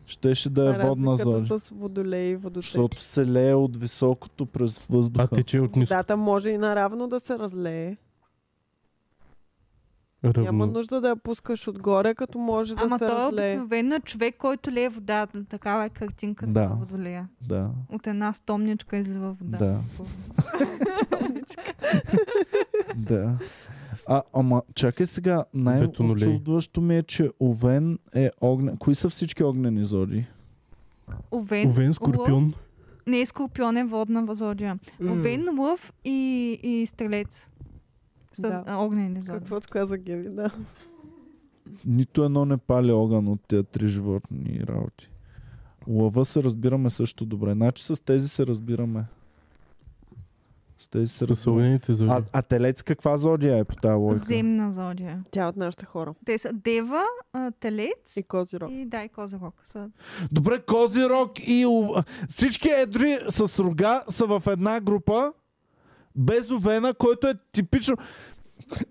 Speaker 1: щеше да е водна
Speaker 4: Разликата
Speaker 1: зона.
Speaker 4: с водолей и водотек.
Speaker 1: Защото се лее от високото през въздуха.
Speaker 2: А тече от ниско.
Speaker 4: Водата може и наравно да се разлее. Няма
Speaker 2: Равно.
Speaker 4: нужда да я пускаш отгоре, като може да
Speaker 5: Ама
Speaker 4: се
Speaker 5: той
Speaker 4: разлее.
Speaker 5: обикновено е човек, който лее вода. Такава е картинката
Speaker 1: Да.
Speaker 5: на водолея.
Speaker 1: Да,
Speaker 5: От една стомничка излива вода.
Speaker 1: да, да. А, ама, чакай сега,
Speaker 2: Бетонолей.
Speaker 1: най-очудващо ми е, че Овен е огнен. Кои са всички огнени зоди?
Speaker 5: Овен,
Speaker 2: Овен, скорпион.
Speaker 5: лъв- не е скорпион, е водна възодия. Овен, лъв и, и стрелец. С
Speaker 4: Да.
Speaker 5: а, огнени зоди.
Speaker 4: Каквото каза Геви, да.
Speaker 1: Нито едно не пали огън от тези три животни работи. Лъва се разбираме също добре. Значи с тези се разбираме. С тези се
Speaker 2: С
Speaker 1: разбираме.
Speaker 2: огнените зодии.
Speaker 1: А, а телец каква зодия е по тази логика?
Speaker 5: Земна зодия.
Speaker 4: Тя е от нашите хора.
Speaker 5: Те са дева, а, телец
Speaker 4: И Козирог.
Speaker 5: и дай козирог. Са
Speaker 1: Добре, Козирог и Ов- всички едри с рога са в една група, без овена, който е типично...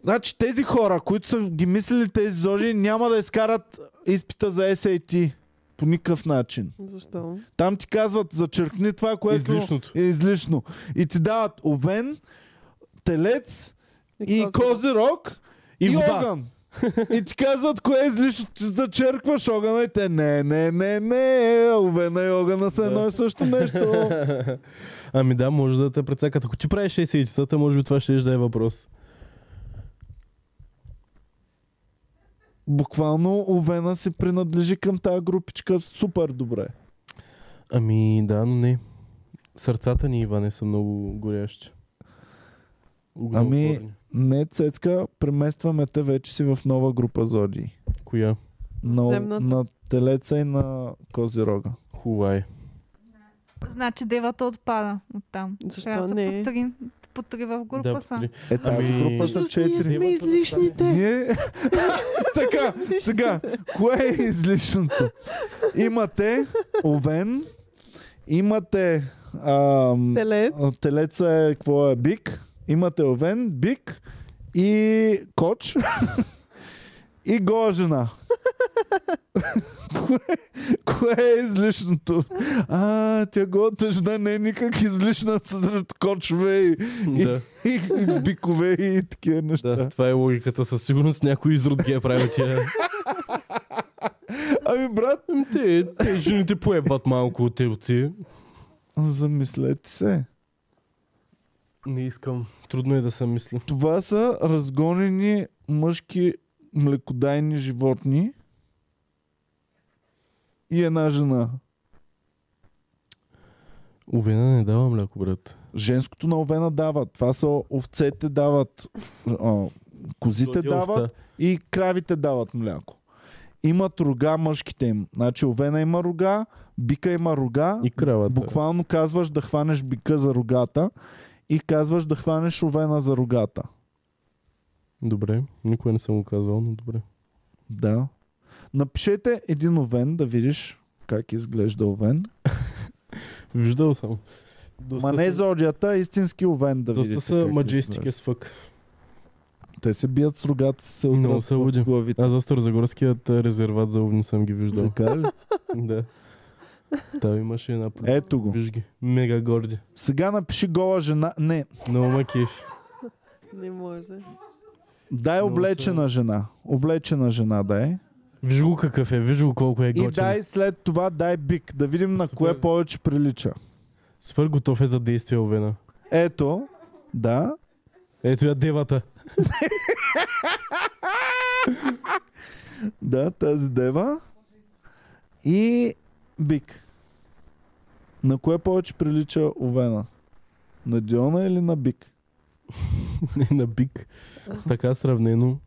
Speaker 1: Значи тези хора, които са ги мислили тези зоди, няма да изкарат изпита за SAT по никакъв начин.
Speaker 4: Защо?
Speaker 1: Там ти казват, зачеркни това, което
Speaker 2: Излишното.
Speaker 1: е излишно. И ти дават овен, телец и, и козирог
Speaker 2: И
Speaker 1: и,
Speaker 2: вода.
Speaker 1: огън. И ти казват, кое е излишно, ти зачеркваш огъна и те, не, не, не, не, овена и огъна са едно и също нещо.
Speaker 2: Ами да, може да те прецакат. Ако ти правиш 60-тата, може би това ще да е въпрос.
Speaker 1: Буквално Овена си принадлежи към тази групичка супер добре.
Speaker 2: Ами да, но не. Сърцата ни, Иване, са много горящи.
Speaker 1: Ами-
Speaker 2: Огнеотворени.
Speaker 1: Не, Цецка, преместваме те вече си в нова група зоди.
Speaker 2: Коя?
Speaker 1: На,
Speaker 4: Земната.
Speaker 1: на телеца и на козирога.
Speaker 2: Хувай.
Speaker 5: Значи девата отпада от там.
Speaker 4: Защо
Speaker 5: Трябва да
Speaker 4: не?
Speaker 5: Са по, три, по три в група
Speaker 2: Да,
Speaker 5: са.
Speaker 2: при-
Speaker 1: Е, тази
Speaker 2: Ами-
Speaker 1: група са
Speaker 4: Всъщност
Speaker 1: четири.
Speaker 4: Ние сме излишните.
Speaker 1: Ние... така, сега, кое е излишното? Имате овен, имате ам,
Speaker 4: Телец.
Speaker 1: а, телеца е, какво е, бик, имате овен, бик и коч и гожена. кое, кое е излишното? А, тя го тъжна не е никак излишна сред кочове и,
Speaker 2: Да,
Speaker 1: и бикове и такива неща.
Speaker 2: да, това е логиката. Със сигурност някой изрод ги е правил тя.
Speaker 1: Ами брат,
Speaker 2: Ами те, те жените поебват малко от телци.
Speaker 1: Замислете се.
Speaker 2: Не искам. Трудно е да се мисля.
Speaker 1: Това са разгонени мъжки млекодайни животни и една жена.
Speaker 2: Овена не дава мляко, брат.
Speaker 1: Женското на овена дава. Това са овцете дават, а, козите
Speaker 2: Слади
Speaker 1: дават
Speaker 2: овца.
Speaker 1: и кравите дават мляко. Имат рога мъжките им. Значи овена има рога, бика има рога.
Speaker 2: И кравата.
Speaker 1: Буквално казваш да хванеш бика за рогата и казваш да хванеш овена за рогата.
Speaker 2: Добре. Никога не съм го казвал, но добре.
Speaker 1: Да. Напишете един овен, да видиш как изглежда овен.
Speaker 2: Виждал съм.
Speaker 1: Ма не
Speaker 2: са-
Speaker 1: зодията, а истински овен да видите.
Speaker 2: Доста са
Speaker 1: как е
Speaker 2: маджестик
Speaker 1: изглежда.
Speaker 2: as fuck.
Speaker 1: Те се бият с рогата си, се
Speaker 2: Много
Speaker 1: удрят
Speaker 2: са
Speaker 1: в
Speaker 2: луди.
Speaker 1: главите.
Speaker 2: Аз за Старозагорският а, резерват за овни съм ги виждал.
Speaker 1: Така ли?
Speaker 2: да. Там имаше една плюс.
Speaker 1: Ето го.
Speaker 2: Виж ги. Мега горди.
Speaker 1: Сега напиши гола жена. Не,
Speaker 2: Много ма кеф.
Speaker 4: Не може.
Speaker 1: дай
Speaker 2: Много са-
Speaker 1: облечена жена. Облечена жена дай.
Speaker 2: Виж го какъв е, виж го колко е
Speaker 1: И
Speaker 2: готин.
Speaker 1: дай след това дай бик, да видим на
Speaker 2: Супер.
Speaker 1: кое повече прилича.
Speaker 2: Супер готов е за действие овена.
Speaker 1: Ето, да.
Speaker 2: Ето я девата.
Speaker 1: Да, тази дева. И Бик. На кое повече прилича Овена? На Диона или на Бик?
Speaker 2: Не на бик. Така сравнено.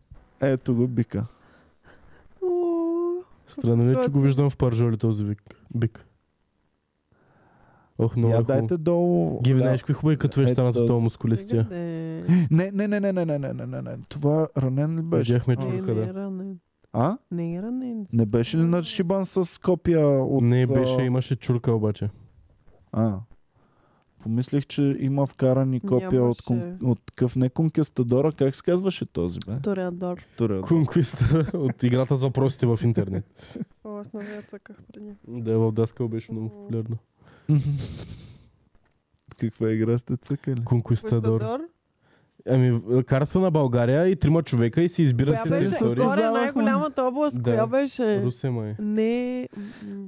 Speaker 1: Ето го Бика.
Speaker 4: О,
Speaker 2: Странно ли, е, че го виждам в паржоли този вик. бик. Ох,
Speaker 1: Но
Speaker 2: много
Speaker 1: Я
Speaker 2: е хубаво.
Speaker 1: дайте долу.
Speaker 2: Ги
Speaker 1: Да.
Speaker 2: знаеш какви хубави като е
Speaker 1: Ето
Speaker 2: станат от
Speaker 1: този.
Speaker 2: този мускулистия.
Speaker 4: Не,
Speaker 1: Не, не, не, не, не, не, не, не, не, не. Това ранен ли беше?
Speaker 2: Видяхме, че-
Speaker 4: не,
Speaker 2: Чурка,
Speaker 4: не
Speaker 2: да.
Speaker 4: е ранен.
Speaker 1: А?
Speaker 4: Не е ранен.
Speaker 1: Не беше ли нашибан с копия от...
Speaker 2: Не беше,
Speaker 1: а,
Speaker 2: имаше чурка обаче.
Speaker 1: А. Помислих, че има вкарани копия от, кон...
Speaker 4: Нямаше.
Speaker 1: от такъв не конкестадора. Как се казваше този, бе?
Speaker 4: Тореадор.
Speaker 1: Тореадор.
Speaker 2: Кунквиста от играта с въпросите в интернет.
Speaker 4: О, аз много я цъках преди.
Speaker 2: Да, в Даскал беше много популярно.
Speaker 1: Каква игра сте цъкали?
Speaker 2: Конквистадор.
Speaker 4: Тореадор.
Speaker 2: Ами, карта на България и трима човека и се избира
Speaker 4: Коя
Speaker 2: си
Speaker 4: беше?
Speaker 2: територия.
Speaker 4: Горе най-голямата област,
Speaker 2: Да.
Speaker 4: коя беше?
Speaker 2: Русе май.
Speaker 4: Не. м,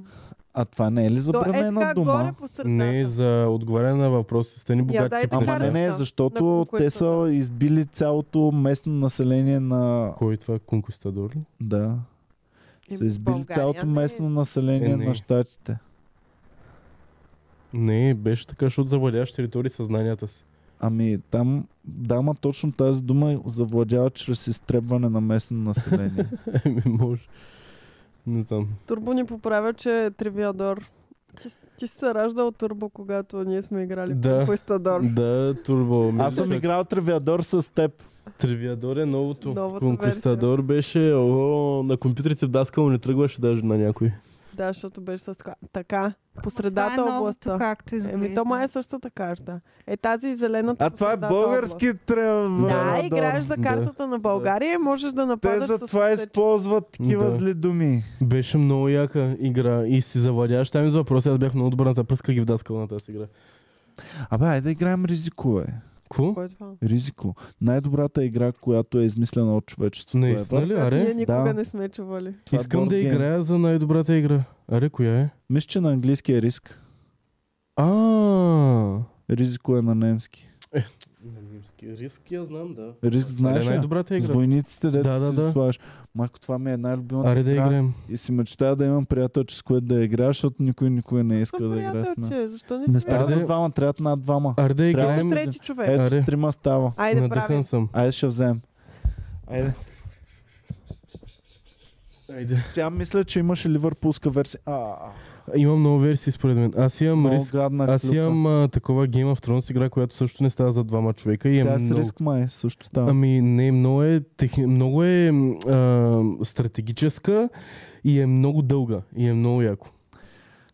Speaker 1: А това не е ли
Speaker 4: То е
Speaker 1: забранена
Speaker 4: така
Speaker 1: дума?
Speaker 4: горе по
Speaker 2: Не, е
Speaker 4: средата.
Speaker 2: за отговаряне на въпроси. Стани богат
Speaker 4: дай
Speaker 2: тип
Speaker 4: така
Speaker 1: Ама
Speaker 2: неща.
Speaker 1: не, не,
Speaker 4: Марта.
Speaker 1: защото
Speaker 4: На
Speaker 1: те са избили цялото местно население на...
Speaker 2: Кой е това? Конквистадор ли?
Speaker 1: Да. Са избили
Speaker 4: България
Speaker 1: цялото
Speaker 5: нали?
Speaker 4: не е.
Speaker 1: местно население
Speaker 2: Е, не.
Speaker 1: на щатите.
Speaker 2: Не, беше така, защото завладяваш територии съзнанията си.
Speaker 1: Ами там, дама, точно тази дума завладява чрез изтребване на местно население.
Speaker 2: Еми, Ами, може. Не знам.
Speaker 4: Турбо ни поправя, че е Тривиадор. Ти, с- ти си се раждал Турбо, когато ние сме играли
Speaker 2: Да.
Speaker 4: да. Конквистадор.
Speaker 2: Да, турбо.
Speaker 1: Аз съм играл Травиадор с теб.
Speaker 2: Тривиадор е новото.
Speaker 4: Новата
Speaker 2: Конквистадор беше... О, на компютрите в Даскал не тръгваше даже на някой.
Speaker 4: Да, защото беше с ка- така. По
Speaker 5: Това е
Speaker 4: средата
Speaker 5: новото,
Speaker 4: областта.
Speaker 5: както изглежда.
Speaker 4: Еми, то май е същата карта. Е тази зелената.
Speaker 1: А
Speaker 4: по
Speaker 1: това е
Speaker 4: средата област.
Speaker 1: български
Speaker 4: Да,
Speaker 1: Травиадор.
Speaker 4: играеш за
Speaker 2: Да.
Speaker 4: картата на България и можеш да
Speaker 1: Те
Speaker 4: нападаш
Speaker 1: за
Speaker 4: с
Speaker 1: това е
Speaker 4: съсед-
Speaker 1: използват такива
Speaker 2: Да.
Speaker 1: зли думи.
Speaker 2: Беше много яка игра и си завладяваш там и за въпроси. Аз бях много добър на тази пръска ги в Даскал на тази игра.
Speaker 1: Абе, айде да играем ризико, бе.
Speaker 2: Кво?
Speaker 4: Кой е това?
Speaker 1: Ризико. Най-добрата игра, която е измислена от човечеството. е, брат.
Speaker 2: Наистина ли?
Speaker 4: Ние
Speaker 2: Аре?
Speaker 4: никога
Speaker 1: Да.
Speaker 4: не сме чували.
Speaker 1: Това е
Speaker 2: Искам
Speaker 1: board
Speaker 2: да
Speaker 1: game.
Speaker 2: играя за най-добрата игра. Аре, коя е?
Speaker 1: Мисля, че на английски е риск.
Speaker 2: А,
Speaker 1: Ризико е на немски.
Speaker 2: не Римски. Риски я знам, да.
Speaker 1: Риск знаеш
Speaker 2: е
Speaker 1: ли?
Speaker 2: най-добрата
Speaker 1: С
Speaker 2: игра.
Speaker 1: войниците, дето
Speaker 2: Да, да,
Speaker 1: ти
Speaker 2: да.
Speaker 1: слагаш. Майко, това ми е най-любимата
Speaker 2: Аре да
Speaker 1: игра.
Speaker 2: играем.
Speaker 1: И си мечтая да имам приятелче, с което да играеш, защото никой никога не иска да играе с мен.
Speaker 4: Приятелче, защо не
Speaker 1: Не
Speaker 4: си
Speaker 1: става
Speaker 2: Аре
Speaker 1: за
Speaker 2: да-
Speaker 1: двама, трябват над двама.
Speaker 2: Аре да
Speaker 1: Трябва
Speaker 2: играем.
Speaker 1: да Е,
Speaker 4: трети човек?
Speaker 1: Ето,
Speaker 2: Аре.
Speaker 1: с трима става.
Speaker 4: Айде,
Speaker 2: Надъхан
Speaker 4: правим.
Speaker 2: съм.
Speaker 1: Айде ще вземем. Айде.
Speaker 2: Айде.
Speaker 1: Тя мисля, че имаше ливърпулска версия. А,
Speaker 2: Имам много версии според мен. Аз имам
Speaker 1: много
Speaker 2: риск.
Speaker 1: гадна
Speaker 2: Аз
Speaker 1: клюка.
Speaker 2: имам а, такова Game of Thrones игра, която също не става за двама човека. И е
Speaker 1: Тя с
Speaker 2: много...
Speaker 1: риск май също става.
Speaker 2: Ами не, много е, техни... много е м, а, стратегическа и е много дълга и е много яко.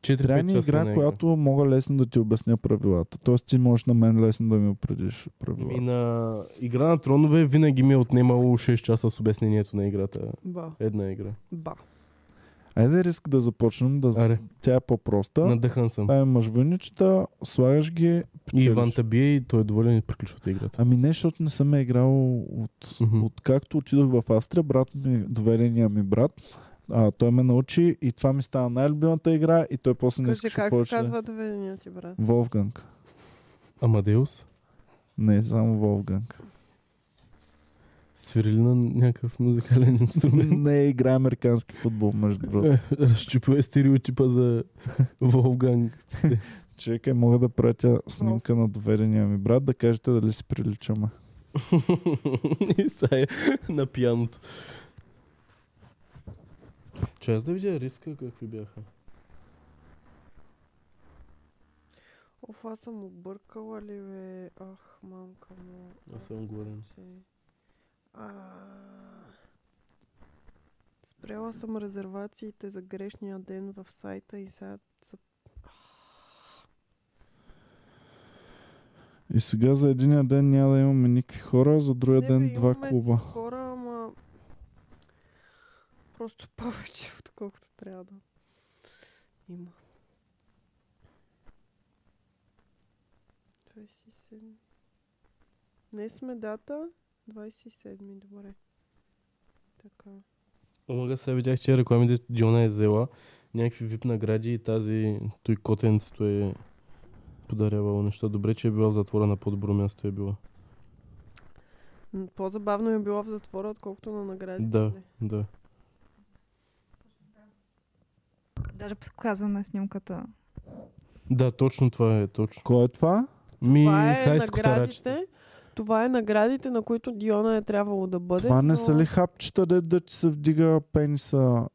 Speaker 2: 4-5
Speaker 1: Трябва ни
Speaker 2: часа
Speaker 1: игра,
Speaker 2: на
Speaker 1: която мога лесно да ти обясня правилата. Тоест ти можеш на мен лесно да ми определиш
Speaker 2: Ами
Speaker 1: правилата.
Speaker 2: на игра на тронове винаги ми е отнемало 6 часа с обяснението на играта.
Speaker 4: Ба,
Speaker 2: Една игра.
Speaker 4: ба.
Speaker 1: Айде риск да започнем. Да...
Speaker 2: Аре,
Speaker 1: Тя е по-проста.
Speaker 2: надъхан съм.
Speaker 1: Ай, имаш войничета, слагаш ги.
Speaker 2: И
Speaker 1: печелиш.
Speaker 2: Иван бие и той е доволен и приключвате играта.
Speaker 1: Ами не, защото не съм я играл от,
Speaker 2: Мгм.
Speaker 1: от както отидох в Австрия, брат ми, доверения ми брат, а, той ме научи и това ми стана най-любимата игра и той после не
Speaker 4: Кажи
Speaker 1: искаше
Speaker 4: как се
Speaker 1: повече. да-
Speaker 4: казва довереният ти брат.
Speaker 1: Волфганг.
Speaker 2: Амадеус?
Speaker 1: Не, само Волфганг.
Speaker 2: Свирили на някакъв музикален инструмент.
Speaker 1: не игра американски футбол, между другото.
Speaker 2: Е, Разчупил е стереотипа за Волфганг.
Speaker 1: Чекай, мога да пратя снимка на доверения ми брат, да кажете дали си приличаме.
Speaker 2: и сая на пианото. Че аз да видя риска какви бяха.
Speaker 4: Оф, аз съм объркала ли бе? Ах, мамка му.
Speaker 2: Аз съм гладен.
Speaker 4: Че... А... Спрела съм резервациите за грешния ден в сайта и сега са...
Speaker 1: И сега за единия ден няма да имаме никакви хора, за другия
Speaker 4: Не, бе,
Speaker 1: ден два
Speaker 4: имаме си
Speaker 1: клуба.
Speaker 4: хора, ама... Просто повече, отколкото трябва да има. 27. Днес сме дата 27, добре. Така.
Speaker 2: Омага сега видях тия реклами, де Диона е взела някакви вип награди и тази той котенцето е подарявало неща. Добре, че е била в затвора на по-добро място е била.
Speaker 4: М, По-забавно е било в затвора, отколкото на наградите.
Speaker 2: Да,
Speaker 4: нали?
Speaker 2: да.
Speaker 5: Даже показваме снимката.
Speaker 2: Да, точно това е, точно.
Speaker 1: Кой е това?
Speaker 2: Ми,
Speaker 4: Това е
Speaker 2: хайст котарачите.
Speaker 4: наградите. Това е наградите, на които Диона е трябвало да бъде.
Speaker 1: Това не
Speaker 4: но-
Speaker 1: са ли хапчета, де да ти се вдига пениса?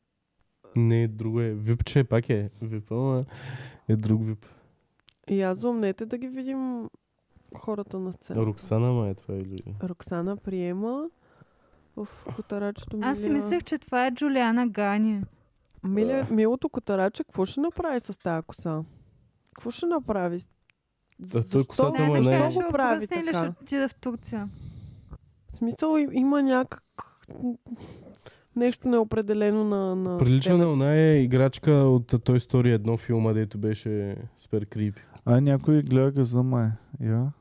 Speaker 2: Не, друго е. Випче пак е. Вип, ама е друг вип.
Speaker 4: И аз умнете да ги видим хората на сцена.
Speaker 2: Роксана, ма е това или...
Speaker 4: Роксана приема. Уф, котарачето Миля.
Speaker 5: Аз си мислех, че това е Джулиана Гани.
Speaker 4: Миля, милото котараче, какво ще направи с тази коса? Какво ще направи? З-
Speaker 2: той
Speaker 4: Защо,
Speaker 2: косата му е
Speaker 4: защо
Speaker 2: най-
Speaker 4: го прави
Speaker 5: Или ще
Speaker 4: така?
Speaker 5: отида в Турция?
Speaker 4: В смисъл и- има някак нещо неопределено на, на
Speaker 2: Прилича
Speaker 4: темата.
Speaker 2: на оная играчка от Toy Story 1 филма, дето беше супер крипи.
Speaker 1: А, някой гледа газа май. Я.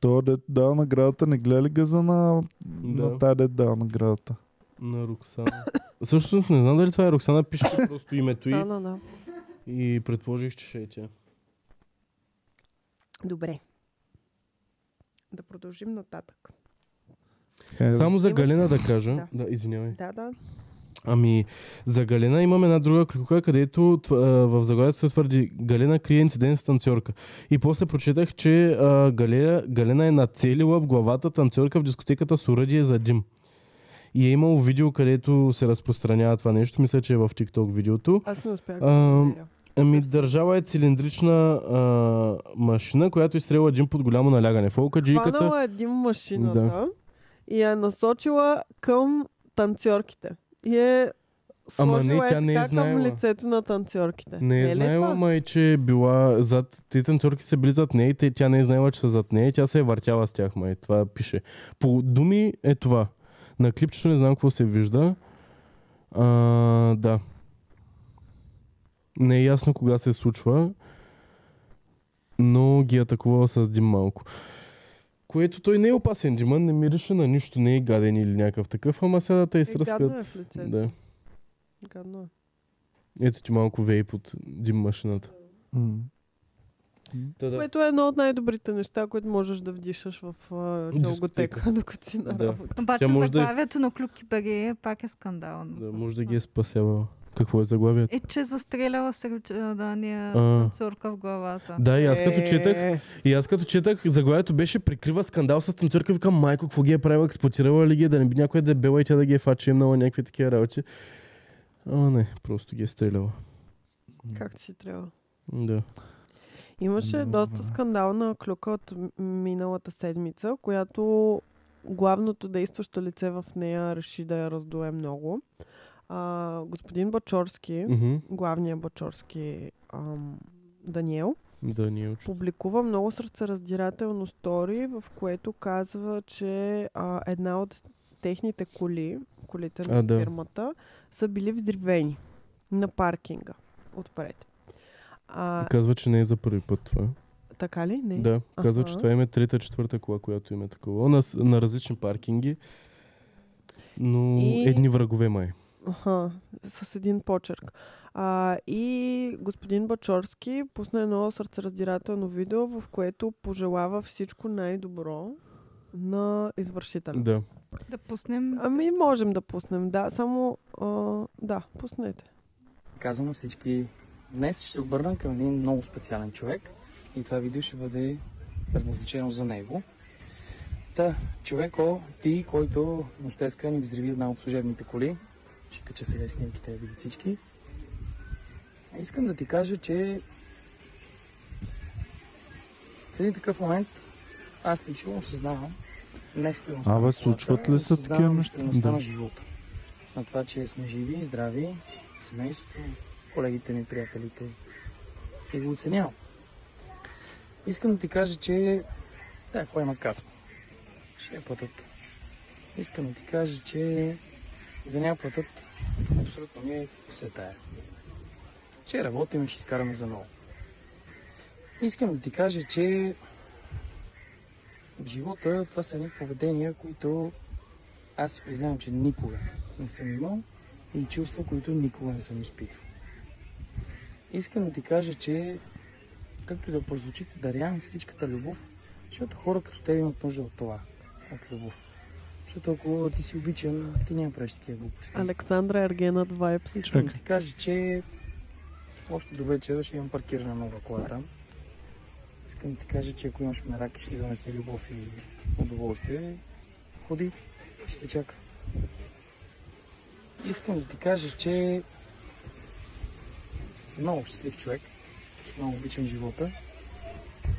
Speaker 1: То дед дал наградата, не гледа ли газа на, на
Speaker 2: Да.
Speaker 1: тази дед дал наградата?
Speaker 2: На Роксана. Също не знам дали това е Роксана, пише просто името и,
Speaker 4: Роксана, да.
Speaker 2: и предположих, че ще е тя.
Speaker 4: Добре. Да продължим нататък.
Speaker 1: Е,
Speaker 2: Само за
Speaker 4: Имаш-
Speaker 2: Галена да кажа.
Speaker 4: Да.
Speaker 2: Да, извинявай.
Speaker 4: Да, да.
Speaker 2: Ами, за Галена имам една друга клюка, където тв- а, в заглавието се твърди Галена крие инцидент с танцорка. И после прочетах, че а, Галена, Галена е нацелила в главата танцорка в дискотеката с оръдие за дим. И е имало видео, където се разпространява това нещо. Мисля, че е в TikTok видеото.
Speaker 4: Аз не успях да
Speaker 2: А,
Speaker 4: намеря.
Speaker 2: Ами,
Speaker 4: Търсим.
Speaker 2: държава е цилиндрична а, машина, която изстрелва дим под голямо налягане. Фолкаджийката...
Speaker 4: Хванала един машината да.
Speaker 2: Да.
Speaker 4: и я е насочила към танцьорките. И е
Speaker 2: Ама не,
Speaker 4: сложила е
Speaker 2: тя не е
Speaker 4: така към
Speaker 2: знаела.
Speaker 4: лицето на танцьорките.
Speaker 2: Не е,
Speaker 4: ли
Speaker 2: знаела,
Speaker 4: това?
Speaker 2: май, че е била зад... Те танцорки са били зад нея и те- тя не е знаела, че са зад нея. и Тя се е въртяла с тях, май. Това пише. По думи е това. На клипчето не знам какво се вижда. А, да. Не е ясно кога се случва. Но ги е атакувала с дим малко. Което той не е опасен. Дима не мирише на нищо, не е гаден или някакъв такъв, ама сега да те изтръскат.
Speaker 4: гадно е в лицето.
Speaker 2: да.
Speaker 4: Гадно е.
Speaker 2: Ето ти малко вейп от дим машината.
Speaker 1: м.
Speaker 2: Та, да.
Speaker 4: Което е едно от най-добрите неща, които можеш да вдишаш в а,
Speaker 2: Дискотека.
Speaker 4: дълготека, докато си на
Speaker 2: Да.
Speaker 4: работа.
Speaker 5: Обаче
Speaker 2: Тя може да- е-
Speaker 5: заглавието на Клюки Берие пак е скандално.
Speaker 2: да, може да ги е спасявал. Какво е заглавието?
Speaker 5: Е, че застреляла сърдания
Speaker 2: А.
Speaker 5: цурка в главата.
Speaker 2: Да, и аз като
Speaker 4: Е,
Speaker 2: четах, И аз като четах, заглавието беше прикрива скандал с танцорка, викам, майко, какво ги е правила, експлуатирала ли ги, е, да не би някоя дебела и тя да ги е фачимнала някакви такива работи. А, не, просто ги е стреляла.
Speaker 4: Както си трябва.
Speaker 2: Да.
Speaker 4: Имаше доста скандална клюка от м- миналата седмица, която главното действащо лице в нея реши да я раздуе много. А, господин Бачорски,
Speaker 2: Мгм.
Speaker 4: главният Бачорски ам, Даниел,
Speaker 2: Да, ние уч.
Speaker 4: публикува много сърцераздирателно стори, в което казва, че а, една от техните коли, колите на
Speaker 2: А, да.
Speaker 4: фирмата, са били взривени на паркинга отпред. А,
Speaker 2: Казва, че не е за първи път това.
Speaker 4: така ли? Не.
Speaker 2: Да, казва, че
Speaker 4: Аха.
Speaker 2: това им е трета, четвърта кола, която им е такова. На, с- на различни паркинги. Но
Speaker 4: И-
Speaker 2: едни врагове май.
Speaker 4: Аха, с един почерк. А, и господин Бачорски пусна едно сърцераздирателно видео, в което пожелава всичко най-добро на извършителя.
Speaker 2: Да.
Speaker 5: Да пуснем...
Speaker 4: Ами можем да пуснем, да. Само, а, да, пуснете.
Speaker 8: Казвам на всички, днес ще се обърна към един много специален човек и това видео ще бъде предназначено за него. Та, човеко, ти, който нощеска ни взриви една от служебните коли, ще кача сега снимките да видят всички. Искам да ти кажа, че в един такъв момент аз лично осъзнавам нещо.
Speaker 1: Абе, случват ли се такива неща?
Speaker 8: Да.
Speaker 2: Да.
Speaker 8: На живота. На това, че сме живи, здрави, семейството, колегите ни, приятелите. И го оценявам. Искам да ти кажа, че да, ако има каска, ще я платят. Искам да ти кажа, че да не я платят, абсолютно ми е все тая. Ще работим и ще изкараме за много. Искам да ти кажа, че в живота това са едни поведения, които аз си признавам, че никога не съм имал и чувства, които никога не съм изпитвал. Искам да ти кажа, че както и да прозвучи, да дарявам всичката любов, защото хора като теб имат нужда от това, от любов. Защото ако ти си обичан, ти няма правиш такива глупости.
Speaker 4: Александра Ергенът Вайпс.
Speaker 8: Искам да ти кажа, че още до вечера ще имам паркирана нова кола там. Искам да ти кажа, че ако имаш мерак и ще донесе любов и удоволствие, ходи, ще те чака. Искам да ти кажа, че съм много щастлив човек, много обичам живота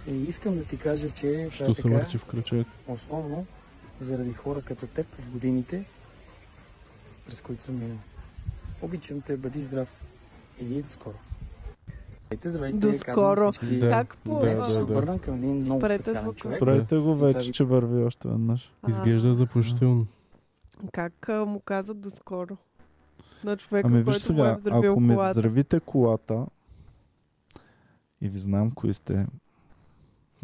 Speaker 8: и искам да ти кажа, че това е
Speaker 2: Що се
Speaker 8: така,
Speaker 2: върчи в кръча.
Speaker 8: основно заради хора като теб в годините, през които съм минал. Обичам те, бъди здрав и до скоро. Здравейте, здравейте,
Speaker 4: До
Speaker 8: казвам
Speaker 4: скоро.
Speaker 8: всички. е.
Speaker 2: Да,
Speaker 4: Как по-
Speaker 2: да,
Speaker 8: Днес ще
Speaker 2: да,
Speaker 8: се
Speaker 2: да.
Speaker 8: обърна към един много
Speaker 4: Спрете
Speaker 8: специален
Speaker 4: звука.
Speaker 8: човек.
Speaker 1: Правите го вече, че върви още веднъж.
Speaker 2: Изглежда заплашително.
Speaker 4: А, как а, му каза доскоро? На човека,
Speaker 1: Ами виж
Speaker 4: който му е
Speaker 1: сега,
Speaker 4: взривил
Speaker 1: ако ми
Speaker 4: колата.
Speaker 1: взривите колата и ви знам кои сте,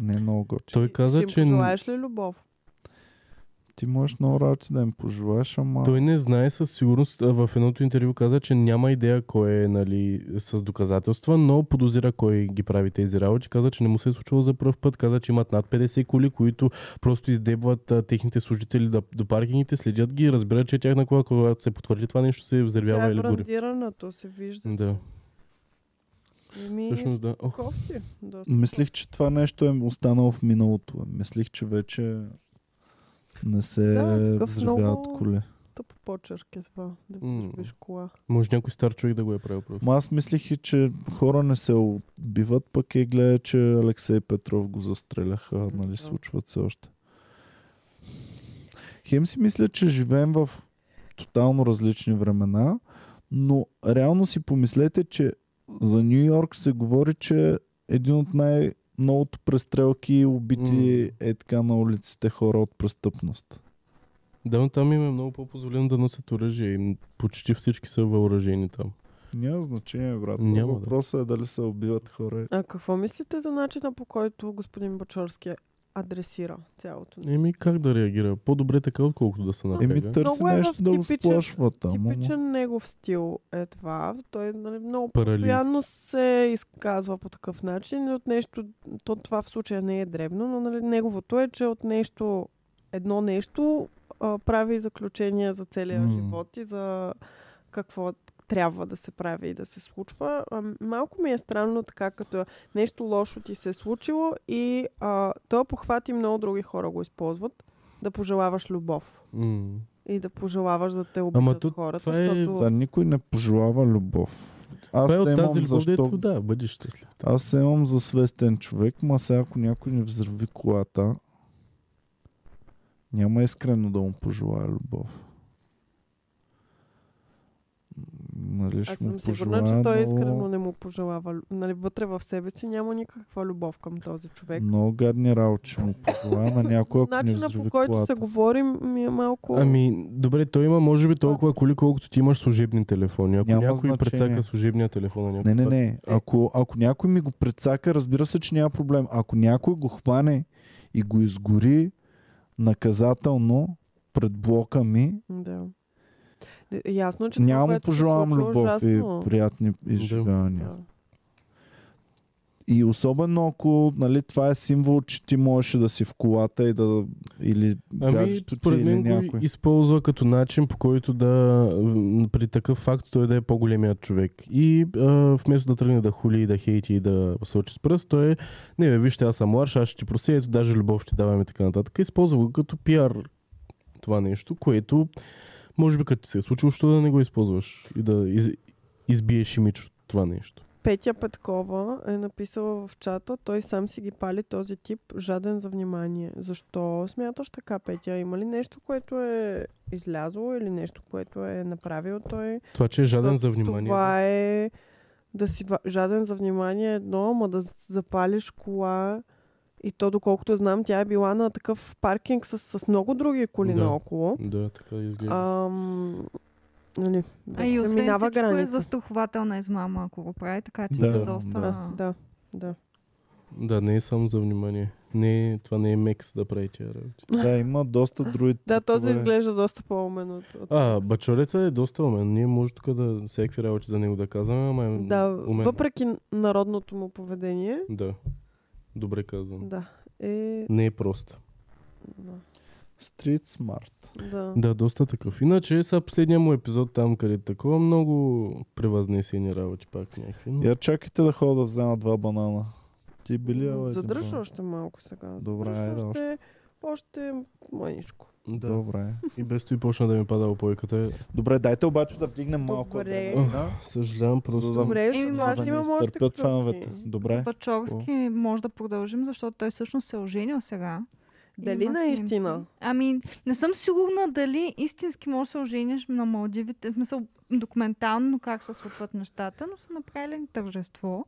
Speaker 1: не е много готино.
Speaker 2: Той каза,
Speaker 4: Ще им
Speaker 2: че н-
Speaker 4: пожелаеш ли любов?
Speaker 1: Ти можеш много работи да им пожелаеш, ама...
Speaker 2: Той не знае със сигурност. а, В едното интервю каза, че няма идея кой е нали, с доказателства, но подозира кой ги прави тези работи. Каза, че не му се е случило за първ път. Каза, че имат над 50 коли, които просто издебват а, техните служители да, до паркингите, следят ги и разбират, че е тяхна кола, когато се потвърди това нещо, се
Speaker 4: Тя
Speaker 2: взривява
Speaker 4: е
Speaker 2: или гори.
Speaker 4: брандираната, се вижда.
Speaker 2: Да,
Speaker 4: Ми,
Speaker 2: всъщност да. Ох,
Speaker 4: кофти. Доста.
Speaker 1: Мислих, че това нещо е останало в миналото. Мислих, че вече не се
Speaker 4: Да,
Speaker 1: да,
Speaker 4: такъв
Speaker 1: взривяват
Speaker 4: много-
Speaker 1: коле.
Speaker 4: Тъпо почерк е това. Да
Speaker 2: М.
Speaker 4: взривиш кола.
Speaker 2: може някой стар човек да го е правил просто.
Speaker 1: Ма аз мислих, и, че хора не се убиват, пък е гледа, че Алексей Петров го застреляха, нали,
Speaker 4: да.
Speaker 1: случват се още. Хем си мисля, че живеем в тотално различни времена, но реално си помислете, че за Нью Йорк се говори, че е един от най- многото престрелки и убити е така на улиците хора от престъпност.
Speaker 2: Да, но там им е много по-позволено да носят оръжие. Им почти всички са въоръжени там.
Speaker 1: Няма значение, брат.
Speaker 2: Няма, да.
Speaker 1: Въпросът е дали се убиват хора.
Speaker 4: А какво мислите за начина по който господин Бачорски адресира цялото. нещо.
Speaker 2: Еми как да реагира? По-добре така, отколкото да се напряга.
Speaker 1: Еми търси
Speaker 4: Много е в
Speaker 1: нещо да го
Speaker 4: типичен-
Speaker 1: сплашва там. ама-
Speaker 4: Типичен негов стил е това. Той нали, много
Speaker 2: Паралийски.
Speaker 4: постоянно се изказва по такъв начин. От нещо, то това в случая не е дребно, но нали, неговото е, че от нещо, едно нещо а, прави заключения за целия
Speaker 2: М.
Speaker 4: живот и за какво трябва да се прави и да се случва. А, малко ми е странно така, като нещо лошо ти се е случило и а, то похвати много други хора го използват. Да пожелаваш любов
Speaker 2: М.
Speaker 4: и да пожелаваш да те обичат
Speaker 2: то
Speaker 4: хората,
Speaker 2: това е
Speaker 4: защото...
Speaker 1: За никой не пожелава любов. Аз
Speaker 2: Това е
Speaker 1: се
Speaker 2: от тази
Speaker 1: имам
Speaker 2: любов,
Speaker 1: защо...
Speaker 2: дето да, бъди щастлив.
Speaker 1: Аз се имам за свестен човек, ма сега ако някой не взърви колата, няма искрено да му пожелая любов. Нали,
Speaker 4: Аз
Speaker 1: ще му
Speaker 4: съм сигурна,
Speaker 1: пожелая
Speaker 4: че той е
Speaker 1: много-
Speaker 4: искрено не му пожелава. лю- Нали, вътре в себе си няма никаква любов към този човек.
Speaker 1: Много гадни работи ще му пожелая на някой, ако не
Speaker 4: Начина
Speaker 1: взриви
Speaker 4: по който
Speaker 1: колата.
Speaker 4: се говорим ми е малко...
Speaker 2: Ами, добре, той има може би толкова коли, колкото ти имаш служебни телефони. Ако
Speaker 1: Няма
Speaker 2: някой
Speaker 1: значение.
Speaker 2: прецака служебния телефон на
Speaker 1: Не,
Speaker 2: някой.
Speaker 1: не,
Speaker 2: път- Е.
Speaker 1: не. Ако, ако някой ми го прецака, разбира се, че няма проблем. Ако някой го хване и го изгори наказателно пред блока ми,
Speaker 4: Да. Д- Ясно, че
Speaker 1: няма
Speaker 4: това,
Speaker 1: му
Speaker 4: което се
Speaker 1: пожелавам
Speaker 4: случва, е
Speaker 1: любов и
Speaker 4: ужасно.
Speaker 1: приятни изживявания.
Speaker 4: Да.
Speaker 1: И особено ако нали, това е символ, че ти можеш да си в колата и да или
Speaker 2: Ами,
Speaker 1: гаджето ти
Speaker 2: според
Speaker 1: или
Speaker 2: мен го
Speaker 1: някой.
Speaker 2: използва като начин, по който да м, при такъв факт той да е по-големият човек. И а, вместо да тръгне да хули и да хейти и да сочи с пръст, той е, не бе, вижте, аз съм младш, аз ще ти прося, ето даже любов ти даваме и така нататък. Използва го като пиар това нещо, което може би като ти се е случило, що да не го използваш и да из, избиеш имидж от това нещо.
Speaker 4: Петя Петкова е написала в чата, той сам си ги пали този тип, жаден за внимание. Защо смяташ така, Петя? Има ли нещо, което е излязло или нещо, което е направил той?
Speaker 2: Това, че е жаден за
Speaker 4: Защото
Speaker 2: внимание.
Speaker 4: Това е да си ва- жаден за внимание е едно, ама да з- запалиш кола и то, доколкото знам, тя е била на такъв паркинг с, с много други коли
Speaker 2: Да.
Speaker 4: наоколо.
Speaker 2: Да, така изглежда.
Speaker 4: Ам, нали,
Speaker 5: А и
Speaker 4: да
Speaker 5: освен
Speaker 4: минава
Speaker 5: всичко е
Speaker 4: граница.
Speaker 5: застрахователна измама, ако го прави, така че
Speaker 1: Да,
Speaker 5: е доста...
Speaker 1: да.
Speaker 4: Да, да.
Speaker 2: Да, не е само за внимание. Не, е- това не е мекс да прави тия работи.
Speaker 1: Да, има доста други.
Speaker 4: Да, този
Speaker 1: типове.
Speaker 4: изглежда доста по-умен от, от
Speaker 2: е. А,
Speaker 4: Макс.
Speaker 2: бачореца е доста умен. Ние може тук да всякакви работи за него да казваме, ама е
Speaker 4: Да,
Speaker 2: умен.
Speaker 4: въпреки народното му поведение,
Speaker 2: Да. Добре казвам.
Speaker 4: да, е...
Speaker 2: Не е прост.
Speaker 4: Да,
Speaker 1: Street smart.
Speaker 4: да.
Speaker 2: Да, доста такъв. Иначе са последния му епизод там, където такова много превъзнесени работи пак някакви. Но...
Speaker 1: Я чакайте да ходя да взема два банана. Ти били,
Speaker 2: е
Speaker 1: ала, един
Speaker 4: Задръж
Speaker 1: банан?
Speaker 4: още малко сега.
Speaker 1: Добре,
Speaker 4: Задръж
Speaker 1: айде
Speaker 4: още, още мъничко.
Speaker 2: Да.
Speaker 1: Добре.
Speaker 2: И без той почна да ми пада опойката.
Speaker 1: Добре, дайте обаче да вдигнем малко.
Speaker 4: Добре.
Speaker 1: адреналина,
Speaker 2: Съжалявам просто.
Speaker 1: За да-
Speaker 4: Добре,
Speaker 5: Еми,
Speaker 4: защото
Speaker 5: може
Speaker 4: аз
Speaker 5: да
Speaker 4: имам
Speaker 1: не
Speaker 4: още
Speaker 1: изтърпят
Speaker 4: като
Speaker 1: феновете.
Speaker 4: други.
Speaker 1: Добре.
Speaker 5: Бачовски може да продължим, защото той всъщност се е оженил сега.
Speaker 4: Дали
Speaker 5: Има
Speaker 4: наистина?
Speaker 5: снимки. Ами, не съм сигурна дали истински може да се ожениш на Малдивите. В смисъл, документално как се случват нещата, но са направили тържество.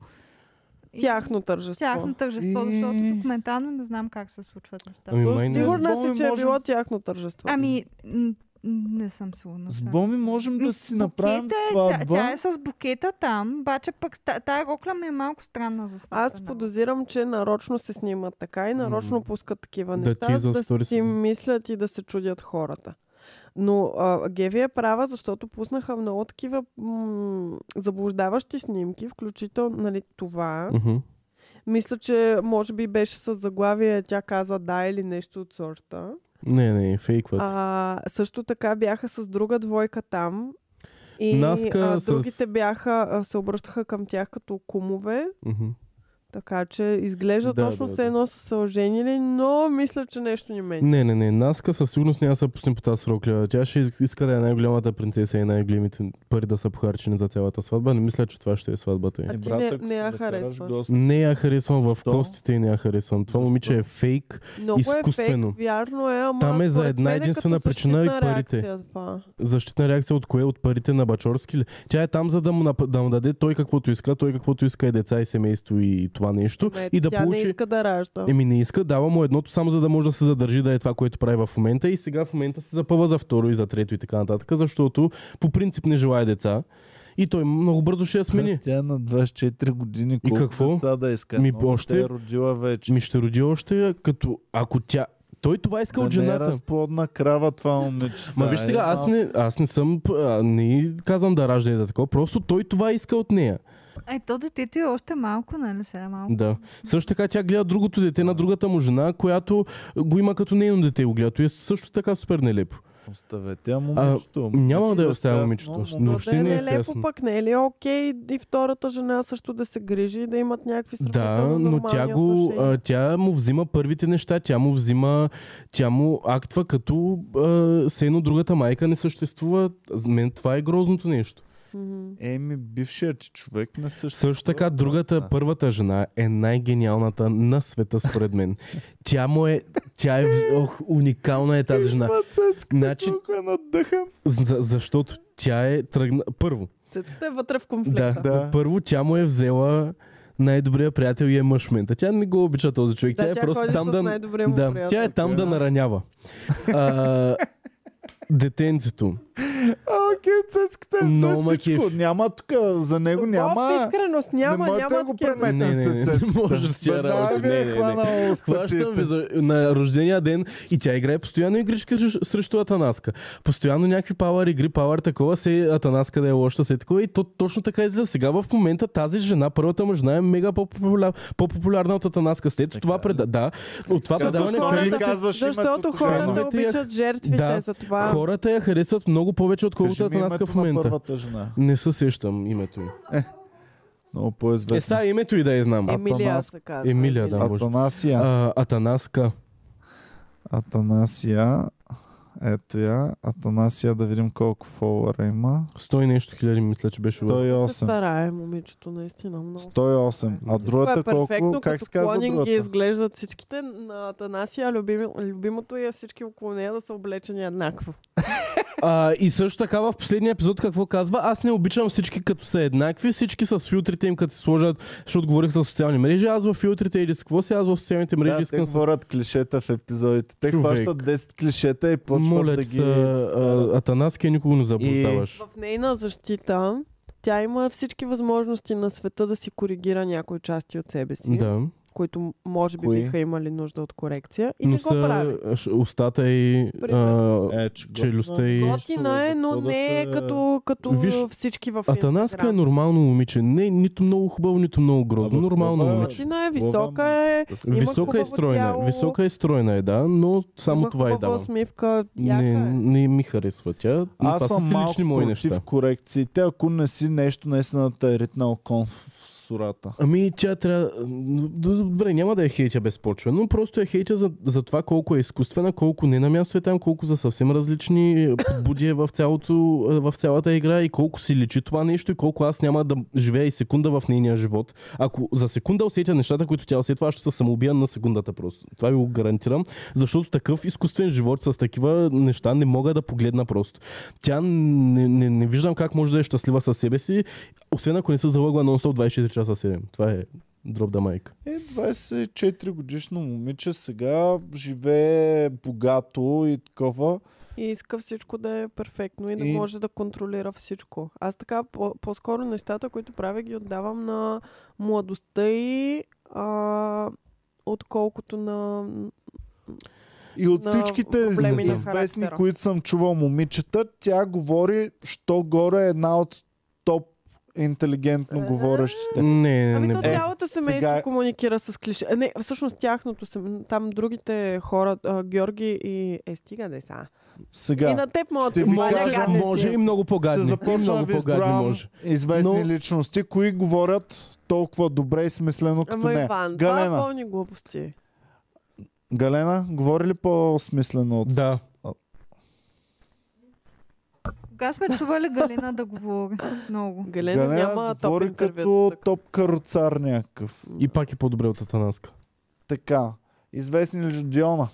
Speaker 5: И-
Speaker 4: Тяхно тържество.
Speaker 5: Тяхно тържество,
Speaker 1: И-
Speaker 5: защото документално не знам как се случват нещата.
Speaker 2: Ами
Speaker 1: Тоест,
Speaker 2: май не.
Speaker 1: сигурно-
Speaker 4: Сигурна
Speaker 1: Боми,
Speaker 4: си, че е
Speaker 1: може-
Speaker 4: било тяхно тържество.
Speaker 5: Ами, н- не съм сигурна.
Speaker 1: С
Speaker 5: сега.
Speaker 1: Боми можем
Speaker 5: Ми,
Speaker 1: да
Speaker 5: с
Speaker 1: си направим
Speaker 5: букета е, Тя, тя е
Speaker 1: сватба.
Speaker 5: с букета там, обаче пък та- тая рокля ми е малко странна за сватба. нали?
Speaker 4: Аз подозирам, че нарочно се снимат така и нарочно
Speaker 2: М.
Speaker 4: пускат такива
Speaker 2: Да
Speaker 4: неща,
Speaker 2: тизат
Speaker 4: за да
Speaker 2: сторисите.
Speaker 4: си мислят и да се чудят хората. Но а, Геви е права, защото пуснаха много такива м- заблуждаващи снимки, включително нали, това.
Speaker 2: Мгм.
Speaker 4: Мисля, че може би беше с заглавие тя каза да или нещо от сорта.
Speaker 2: Не, не, фейкват.
Speaker 4: А, също така бяха с друга двойка там. И
Speaker 2: Наска
Speaker 4: а,
Speaker 2: с-
Speaker 4: другите бяха, а, се обръщаха към тях като кумове,
Speaker 2: Мгм.
Speaker 4: така че изглежда
Speaker 2: Да,
Speaker 4: точно
Speaker 2: да,
Speaker 4: се
Speaker 2: да.
Speaker 4: едно са се оженили, но мисля, че нещо ни мени.
Speaker 2: Не, не, не. Наска със сигурност няма да се пусне по тази рокля. Тя ще из- иска да е най-голямата принцеса и най-големите пари да са похарчени за цялата сватба. Не мисля, че това ще е сватбата й.
Speaker 4: А ти
Speaker 1: брат,
Speaker 4: не-
Speaker 1: ако
Speaker 4: не
Speaker 1: си
Speaker 4: я
Speaker 1: закараш
Speaker 4: харесваш.
Speaker 1: доста-
Speaker 2: Не я харесвам в
Speaker 1: Защо?
Speaker 2: костите и не я харесвам. Това
Speaker 1: Защо?
Speaker 2: момиче е фейк.
Speaker 4: Много
Speaker 2: изкуствено.
Speaker 4: е фейк, вярно е, ама
Speaker 2: Там е за
Speaker 4: според
Speaker 2: една
Speaker 4: мен като
Speaker 2: единствена причина и
Speaker 4: защитна
Speaker 2: парите.
Speaker 4: реакция това.
Speaker 2: Защитна реакция от кое? От парите на Бачорски ли? Тя е там, за да му, нап- да му даде той каквото иска. Той каквото иска е деца и семейство и това нещо.
Speaker 4: Не,
Speaker 2: и да
Speaker 4: тя
Speaker 2: получи... Ами,
Speaker 4: не иска да ражда.
Speaker 2: Еми не иска, дава му едното само за да може да се задържи да е това, което прави в момента и сега в момента се запъва за второ и за трето и така нататък, защото по принцип не желая деца и той много бързо ще я смени.
Speaker 1: Тя е на 24 години колко
Speaker 2: какво?
Speaker 1: деца да иска?
Speaker 2: Ми,
Speaker 1: Много
Speaker 2: още-
Speaker 1: Те е родила вече.
Speaker 2: Ми ще роди още, като ако тя... Той това иска от
Speaker 1: да не е
Speaker 2: жената.
Speaker 1: разплодна крава това момиче.
Speaker 2: Ма
Speaker 1: са.
Speaker 2: виж
Speaker 1: Е,
Speaker 2: сега, аз
Speaker 1: малко
Speaker 2: не, аз не съм, п- а, не й казвам да ражда и да такова, просто той това иска от нея.
Speaker 5: Е, то детето е още малко, нали сега малко.
Speaker 2: Да. Също така тя гледа другото дете на другата му жена, която го има като нейно дете и го гледа. Той е също така супер нелепо.
Speaker 1: Оставете, а момичето.
Speaker 2: няма да я
Speaker 1: е
Speaker 2: оставя
Speaker 1: страстно,
Speaker 2: момичето,
Speaker 1: момиче-
Speaker 2: но
Speaker 4: Да
Speaker 2: въобще
Speaker 4: е
Speaker 2: не е
Speaker 4: нелепо
Speaker 2: ясно.
Speaker 4: пък, не е ли окей и втората жена също да се грижи и да имат някакви
Speaker 2: Да,
Speaker 4: сравнително
Speaker 2: но тя
Speaker 4: нормални
Speaker 2: го,
Speaker 4: отношения?
Speaker 2: а, тя му взима първите неща, тя му взима, тя му актва като а, се едно другата майка не съществува. За мен това е грозното нещо.
Speaker 4: Мгм.
Speaker 1: Еми, бившият ти човек не съществува.
Speaker 2: Също така, другата,
Speaker 1: Да.
Speaker 2: първата жена е най-гениалната на света, според мен. Тя му е, тя е, вз- ох, уникална е тази жена.
Speaker 1: Има цецката,
Speaker 2: Значи-
Speaker 1: колко е надъхан.
Speaker 2: За, защото тя е тръгна... Първо,
Speaker 4: Цецката е вътре в
Speaker 2: да,
Speaker 4: конфликта.
Speaker 2: да.
Speaker 1: Да.
Speaker 2: Първо, тя му е взела най-добрия приятел и е мъж в момента. Тя не го обича този човек.
Speaker 4: Да,
Speaker 2: тя, е
Speaker 4: тя
Speaker 2: просто
Speaker 4: ходи
Speaker 2: там
Speaker 4: с
Speaker 2: да...
Speaker 4: най-добрия му
Speaker 2: Да,
Speaker 4: приятел.
Speaker 2: тя е там да наранява. А, детенцето.
Speaker 1: Окей, цецката е
Speaker 2: Много
Speaker 1: взе всичко.
Speaker 2: макив.
Speaker 1: Няма тук, за него
Speaker 4: Любов,
Speaker 1: няма...
Speaker 4: искреност,
Speaker 1: не
Speaker 4: няма,
Speaker 1: можете да
Speaker 4: няма
Speaker 1: го
Speaker 4: такива
Speaker 1: преметнете.
Speaker 2: Не, не, не,
Speaker 1: цецката.
Speaker 2: може с тия
Speaker 1: Веднага ви
Speaker 2: работи.
Speaker 1: е
Speaker 2: Не, не, не.
Speaker 1: хванала с
Speaker 2: Хващам ви
Speaker 1: пътите.
Speaker 2: за, на рождения ден и тя играе постоянно игрички срещу- срещу Атанаска. Постоянно някакви пауър игри, пауър такова, се Атанаска да е лоша, се такова. И то, точно така излиза. Сега в момента тази жена, първата му жена е мега по-популяр, по-популярна от Атанаска. След това преда... Да, от това
Speaker 1: Казваш,
Speaker 2: предаване...
Speaker 1: е. Защо
Speaker 4: хората-
Speaker 1: не казваш името
Speaker 4: защото
Speaker 1: тогава?
Speaker 4: хората
Speaker 2: Феновете я-
Speaker 4: обичат жертвите,
Speaker 2: Да,
Speaker 4: за това
Speaker 2: Хората я харесват много повече, отколкото
Speaker 1: Кажи ми името
Speaker 2: Атанаска е в
Speaker 1: на
Speaker 2: момента.
Speaker 1: първата жена.
Speaker 2: Не се сещам името й.
Speaker 1: Много
Speaker 2: Е,
Speaker 1: по-известна.
Speaker 2: сега името и да я знам.
Speaker 1: Е,
Speaker 4: Емилия
Speaker 1: Атанас-
Speaker 4: се казва.
Speaker 2: Емилия, да. може.
Speaker 1: Атанасия.
Speaker 2: А, Атанаска.
Speaker 1: Атанасия. Ето я. Атанасия да видим колко фолуара има.
Speaker 2: 100 и нещо хиляди, мисля, че беше. в-
Speaker 1: 108.
Speaker 4: Се старае момичето, наистина много.
Speaker 1: 108. А
Speaker 4: е Това
Speaker 1: другата
Speaker 4: е перфектно,
Speaker 1: колко? Как
Speaker 4: като
Speaker 1: се казва
Speaker 4: клонинг ги
Speaker 1: другата?
Speaker 4: изглеждат всичките на Атанасия, любими, любимото и всички около нея да са облечени еднакво.
Speaker 2: А, и също така в последния епизод какво казва? Аз не обичам всички като са еднакви, всички с филтрите им като се сложат, защото говорих за социални мрежи, аз в филтрите или с какво си, аз в социалните мрежи
Speaker 1: Да, те
Speaker 2: искам с...
Speaker 1: говорят клишета в епизодите. Те
Speaker 2: Човек.
Speaker 1: хващат 10 клишета и почват
Speaker 2: Моля
Speaker 1: да
Speaker 2: да
Speaker 1: ги...
Speaker 2: се, а, Атанаски, никога не заблуждаваш.
Speaker 4: В нейна защита тя има всички възможности на света да си коригира някои части от себе си,
Speaker 2: Да,
Speaker 4: които м- може би
Speaker 1: Кои?
Speaker 4: биха имали нужда от корекция и
Speaker 2: но
Speaker 4: не го прави.
Speaker 2: са Е, ш- устата и...
Speaker 4: Примерно.
Speaker 2: А,
Speaker 1: Е, че
Speaker 2: челюстта
Speaker 1: готино
Speaker 2: и-
Speaker 1: нещо,
Speaker 4: Готина е,
Speaker 1: за
Speaker 4: но
Speaker 1: какво да
Speaker 4: не е
Speaker 1: се-
Speaker 4: като, като
Speaker 2: Виж,
Speaker 4: всички в
Speaker 2: Атанаска е
Speaker 4: Инстаграм.
Speaker 2: нормално момиче. Не, нито много хубаво, нито много грозно.
Speaker 1: Абе,
Speaker 2: Нормално
Speaker 1: хубава е.
Speaker 2: момиче.
Speaker 4: Готина е,
Speaker 1: Хубава
Speaker 4: висока е,
Speaker 1: момиче.
Speaker 4: има
Speaker 2: Висока е
Speaker 4: хубаво
Speaker 2: стройна.
Speaker 4: тяло.
Speaker 2: Висока е стройна е, да, но само
Speaker 4: има
Speaker 2: това е
Speaker 4: хубава
Speaker 2: дава.
Speaker 4: усмивка, яка
Speaker 2: Не,
Speaker 4: е.
Speaker 2: не ми харесва тя. но това
Speaker 1: Аз
Speaker 2: са
Speaker 1: съм
Speaker 2: си
Speaker 1: малко
Speaker 2: лични мои
Speaker 1: против
Speaker 2: неща.
Speaker 1: корекциите, ако не си нещо наистина те е ритнал кон в сурата.
Speaker 2: Ами тя трябва... М, Добре, няма да я хейтя безпочвено, просто я хейтя за, за това колко е изкуствена, колко не на място е там, колко за съвсем различни буди е в, цялото, е, в цялата игра и колко си личи това нещо и колко аз няма да живея и секунда в нейния живот. Ако за секунда усетя нещата, които тя усетва, аз ще се самоубия на секундата просто. Това ви го гарантирам, защото такъв изкуствен живот с такива неща не мога да погледна просто. Тя не, не, не виждам как може да е щастлива със себе си, освен ако не се залъгва нон-стоп 24 часа 7. Това е дроп да майка.
Speaker 1: Е, 24 годишно момиче сега живее богато и такова.
Speaker 4: И иска всичко да е перфектно и да
Speaker 1: И-
Speaker 4: може да контролира всичко. Аз така по- по-скоро нещата, които правя, ги отдавам на младостта и а, отколкото на...
Speaker 1: И от
Speaker 4: на
Speaker 1: всичките
Speaker 4: проблеми на
Speaker 1: известни,
Speaker 4: характера.
Speaker 1: които съм чувал момичета, тя говори, що горе е една от топ интелигентно
Speaker 4: Е,
Speaker 1: говорещите.
Speaker 2: Не, не,
Speaker 4: Ами то
Speaker 2: не. Е,
Speaker 4: цялото семейство
Speaker 1: сега-
Speaker 4: комуникира с клише. А, Не, всъщност тяхното сем... Там другите хора, а, Георги и... Е, стига де са. И
Speaker 1: Сега
Speaker 4: на теб могат
Speaker 1: Ще
Speaker 4: да
Speaker 1: ви
Speaker 4: бъде
Speaker 2: може,
Speaker 1: кажа,
Speaker 4: гадни
Speaker 2: може
Speaker 4: снимки.
Speaker 2: и много
Speaker 1: ще
Speaker 2: по-гадни. и
Speaker 1: започна да
Speaker 2: много
Speaker 1: ви
Speaker 2: по-гадни
Speaker 1: изброявам
Speaker 2: може.
Speaker 1: известни
Speaker 2: Но-
Speaker 1: личности, кои говорят толкова добре и смислено като
Speaker 4: Ама
Speaker 1: не.
Speaker 4: Иван, това е
Speaker 1: Галена,
Speaker 4: пълни глупости.
Speaker 1: Галена, говори ли по-смислено от...
Speaker 2: Да.
Speaker 5: Кога сме чували Галина да говори много?
Speaker 4: Галена, няма топ
Speaker 1: говори
Speaker 4: интервюта.
Speaker 1: като
Speaker 4: така.
Speaker 1: топ каруцар някакъв.
Speaker 2: И пак е по-добре от Атанаска.
Speaker 1: Така. Известни ли Диона?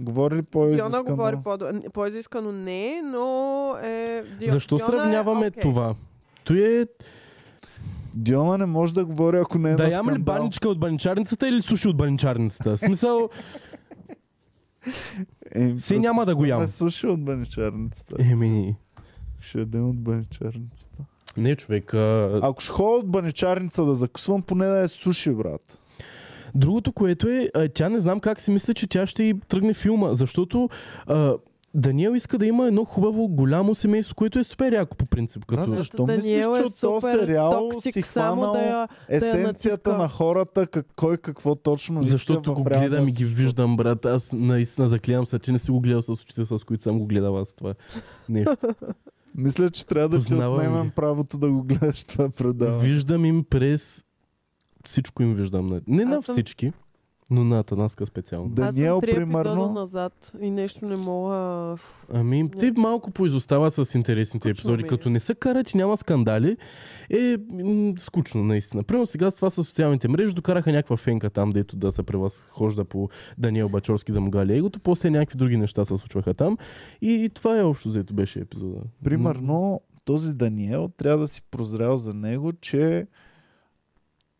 Speaker 1: Говори ли по-изискано?
Speaker 4: Диона говори по- по-изискано не, но е... Ди-
Speaker 2: Защо
Speaker 4: Диона е
Speaker 2: сравняваме
Speaker 4: окей.
Speaker 2: това? Той е
Speaker 1: Диона не може да говори, ако не е
Speaker 2: да
Speaker 1: на
Speaker 2: ям ли
Speaker 1: скандал.
Speaker 2: баничка от баничарницата или суши от баничарницата? В Смисъл,
Speaker 1: Е,
Speaker 2: Си няма да го ям.
Speaker 1: Не слушай от баничарницата.
Speaker 2: еми,
Speaker 1: Ще ядем от баничарницата.
Speaker 2: Не, човек. А...
Speaker 1: Ако ще ходя от баничарница да закъсвам, поне да е суши, брат.
Speaker 2: Другото, което е, а, тя не знам как си мисли, че тя ще и тръгне филма, защото а, Даниел иска да има едно хубаво, голямо семейство, което е супер яко по принцип. Като...
Speaker 1: Брат, защо
Speaker 4: Даниел
Speaker 1: мислиш, че
Speaker 4: е
Speaker 1: от този
Speaker 4: супер
Speaker 1: сериал
Speaker 4: токсик,
Speaker 1: си
Speaker 4: само
Speaker 1: хванал
Speaker 4: да я- да я
Speaker 1: есенцията
Speaker 4: натиска?
Speaker 1: на хората, как, кой какво точно иска
Speaker 2: Защото
Speaker 1: в
Speaker 2: го
Speaker 1: реалния
Speaker 2: гледам и ги
Speaker 1: си живот?
Speaker 2: виждам, брат. Аз наистина заклевам се, че не си го гледал с очите, с които съм го гледал аз това. нещо.
Speaker 1: Мисля, че трябва да ти
Speaker 2: Познавам ги.
Speaker 1: отнемем правото да го гледаш това предаване.
Speaker 2: Виждам им през... Всичко им виждам. на- Не на
Speaker 4: Аз съм-
Speaker 2: всички, но на Атанаска специално.
Speaker 1: Да. Даниел,
Speaker 4: Аз съм три
Speaker 1: примерно-
Speaker 4: епизода назад и нещо не мога...
Speaker 2: Ами, те малко поизостават с интересните
Speaker 4: Скучно
Speaker 2: епизоди.
Speaker 4: ми е.
Speaker 2: Като не се карат и няма скандали, е м, скучно наистина. Примерно сега с това с социалните мрежи докараха някаква фенка там, дето да се превъзхожда по Даниел Бачорски да му гали егото. После някакви други неща се случваха там. И, и това е общо заето беше епизода.
Speaker 1: Примерно, този Даниел трябва да си прозрял за него, че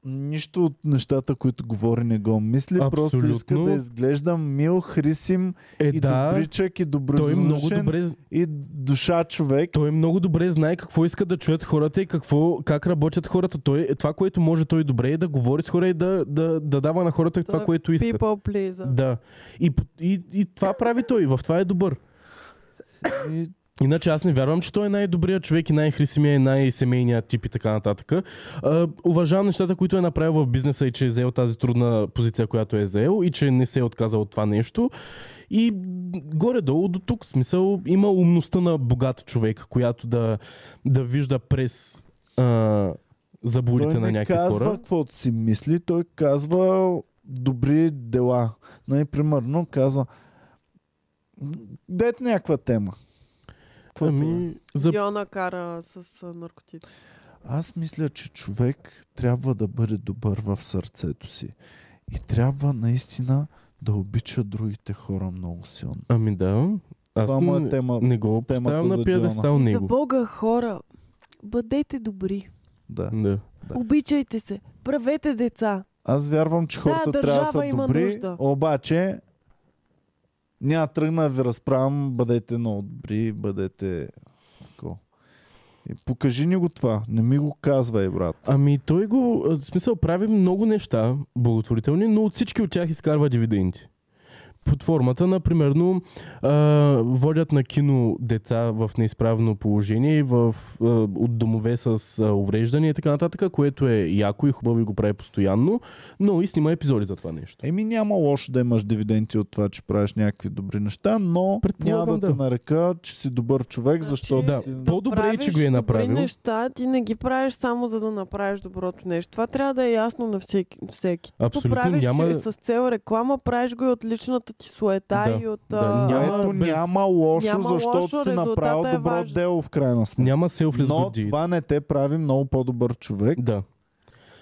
Speaker 1: нищо от нещата, които говори, не го мисли. Просто иска
Speaker 2: Абсолютно.
Speaker 1: да изглежда мил, хрисим
Speaker 2: Е,
Speaker 1: и
Speaker 2: да,
Speaker 1: добричък и
Speaker 2: той е много,
Speaker 1: добродушен
Speaker 2: добре,
Speaker 1: и душа човек.
Speaker 2: той е много добре знае какво иска да чуят хората и какво, как работят хората. Той, е, това, което може той добре е да говори с хора и да, да, да дава на хората това,
Speaker 4: е
Speaker 2: което искат.
Speaker 4: People pleaser.
Speaker 2: Да. И, по- и, и това прави той. В това е добър.
Speaker 1: И
Speaker 2: Иначе аз не вярвам, че той е най-добрият човек и най-хрисимия и най-семейният тип и така нататък. А, уважавам нещата, които е направил в бизнеса и че е заел тази трудна позиция, която е заел и че не се е отказал от това нещо. И горе-долу до тук, в смисъл, има умността на богат човек, която да, да вижда през а, заблудите
Speaker 1: той
Speaker 2: на
Speaker 1: не
Speaker 2: някакви
Speaker 1: казва
Speaker 2: хора.
Speaker 1: каквото си мисли, той казва добри дела. Нали, примерно казва дайте някаква тема. Каквото е.
Speaker 2: Ами, за...
Speaker 4: Йона кара с а, наркотици.
Speaker 1: Аз мисля, че човек трябва да бъде добър в сърцето си. И трябва наистина да обича другите хора много силно.
Speaker 2: Ами да. Аз
Speaker 1: Това му е
Speaker 2: не-
Speaker 1: тема.
Speaker 2: Не го
Speaker 1: темата
Speaker 2: поставям
Speaker 1: за
Speaker 2: на пиедестал
Speaker 1: Дилана.
Speaker 4: За
Speaker 2: него.
Speaker 4: Бога, хора, бъдете добри.
Speaker 1: Да.
Speaker 2: Да.
Speaker 1: Да.
Speaker 4: Обичайте се. Правете деца.
Speaker 1: Аз вярвам, че хората трябва да
Speaker 4: държава
Speaker 1: са
Speaker 4: има
Speaker 1: добри,
Speaker 4: нужда.
Speaker 1: обаче няма да тръгна да ви разправям, бъдете много добри, бъдете такова. И покажи ни го това, не ми го казвай, брат.
Speaker 2: Ами той го, а, в смисъл, прави много неща благотворителни, но от всички от тях изкарва дивиденти. Под формата на, примерно, а, водят на кино деца в неизправно положение, в, а, от домове с а, увреждания и така нататък, което е яко и хубаво и го прави постоянно, но и снима епизоди за това нещо.
Speaker 1: Еми няма лошо да имаш дивиденти от това, че правиш някакви добри неща, но
Speaker 2: Предполагам,
Speaker 1: няма да,
Speaker 2: да.
Speaker 1: те нарека, че си добър човек,
Speaker 4: Значи,
Speaker 1: защото
Speaker 2: Да,
Speaker 1: си...
Speaker 2: по-добре е, че
Speaker 4: правиш
Speaker 2: го е
Speaker 4: Добри
Speaker 2: направил.
Speaker 4: неща ти не ги правиш само за да направиш доброто нещо. Това трябва да е ясно на всеки. всеки.
Speaker 2: Абсолютно,
Speaker 4: Като правиш
Speaker 2: няма-
Speaker 4: и с цел реклама, правиш го и от личната ти суета
Speaker 2: Да,
Speaker 4: и от...
Speaker 2: да,
Speaker 4: а, Е,
Speaker 2: няма-
Speaker 1: Ето
Speaker 2: без-
Speaker 1: няма лошо,
Speaker 4: Няма
Speaker 1: защото
Speaker 4: лошо,
Speaker 1: си направил
Speaker 4: резултата е
Speaker 1: добро
Speaker 4: важен.
Speaker 1: дело в крайна сметка.
Speaker 2: Няма селфлес
Speaker 1: Но
Speaker 2: good deed.
Speaker 1: това е не те прави много по-добър човек,
Speaker 2: Да.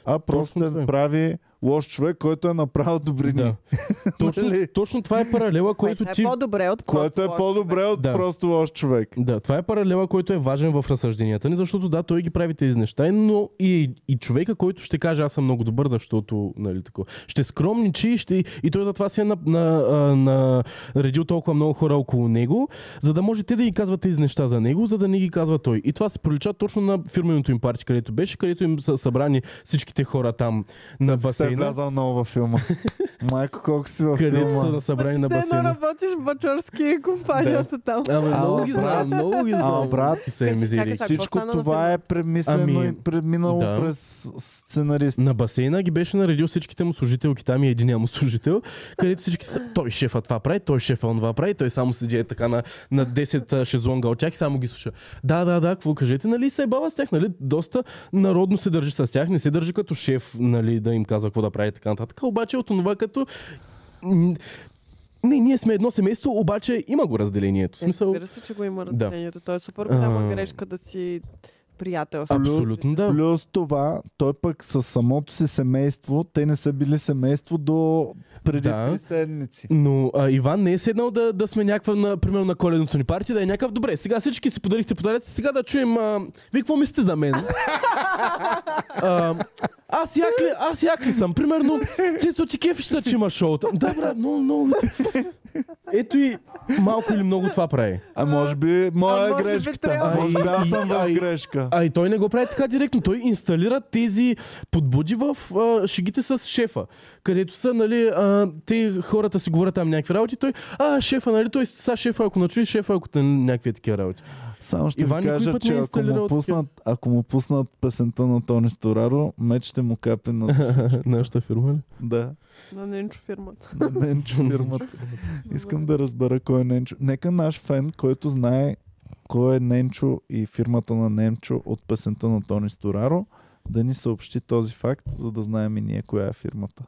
Speaker 1: а просто
Speaker 2: Точно
Speaker 1: те
Speaker 2: така.
Speaker 1: прави лош човек, който е направил добри дни.
Speaker 2: да. точно,
Speaker 1: Нали?
Speaker 2: точно това е паралела, който
Speaker 4: което
Speaker 2: ти...
Speaker 4: е по-добре от
Speaker 1: Което е
Speaker 4: просто
Speaker 1: по-добре от
Speaker 2: Да.
Speaker 1: просто лош човек.
Speaker 2: Да, това е паралела, който е важен в разсъжденията ни, защото да, той ги прави тези неща, но и, и човека, който ще каже, аз съм много добър, защото, нали, такова. Ще скромничи и ще, и той затова си е на, на, а, наредил толкова много хора около него, за да може те да ги казват тези неща за него, за да не ги казва той. И това се пролича точно на фирменото им парти, където беше, където им са събрани всичките хора там на
Speaker 1: Те е
Speaker 2: басейна.
Speaker 1: влязал много във филма. Майко, колко си във
Speaker 2: Където
Speaker 1: филма.
Speaker 2: са събрани на
Speaker 4: Ти се едно
Speaker 2: басейна.
Speaker 4: работиш в Бачорски компанията там.
Speaker 2: Ама
Speaker 1: Ама,
Speaker 2: много ги знам, много ги знам.
Speaker 1: брат,
Speaker 2: И се е
Speaker 4: Кажи,
Speaker 2: мизери.
Speaker 4: чакай,
Speaker 1: Всичко
Speaker 4: Какво стана на
Speaker 1: това
Speaker 4: филма?
Speaker 1: е премислено
Speaker 2: Ами,
Speaker 1: и преминало
Speaker 2: да.
Speaker 1: през сценарист.
Speaker 2: На басейна ги беше наредил всичките му служителки там и единия му служител, където всички са, той шефа това прави, той шефа онова прави, той само седи е така на, на 10 а, шезлонга от тях и само ги слуша. Да, да, да, какво кажете, нали се е баба с тях, нали доста народно се държи с тях, не се държи като шеф, нали да им казва какво да прави и така нататък, обаче от това като... м, Не, ние сме едно семейство, обаче има го разделението. В
Speaker 4: Е,
Speaker 2: смисъл,
Speaker 4: Разбира се, че го има разделението. Той е супер голяма грешка да си приятел. с
Speaker 2: абсолютно да.
Speaker 1: Плюс това, той пък със самото си семейство, те не са били семейство до преди
Speaker 2: Да.
Speaker 1: три седмици.
Speaker 2: Но а, Иван не е седнал да, да сме някаква, на, примерно, на коледното ни партия, да е някакъв. Добре, сега всички си подарихте подаръци, сега да чуем. А, вие какво мислите за мен? а, аз як ли, аз як ли съм? Примерно, Цецо, ти кефиш се, че има шоута. Да, брат, много, много. Ето и Малко или много това прави.
Speaker 1: А може би моя
Speaker 4: А, може би
Speaker 1: грешката.
Speaker 4: трябва.
Speaker 1: а може би аз
Speaker 2: Ай,
Speaker 1: съм в
Speaker 2: ай.
Speaker 1: грешка.
Speaker 2: А и той не го прави така директно. Той инсталира тези подбуди в а, шегите с шефа, където са, нали, а, те хората си говорят там някакви работи. Той, а, шефа, нали, той са шефа, ако начуи шефа, ако те някакви такива работи.
Speaker 1: Само ще
Speaker 2: Иван
Speaker 1: ви
Speaker 2: никой
Speaker 1: кажа,
Speaker 2: път не
Speaker 1: че
Speaker 2: е
Speaker 1: ако
Speaker 2: инсталирал
Speaker 1: му, пуснат, ако му пуснат песента на Тони Стораро, меч ще му капе на...
Speaker 2: Нашата фирма ли?
Speaker 1: да,
Speaker 4: На Ненчо фирмата.
Speaker 1: на Ненчо фирмата. Искам да разбера кой е Ненчо. Нека наш фен, който знае кой е Ненчо и фирмата на Ненчо от песента на Тони Стораро, да ни съобщи този факт, за да знаем и ние коя е фирмата.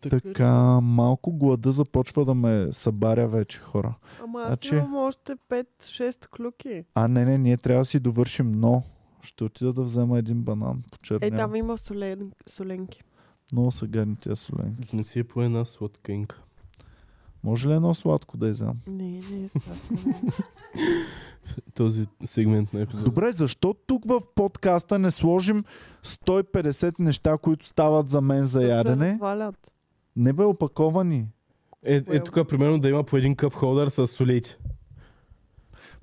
Speaker 1: Така, малко глада започва да ме събаря вече хора.
Speaker 4: Ама аз
Speaker 1: Значи-
Speaker 4: имам още 5-6 клюки.
Speaker 1: А, не, не, ние трябва да си довършим, но ще отида да взема един банан по
Speaker 4: Е,
Speaker 1: черня.
Speaker 4: там има солен, соленки.
Speaker 1: Много са гадни тия соленки.
Speaker 2: Не си е по една сладкинка.
Speaker 1: Може ли едно сладко да изям?
Speaker 4: Не, не е сладко.
Speaker 2: Този сегмент на епизода.
Speaker 1: Добре, защо тук в подкаста не сложим 150 неща, които стават за мен за ядене?
Speaker 4: Валят.
Speaker 1: Не бе опаковани.
Speaker 2: Е, е тук примерно да има по един къп холдър с солети.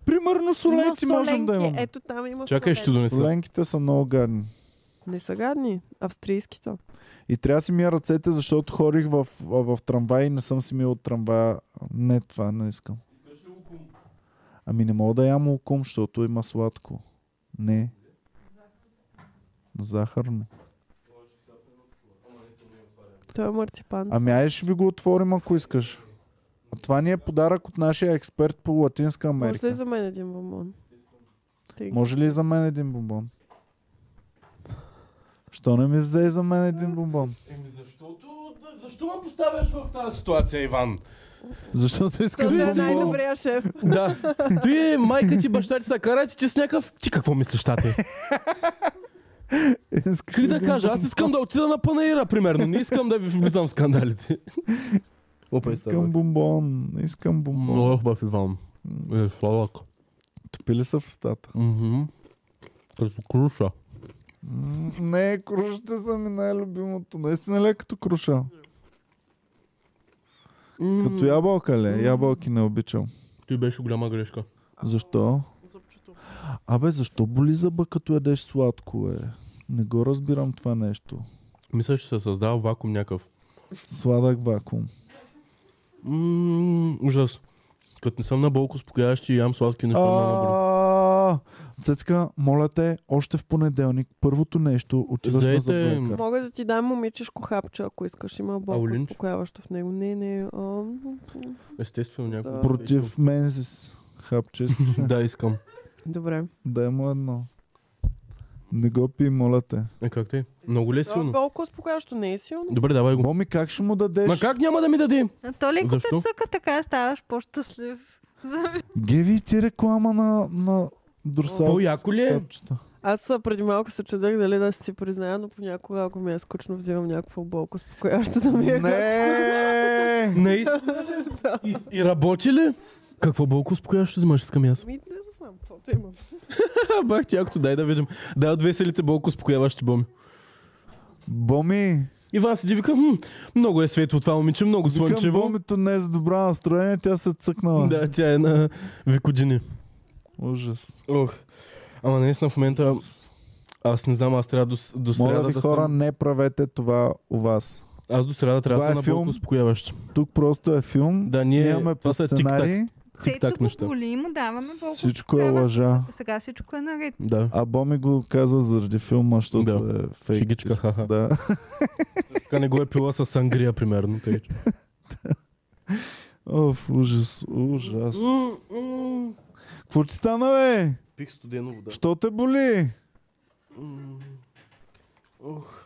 Speaker 1: Примерно соленки можем да имам.
Speaker 4: Ето там има
Speaker 2: Чакай, ще
Speaker 4: соленки.
Speaker 2: донеса.
Speaker 1: Соленките са много гадни.
Speaker 4: Не са гадни. Австрийски са.
Speaker 1: И трябва да си мия ръцете, защото хорих в, в, в трамвай и не съм си мил от трамвая. Не, това не искам. Ами не мога да ям лукум, защото има сладко. Не. Захарно.
Speaker 4: Той е марципан.
Speaker 1: Ами ай ще ви го отворим, ако искаш. А това ни е подарък от нашия експерт по Латинска
Speaker 4: Може ли
Speaker 1: Америка.
Speaker 4: за мен един бомбон? Ти-
Speaker 1: Може ли и за мен един бомбон? Що не ми взе и за мен един бомбон?
Speaker 2: Еми защото... Защо ме поставяш в тази ситуация, Иван?
Speaker 1: Защото искаш
Speaker 4: Той е
Speaker 1: бомбон.
Speaker 4: най-добрия шеф.
Speaker 2: Да. Ти, майка ти, баща ти са карат и ти с някакъв... Ти какво мислиш, тате?
Speaker 1: Искаш
Speaker 2: Как да
Speaker 1: един
Speaker 2: кажа? Аз искам да отида на панаира, примерно. Не искам да ви влизам в скандалите. Опа,
Speaker 1: Искам бомбон. Искам бомбон.
Speaker 2: Много хубав Иван. Е, сладък.
Speaker 1: Топи ли са в устата?
Speaker 2: Мгм. Като круша.
Speaker 1: М, Не, крушите са ми най-любимото. Наистина ли е като круша? Като ябълка ли? е? Ябълки не обичам.
Speaker 2: Ти беше голяма грешка.
Speaker 1: Защо? Абе, защо боли зъба като ядеш сладко, е? Не го разбирам това нещо.
Speaker 2: Мисля, че се създава вакуум някакъв.
Speaker 1: Сладък вакуум.
Speaker 2: М, Ужас. Като не съм на болко спокояващи и ям сладки неща. много добре.
Speaker 1: А, Цецка, моля те, още в понеделник, първото нещо, отиваш на
Speaker 2: Заете-
Speaker 1: забойка.
Speaker 4: Мога да ти дам момичешко хапче, ако искаш. Има болко
Speaker 2: Олинче?
Speaker 4: успокояващо в него. Не, не. А...
Speaker 2: Естествено някой.
Speaker 4: За-
Speaker 1: Против Мензис. Хапче, искаш ли?
Speaker 2: Да, искам.
Speaker 4: Добре.
Speaker 1: дай му едно. Не го пи, моля те.
Speaker 2: Е, как те? Много ли е
Speaker 4: Това е
Speaker 2: силно?
Speaker 4: болко успокояващо не е силно.
Speaker 2: Добре, давай го.
Speaker 1: Боми, как ще му дадеш?
Speaker 2: Ма как няма да ми даде?
Speaker 5: А То леко те
Speaker 2: Защо?
Speaker 5: цъка така, ставаш по-щастлив.
Speaker 1: Геви, ти реклама на, на Дурсал.
Speaker 2: По-яко ли е?
Speaker 1: Капчета.
Speaker 4: Аз а, преди малко се чудех дали да си призная, но понякога, ако ми е скучно, взимам някакво болко успокояващо да ми е.
Speaker 1: Не!
Speaker 2: Наистина ли? И, и работи ли? Какво болко успокояващо взимаш, искам и аз.
Speaker 4: Ми, не знам, каквото имам.
Speaker 2: Ха, бах ти, якото дай да видим. Дай от веселите болко успокояващи боми.
Speaker 1: Боми,
Speaker 2: Иван седи и вика, «М, много е светло това момиче, много
Speaker 1: към
Speaker 2: слънчево.
Speaker 1: Бомито не е за добра настроение, тя се е цъкнала.
Speaker 2: Да, тя е на Викодини.
Speaker 1: Ужас.
Speaker 2: Ох. Ама наистина в момента аз не знам, аз трябва до, с- до
Speaker 1: Моля
Speaker 2: сряда
Speaker 1: ви
Speaker 2: да
Speaker 1: хора,
Speaker 2: съм...
Speaker 1: не правете това у вас.
Speaker 2: Аз до сряда трябва да
Speaker 1: Това
Speaker 2: съм
Speaker 1: е
Speaker 2: на
Speaker 1: филм.
Speaker 2: болко успокояващи.
Speaker 1: Тук просто е филм,
Speaker 2: Да, ние-
Speaker 1: снимаме по
Speaker 2: това са
Speaker 1: сценарий,
Speaker 2: Тик-так
Speaker 5: Цето го
Speaker 2: неща.
Speaker 5: боли и му даваме болко.
Speaker 1: всичко е
Speaker 5: успокояващо.
Speaker 1: лъжа.
Speaker 5: Сега всичко е наред.
Speaker 2: Да.
Speaker 1: А Боми го каза заради филма, защото
Speaker 2: Да.
Speaker 1: е фейк.
Speaker 2: Шигичка,
Speaker 1: всичко.
Speaker 2: ха-ха.
Speaker 1: Да.
Speaker 2: Така не го е пила с сангрия, примерно. Тъй, че.
Speaker 1: Оф, ужас, ужас. Какво ти стана, бе?
Speaker 2: Пих студено вода.
Speaker 1: Що те боли?
Speaker 2: Ох.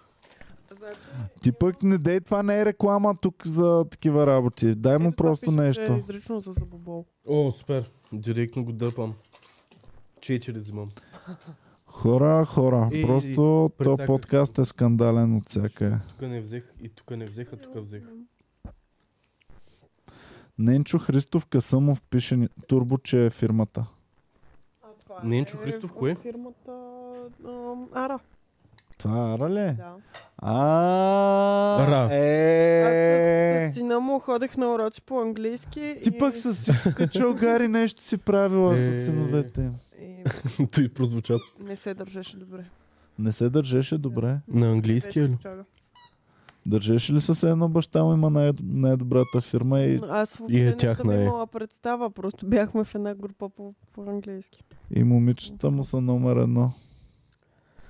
Speaker 1: Ти пък не дей, това не е реклама тук за такива работи. Дай му
Speaker 4: Ето това
Speaker 1: просто
Speaker 4: пише, че е
Speaker 1: нещо.
Speaker 4: Изрично за забобол.
Speaker 2: О, супер. Директно го дъпам. Четири взимам.
Speaker 1: Хора, хора,
Speaker 2: И-
Speaker 1: просто
Speaker 2: и-
Speaker 1: то
Speaker 2: прецаках.
Speaker 1: подкаст е скандален от всякъде.
Speaker 2: Тук не взех и тук не взех, а тук взех.
Speaker 1: Ненчо Христов Касъмов пише ни- Турбо, че е фирмата.
Speaker 4: А, това е
Speaker 2: Ненчо Христов,
Speaker 4: от
Speaker 2: кое?
Speaker 4: Фирмата ам, Ара.
Speaker 1: Това ара ли? е?
Speaker 4: Да.
Speaker 1: А,
Speaker 2: Ра.
Speaker 1: е.
Speaker 4: Аз с сина му ходех на уроци по английски.
Speaker 1: Ти
Speaker 4: и-
Speaker 1: пък с си качил Гари нещо си правила
Speaker 2: Е.
Speaker 1: с синовете. им.
Speaker 4: и
Speaker 2: Той прозвуча
Speaker 4: не се държеше добре.
Speaker 1: Не се държеше добре.
Speaker 2: на английски е
Speaker 4: Беше
Speaker 2: или?
Speaker 4: чага.
Speaker 1: Държеше ли се с едно баща му има най- най-добрата фирма и,
Speaker 4: Аз въобще не съм
Speaker 2: тяхна е.
Speaker 4: имала представа, просто бяхме в една група по, по английски.
Speaker 1: и момичета му са номер едно.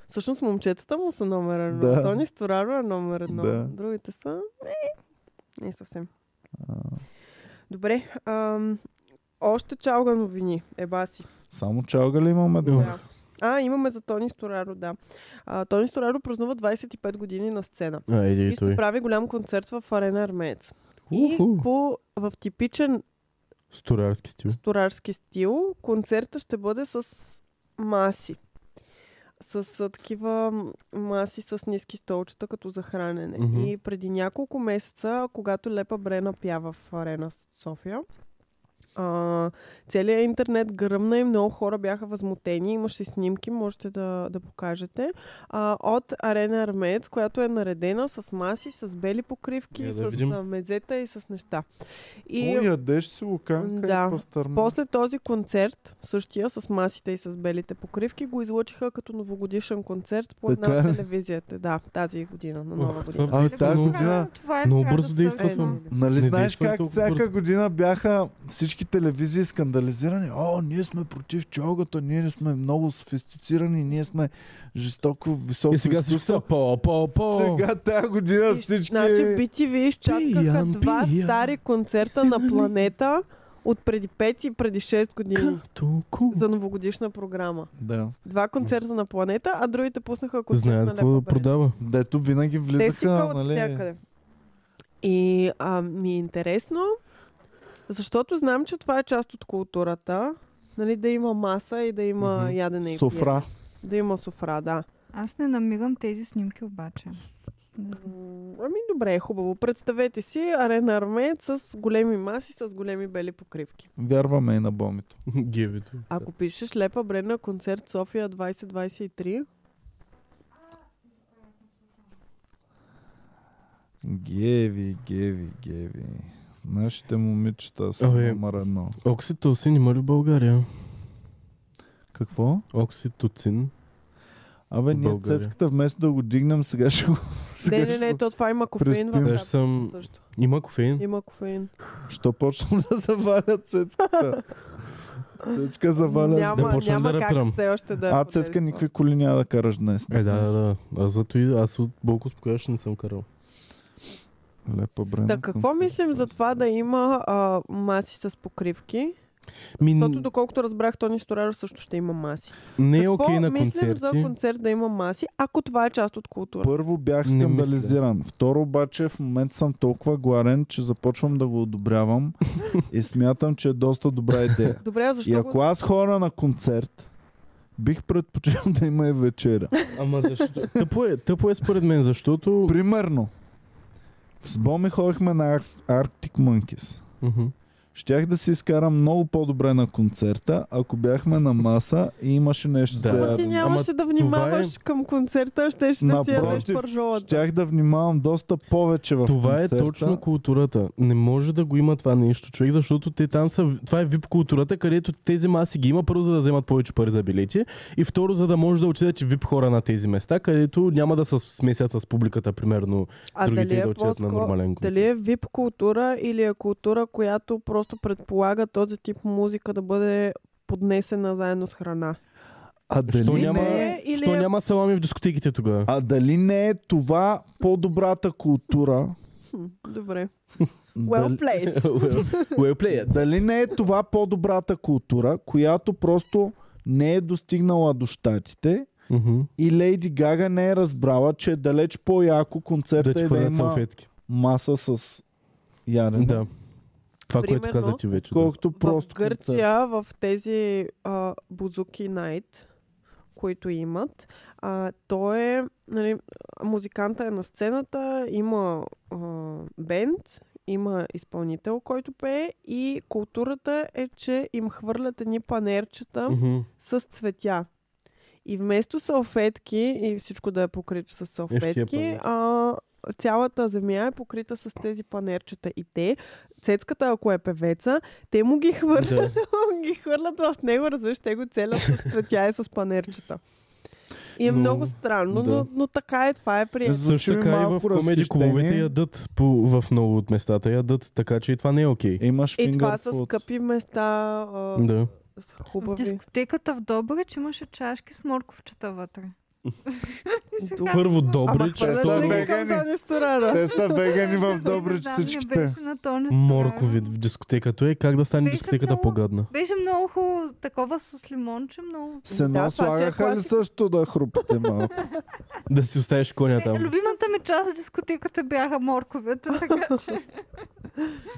Speaker 4: Всъщност момчетата му са номер едно.
Speaker 1: Да.
Speaker 4: Да. Тони Стораро е номер едно.
Speaker 1: Да.
Speaker 4: Да. Другите са... Е, не съвсем. Добре. Ам, още чалга новини. Еба си.
Speaker 1: Само чалга ли имаме
Speaker 2: Да.
Speaker 1: днес?
Speaker 4: А, имаме за Тони Стораро, да. А, Тони Стораро празнува 25 години на сцена.
Speaker 2: А, еди
Speaker 4: И
Speaker 2: и той.
Speaker 4: ще прави голям концерт в Арена Армеец. И
Speaker 2: Уху.
Speaker 4: по, в типичен
Speaker 2: Сторарски стил.
Speaker 4: сторарски стил, концерта ще бъде с маси. С а, такива м, маси с ниски столчета, като за хранене.
Speaker 2: Мгм.
Speaker 4: И преди няколко месеца, когато Лепа Брена пява в арена с- София, а, целият интернет гръмна и много хора бяха възмутени. Имаше снимки, можете да, да покажете. А, от арена Армеец, която е наредена с маси, с бели покривки,
Speaker 2: Я да
Speaker 4: с
Speaker 2: видим.
Speaker 4: а, мезета и с неща. И...
Speaker 1: О, ядеш си луканка
Speaker 4: Да.
Speaker 1: и пастърма.
Speaker 4: После този концерт, същия с масите и с белите покривки, го излъчиха като новогодишен концерт по една
Speaker 1: Така
Speaker 4: от
Speaker 1: ли?
Speaker 4: телевизията. Да, тази година, на
Speaker 2: Ох,
Speaker 4: нова година.
Speaker 1: Абе,
Speaker 2: е. това
Speaker 1: тази
Speaker 2: много-
Speaker 1: година
Speaker 5: Това е
Speaker 2: много
Speaker 5: трябва
Speaker 2: бързо
Speaker 5: да
Speaker 2: действа
Speaker 5: свършим.
Speaker 4: Е, не,
Speaker 2: това.
Speaker 4: не,
Speaker 1: Нали
Speaker 2: Не
Speaker 1: знаеш
Speaker 2: действа ли
Speaker 1: как
Speaker 2: толкова
Speaker 1: всяка
Speaker 2: бързо?
Speaker 1: година бяха всички телевизии скандализирани. О, ние сме против чалгата, ние не сме много софистицирани, ние сме жестоко високо
Speaker 2: И Е, сега всички са
Speaker 1: изкуство.
Speaker 2: по, по, по.
Speaker 1: Сега тази година
Speaker 4: И,
Speaker 1: всички...
Speaker 4: Значи BTV изчакаха
Speaker 2: Пиян,
Speaker 4: два
Speaker 2: пиян. нали?
Speaker 4: стари концерта на планета от преди 5 и преди 6 години
Speaker 2: Като ку.
Speaker 4: за новогодишна програма.
Speaker 1: Да.
Speaker 4: Два концерта на планета, а другите пуснаха концерт на
Speaker 2: Знаят какво да
Speaker 4: Лепа Брена.
Speaker 2: продава.
Speaker 1: Дето винаги
Speaker 4: Те стига
Speaker 1: влизаха,
Speaker 4: от
Speaker 1: нали?
Speaker 4: всякъде. И а, ми е интересно, защото знам, че това е част от културата. Нали, да има маса и да е. има
Speaker 2: Мгм.
Speaker 4: ядене и пиене.
Speaker 1: Софра.
Speaker 4: Да има софра, да.
Speaker 5: Аз не намирам тези снимки обаче. Не знам.
Speaker 4: М, Ами добре, хубаво. Представете си арена армеец с големи маси, с големи бели покривки.
Speaker 1: Вярваме и на бомито.
Speaker 2: Гевито.
Speaker 4: Ако пишеш Лепа Брена концерт София 2023,
Speaker 1: Геви, геви, геви. Нашите момичета са
Speaker 2: Абе.
Speaker 1: номер едно.
Speaker 2: Окситоцин има ли в България?
Speaker 1: Какво?
Speaker 2: Окситоцин.
Speaker 1: Абе, ние
Speaker 2: България.
Speaker 1: цецката вместо да го дигнем, сега ще го... сега
Speaker 4: не,
Speaker 1: ще
Speaker 4: не, не,
Speaker 1: го-
Speaker 4: то това има кофеин в
Speaker 1: Преспим.
Speaker 2: Аз
Speaker 4: капсулата
Speaker 2: съм...
Speaker 4: също.
Speaker 2: Има кофеин?
Speaker 4: Има кофеин.
Speaker 1: Що почна да завалят цецката? Цецка заваля.
Speaker 2: Да
Speaker 4: Няма,
Speaker 2: почнем
Speaker 4: няма
Speaker 2: да рапирам.
Speaker 4: как все още да... е
Speaker 1: а,
Speaker 4: подели
Speaker 1: цецка,
Speaker 4: това.
Speaker 1: никакви коли няма да караш днес.
Speaker 2: Е, да, да, да. Аз зато и аз от Болко спокояш не съм карал.
Speaker 1: Лепа брена.
Speaker 4: Да, какво мислим за
Speaker 2: е
Speaker 4: това да има а, маси с покривки?
Speaker 2: Ми,
Speaker 4: Защото доколкото разбрах, Тони Стораро също ще има маси.
Speaker 2: не е
Speaker 4: какво
Speaker 2: окей на
Speaker 4: мислим за
Speaker 2: концерти.
Speaker 4: концерт да има маси, ако това е част от култура?
Speaker 1: Първо бях
Speaker 2: Не мисля.
Speaker 1: скандализиран. Второ обаче в момента съм толкова гладен, че започвам да го одобрявам и смятам, че е доста добра идея.
Speaker 4: Добре, а защо
Speaker 1: И
Speaker 4: го...
Speaker 1: ако аз хора на концерт, бих предпочел да има и вечеря.
Speaker 2: Ама защо? тъпо, е, тъпо е според мен, защото...
Speaker 1: Примерно, с Боми ходихме на Ар- Arctic Monkeys.
Speaker 2: Мгм.
Speaker 1: Щях да си изкарам много по-добре на концерта, ако бяхме на маса и имаше нещо
Speaker 2: Да.
Speaker 1: за
Speaker 4: Ама ти
Speaker 1: ядене.
Speaker 4: нямаше
Speaker 2: е
Speaker 4: да внимаваш към концерта, ще ще да си ядеш
Speaker 1: Напротив,
Speaker 4: пържолата.
Speaker 1: Щях да внимавам доста повече в
Speaker 2: Това е
Speaker 1: концерта.
Speaker 2: точно културата. Не може да го има това нещо, човек, защото те там са. Това е вип културата, където тези маси ги има първо, за да вземат повече пари за билети и второ, за да може да отидат и вип хора на тези места, където няма да се смесят с публиката, примерно.
Speaker 4: А
Speaker 2: другите
Speaker 4: дали
Speaker 2: да
Speaker 4: е
Speaker 2: отидат на
Speaker 4: по-скоро...
Speaker 2: нормален концерт.
Speaker 4: Дали е вип култура или е култура, която просто предполага този тип музика да бъде поднесена заедно с храна?
Speaker 1: А
Speaker 2: Що
Speaker 1: дали,
Speaker 2: няма,
Speaker 1: не е,
Speaker 4: не, или
Speaker 2: що
Speaker 4: е-
Speaker 2: няма салами в дискотеките тогава?
Speaker 1: а дали не е това по-добрата култура?
Speaker 4: Хм, добре.
Speaker 1: дали,
Speaker 4: Well played.
Speaker 2: well, well played.
Speaker 1: дали не е това по-добрата култура, която просто не е достигнала до щатите
Speaker 2: Мгм.
Speaker 1: и Лейди Гага не е разбрала, че е далеч по-яко
Speaker 2: Да
Speaker 1: концерта
Speaker 2: ти
Speaker 1: е да
Speaker 2: хвърлят
Speaker 1: има
Speaker 2: салфетки.
Speaker 1: маса с ядене.
Speaker 2: Да. Това, което
Speaker 4: Примерно,
Speaker 2: каза ти вече. Да.
Speaker 1: Колкото просто
Speaker 4: в Гърция, в тези а, бузуки найт, които имат, а, то е, нали, музиканта е на сцената, има а, бенд, има изпълнител, който пее и културата е, че им хвърлят едни панерчета
Speaker 2: Мгм.
Speaker 4: с цветя. И вместо салфетки и всичко да е покрито с салфетки,
Speaker 2: панер.
Speaker 4: а, цялата земя е покрита с тези панерчета. И те, цецката, ако е певеца, те му ги хвърлят,
Speaker 2: Да.
Speaker 4: ги хвърлят в него, разбираш, те го целят с цветя и с панерчета. И е
Speaker 2: Но,
Speaker 4: но, много странно,
Speaker 2: да.
Speaker 4: но, но така е, това е приятно.
Speaker 2: Също
Speaker 1: Звучи ми
Speaker 2: така и в
Speaker 1: малко
Speaker 2: комеди клубовете
Speaker 1: разхищение.
Speaker 2: ядат по, в много от местата. Ядат, така че и това не е окей.
Speaker 1: Имаш
Speaker 4: И това
Speaker 1: finger
Speaker 4: са
Speaker 1: food.
Speaker 4: скъпи места, а,
Speaker 2: Да.
Speaker 4: с
Speaker 5: В
Speaker 4: хубави.
Speaker 5: дискотеката в Добрич имаше чашки с морковчета вътре.
Speaker 4: Добре.
Speaker 2: Първо
Speaker 4: Ама
Speaker 2: Добрич,
Speaker 1: хвърляш
Speaker 4: хвърляш
Speaker 2: второ
Speaker 1: ли
Speaker 4: ли ги към
Speaker 1: вегани.
Speaker 4: Тони Сторара?
Speaker 1: Те са вегани ами в Добрич
Speaker 5: Да, не
Speaker 1: всичките.
Speaker 5: Беше на Тони Сторара.
Speaker 2: моркови в дискотеката. Е, как да стане
Speaker 5: Беше
Speaker 2: дискотеката
Speaker 5: много-
Speaker 2: по-гадна?
Speaker 5: Беше много хубаво, такова с лимонче, много.
Speaker 4: Да,
Speaker 1: Сено
Speaker 4: това си е
Speaker 1: слагаха ли
Speaker 4: класика.
Speaker 1: също да хрупите малко?
Speaker 2: Да си оставиш коня
Speaker 5: Е,
Speaker 2: там.
Speaker 5: любимата ми част от дискотеката бяха морковете, така че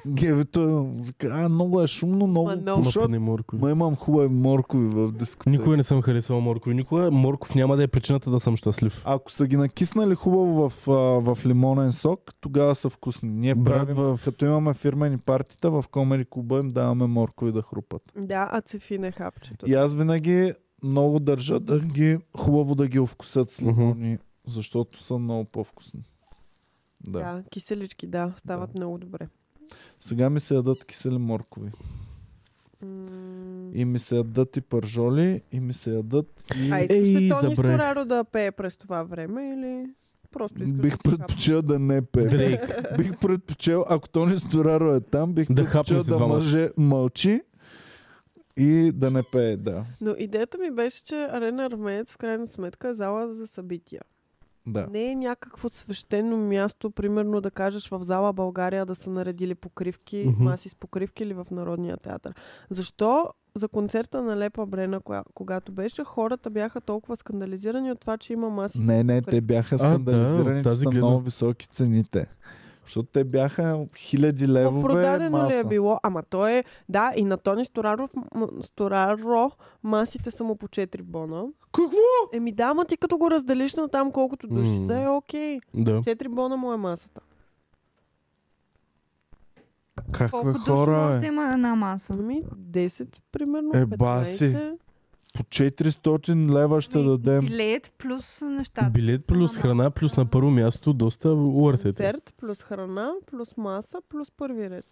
Speaker 1: Гевито вика, а, много е шумно,
Speaker 4: Ма,
Speaker 1: много
Speaker 4: много.
Speaker 2: Ма
Speaker 1: пушат.
Speaker 2: поне моркови.
Speaker 1: Ма имам хубави моркови в дискотека.
Speaker 2: Никога не съм харесвал моркови. Никога морков няма да е причината да съм щастлив.
Speaker 1: Ако са ги накиснали хубаво в, а, в лимонен сок, тогава са вкусни. Ние
Speaker 2: Брат,
Speaker 1: правим,
Speaker 2: в-
Speaker 1: като имаме фирмени партита, в Комери Куба им даваме моркови да хрупат.
Speaker 4: Да, а цифин е хапчето.
Speaker 1: И аз винаги много държа да ги хубаво да ги овкусят с
Speaker 2: Мгм.
Speaker 1: лимони, защото са много по-вкусни. Да.
Speaker 4: Да, киселички, да, стават много добре.
Speaker 1: Сега ми се ядат кисели моркови.
Speaker 4: М,
Speaker 1: И ми се ядат и пържоли, и ми се ядат и...
Speaker 4: А искаш
Speaker 2: Ей,
Speaker 4: ли Тони
Speaker 2: забравих.
Speaker 4: Стораро да пее през това време или просто искаш
Speaker 1: Бих
Speaker 4: да се хапнеш?
Speaker 1: предпочел да не пее.
Speaker 2: Дрейк.
Speaker 1: Бих предпочел, ако Тони Стораро е там, бих
Speaker 2: Да
Speaker 1: предпочел
Speaker 2: хапне с
Speaker 1: да
Speaker 2: двамата.
Speaker 1: мъже мълчи и да не пее, да.
Speaker 4: Но идеята ми беше, че Арена Армеец в крайна сметка е зала за събития.
Speaker 1: да.
Speaker 4: Не е някакво свещено място, примерно да кажеш в зала България да са наредили покривки,
Speaker 2: Мгм.
Speaker 4: маси с покривки или в Народния театър. Защо за концерта на Лепа Брена, коя, когато беше, хората бяха толкова скандализирани от това, че има маси с
Speaker 1: Не, не,
Speaker 4: покривки?
Speaker 1: те бяха
Speaker 2: да,
Speaker 1: скандализирани, че
Speaker 2: от тази
Speaker 1: са
Speaker 2: гледна-
Speaker 1: много високи цените. Защото те бяха хиляди левове
Speaker 4: Продадено ли
Speaker 1: маса.
Speaker 4: е било? Ама то е, да, и на Тони Стораров, м- Стораро масите са му по 4 бона.
Speaker 1: Какво?
Speaker 4: Еми да, ама ти като го разделиш на там колкото души
Speaker 2: М.
Speaker 4: са, е окей.
Speaker 2: Да.
Speaker 4: 4 бона му е масата.
Speaker 1: Какви
Speaker 5: колко души може
Speaker 1: хора,
Speaker 5: да
Speaker 1: е?
Speaker 5: има на една маса.
Speaker 4: Ами 10 примерно,
Speaker 1: Е,
Speaker 4: 15.
Speaker 1: баси. По 400 лева ще
Speaker 4: Ами,
Speaker 5: И
Speaker 1: дадем.
Speaker 5: Билет плюс нещата.
Speaker 2: Билет плюс храна, плюс на първо място, доста уъртет. е.
Speaker 4: Концерт, плюс храна, плюс маса, плюс първи ред.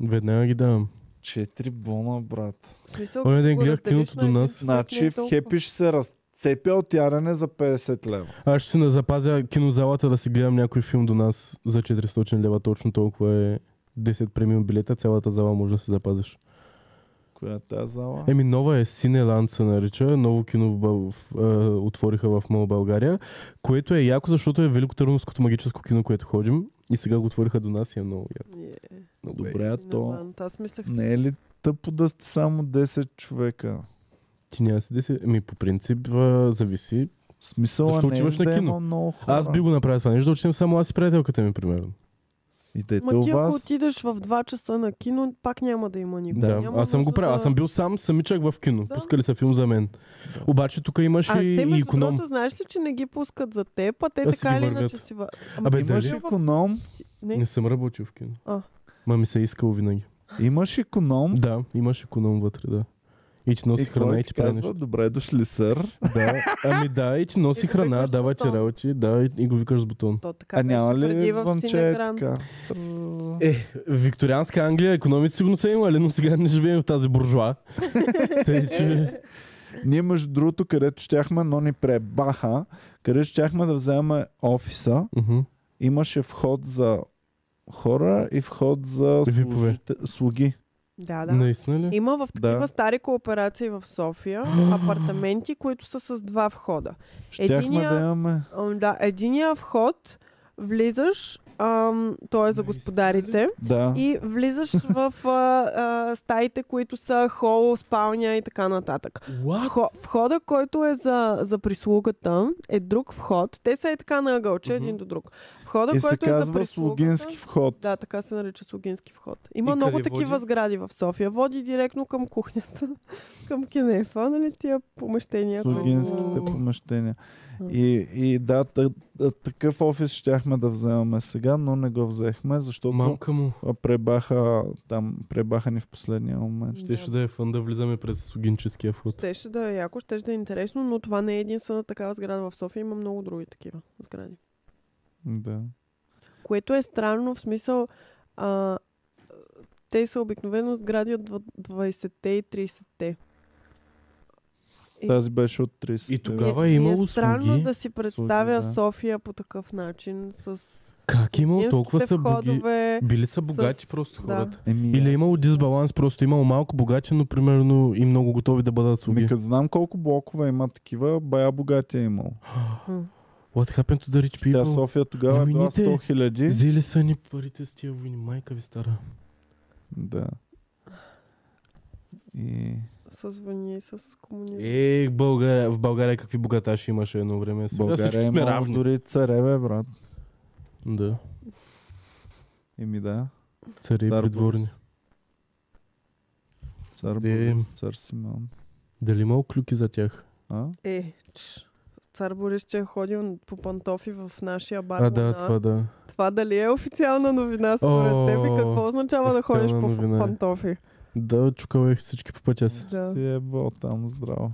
Speaker 2: Веднага ги давам.
Speaker 1: 4 бона, брат.
Speaker 4: В смисъл,
Speaker 2: Оня
Speaker 4: като
Speaker 2: ден
Speaker 4: го
Speaker 2: гледах
Speaker 4: разделиш
Speaker 2: е киното
Speaker 4: на един
Speaker 2: до нас.
Speaker 4: човек, не
Speaker 1: Значи
Speaker 4: е
Speaker 1: в
Speaker 4: толкова.
Speaker 1: хепи ще се разцепя от ядене за 50 лева.
Speaker 2: Аз ще си запазя кинозалата да си гледам някой филм до нас за 400 лева. Точно толкова е 10 премиум билета. Цялата зала може да се запазиш.
Speaker 1: Коя е тази зала?
Speaker 2: Еми нова е Синеланд се нарича. Ново кино в, Бъл- в, е, отвориха в Мол България, което е яко, защото е Великотърновското магическо кино, което ходим. И сега го отвориха до нас и е много яко.
Speaker 4: Е,
Speaker 2: Много е.
Speaker 1: Добре,
Speaker 4: Ами,
Speaker 1: а то...
Speaker 4: Синемант. Аз мислех,
Speaker 1: Не е ли тъпо да сте само 10 човека?
Speaker 2: Ти няма си да си... Ами по принцип а, зависи.
Speaker 1: Смисъла
Speaker 2: Защо
Speaker 1: не е
Speaker 2: отиваш на
Speaker 1: да
Speaker 2: кино?
Speaker 1: има много хора.
Speaker 2: Аз би го направил това нещо, да отидем само аз и приятелката ми, примерно.
Speaker 1: Идете
Speaker 4: Ма
Speaker 1: у
Speaker 4: ти ако
Speaker 1: вас.
Speaker 4: отидеш в 2 часа на кино, пак няма да има никой.
Speaker 2: Да,
Speaker 4: Няма
Speaker 2: аз съм го
Speaker 4: нужда
Speaker 2: правил.
Speaker 4: да-
Speaker 2: Аз съм бил сам самичък в кино.
Speaker 4: Да.
Speaker 2: Пускали са филм за мен.
Speaker 1: Да.
Speaker 2: Обаче тук имаш
Speaker 4: А
Speaker 2: и,
Speaker 4: те
Speaker 2: и
Speaker 4: между
Speaker 2: економ.
Speaker 4: другото, знаеш ли, че не ги пускат за теб, а те
Speaker 2: Да си
Speaker 4: така
Speaker 2: ги
Speaker 4: или
Speaker 2: вървят.
Speaker 4: иначе си... вър- Ама
Speaker 2: Абе,
Speaker 4: ти
Speaker 2: дали?
Speaker 1: Имаш
Speaker 4: бил в-
Speaker 1: економ,
Speaker 4: Не,
Speaker 2: Не съм работил в кино.
Speaker 4: А.
Speaker 2: Ма ми се е искал винаги.
Speaker 1: имаш економ.
Speaker 2: Да, имаш економ вътре, да. И ти носи
Speaker 1: И
Speaker 2: храна
Speaker 1: кой
Speaker 2: и
Speaker 1: ти
Speaker 2: ти прави
Speaker 1: казва,
Speaker 2: нещо.
Speaker 1: добре дошли, сър.
Speaker 2: Да. Ами да, и ти носи
Speaker 4: И го
Speaker 2: храна,
Speaker 4: викаш с
Speaker 2: дава ти
Speaker 4: бутон.
Speaker 2: работи, да, и, и го викаш с бутон.
Speaker 4: то така
Speaker 1: А
Speaker 4: беше
Speaker 1: няма
Speaker 4: преди
Speaker 1: ли
Speaker 4: в
Speaker 1: звънче е
Speaker 4: Синеграм.
Speaker 1: така?
Speaker 2: Е, викторианска Англия, економите сигурно са имали, но сега не живеем в тази буржуа. Тъй, че...
Speaker 1: Ние между другото, където щяхме, но ни пребаха, където щяхме да вземем офиса,
Speaker 2: Мгм.
Speaker 1: имаше вход за хора и вход
Speaker 2: Е,
Speaker 1: за
Speaker 2: Випове.
Speaker 1: служите- слуги.
Speaker 4: Да, да.
Speaker 2: Наистина ли?
Speaker 4: Има в такива
Speaker 1: Да.
Speaker 4: стари кооперации в София апартаменти, които са с два входа.
Speaker 1: Щяхме
Speaker 4: Единия-
Speaker 1: да имаме...
Speaker 4: Ам, да, единия вход влизаш, ам, той е за господарите,
Speaker 1: Да.
Speaker 4: и влизаш в а, а, стаите, които са хол, спалня и така нататък. Хо, входа, който е за, за прислугата, е друг вход. Те са и така на ъгълче,
Speaker 2: Мгм.
Speaker 4: един до друг. входа,
Speaker 1: И се
Speaker 4: който е за
Speaker 1: казва
Speaker 4: прислугата.
Speaker 1: Слугински вход.
Speaker 4: Да, така се нарича Слугински вход. Има
Speaker 2: И
Speaker 4: много
Speaker 2: къде
Speaker 4: такива
Speaker 2: води?
Speaker 4: сгради в София. Води директно към кухнята, към кенефа, нали, тия помещения. които-
Speaker 1: Слугинските помещения. И, и да, тъ, тъ- такъв офис щяхме да вземаме сега, но не го взехме, защото
Speaker 2: Мамка му.
Speaker 1: а, пребаха там, пребаха ни в последния момент.
Speaker 4: Да.
Speaker 2: Щеше да е фън да влизаме през Сугинческия вход.
Speaker 4: Щеше да е яко, щеше да е интересно, но това не е единствена такава сграда в София. Има много други такива сгради.
Speaker 1: Да.
Speaker 4: Което е странно, в смисъл, а, те са обикновено сгради от 20-те и 30-те. И-
Speaker 1: Тази беше от 30.
Speaker 2: И тогава
Speaker 4: Ми
Speaker 2: е
Speaker 4: е
Speaker 2: имало
Speaker 4: странно
Speaker 2: слуги.
Speaker 4: да си представя
Speaker 1: да.
Speaker 4: София по такъв начин, с
Speaker 2: Как е имало толкова
Speaker 4: инските
Speaker 2: са боги?
Speaker 4: входове.
Speaker 2: Били са богати
Speaker 4: С-
Speaker 2: просто
Speaker 4: да.
Speaker 2: хората.
Speaker 1: Еми, ами,
Speaker 2: Или е имало дисбаланс, просто имало малко богати, но примерно и много готови да бъдат слуги.
Speaker 1: Ми като знам колко блокове има такива, бая богатия е имал.
Speaker 2: What happened to the rich
Speaker 1: Тя
Speaker 2: people?
Speaker 1: София тогава е била
Speaker 2: Войните.
Speaker 1: 100 хиляди.
Speaker 2: Взели са ни парите с тия войни, майка ви стара.
Speaker 1: Да. И...
Speaker 4: С войни, с комунизъм.
Speaker 2: Е, България, в България какви богаташи имаше едно време. Сега
Speaker 1: България
Speaker 2: всички сме
Speaker 1: има
Speaker 2: равни.
Speaker 1: дори цареве, брат.
Speaker 2: Да,
Speaker 1: Еми да.
Speaker 2: цари и
Speaker 1: Цар
Speaker 2: придворни.
Speaker 1: Борис. Цар
Speaker 2: Де.
Speaker 1: Борис, цар Симеон.
Speaker 2: Дали имало клюки за тях?
Speaker 1: А?
Speaker 4: Е, ч. Цар Борис, че е ходил по пантофи в нашия бар.
Speaker 2: А, да,
Speaker 4: Луна.
Speaker 2: това да.
Speaker 4: това дали е официална новина според
Speaker 2: О,
Speaker 4: теб и какво означава да ходиш
Speaker 2: официална
Speaker 4: по
Speaker 2: новина е.
Speaker 4: пантофи?
Speaker 2: Да, чукавах всички по пътя си.
Speaker 4: Да.
Speaker 1: Си е бил там здраво.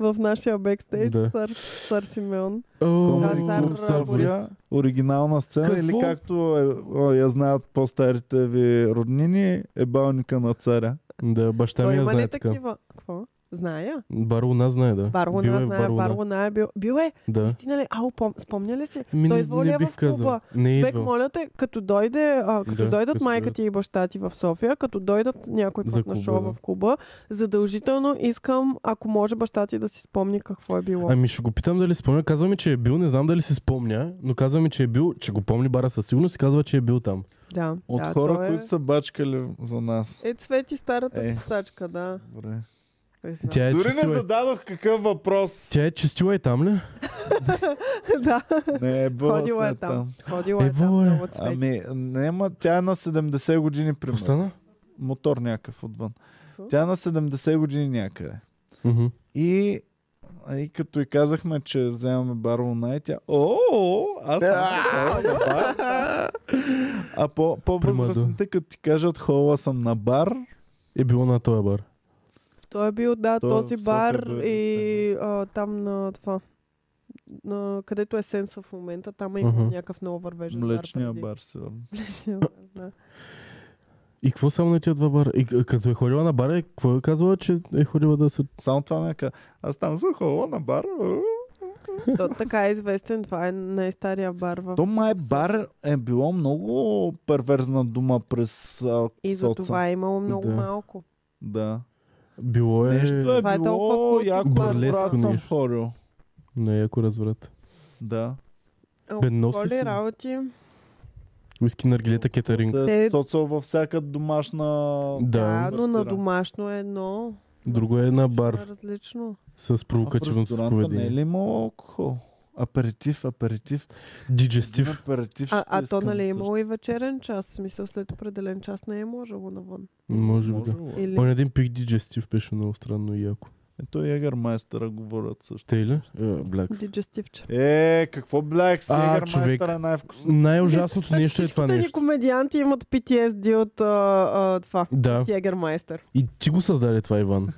Speaker 4: В нашия бекстейдж
Speaker 2: Да.
Speaker 4: цар, цар Симеон.
Speaker 2: О,
Speaker 1: Комеди
Speaker 4: цар
Speaker 1: клуб
Speaker 4: Борис.
Speaker 1: София, оригинална сцена
Speaker 2: Какво?
Speaker 1: или както е, о, я знаят по-старите ви роднини, е балника на царя.
Speaker 2: Да, баща
Speaker 4: Той
Speaker 2: ми я
Speaker 4: има
Speaker 2: знае
Speaker 4: ли
Speaker 2: така.
Speaker 4: такива? Какво? Зная.
Speaker 2: Бар Луна знае, да.
Speaker 4: Бар
Speaker 2: Бил е
Speaker 4: Луна
Speaker 2: в
Speaker 4: знае, Бар Луна е бил. Бил е,
Speaker 2: Да.
Speaker 4: истина ли? Ау, пом... спомня ли си?
Speaker 2: Ми,
Speaker 4: Той
Speaker 2: Ами не,
Speaker 4: идвал ли
Speaker 2: не
Speaker 4: е
Speaker 2: бих
Speaker 4: в клуба?
Speaker 2: казал. Не е
Speaker 4: Човек,
Speaker 2: идвал.
Speaker 4: моля те, като, дойде, а, като
Speaker 2: Да,
Speaker 4: дойдат
Speaker 2: като
Speaker 4: майка
Speaker 2: дойдат.
Speaker 4: ти и баща ти в София, като дойдат някой
Speaker 2: За
Speaker 4: път на
Speaker 2: клуба,
Speaker 4: шоу
Speaker 2: да.
Speaker 4: в клуба, задължително искам, ако може баща ти да си спомни какво е било.
Speaker 2: Ами ще го питам дали спомня. Казва ми, че е бил, не знам дали си спомня, но казва ми, че е бил, че го помни бара със сигурност и казва, че е бил там.
Speaker 4: Да,
Speaker 1: От
Speaker 4: да,
Speaker 1: хора,
Speaker 4: той е...
Speaker 1: които са бачкали за нас.
Speaker 4: Е, цвети старата
Speaker 1: Е.
Speaker 4: е. пистачка, да.
Speaker 1: Добре.
Speaker 4: Не знам.
Speaker 2: Тя е,
Speaker 1: Дори не
Speaker 2: чистила, и-
Speaker 1: зададох какъв въпрос.
Speaker 2: тя е чистила и там ли?
Speaker 4: да,
Speaker 1: Не е била
Speaker 4: ходила е
Speaker 1: се
Speaker 4: там. Ходила е там
Speaker 2: Ево е.
Speaker 4: много цвети.
Speaker 1: Ами, няма, тя е на 70 години, примерно.
Speaker 2: Остана?
Speaker 1: Мотор някакъв отвън.
Speaker 4: Какво?
Speaker 1: Тя е на 70 години някъде.
Speaker 2: Мгм.
Speaker 1: И, а, и като и казахме, че вземаме бар Луна и тя... О, аз не съм на бар. А по, по-възрастните, като ти кажат хола съм на бар,
Speaker 2: Е било на този бар.
Speaker 4: Той е бил, да,
Speaker 1: Той е
Speaker 4: този
Speaker 1: в София
Speaker 4: бар
Speaker 1: бил
Speaker 4: и а, там на това. На, където е сенса в момента, там е
Speaker 2: Мгм.
Speaker 4: uh-huh. някакъв много вървежен
Speaker 1: млечния
Speaker 4: бар.
Speaker 1: бар сигурно.
Speaker 4: преди. Млечния бар, да.
Speaker 2: И какво само на тия два бара? И к- като е ходила на бара, какво е казвала, че е ходила да се...
Speaker 1: Само това ме каза. Аз там съм хола на бар. о.
Speaker 4: То така е известен, това е най-стария бар в...
Speaker 1: То май бар е било много перверзна дума през а,
Speaker 4: И за
Speaker 1: соца.
Speaker 4: това е имало много
Speaker 2: Да.
Speaker 4: малко.
Speaker 1: Да.
Speaker 2: Било е...
Speaker 1: Нещо е
Speaker 4: Това е
Speaker 1: било
Speaker 4: толкова
Speaker 1: яко
Speaker 2: културно.
Speaker 1: разбрат
Speaker 2: Бурлеско
Speaker 1: съм
Speaker 2: нещо.
Speaker 1: хорил.
Speaker 2: Не, е ако разврат.
Speaker 1: Да.
Speaker 4: О,
Speaker 2: Бе, носи си.
Speaker 4: Коли работи,
Speaker 2: Уиски, наргилета, кетеринг.
Speaker 1: Се
Speaker 4: Те-
Speaker 1: соцо във всяка домашна...
Speaker 4: да,
Speaker 2: Да.
Speaker 4: но на
Speaker 1: Разбирам.
Speaker 4: домашно е едно,
Speaker 2: Друго е на
Speaker 4: е
Speaker 2: бар
Speaker 4: различно.
Speaker 2: с
Speaker 1: А в
Speaker 2: провокативното си
Speaker 1: ресторанта не е
Speaker 2: поведение.
Speaker 1: ли имало алкохол? Аперитив, аперитив. Един
Speaker 2: Диджестив.
Speaker 1: аперитив
Speaker 4: А,
Speaker 1: ще
Speaker 4: а то
Speaker 1: искам
Speaker 4: нали е
Speaker 1: също.
Speaker 4: имало и вечерен час, в смисъл след определен час не е можело навън.
Speaker 2: Може би да.
Speaker 1: Можело.
Speaker 4: Или...
Speaker 2: Поне един пик диджестив беше много странно и яко.
Speaker 1: Ето Егермайстера говорят също.
Speaker 2: Те ли? Е, Блякс.
Speaker 4: Диджестивче.
Speaker 1: Е, какво блях си?
Speaker 2: А, човек.
Speaker 1: Егермайстера е най-вкусно.
Speaker 2: Най-ужасното нещо е това
Speaker 4: Всичките ни
Speaker 2: нещо.
Speaker 4: комедианти имат PTSD от а, а, това.
Speaker 2: Да.
Speaker 4: Ягермайстер.
Speaker 2: И ти го създаде това, Иван.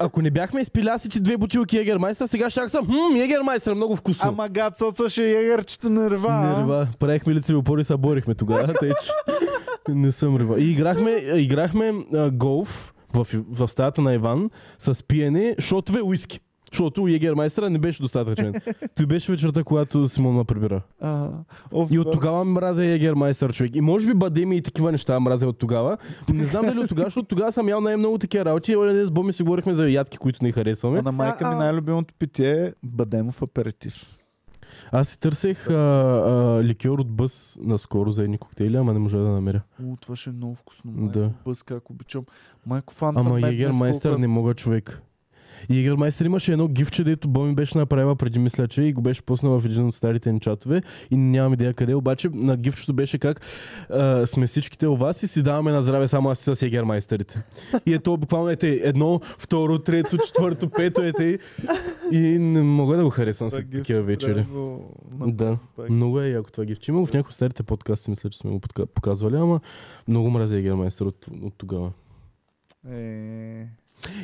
Speaker 2: Ако не бяхме изпилясичи две бутилки Егермайстър, сега щях съм. Хм, Егермайстър, много вкусно.
Speaker 1: Ама гад, соца ще егерчета не рва. а?
Speaker 2: Не рива. Правихме лицеви опори, се борихме тогава, тъй че не съм рива. И играхме, играхме а, голф в, в стаята на Иван с пиене, шотове, уиски. Защото Егермайстъра не беше достатъчен. Той беше вечерта, когато Симон ме прибира.
Speaker 1: А, оф,
Speaker 2: И от
Speaker 1: да.
Speaker 2: тогава мразя Егермайстър човек. И може би бадеми и такива неща мразя от тогава. Не знам дали от тогава, защото тогава съм ял най-много такива работи. И днес с Боми си говорихме за ядки, които не харесваме.
Speaker 1: А на майка ми
Speaker 4: а-
Speaker 1: най-любимото питие е бадемов аперитив.
Speaker 2: Аз си търсех а, а, ликьор от бъс наскоро за едни коктейли, ама не можа да намеря.
Speaker 1: О, това ще е много вкусно. Майко,
Speaker 2: Да.
Speaker 1: Бъс, как обичам. Майко фан.
Speaker 2: Ама Егермайстър не мога човек. И Игър Майстер имаше едно гифче, дето Боми беше направила преди, мисля, че и го беше пуснала в един от старите ни чатове и нямам идея къде, обаче на гифчето беше как а, сме всичките у вас и си даваме на здраве само аз и с Егер Майстерите. И ето буквално ете едно, второ, трето, четвърто, пето ете и не мога да го харесвам след е такива
Speaker 1: е,
Speaker 2: вечери. Да,
Speaker 1: пак.
Speaker 2: много е яко това гифче. Има го в някои от старите подкасти, мисля, че сме го подка- показвали, ама много мразя Егермайстер от, от тогава.
Speaker 1: Е...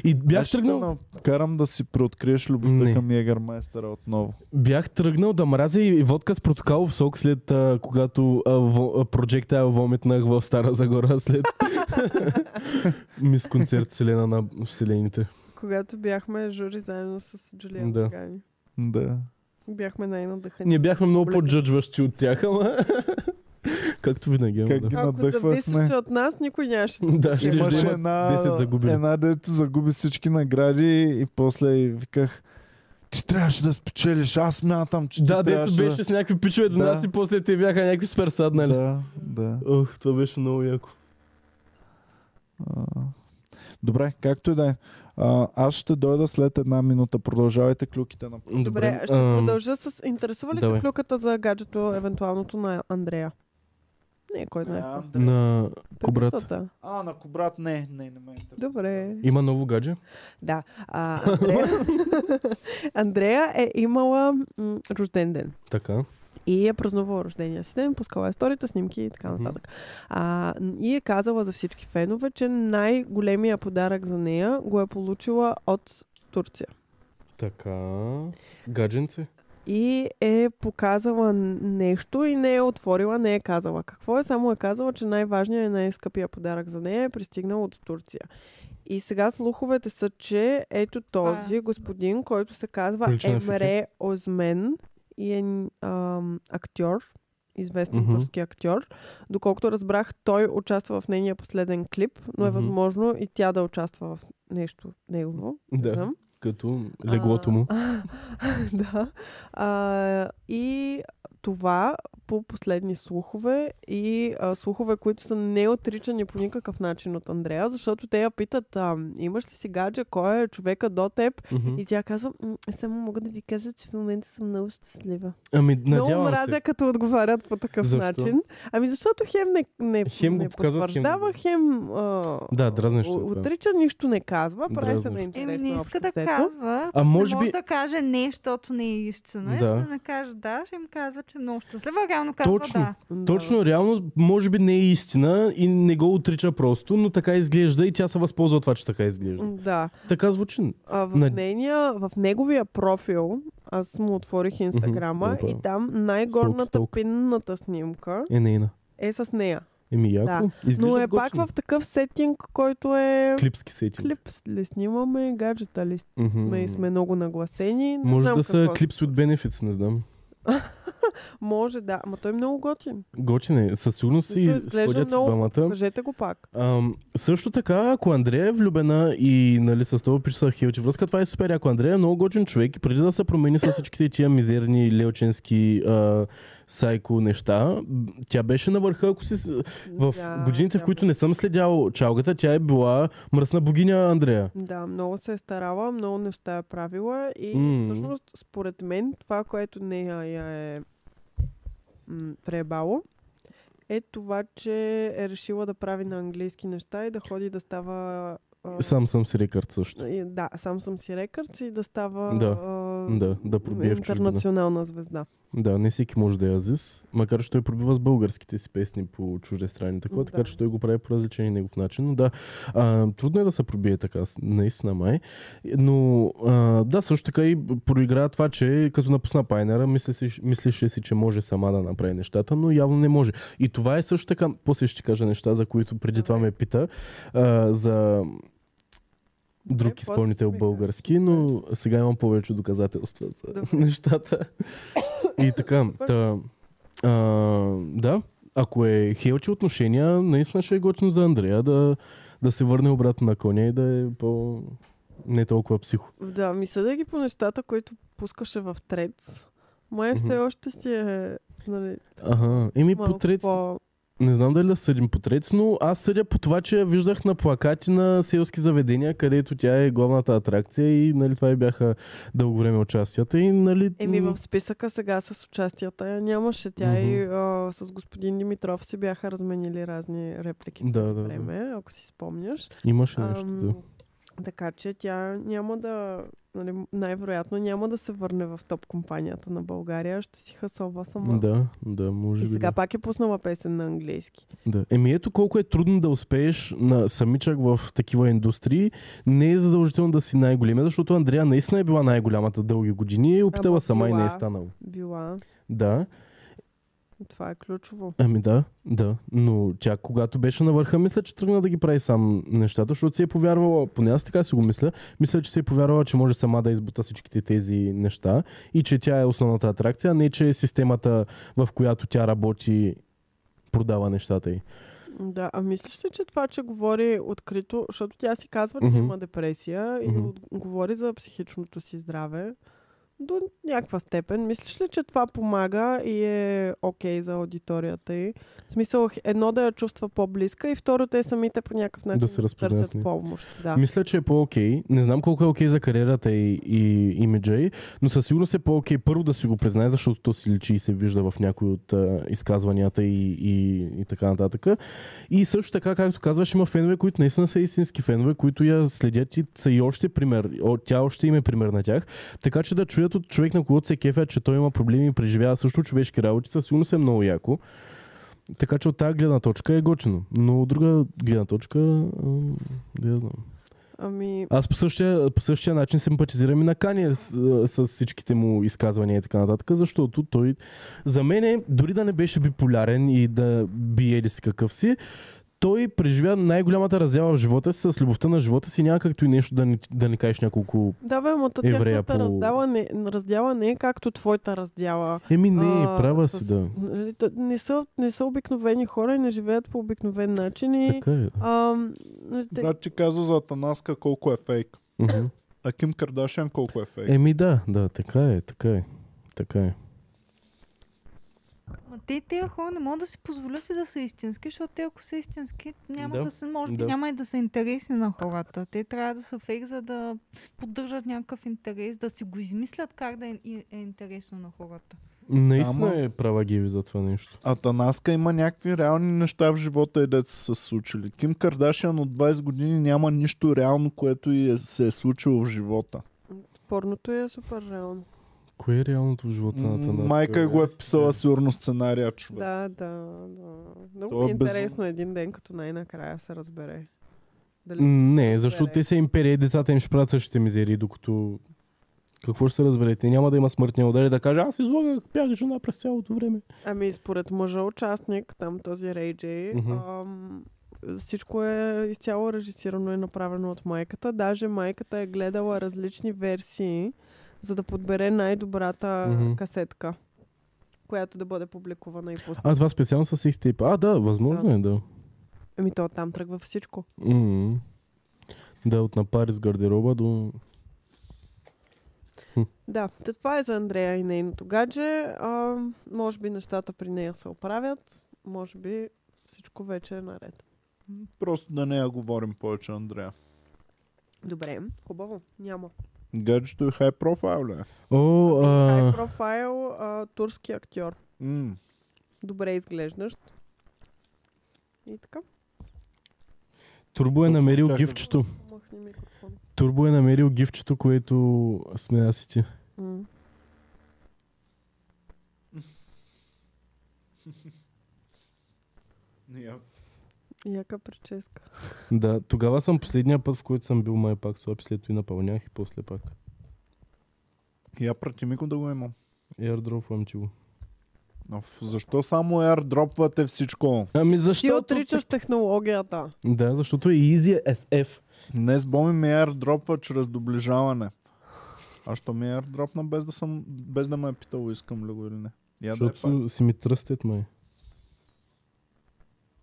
Speaker 2: И бях
Speaker 1: Аз ще
Speaker 2: тръгнал...
Speaker 1: те Карам да си преоткриеш любовта
Speaker 2: Не.
Speaker 1: към Егермайстера отново.
Speaker 2: Бях тръгнал да мразя и водка с протокалов сок след а, когато а, во, а, Projectile вомитнах в Стара Загора след мис концерт Селена на Вселените.
Speaker 4: Когато бяхме жури заедно с Джулиан
Speaker 2: Да.
Speaker 4: да.
Speaker 1: Да.
Speaker 4: Бяхме най-надъхани.
Speaker 2: Ние бяхме много по-джъджващи от тях, ама както винаги. Ама,
Speaker 1: Как
Speaker 2: Е, да.
Speaker 1: ги
Speaker 4: Ако
Speaker 1: надъхвахме.
Speaker 4: зависеше от нас, никой нямаше да
Speaker 2: да, ще
Speaker 1: Имаше
Speaker 2: има
Speaker 1: една,
Speaker 2: 10 загубили.
Speaker 1: една, дето загуби всички награди и после и виках ти трябваше да спечелиш, аз мятам, че
Speaker 2: Да,
Speaker 1: ти
Speaker 2: дето
Speaker 1: трябваше
Speaker 2: беше с някакви пичове до
Speaker 1: Да.
Speaker 2: нас и после те бяха някакви сперсад,
Speaker 1: да...
Speaker 2: нали?
Speaker 1: Да, да.
Speaker 2: Ох, това беше много яко.
Speaker 1: А, Добре, както и да е. А, Аз ще дойда след една минута. Продължавайте клюките на...
Speaker 4: Добре, ще
Speaker 2: ам,
Speaker 4: продължа с... Интересува ли
Speaker 2: давай.
Speaker 4: те клюката за гаджето, евентуалното на Андрея? Не, кой знае. какво.
Speaker 2: На Кобрат.
Speaker 4: Пипицата.
Speaker 1: А, на Кобрат не, не, не ме интересува.
Speaker 4: Добре.
Speaker 2: Има ново гадже?
Speaker 4: Да. А, Андрея... Андрея е имала м- рожден ден.
Speaker 2: Така.
Speaker 4: И е празнувала рождения си ден, пускала е сторите, снимки и така
Speaker 2: Мгм.
Speaker 4: нататък. А, н- и е казала за всички фенове, че най-големия подарък за нея го е получила от Турция.
Speaker 2: Така. Гадженце?
Speaker 4: И е показала н- нещо и не е отворила, не е казала какво е, само е казала, че най-важният и най-скъпия подарък за нея е пристигнал от Турция. И сега слуховете са, че ето този господин, който се казва
Speaker 2: Прилича на Фики.
Speaker 4: Емре Озмен и е ам, актьор, известен
Speaker 2: Мгм.
Speaker 4: mm-hmm. турски актьор. Доколкото разбрах, той участва в нейния последен клип, но е
Speaker 2: Мгм.
Speaker 4: възможно и тя да участва в нещо негово. не
Speaker 2: Да.
Speaker 4: знам.
Speaker 2: Като леглото
Speaker 4: А,
Speaker 2: му.
Speaker 4: да. А, и това по последни слухове и а, слухове, които са неотричани по никакъв начин от Андрея, защото те я питат, а, имаш ли си гадже, кой е човека до теб?
Speaker 2: Мгм.
Speaker 4: И тя казва, «М, само мога да ви кажа, че в момента съм много щастлива.
Speaker 2: Ами,
Speaker 4: много
Speaker 2: надявам
Speaker 4: мразя,
Speaker 2: се.
Speaker 4: като отговарят по такъв
Speaker 2: Защо?
Speaker 4: начин. Ами защото хем не, не,
Speaker 2: Хем го
Speaker 4: не
Speaker 2: показват, хем го-
Speaker 4: потвърждава, хем... А,
Speaker 2: Да, дразнещо е
Speaker 4: о-
Speaker 2: това.
Speaker 4: отрича, нищо не казва, прави се
Speaker 2: Дразнещо.
Speaker 5: Еми,
Speaker 4: неинтересно.
Speaker 5: не
Speaker 4: общо
Speaker 5: иска да
Speaker 4: взето.
Speaker 5: казва.
Speaker 2: А
Speaker 5: не
Speaker 2: може
Speaker 5: може
Speaker 2: би-
Speaker 5: да каже не, защото не е истина.
Speaker 2: Да.
Speaker 5: Да. Да не каже да, ще им казва, че е много щастлива. Реално казва
Speaker 2: Точно.
Speaker 5: да.
Speaker 4: Да.
Speaker 2: Точно, реално, може би не е истина и не го отрича просто, но така изглежда и тя се възползва от това, че така изглежда.
Speaker 4: Да.
Speaker 2: Така звучи.
Speaker 4: А, в,
Speaker 2: На-
Speaker 4: нейния, в неговия профил, аз му отворих инстаграма
Speaker 2: добре.
Speaker 4: и там най-горната
Speaker 2: Столка, столка.
Speaker 4: пинната снимка
Speaker 2: Е, нейна.
Speaker 4: е с нея.
Speaker 2: Еми, яко.
Speaker 4: Да.
Speaker 2: Изглежда
Speaker 4: Но е пак
Speaker 2: готино.
Speaker 4: в такъв сетинг, който е...
Speaker 2: клипски сетинг.
Speaker 4: Клип ли снимаме, гаджета ли
Speaker 2: Мгм.
Speaker 4: сме, сме много нагласени. Не
Speaker 2: Може
Speaker 4: знам
Speaker 2: да са
Speaker 4: какво.
Speaker 2: клипс от Benefits, не знам.
Speaker 4: Може да, ама той е много готин.
Speaker 2: Готин е. Със сигурност си
Speaker 4: Мисля, изглежда
Speaker 2: сходят с
Speaker 4: много-
Speaker 2: двамата.
Speaker 4: Кажете го пак.
Speaker 2: Ам, също така, ако Андрея е влюбена и нали, с това пише са хилчи връзка, това е супер. Ако Андрея е много готин човек и преди да се промени с всичките тия мизерни леоченски а, сайко неща, м, тя беше на върха, ако си... с- В
Speaker 4: Да,
Speaker 2: годините, в
Speaker 4: да,
Speaker 2: които не съм следял чалгата, тя е била мръсна богиня Андрея.
Speaker 4: Да, много се е старала, много неща е правила и
Speaker 2: М.
Speaker 4: всъщност според мен това, което нея я е м- преебало, е това, че е решила да прави на английски неща и да ходи да става... а,
Speaker 2: Сам съм си рекърд също.
Speaker 4: и- Да, сам съм си рекърц и да става
Speaker 2: Да,
Speaker 4: а,
Speaker 2: да, да пробие в чужбина.
Speaker 4: интернационална звезда.
Speaker 2: Да, не всеки може да е азис, макар че той пробива с българските си песни по чужди страни, такова,
Speaker 4: Да.
Speaker 2: така че той го прави по различен и негов начин. Но да, а, трудно е да се пробие така, с- наистина май. Но а, да, също така и проигра това, че като напусна Пайнера, мисли си- мислеше си, че може сама да направи нещата, но явно не може. И това е също така, после ще кажа неща, за които преди това ме пита, а, за друг
Speaker 4: после ще
Speaker 2: изпълнител
Speaker 4: ми кажеш.
Speaker 2: български, но сега имам повече доказателства за
Speaker 4: Добре.
Speaker 2: нещата. И така, та, а, да, ако е хелчи отношения, наистина ще е готино за Андрея да, да се върне обратно на коня и да е по... не толкова психо.
Speaker 4: Да, ми съдеги по нещата, които пускаше в Трец, май
Speaker 2: Мгм.
Speaker 4: все още си е... Нали,
Speaker 2: Ага, еми
Speaker 4: малко
Speaker 2: по трец,
Speaker 4: по-
Speaker 2: Не знам дали да съдим по трец, но аз съдя по това, че я виждах на плакати на селски заведения, където тя е главната атракция и нали, това и бяха дълго време участията. И, нали,
Speaker 4: Еми
Speaker 2: м,
Speaker 4: в списъка сега с участията я нямаше. Тя и а, с господин Димитров си бяха разменили разни реплики по
Speaker 2: Да,
Speaker 4: това
Speaker 2: да, да.
Speaker 4: време, ако си спомняш.
Speaker 2: имаше нещо.
Speaker 4: Ам,
Speaker 2: Да.
Speaker 4: Така че тя няма да, нали, най-вероятно няма да се върне в топ компанията на България, ще си хасова сама.
Speaker 2: Да, да,
Speaker 4: И
Speaker 2: може би.
Speaker 4: сега
Speaker 2: Да.
Speaker 4: пак е пуснала песен на английски.
Speaker 2: Да. Еми ето колко е трудно да успееш на самичък в такива индустрии. Не е задължително да си най-големия, защото Андрея наистина е била най-голямата дълги години и е опитала
Speaker 4: Ама
Speaker 2: сама и не е
Speaker 4: била.
Speaker 2: станала.
Speaker 4: Била.
Speaker 2: Да.
Speaker 4: Това е ключово.
Speaker 2: Ами да, да. Но тя, когато беше на върха, мисля, че тръгна да ги прави сам нещата, защото си е повярвала, поне аз така си го мисля, мисля, че си е повярвала, че може сама да избута всичките тези неща и че тя е основната атракция, а не че е системата, в която тя работи, продава нещата й.
Speaker 4: Да, а мислиш ли, че това, че говори открито, защото тя си казва, че
Speaker 2: Мгм.
Speaker 4: има депресия и
Speaker 2: Мгм.
Speaker 4: от, говори за психичното си здраве до някаква степен. Мислиш ли, че това помага и е окей за аудиторията й? В смисъл, х- едно да я чувства по-близка и второ, те самите по някакъв начин
Speaker 2: се разпознаят с
Speaker 4: търсят
Speaker 2: нея.
Speaker 4: помощ. Да.
Speaker 2: Мисля, че е по-окей. Не знам колко е окей за кариерата и, и имиджа й, но със сигурност е по-окей първо да си го признае, защото то си личи и се вижда в някои от а, изказванията и, и, и така нататък. И също така, както казваш, има фенове, които наистина са истински фенове, които я следят и са и още пример. О, тя още им е пример на тях. Така че да чуят от човек, на когото се кефя, че той има проблеми и преживява също човешки работи, със сигурност е много яко. Така че от тази гледна точка е готино. Но от друга гледна точка, ам, да я знам.
Speaker 4: Ами,
Speaker 2: Аз по същия, по същия начин симпатизирам и на Кания с, е, с всичките му изказвания и така нататък, защото той за мен, е, дори да не беше биполярен и да бие ли си какъв си, той преживя най-голямата разява в живота си с любовта на живота си, някакто и нещо да не, да не кажеш няколко.
Speaker 4: да, бе, ама то
Speaker 2: Еврея
Speaker 4: тяхната
Speaker 2: по-
Speaker 4: раздела не, раздяла не е както твоята раздяла.
Speaker 2: Еми не,
Speaker 4: А,
Speaker 2: права
Speaker 4: с-
Speaker 2: си, да.
Speaker 4: нали, то- Не са, не са обикновени хора и не живеят по обикновен начин. И,
Speaker 2: Така е.
Speaker 4: ам, нали, те,
Speaker 1: Да, ти каза за Атанаска колко е фейк.
Speaker 2: Мгм.
Speaker 1: А Ким Кардашиан колко е фейк.
Speaker 2: Еми да, да, така е, така е. Така е.
Speaker 5: Ма те, тези хора не могат да си позволят и да са истински, защото те ако са истински, няма
Speaker 2: Да,
Speaker 5: да, са, може би
Speaker 2: да.
Speaker 5: няма и да са интересни на хората. Те трябва да са фейк, за да поддържат някакъв интерес, да си го измислят как да е, и- е интересно на хората.
Speaker 2: Наистина
Speaker 1: Ама-
Speaker 2: е права Геви за това нещо.
Speaker 1: Атанаска има някакви реални неща в живота и дете са се случили. Ким Кардашиан от 20 години няма нищо реално, което и е, се е случило в живота.
Speaker 4: порното е супер реално.
Speaker 2: Кое е реалното в живота на
Speaker 1: М,
Speaker 2: Атанас?
Speaker 1: Майка го е писала
Speaker 2: Е.
Speaker 1: сигурно сценария, човек.
Speaker 4: Да, да, да. Много
Speaker 1: То
Speaker 4: ми е
Speaker 1: е без-
Speaker 4: интересно един ден, като най-накрая се разбере. Дали...
Speaker 2: Не, защото
Speaker 4: разбере.
Speaker 2: те са империя и децата им ще правят същите мизерии, докато... Какво ще се разберете? Няма да има смъртния удар и да каже, аз излагах, бях жена през цялото време.
Speaker 4: Ами, според мъжа участник, там този Рей Джей,
Speaker 2: Мгм.
Speaker 4: ам, всичко е изцяло режисирано и направено от майката. Даже майката е гледала различни версии, за да подбере най-добрата
Speaker 2: Мгм.
Speaker 4: касетка, която да бъде публикувана и пусната.
Speaker 2: А това специално с секстейпа. А, да, възможно
Speaker 4: Да.
Speaker 2: е, да.
Speaker 4: Ами то там тръгва всичко.
Speaker 2: М. Да, от напари с гардероба до...
Speaker 4: Да, та това е за Андрея и нейното гадже. А, може би нещата при нея се оправят. Може би всичко вече е наред.
Speaker 1: Просто да не я говорим повече, Андрея.
Speaker 4: Добре, хубаво. Няма.
Speaker 1: Гаджето е хай профайл, е.
Speaker 2: О,
Speaker 4: Хай
Speaker 2: а...
Speaker 4: профайл, а, турски актьор.
Speaker 1: М,
Speaker 4: Добре изглеждащ. И така.
Speaker 2: Турбо е намерил
Speaker 1: Чакай.
Speaker 2: гифчето.
Speaker 4: Махни микрофон.
Speaker 2: Турбо е намерил гифчето, което сме аз и ти.
Speaker 4: М.
Speaker 1: Ние-
Speaker 4: Яка прическа.
Speaker 2: Да, тогава съм последния път, в който съм бил май пак слаб, след това и напълнях и после пак.
Speaker 1: Я прати ми го да го имам.
Speaker 2: Airdropвам ти го.
Speaker 1: Оф, защо само airdropвате всичко?
Speaker 2: Ами
Speaker 4: Ти
Speaker 2: защо?
Speaker 4: отричаш технологията.
Speaker 2: Да, защото е easy as F.
Speaker 1: Днес Боми ми airdropва чрез доближаване. А що ми е airdropна без да, съм, без да ме е питало искам ли го или не? Я да е пак.
Speaker 2: Защото си ми тръстет, май.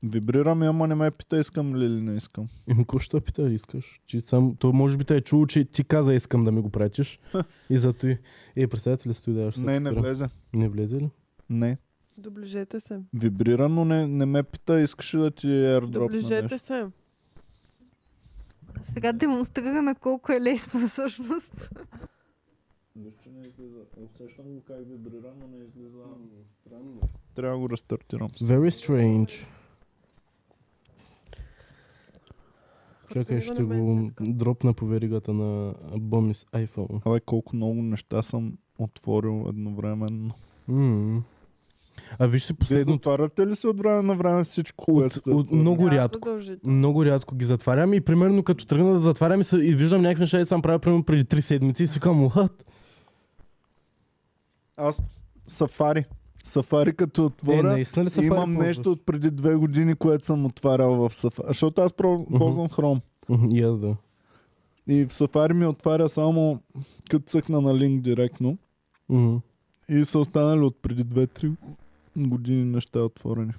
Speaker 1: Вибрира ми, ама не ме е пита искам ли или не искам.
Speaker 2: Еми, Ами, какво ще те пита, искаш? Че сам... То може би те е чул, че ти каза искам да ми го пратиш. и зато и... Е, представете ли стои да аз ще се
Speaker 1: Не, не
Speaker 2: спра?
Speaker 1: влезе.
Speaker 2: Не влезе ли?
Speaker 1: Не.
Speaker 4: Доближете се.
Speaker 1: Вибрира, но не, не ме пита, искаш ли да ти airdrop
Speaker 4: Доближете
Speaker 1: нещо.
Speaker 4: се.
Speaker 5: Сега демонстрираме колко е лесно всъщност.
Speaker 1: Нищо не излиза. Усещам го как вибрира, но не излиза. Странно. Трябва да го рестартирам.
Speaker 2: Very strange. Чакай,
Speaker 4: Пък
Speaker 2: ще
Speaker 4: на мен
Speaker 2: го
Speaker 4: се иска.
Speaker 2: дропна по веригата на Бомис iPhone.
Speaker 1: Абе, колко много неща съм отворил едновременно.
Speaker 2: М. А виж си
Speaker 1: Вие
Speaker 2: последното.
Speaker 1: затваряте ли се от време на време всичко,
Speaker 2: От-
Speaker 1: което сте
Speaker 2: от
Speaker 1: отворили?
Speaker 2: много-
Speaker 4: Да,
Speaker 2: рядко.
Speaker 4: задължително.
Speaker 2: Много рядко ги затварям и примерно като тръгна да затварям и, се- и виждам някакви неща, които съм правил примерно преди 3 седмици и си казвам, what?
Speaker 1: Аз сафари. Сафари като
Speaker 2: Е,
Speaker 1: отворя.
Speaker 2: наистина
Speaker 4: Нали
Speaker 2: ли са
Speaker 1: Имам нещо от преди две години, което съм отварял в Safari. Защото аз про- ползвам Chrome.
Speaker 2: И аз да.
Speaker 1: И в Safari ми отваря само като цъкна на линк директно.
Speaker 2: Мгм.
Speaker 1: И са останали от преди 2-3 години неща отворени.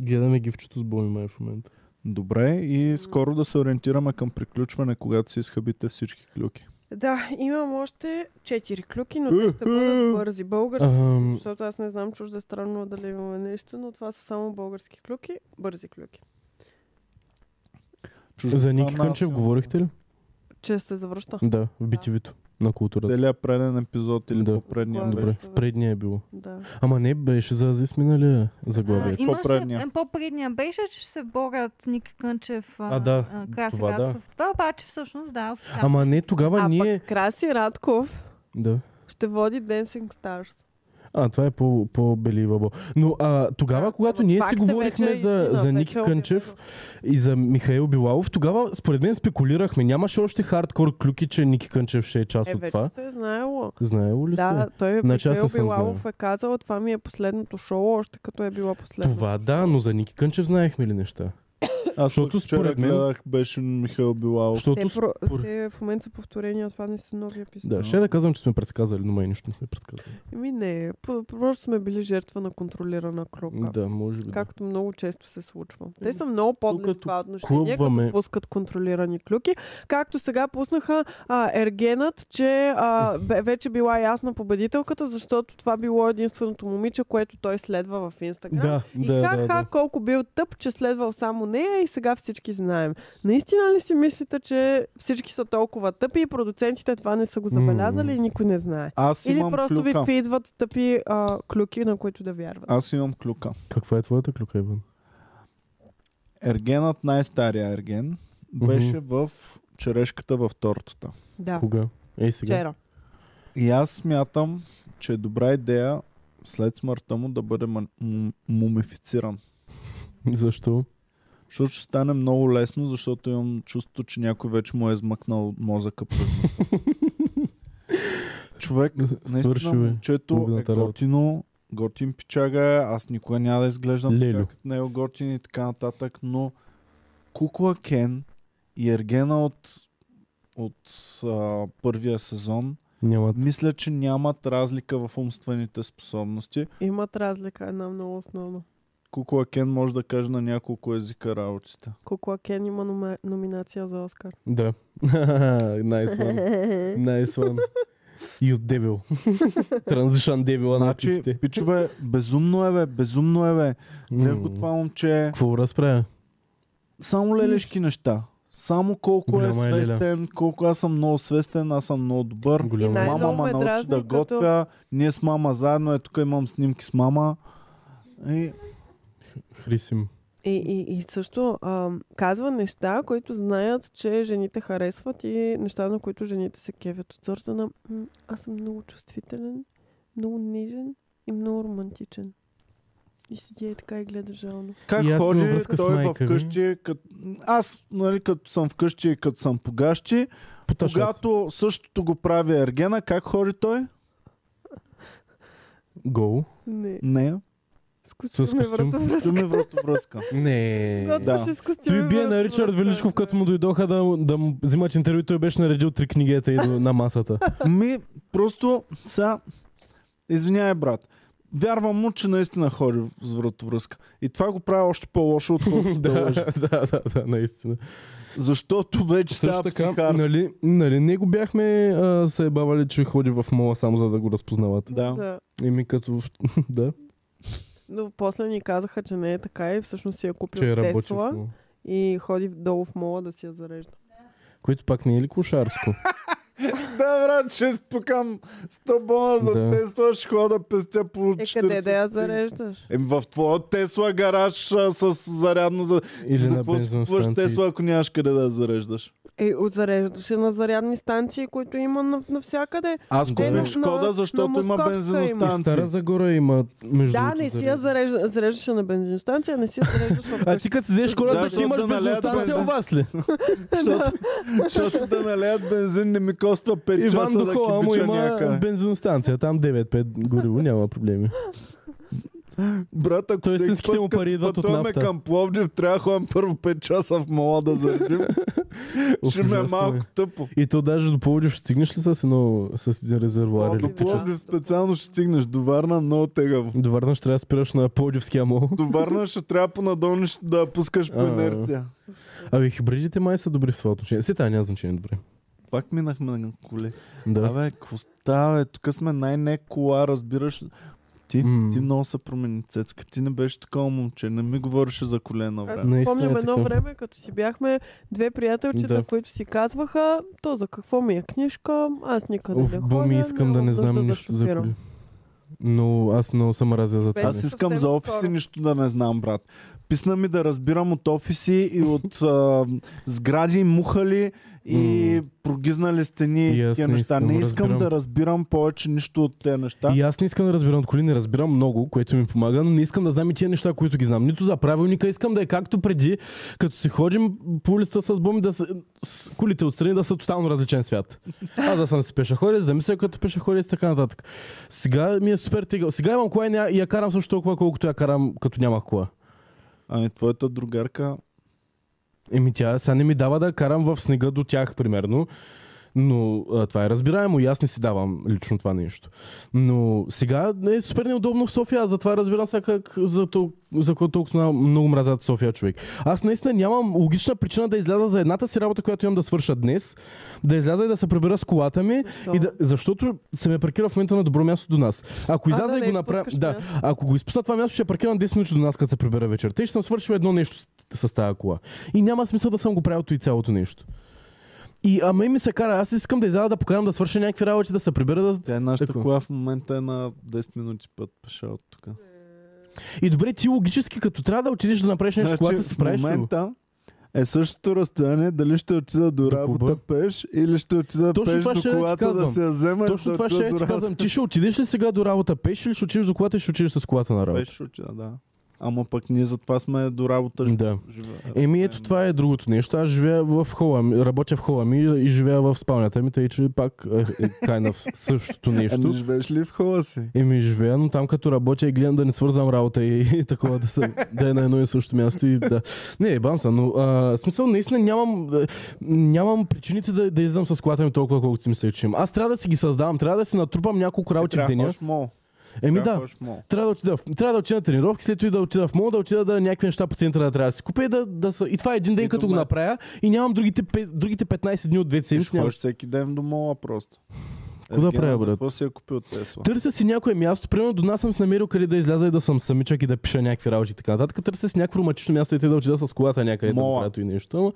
Speaker 2: Гледаме гифчето с Боми май в момента.
Speaker 1: Добре, и скоро да се ориентираме към приключване, когато си изхъбите всички клюки.
Speaker 4: Да, имам още 4 клюки, но те ще бъдат бързи. Български,
Speaker 2: Ам,
Speaker 4: защото аз не знам чужда странно дали имаме нещо, но това са само български клюки, бързи клюки.
Speaker 1: Чужда
Speaker 2: за Ники
Speaker 1: страна,
Speaker 2: Кънчев
Speaker 1: аз-
Speaker 2: говорихте ли?
Speaker 4: Че се завръща.
Speaker 2: Да, в битивито на културата.
Speaker 1: Целият преден епизод или
Speaker 2: Да.
Speaker 1: по-предния.
Speaker 4: Кое
Speaker 2: Добре,
Speaker 4: беше,
Speaker 2: в
Speaker 4: бе?
Speaker 2: предния е било.
Speaker 4: Да.
Speaker 2: Ама не, беше за Азис миналия
Speaker 5: А,
Speaker 2: заглавие.
Speaker 5: имаше,
Speaker 1: по-предния.
Speaker 5: е, по-предния беше, че ще се борят Ники Кънчев, а,
Speaker 2: А, да,
Speaker 5: а, Краси
Speaker 2: това да.
Speaker 5: Радков. Това обаче всъщност да. официално.
Speaker 2: Ама не, тогава
Speaker 4: А
Speaker 2: ние...
Speaker 4: пък Краси Радков
Speaker 2: Да.
Speaker 4: ще води Dancing Stars.
Speaker 2: А, това е по- по-беливабо. Но а, тогава,
Speaker 4: Да,
Speaker 2: когато
Speaker 4: ама
Speaker 2: ние си
Speaker 4: факта
Speaker 2: говорихме
Speaker 4: вече е
Speaker 2: за,
Speaker 4: истина,
Speaker 2: за
Speaker 4: вече
Speaker 2: Ники
Speaker 4: е
Speaker 2: Кънчев и за Михаил Билалов, тогава според мен спекулирахме. Нямаше още хардкор клюки, че Ники Кънчев ще е част
Speaker 4: Е,
Speaker 2: от
Speaker 4: вече
Speaker 2: това.
Speaker 4: се е знаело.
Speaker 2: Знаело ли
Speaker 4: Да,
Speaker 2: се?
Speaker 4: той
Speaker 2: Значи аз не
Speaker 4: Михаил
Speaker 2: съм
Speaker 4: Билалов е казал, това ми е последното шоу, още като е било последно.
Speaker 2: Това да, но за Ники Кънчев знаехме ли неща?
Speaker 1: Аз
Speaker 2: Защото
Speaker 1: Защото
Speaker 2: според
Speaker 1: според
Speaker 2: мен-
Speaker 1: гледах, беше Михаил Билалов.
Speaker 2: Защото
Speaker 4: Те,
Speaker 2: с-
Speaker 4: про...
Speaker 2: спор-
Speaker 4: те в момента са повторения, това не са нови епизоди.
Speaker 2: Да, ще да казвам, че сме предсказали, но май нищо не сме предсказали.
Speaker 4: Еми не, по- просто сме били жертва на контролирана крука.
Speaker 2: Да, може би. да.
Speaker 4: Както много често се случва. Те са много подли в
Speaker 2: Ами, като
Speaker 4: това отношение,
Speaker 2: клъбваме-
Speaker 4: като пускат контролирани клюки. Както сега пуснаха а, Ергенът, че а, бе- вече била ясна победителката, защото това било единственото момиче, което той следва в Инстаграм.
Speaker 2: Да,
Speaker 4: И
Speaker 2: да,
Speaker 4: ха-ха,
Speaker 2: да, да.
Speaker 4: колко бил тъп, че следвал само нея и сега всички знаем. Наистина ли си мислите, че всички са толкова тъпи и продуцентите това не са го забелязали и никой не знае?
Speaker 1: Аз
Speaker 4: Или
Speaker 1: имам
Speaker 4: просто
Speaker 1: клюка.
Speaker 4: ви фидват тъпи а, клюки, на които да вярват?
Speaker 1: Аз имам клюка.
Speaker 2: Каква е твоята клюка, Иван?
Speaker 1: Ергенът, най-стария ерген, беше в черешката в тортата.
Speaker 4: Да,
Speaker 2: Кога? Ей сега.
Speaker 4: вчера.
Speaker 1: И аз смятам, че е добра идея след смъртта му да бъде ма- м- мумифициран.
Speaker 2: Защо?
Speaker 1: Защото ще стане много лесно, защото имам чувството, че някой вече му е измъкнал мозъка през носа. Човек,
Speaker 2: Свършил
Speaker 1: наистина
Speaker 2: е
Speaker 1: момчето е
Speaker 2: половината работа.
Speaker 1: готино, готин пичага, е, аз никога няма да изглеждам
Speaker 2: Лелю.
Speaker 1: така като него готин и така нататък, но Кукла Кен и Ергена от, от а, първия сезон,
Speaker 2: Няма.
Speaker 1: мисля, че нямат разлика в умствените способности.
Speaker 4: Имат разлика, една много основна.
Speaker 1: Кукла Кен може да каже на няколко езика работите.
Speaker 4: Кукла Кен има номе- номинация за Оскар.
Speaker 2: Да. Найс one. Nice one. И от Девил. Транзишън Девила на
Speaker 1: Значи,
Speaker 2: пиките.
Speaker 1: пичове, безумно е, бе, безумно е, бе. Гледах го
Speaker 2: М.
Speaker 1: това момче.
Speaker 2: Какво разправя?
Speaker 1: Само лелешки неща. Само колко е
Speaker 2: Голяма е леля.
Speaker 1: свестен, колко аз съм много свестен, аз съм много добър.
Speaker 2: Голямо.
Speaker 4: най-
Speaker 1: Мама
Speaker 4: Най-много
Speaker 1: ме
Speaker 4: ме
Speaker 1: научи
Speaker 4: дразни,
Speaker 1: да
Speaker 4: като-
Speaker 1: готвя. Ние с мама заедно, е тук имам снимки с мама. И
Speaker 2: Хрисим.
Speaker 4: И, и, и също а, казва неща, които знаят, че жените харесват и неща, на които жените се кевят от сорта на «М, аз съм много чувствителен, много нежен и много романтичен. И седи и така и гледа жално.
Speaker 1: Как
Speaker 2: И аз имам
Speaker 1: ходи
Speaker 2: връзка с
Speaker 1: той е
Speaker 2: майка ми.
Speaker 1: вкъщи, като... аз нали, като съм вкъщи и като съм погащи,
Speaker 2: Поташат.
Speaker 1: когато същото го прави Ергена, как ходи той?
Speaker 2: Гол.
Speaker 4: Не,
Speaker 1: Не, е
Speaker 4: с костюми
Speaker 2: костюм.
Speaker 1: туми
Speaker 4: вратовръзка.
Speaker 1: връзка.
Speaker 2: Не.
Speaker 1: Да.
Speaker 4: Готвеше с костюми
Speaker 2: Той бие на
Speaker 4: врата
Speaker 2: Ричард
Speaker 4: връзка.
Speaker 2: Величков, като му дойдоха да, му- да му взимат интервю, той беше наредил три книгета и до- на масата.
Speaker 1: Ми, Ами, просто са... Извинявай, брат. Вярвам му, че наистина ходи с вратовръзка. И това го прави още по-лошо, отколкото да
Speaker 2: да,
Speaker 1: лъжи.
Speaker 2: да, да, да, наистина.
Speaker 1: Защото вече
Speaker 2: Също
Speaker 1: става
Speaker 2: така,
Speaker 1: психар.
Speaker 2: нали, нали, не го бяхме а, се бавали, че ходи в мола само за да го разпознават.
Speaker 1: Да.
Speaker 4: Да.
Speaker 2: Еми като... в- да,
Speaker 4: Но после ни казаха, че не е така и всъщност си е
Speaker 2: че
Speaker 4: купил
Speaker 2: е работил. в
Speaker 4: Тесла
Speaker 2: мола.
Speaker 4: и ходи долу в мола да си я зарежда.
Speaker 2: Което пак не е ли кошарско?
Speaker 1: Да, брат, ще спукам 100 бона за
Speaker 2: Да.
Speaker 1: Тесла, ще хода пестя по
Speaker 4: Е,
Speaker 1: 40.
Speaker 4: къде да я
Speaker 1: стотинки.
Speaker 4: зареждаш?
Speaker 1: Еми, в твоя Тесла гараж а, с зарядно за...
Speaker 2: Или
Speaker 1: за
Speaker 2: на
Speaker 1: какво си купуваш
Speaker 2: бензиностанции?
Speaker 1: Тесла, ако нямаш къде да я зареждаш?
Speaker 4: Е, от- зареждаш се на зарядни станции, които има нав- навсякъде.
Speaker 1: Аз
Speaker 4: Те на-
Speaker 1: купих Шкода,
Speaker 4: на-
Speaker 1: защото
Speaker 4: Е, на
Speaker 1: има
Speaker 4: Московска
Speaker 2: И в Стара
Speaker 1: бензиностанция.
Speaker 2: Загора има между
Speaker 4: Да,
Speaker 2: другото,
Speaker 4: не си я
Speaker 2: зарежда.
Speaker 4: зарежда, зареждаш я на бензиностанция, не си я зареждаш в
Speaker 2: А ти като си взеш
Speaker 1: Да,
Speaker 2: колата, ще
Speaker 1: защото
Speaker 2: имаш
Speaker 1: да налеят
Speaker 2: бензиностанция у
Speaker 1: бензин.
Speaker 2: вас ли?
Speaker 1: Защото, защото да налеят бензин не ми коства 5
Speaker 2: Иван
Speaker 1: часа да
Speaker 2: Дохола му
Speaker 1: кибича
Speaker 2: има
Speaker 1: някъде.
Speaker 2: бензиностанция, там 9-5 гориво, няма проблеми.
Speaker 1: Брат, ако
Speaker 2: Той
Speaker 1: всеки
Speaker 2: истинските
Speaker 1: път,
Speaker 2: му
Speaker 1: като
Speaker 2: пари идват от
Speaker 1: пътуваме
Speaker 2: нафта.
Speaker 1: към Пловдив, трябва да ходим първо 5 часа в мола да заредим. Ще ме е
Speaker 2: Ужасно е.
Speaker 1: малко тъпо.
Speaker 2: И то даже до Пловдив ще стигнеш ли с едно с един резервуар?
Speaker 4: Пловдив.
Speaker 1: До
Speaker 2: или-
Speaker 1: Пловдив специално ще стигнеш. До Варна много тегаво.
Speaker 2: До Варна ще трябва да спираш на Пловдивския мол.
Speaker 1: До Варна ще трябва понадолу ще да я пускаш по
Speaker 2: А.
Speaker 1: инерция.
Speaker 2: Абе, хибридите май са добри в това отношение. Все тая няма значение добре.
Speaker 1: Пак минахме на коле.
Speaker 2: Да.
Speaker 1: Абе, какво става, бе? Тук сме най-не кола, разбираш. ли? Ти,
Speaker 2: М.
Speaker 1: ти много се промени, Цецка. Ти не беше такова момче. Не ми говореше за колена,
Speaker 4: Аз
Speaker 1: време.
Speaker 2: Наистина
Speaker 4: си
Speaker 2: е
Speaker 4: спомням едно
Speaker 2: така.
Speaker 4: време, като си бяхме две приятелчета,
Speaker 2: Да.
Speaker 4: които си казваха, то за какво ми е книжка, аз никъде
Speaker 2: Оф,
Speaker 4: не
Speaker 2: бо
Speaker 4: ходя.
Speaker 2: ми искам да
Speaker 4: нямам
Speaker 2: не
Speaker 4: нужда
Speaker 2: знам
Speaker 4: да
Speaker 2: нищо за
Speaker 4: шофирам.
Speaker 2: коли. Но аз много съм разя за това.
Speaker 1: Аз
Speaker 4: Аз Е, съвсем
Speaker 1: искам за офиси
Speaker 4: скоро.
Speaker 1: нищо да не знам, брат. Писна ми да разбирам от офиси и от а, сгради, мухали и прогизнали стени
Speaker 2: И
Speaker 1: и
Speaker 2: аз
Speaker 1: такива
Speaker 2: не
Speaker 1: неща.
Speaker 2: искам,
Speaker 1: Не искам
Speaker 2: разбирам.
Speaker 1: да разбирам повече нищо от тези неща.
Speaker 2: И аз не искам да разбирам от коли, не разбирам много, което ми помага, но не искам да знам и тия неща, които ги знам. Нито за правилника, искам да е както преди, като си ходим по улицата с боми, да с, с колите отстрани да са тотално различен свят. Аз да съм си пешеходец, да мисля като пешеходец и така нататък. Сега ми е супер тегъл. Сега имам кола и ня- и я карам също толкова, колкото я карам, като нямах кола.
Speaker 1: Ами твоята другарка...
Speaker 2: Еми тя сега не ми дава да карам в снега до тях, примерно. Но а, това е разбираемо и аз не си давам лично това нещо. Но сега е супер неудобно в София, аз затова разбирам сега как, за, тол- за какво толкова много мразят София човек. Аз наистина нямам логична причина да изляза за едната си работа, която имам да свърша днес, да изляза и да се прибера с колата ми,
Speaker 4: Защо?
Speaker 2: и да, защото се ме паркира в момента на добро място до нас.
Speaker 4: А,
Speaker 2: Ако изляза
Speaker 4: да
Speaker 2: и
Speaker 4: не
Speaker 2: го направя.
Speaker 4: изпускаш
Speaker 2: Да,
Speaker 4: място.
Speaker 2: ако го изпусна това място, ще паркирам 10 минути до нас, като се прибера вечерта и ще съм свършил едно нещо с, с тази кола. И няма смисъл да съм го правил и цялото нещо. И ама и ми се кара, аз искам да изляза да покарам да свърша някакви работи, да се прибера да...
Speaker 1: Тя е нашата
Speaker 2: Какво?
Speaker 1: кола в момента е на 10 минути път пеша от тук.
Speaker 2: И добре, ти логически, като трябва да отидеш да направиш нещо с колата, си
Speaker 1: в
Speaker 2: правиш ли го?
Speaker 1: Значи, момента е същото разстояние, дали ще отида до
Speaker 2: клуба?
Speaker 1: работа пеш или ще отида
Speaker 2: Точно
Speaker 1: пеш
Speaker 2: това ще
Speaker 1: до
Speaker 2: я ти
Speaker 1: колата да
Speaker 2: казвам.
Speaker 1: се я взема и
Speaker 2: Точно
Speaker 1: е да
Speaker 2: това
Speaker 1: отида
Speaker 2: ще
Speaker 1: до
Speaker 2: ти
Speaker 1: работа.
Speaker 2: казвам. Ти ще отидеш ли сега до работа пеш или ще отидеш до колата и ще отидеш с колата на работа?
Speaker 1: Пеш отида, да. Ама пък ние затова сме до работа. ж-
Speaker 2: Да.
Speaker 1: живе-
Speaker 2: Еми ето това е другото нещо. Аз живея в хола ми, работя в хола ми и живея в спалнята ми, тъй че пак е, е kind of същото
Speaker 1: Ами
Speaker 2: нещо.
Speaker 1: живееш ли в хола си?
Speaker 2: Еми живея, но там като работя и гледам да не свързвам работа и, и такова да, съм, да е на едно и също място и да. Не, бам се, но а, в смисъл наистина нямам, а, нямам причините да, да излизам с колата ми толкова, колкото си мисля, че имам. Аз трябва да си ги създавам, трябва да си натрупам няколко
Speaker 1: Е,
Speaker 2: работи в
Speaker 1: Трябва да
Speaker 2: деня.
Speaker 1: ходиш в мол.
Speaker 2: Еми
Speaker 1: Трябва
Speaker 2: да.
Speaker 1: ходиш в мол.
Speaker 2: Трябва да, отида, в- трябва да отида на тренировки, след това и да отида в мол, да отида да е някакви неща по центъра да трябва да си купя и, да, да са... и това е един ден,
Speaker 1: И
Speaker 2: като го
Speaker 1: дома.
Speaker 2: направя и нямам другите, пе- другите 15 дни от две
Speaker 1: Ти
Speaker 2: седмици.
Speaker 1: ще
Speaker 2: Нямам...
Speaker 1: ходиш всеки ден до мола просто.
Speaker 2: Какво да
Speaker 1: Евгена,
Speaker 2: правя,
Speaker 1: за
Speaker 2: брат?
Speaker 1: Какво си е купил Тесла?
Speaker 2: Търся си някое място, примерно до нас съм си намерил къде да изляза и да съм самичък и да пиша някакви работи и така нататък. Търся си някакво романтично място и те да отида с колата някъде да
Speaker 1: Мола.
Speaker 2: направя и нещо. Ама...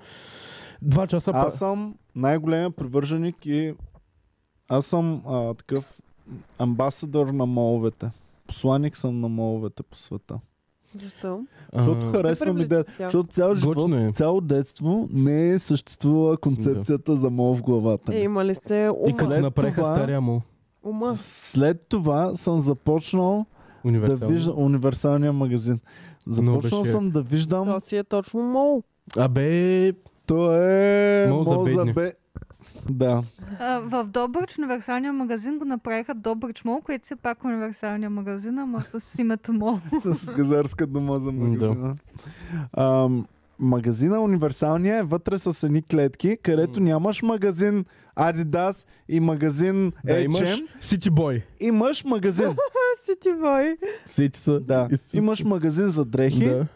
Speaker 2: Два часа па...
Speaker 1: Аз съм най-големия привърженик и аз съм а, такъв амбасадор на моловете. Посланик съм на моловете по света.
Speaker 4: Защо?
Speaker 2: а,
Speaker 1: Защото харесвам
Speaker 4: Добре,
Speaker 1: идеята.
Speaker 4: бе, тя.
Speaker 1: Защото цял живот,
Speaker 2: Готино е.
Speaker 1: цяло детство не е съществувала концепцията за мол в главата.
Speaker 4: Е,
Speaker 1: ми.
Speaker 4: имали сте
Speaker 2: И
Speaker 4: ума.
Speaker 2: като
Speaker 1: След
Speaker 2: направиха
Speaker 1: това-
Speaker 2: стария му
Speaker 4: ума.
Speaker 1: След това съм започнал да
Speaker 2: универсал.
Speaker 1: виждам универсалния магазин. Започнал
Speaker 2: беше-
Speaker 1: съм да виждам
Speaker 4: То си е точно мол.
Speaker 2: Абе,
Speaker 1: То е
Speaker 2: Мол за
Speaker 1: мол за
Speaker 2: бедни.
Speaker 1: бе. Да.
Speaker 5: А, в Добрич универсалния магазин го направиха Добрич Мол, което си е пак универсалния магазин, ама с името Мол.
Speaker 1: с газарска дума за магазина. А, магазина универсалния е вътре с едни клетки, където нямаш магазин Adidas и магазин
Speaker 2: да
Speaker 1: H&M.
Speaker 2: имаш Сити Бой.
Speaker 1: Имаш магазин,
Speaker 4: Си ти бой.
Speaker 2: Сити са.
Speaker 1: да.
Speaker 2: Истински.
Speaker 1: Имаш магазин за дрехи,
Speaker 2: да.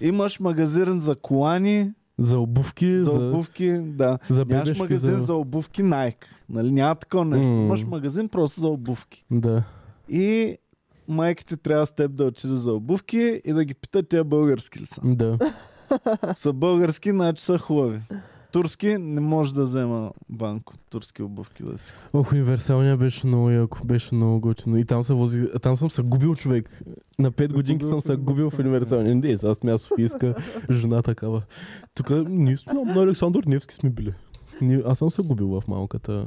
Speaker 1: имаш магазин за колани,
Speaker 2: За обувки,
Speaker 1: За
Speaker 2: за...
Speaker 1: обувки, да.
Speaker 2: за
Speaker 1: Нямаш
Speaker 2: бебешки,
Speaker 1: магазин
Speaker 2: за-
Speaker 1: за обувки Nike. Нали? Няма такова нещо.
Speaker 2: М.
Speaker 1: Имаш магазин просто за обувки.
Speaker 2: Да.
Speaker 1: И майките трябва с теб да отиде за обувки и да ги питат тя български ли са.
Speaker 2: Да.
Speaker 1: Са български, значи са хубави. Турски не може да взема банко. Турски обувки да си. купи.
Speaker 2: Ох, универсалния беше много яко, беше много готино. И там, се вози, а там съм се губил човек. На 5 годинки
Speaker 1: губил
Speaker 2: съм
Speaker 1: в
Speaker 2: се губил в
Speaker 1: универсалния.
Speaker 2: универсалния. Не, сега сме аз Софийска, жена такава. Тук ние сме на Александър Невски сме били. Ние- Аз съм се губил в малката.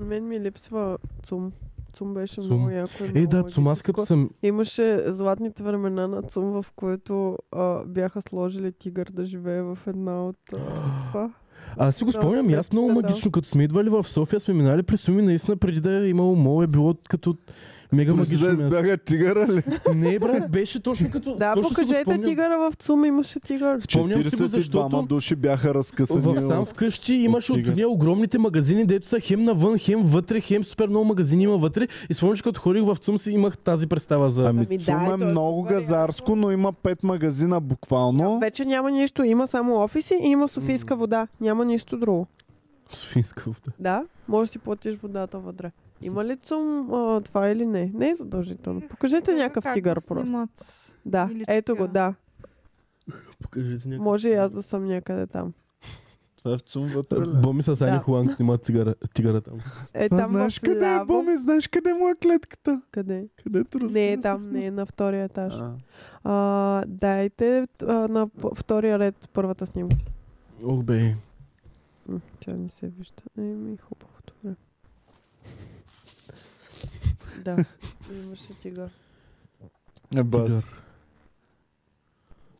Speaker 4: Мен ми липсва ЦУМ. ЦУМ беше
Speaker 2: Цум.
Speaker 4: много яко. и
Speaker 2: Е,
Speaker 4: много
Speaker 2: да, Цумас
Speaker 4: магическо.
Speaker 2: като съм...
Speaker 4: Имаше златните времена на ЦУМ, в които а, бяха сложили тигър да живее в една от а, това.
Speaker 2: Аз си го
Speaker 4: Да,
Speaker 2: спомням, и аз много
Speaker 4: да, да.
Speaker 2: магично, като сме идвали в София, сме минали през Суми, наистина преди да е имало мол, е било като мега
Speaker 1: Може да
Speaker 2: магично място.
Speaker 1: избяга тигъра ли?
Speaker 2: Не, брат, беше точно като...
Speaker 4: Да,
Speaker 2: точно си го
Speaker 4: покажете
Speaker 2: спомням.
Speaker 4: тигъра в ЦУМ, имаше тигър.
Speaker 2: Спомням си го,
Speaker 1: 42
Speaker 2: защото
Speaker 1: души бяха разкъсани.
Speaker 2: в сам
Speaker 1: от-
Speaker 2: вкъщи имаше от
Speaker 1: тигър.
Speaker 2: ние огромните магазини, дето са хем навън, хем вътре, хем супер много магазини има вътре. И спомням, че като ходих в ЦУМ си имах тази представа за...
Speaker 1: Ами,
Speaker 4: Ами да,
Speaker 1: Цум
Speaker 4: и
Speaker 1: е
Speaker 4: то е
Speaker 1: много
Speaker 4: супер
Speaker 1: газарско, но има пет магазина буквално.
Speaker 4: Вече няма нищо, има само офиси и има Софийска вода. Няма нищо друго.
Speaker 2: Софийска вода.
Speaker 4: Да, може да си платиш водата вътре. Има ли ЦУМ а, това или не? Не е задължително. Покажете някакъв
Speaker 5: Е, Как
Speaker 4: тигър
Speaker 5: го
Speaker 4: просто.
Speaker 5: снимат?
Speaker 4: Да,
Speaker 5: Или
Speaker 4: ето
Speaker 5: така.
Speaker 4: го, да.
Speaker 2: Покажете някакво.
Speaker 4: Може и аз да съм някъде там.
Speaker 1: Това е в ЦУМ вътре ли?
Speaker 2: Боми с Ани
Speaker 4: Да.
Speaker 2: Хуанг снимат цигара, тигара там.
Speaker 4: Е,
Speaker 1: А
Speaker 4: там
Speaker 1: знаеш
Speaker 4: в
Speaker 1: къде е,
Speaker 4: ляво.
Speaker 1: Боми? Знаеш къде му е клетката?
Speaker 4: Къде?
Speaker 1: Където
Speaker 4: Не е
Speaker 1: разкъсаш.
Speaker 4: там, не е на втория етаж.
Speaker 1: А,
Speaker 4: А, дайте а, на п- втория ред първата снимка.
Speaker 2: Ох бе.
Speaker 4: М, Тя не се вижда. Еми, хубаво, добре. Да, имаше тигър.
Speaker 1: Е, бас.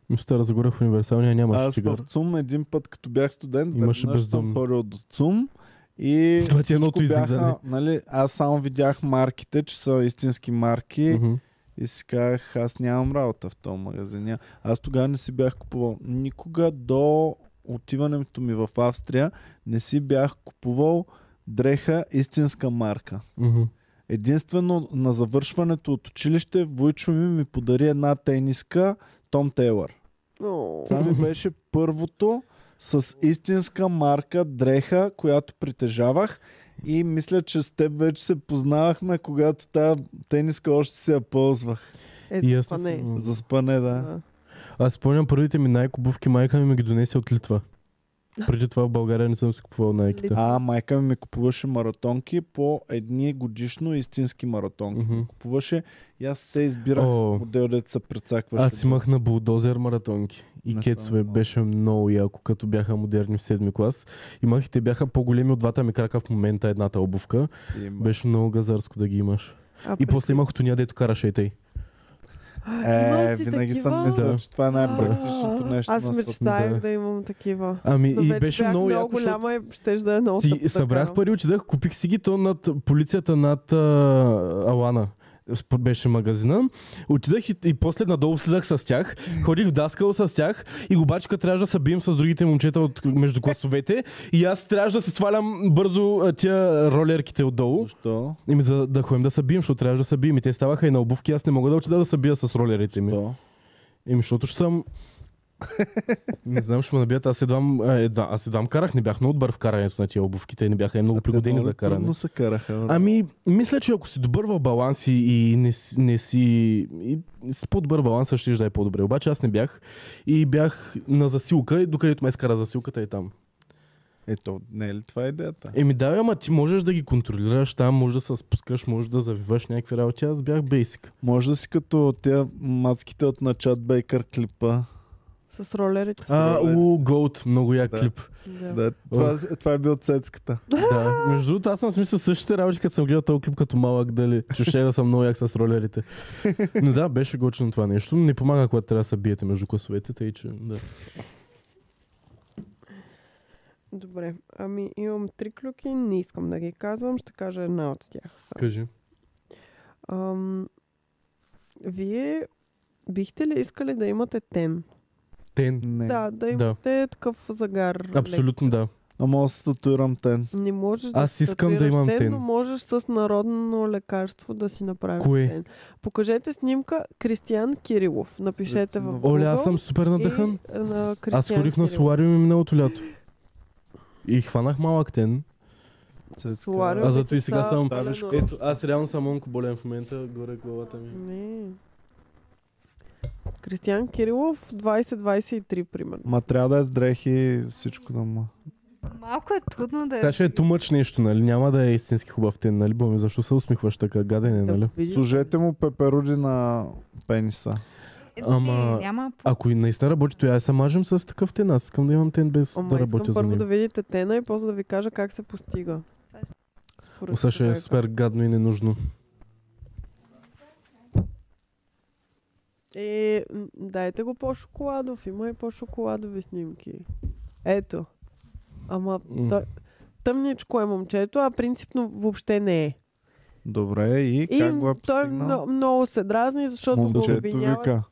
Speaker 2: Ми в Стара Загора е в универсалния нямаше
Speaker 1: Аз в
Speaker 2: тигър.
Speaker 1: ЦУМ един път, като бях студент,
Speaker 2: Имаше
Speaker 1: веднъж съм
Speaker 2: бездомни.
Speaker 1: ходил до ЦУМ и
Speaker 2: Това ти
Speaker 1: всичко
Speaker 2: е едното излизане.
Speaker 1: бяха, нали, аз само видях марките, че са истински марки
Speaker 2: Мгм.
Speaker 1: и си казах, аз нямам работа в този магазин. Ня- Аз тогава не си бях купувал никога до отиването ми в Австрия, не си бях купувал дреха истинска марка.
Speaker 2: Мгм.
Speaker 1: Единствено на завършването от училище Войчо ми ми подари една тениска Том Тейлър.
Speaker 4: О,
Speaker 1: Това ми беше първото с истинска марка дреха, която притежавах. И мисля, че с теб вече се познавахме, когато тази тениска още си я ползвах.
Speaker 4: Е,
Speaker 2: И
Speaker 4: за
Speaker 2: аз
Speaker 4: това
Speaker 2: не
Speaker 4: не.
Speaker 2: съм-
Speaker 1: За спане, да.
Speaker 4: Да.
Speaker 2: Аз спомням първите ми най-кубувки майка ми ми ги донесе от Литва. Преди това в България не съм си купувал найките.
Speaker 1: А майка ми ми купуваше маратонки по едни годишно истински маратонки.
Speaker 2: Мгм.
Speaker 1: Купуваше и аз се избирах
Speaker 2: О,
Speaker 1: модел, дето се прецакваше.
Speaker 2: Аз имах на булдозер маратонки и
Speaker 1: Не
Speaker 2: кецове
Speaker 1: съм имал.
Speaker 2: беше много яко, като бяха модерни в седми клас. Имах и те бяха по-големи от двата ми крака в момента едната обувка.
Speaker 1: И има-
Speaker 2: Беше много газарско да ги имаш.
Speaker 4: А,
Speaker 2: И после имах отоня, дето караше и тъй.
Speaker 1: Е,
Speaker 4: Имал си
Speaker 1: винаги съм
Speaker 4: такива?
Speaker 1: мислил,
Speaker 2: Да.
Speaker 1: че това е най-практичното нещо
Speaker 4: Аз
Speaker 1: на света.
Speaker 4: мечтаях
Speaker 2: Да.
Speaker 4: да. имам такива.
Speaker 2: Ами
Speaker 4: Но
Speaker 2: и
Speaker 4: вече
Speaker 2: беше
Speaker 4: бях
Speaker 2: много
Speaker 4: много,
Speaker 2: яко, защото
Speaker 4: голяма и щеш да е много
Speaker 2: Си
Speaker 4: тъпо да
Speaker 2: събрах
Speaker 4: карам.
Speaker 2: пари, отидах, купих си ги то над полицията над а, Алана. Спо- Беше магазина. Отидах и, и после надолу слизах с тях. Ходих в даскал с тях и обаче като трябваше да се бием с другите момчета от, между класовете. И аз трябваше да се свалям бързо а, тия ролерките отдолу.
Speaker 1: Защо?
Speaker 2: Им за да ходим да се бием, защото трябваше да се бием. И те ставаха и на обувки. Аз не мога да отида да се бия с ролерите ми.
Speaker 1: Защо?
Speaker 2: Им, защото ще съм... не знам, ще ме набият. Аз едвам, а, едва, аз едвам карах. Не бях много добър в карането на тия обувки. Те не бяха и много пригодени за каране.
Speaker 1: Е, Трудно се караха. бе.
Speaker 2: Ами, мисля, че ако си добър в баланс и- и не, си- не си... И, с по-добър баланс ще да е по-добре. Обаче аз не бях. И бях на засилка, и докъдето ме изкара засилката и там.
Speaker 1: Ето, не е ли това идеята?
Speaker 2: Еми да, бе, ама ти можеш да ги контролираш там, може да се спускаш, може да завиваш някакви работи. Аз бях бейсик.
Speaker 1: Може да си като тя мацките от на Чат Бейкър клипа.
Speaker 4: С ролерите. си.
Speaker 2: А,
Speaker 1: Супер.
Speaker 2: у, Голд, много як
Speaker 1: е. Да.
Speaker 2: клип.
Speaker 4: Да.
Speaker 1: Да, това, това е бил цецката.
Speaker 2: Да, между другото, аз съм смисъл същите работи, като съм гледал този клип като малък, дали че ще да съм много як с ролерите. Но да, беше гочено това нещо. Не помага, когато трябва да се биете между класовете, тъй че да.
Speaker 4: Добре, ами имам три клюки, не искам да ги казвам, ще кажа една от тях. само.
Speaker 2: Кажи.
Speaker 4: Ам, вие бихте ли искали да имате тен?
Speaker 2: Тен.
Speaker 1: Не.
Speaker 4: Да, да имате такъв загар. лек.
Speaker 2: Абсолютно да.
Speaker 1: Ама аз татуирам тен.
Speaker 4: Не можеш
Speaker 2: Аз
Speaker 4: да си
Speaker 2: искам да
Speaker 4: татуираш
Speaker 2: имам
Speaker 4: ден,
Speaker 2: тен.
Speaker 4: но можеш с народно лекарство да си направиш
Speaker 2: Кое?
Speaker 4: ден. Покажете снимка Кристиян Кирилов. Напишете в Google.
Speaker 2: Оля, аз съм супер надъхан.
Speaker 4: И, на Кристиян
Speaker 2: Аз ходих на
Speaker 4: Кирилов.
Speaker 2: солариуми миналото лято. И хванах малък тен.
Speaker 1: Цецка.
Speaker 4: Солариумите
Speaker 2: А зато и сега
Speaker 4: са
Speaker 2: съм-
Speaker 4: прекалено-
Speaker 2: Ето, аз реално съм онкоболен в момента, горе главата ми.
Speaker 4: Не. Кристиян Кирилов 2023, примерно.
Speaker 1: Ма трябва да е с дрехи всичко да му.
Speaker 5: Малко е трудно да е.
Speaker 2: Сега ще е тумъч нещо, нали? Няма да е истински хубав тен, нали, Боми? Защо се усмихваш така? Гаден е, нали?
Speaker 4: Да видим.
Speaker 1: Служете му пеперуди на пениса.
Speaker 5: Е,
Speaker 2: Ама-
Speaker 5: Не, няма.
Speaker 2: Ако и наистина работи, той аз се мажем с такъв тен. Аз искам да имам тен без
Speaker 4: Ама
Speaker 2: да
Speaker 4: искам
Speaker 2: работя за
Speaker 4: първо
Speaker 2: него.
Speaker 4: да видите тена и после да ви кажа как се постига. Според
Speaker 2: Оса ще е
Speaker 4: човека.
Speaker 2: супер гадно и ненужно.
Speaker 4: Е, м, дайте го по-шоколадов. Има и по-шоколадови снимки. Ето. Ама
Speaker 2: М.
Speaker 4: той- тъмничко е момчето, а принципно въобще не е.
Speaker 1: Добре, и,
Speaker 4: И
Speaker 1: как го е
Speaker 4: той
Speaker 1: постигнал?
Speaker 4: много, много се дразни, защото го
Speaker 1: Момчето
Speaker 4: обвиняват.
Speaker 1: вика.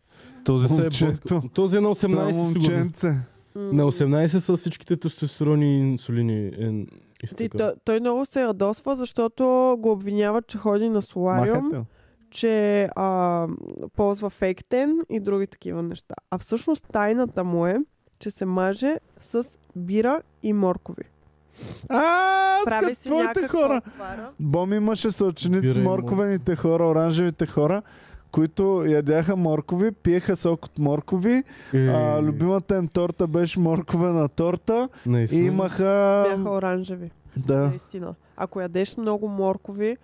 Speaker 2: Този, се е
Speaker 1: Момчето.
Speaker 2: блъскал. Този е на
Speaker 1: Това
Speaker 2: 18 сигурно.
Speaker 1: момченце.
Speaker 4: М.
Speaker 2: На 18 с всичките тестостерони и инсулини.
Speaker 4: Ти,
Speaker 2: Е, изтъкал.
Speaker 4: той, той много се радосва, защото го обвиняват, че ходи на солариум.
Speaker 1: Махател.
Speaker 4: че а, ползва фейктен и други такива неща. А всъщност тайната му е, че се маже с бира и моркови.
Speaker 1: А,
Speaker 4: Прави
Speaker 1: Прави
Speaker 4: си
Speaker 1: твоите
Speaker 4: някаква
Speaker 1: хора.
Speaker 4: отвара.
Speaker 1: Бом имаше
Speaker 2: Бира
Speaker 1: съученици
Speaker 2: и
Speaker 1: морковените хора, оранжевите хора, които ядяха моркови, пиеха сок от моркови,
Speaker 2: Е,
Speaker 1: а, любимата им торта беше морковена торта и
Speaker 2: Е, наистина.
Speaker 1: имаха...
Speaker 4: Бяха оранжеви,
Speaker 1: Да.
Speaker 4: наистина. Ако ядеш много моркови,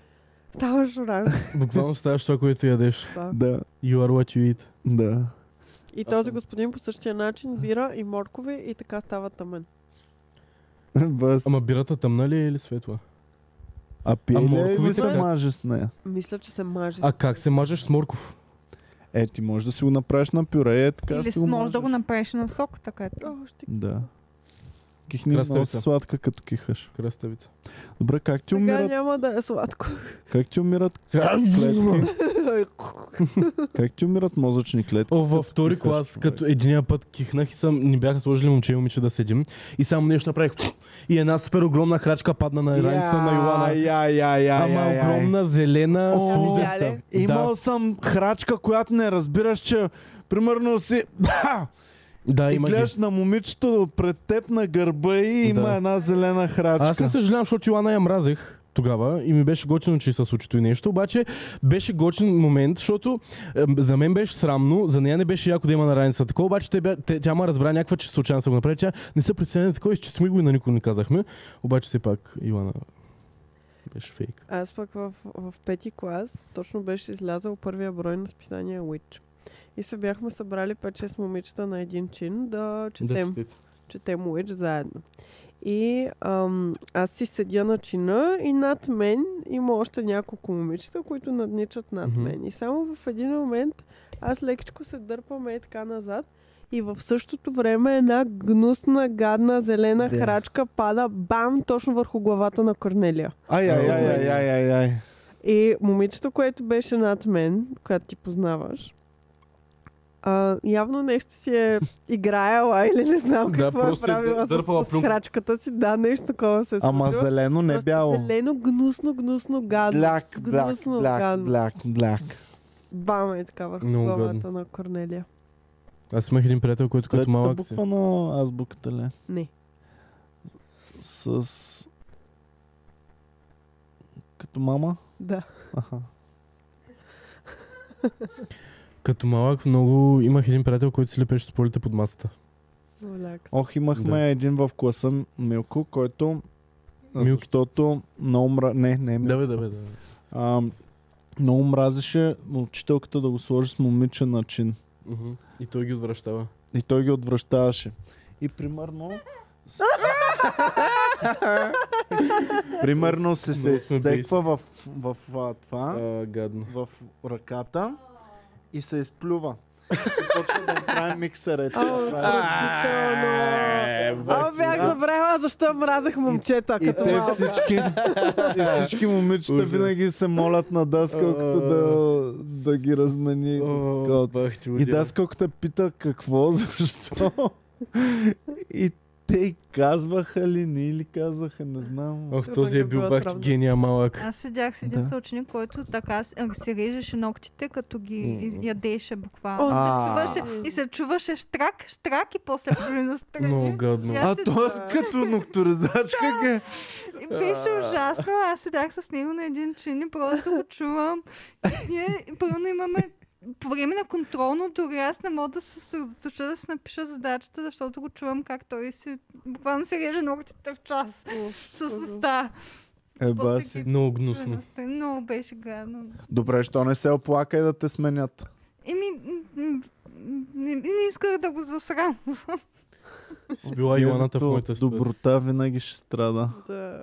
Speaker 4: ставаш оранжев.
Speaker 2: Буквално ставаш това, което ядеш.
Speaker 4: да.
Speaker 1: Да,
Speaker 2: You are what you eat.
Speaker 1: да.
Speaker 4: И този господин по същия начин бира и моркови и така става тъмен.
Speaker 1: Бас.
Speaker 2: Ама бирата тъмна ли е или светла?
Speaker 1: А пие
Speaker 2: а
Speaker 1: ли
Speaker 2: морковите
Speaker 1: или се
Speaker 4: как?
Speaker 1: маже с нея?
Speaker 4: Мисля, че се маже.
Speaker 2: А как се мажеш с морков?
Speaker 1: Е, ти можеш да си го направиш на пюре, е така
Speaker 5: Или
Speaker 1: си го
Speaker 5: можеш да го
Speaker 1: мажеш.
Speaker 5: направиш на сок, така е.
Speaker 4: О, ще...
Speaker 1: Да. Кихни
Speaker 2: Краставица.
Speaker 1: много си сладка, като кихаш.
Speaker 2: Краставица.
Speaker 1: Добре, как ти
Speaker 4: Сега
Speaker 1: умират,
Speaker 4: няма да е сладко.
Speaker 1: как ти умират клетки? Как ти умират мозъчни клетки?
Speaker 2: О, във
Speaker 1: като
Speaker 2: втори
Speaker 1: кихаш,
Speaker 2: клас,
Speaker 1: човек?
Speaker 2: като единия път кихнах и съм, ни бяха сложили момче и момиче да седим. И само нещо направих. И една супер огромна храчка падна на раница на Йоана.
Speaker 1: Я, я, я,
Speaker 2: Ама
Speaker 1: я, я, я.
Speaker 2: огромна, зелена,
Speaker 1: О,
Speaker 2: слузеста.
Speaker 4: яле.
Speaker 1: Имал съм храчка, която не разбираш, че примерно си
Speaker 2: да, да,
Speaker 1: и
Speaker 2: има ги.
Speaker 1: гледаш на момичето пред теб на гърба и
Speaker 2: Да.
Speaker 1: има една зелена храчка.
Speaker 2: Аз не съжалявам, защото Йоана я мразех тогава и ми беше готино, че се случи и нещо, обаче беше готин момент, защото е, за мен беше срамно, за нея не беше яко да има на раница такова, обаче те, бя- те, тя ма разбра някаква, че случайно съм го направи, тя не се притеснява такова, изчистихме го и на никого не казахме, обаче все пак Йоана беше фейк.
Speaker 4: Аз пък в, в пети клас точно беше излязъл първия брой на списание Witch. И се бяхме събрали 5-6 момичета на един чин да четем, да, четем Witch заедно. И ам, аз си седя на чина и над мен има още няколко момичета, които надничат над
Speaker 2: Мгм.
Speaker 4: мен. И само в един момент аз лекичко се дърпам е така назад и в същото време една гнусна, гадна, зелена
Speaker 1: Да.
Speaker 4: храчка пада бам точно върху главата на Корнелия.
Speaker 1: Ай, ай, ай, ай, ай, ай, ай.
Speaker 4: И момичето, което беше над мен, която ти познаваш, а, явно нещо си е играела или не знам
Speaker 2: Да,
Speaker 4: какво е
Speaker 2: просто е
Speaker 4: правила с,
Speaker 2: дърпала
Speaker 4: с
Speaker 2: плюнка.
Speaker 4: крачката си. Да, нещо такова се е
Speaker 1: Ама
Speaker 4: случило.
Speaker 1: зелено, не
Speaker 4: Просто
Speaker 1: бяло.
Speaker 4: Зелено, гнусно, гнусно, гадно.
Speaker 1: Бляк, бляк,
Speaker 4: Гнусно,
Speaker 1: бляк,
Speaker 4: гадно.
Speaker 1: бляк, бляк.
Speaker 4: Бама е така върху
Speaker 2: Много
Speaker 4: главата
Speaker 2: гадно.
Speaker 4: на Корнелия.
Speaker 2: Аз имах един приятел, който като
Speaker 1: Третата
Speaker 2: малък си.
Speaker 1: буква на азбуката ли? е?
Speaker 4: Не.
Speaker 1: С... Като мама?
Speaker 4: Да.
Speaker 1: Аха.
Speaker 2: Като малък много имах един приятел, който си лепеше с полите под масата.
Speaker 4: Олекс.
Speaker 1: Ох, имахме
Speaker 2: Да.
Speaker 1: един в класа Милко, който
Speaker 2: Милки.
Speaker 1: защото много мра... Не, не е Милко.
Speaker 2: Да, бе, да, бе, да.
Speaker 1: А, много мразеше учителката да го сложи с момиче начин.
Speaker 2: Мгм. И той ги отвръщава.
Speaker 1: И той ги отвръщаваше. И примерно... с- примерно се се
Speaker 2: Много сме
Speaker 1: изсеква в, в, в, това,
Speaker 2: А, гадно.
Speaker 1: в ръката и се изплюва. И почва да прави миксерите.
Speaker 4: О,
Speaker 1: да прави-
Speaker 2: е,
Speaker 4: отвратително! О, бях забравила защо мразех момчета
Speaker 1: И
Speaker 4: като
Speaker 1: те
Speaker 4: малка.
Speaker 1: всички, и всички момичета
Speaker 2: Ужас.
Speaker 1: винаги се молят на даскалката да, да ги размени. Е, и да такова.
Speaker 2: бах ти
Speaker 1: И даскалката пита какво, защо. И Те й казваха ли, не ли казаха, не знам.
Speaker 2: Ох,
Speaker 4: Трудно
Speaker 2: този е
Speaker 4: ми е
Speaker 2: бил
Speaker 4: било
Speaker 2: бах ти
Speaker 4: срамно.
Speaker 2: гения малък.
Speaker 5: Аз седях с един
Speaker 1: Да.
Speaker 5: съученик, който така с- а, си режеше ногтите, като ги
Speaker 2: М.
Speaker 5: ядеше буквално.
Speaker 4: О,
Speaker 1: А.
Speaker 5: Чуваше- и се чуваше штрак, штрак и после плюна настрани.
Speaker 2: Много гадно.
Speaker 4: Е,
Speaker 5: Я
Speaker 1: А
Speaker 5: се-
Speaker 1: то аз като нокторизачка ке.
Speaker 5: И Беше ужасно. Аз седях с него на един чин и просто го чувам. И Ние пълно имаме по време на контролно, дори аз не мога да се съсредоточа да си напиша задачата, защото го чувам как той си буквално се реже ногтите в час с уста.
Speaker 1: Е, баси.
Speaker 5: После ги
Speaker 2: Много гнусно.
Speaker 5: пренасте. Много беше гадно.
Speaker 1: Добре, що не се оплакай да те сменят.
Speaker 5: Еми, м- м- не, не исках да го засрам.
Speaker 2: Си била Йоаната в
Speaker 1: Пилото
Speaker 2: моята
Speaker 1: от
Speaker 2: ситуация.
Speaker 1: Доброта винаги ще страда.
Speaker 4: Да.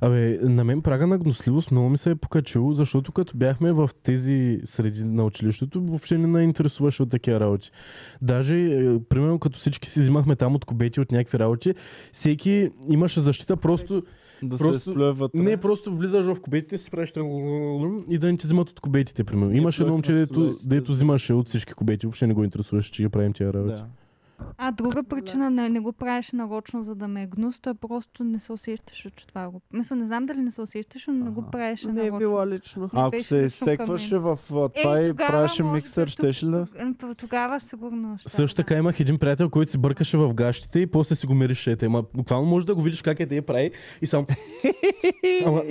Speaker 2: Абе, на мен прага на гносливост много ми се е покачил, защото като бяхме в тези среди на училището, въобще не ме интересуваше от такива работи. Даже, е, примерно, като всички си взимахме там от кубети, от някакви работи, всеки имаше защита просто...
Speaker 1: Да
Speaker 2: Просто-
Speaker 1: се сплюват.
Speaker 2: Не, просто влизаш в кубетите, си правиш трън- и да не ти взимат от кубетите, примерно.
Speaker 1: Ние
Speaker 2: Имаше едно момче,
Speaker 1: бяхме
Speaker 2: дето,
Speaker 1: абсолютно-
Speaker 2: дето взимаше от всички кубети, въобще не го интересуваше, че ги правим тия работи.
Speaker 1: Да.
Speaker 5: А друга причина нали, не, не го правеше нарочно, за да ме е гнус, той просто не се усещаше, че това го... Мисля, не знам дали не се усещаше, но не го
Speaker 1: Ага.
Speaker 5: правеше
Speaker 4: Не е
Speaker 5: нарочно.
Speaker 4: било лично.
Speaker 5: Не
Speaker 1: Ако се
Speaker 5: беше лично към мен.
Speaker 1: изсекваше в а, това и
Speaker 5: Е, тогава
Speaker 1: правеше
Speaker 5: може би
Speaker 1: миксер,
Speaker 5: тук-
Speaker 1: щеше ли да?
Speaker 5: Т- Тогава сигурно ще.
Speaker 2: Също така имах един приятел, който си бъркаше в гащите и после си го миришете. Ама буквално може да го видиш как е да я прави и само... Ама,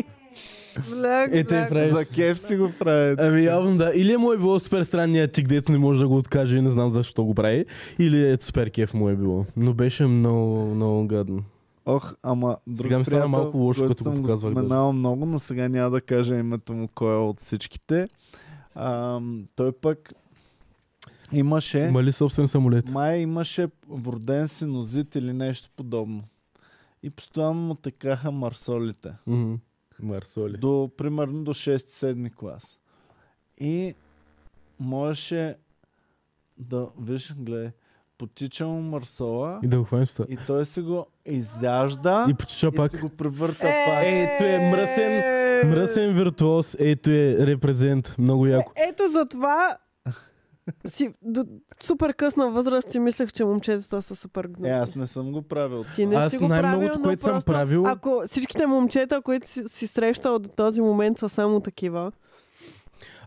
Speaker 4: Бляк,
Speaker 2: Е, те
Speaker 4: бляк.
Speaker 2: прави.
Speaker 1: За кеф си го прави.
Speaker 2: ами явно да. Или му е било супер странния тик, дето не може да го откаже и не знам защо го прави. Или е супер кеф му е било. Но беше много, много гадно.
Speaker 1: Ох, ама друг
Speaker 2: Сега ми стана
Speaker 1: приятел,
Speaker 2: малко лошо,
Speaker 1: който
Speaker 2: като го
Speaker 1: съм го
Speaker 2: показвах, да.
Speaker 1: споменал много, но сега няма да кажа името му, кой е от всичките. Ам, той пък имаше...
Speaker 2: Има ли собствен самолет?
Speaker 1: Май имаше вроден синозит или нещо подобно. И постоянно му текаха марсолите.
Speaker 2: Мгм. Марсоли.
Speaker 1: До, примерно до 6-7 клас. И можеше да, виж, гледай, потича му марсола
Speaker 2: И да го хванеш това.
Speaker 1: и той си го изяжда
Speaker 2: И почича
Speaker 1: и
Speaker 2: пак.
Speaker 1: си го превърта пак.
Speaker 2: Ето е мръсен, мръсен виртуоз. Ето е репрезент. Много яко.
Speaker 4: Ето за това си, до супер късна възраст си мислех, че момчетата са супер гнусни.
Speaker 1: Е, аз не съм го правил.
Speaker 4: Ти не
Speaker 2: Аз
Speaker 4: си го
Speaker 2: най-многото,
Speaker 4: правил, но
Speaker 2: което съм
Speaker 4: просто
Speaker 2: правил-
Speaker 4: Ако всичките момчета, които си, си срещал до този момент са само такива.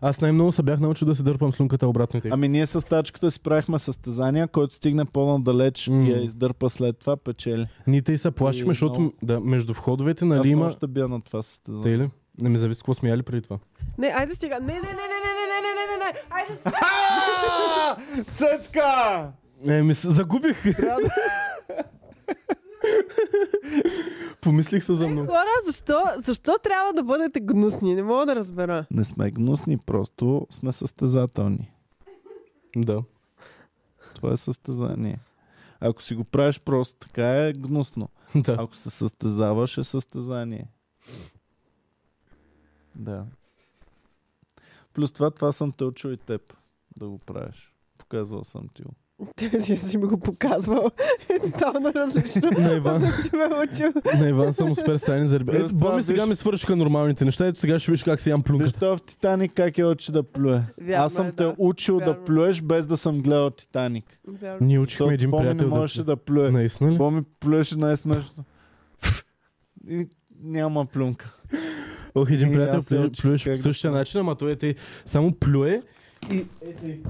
Speaker 2: Аз най-много се бях научил да се дърпам слюнката обратно и така.
Speaker 1: Ами ние с тачката си правихме състезания, който стигне по-надалеч
Speaker 2: М.
Speaker 1: и я издърпа след това, печели.
Speaker 2: Ние те се плашихме,
Speaker 1: И
Speaker 2: защото
Speaker 1: много-
Speaker 2: да, между входовете,
Speaker 1: Аз
Speaker 2: нали има...
Speaker 1: може да бия на това състезание.
Speaker 2: Те ли? Не ми зависи какво сме яли преди това.
Speaker 4: Не, айде стига. Не, не, не, не, не, не, не, не, не, не. Айде стига.
Speaker 1: А, Цецка!
Speaker 2: Е, ми се загубих. Помислих се за много.
Speaker 4: Хора, защо, защо трябва да бъдете гнусни? Не мога да разбера.
Speaker 1: Не сме гнусни, просто сме състезателни.
Speaker 2: Да.
Speaker 1: Това е състезание. Ако си го правиш просто така е гнусно.
Speaker 2: да.
Speaker 1: Ако се състезаваш е състезание. Да. Плюс това, това съм те учил и теб да го правиш. Показвал съм ти го.
Speaker 4: Ти си, си ми го показвал. Е тотално различно.
Speaker 2: На Иван,
Speaker 4: Ти ме учил.
Speaker 2: на Иван съм успер стани за рибе.
Speaker 1: Плюс
Speaker 2: Ето,
Speaker 1: това,
Speaker 2: боми,
Speaker 1: виж-
Speaker 2: сега ми свършиха нормалните неща. Ето сега ще виж как си ям
Speaker 1: Виж
Speaker 2: плюнката.
Speaker 1: това в Титаник как е очи да плюе.
Speaker 4: Вярно
Speaker 1: Аз съм
Speaker 4: е,
Speaker 1: те
Speaker 4: да.
Speaker 1: учил да
Speaker 4: Вярно.
Speaker 1: плюеш без да съм гледал Титаник.
Speaker 4: Вярно.
Speaker 2: Ние
Speaker 1: Защото
Speaker 2: учихме един
Speaker 1: Боми не
Speaker 2: приятел
Speaker 1: можеше
Speaker 2: да...
Speaker 1: да плюе.
Speaker 2: Наистина ли?
Speaker 1: Боми плюеше най-смешно. И няма плюнка.
Speaker 2: Ох, един
Speaker 1: Е,
Speaker 2: приятел
Speaker 1: аз се
Speaker 2: плю-
Speaker 1: учих
Speaker 2: плюеш
Speaker 1: как
Speaker 2: по
Speaker 1: да
Speaker 2: същия начин, ама той е тъй, само плюе и... е тъй.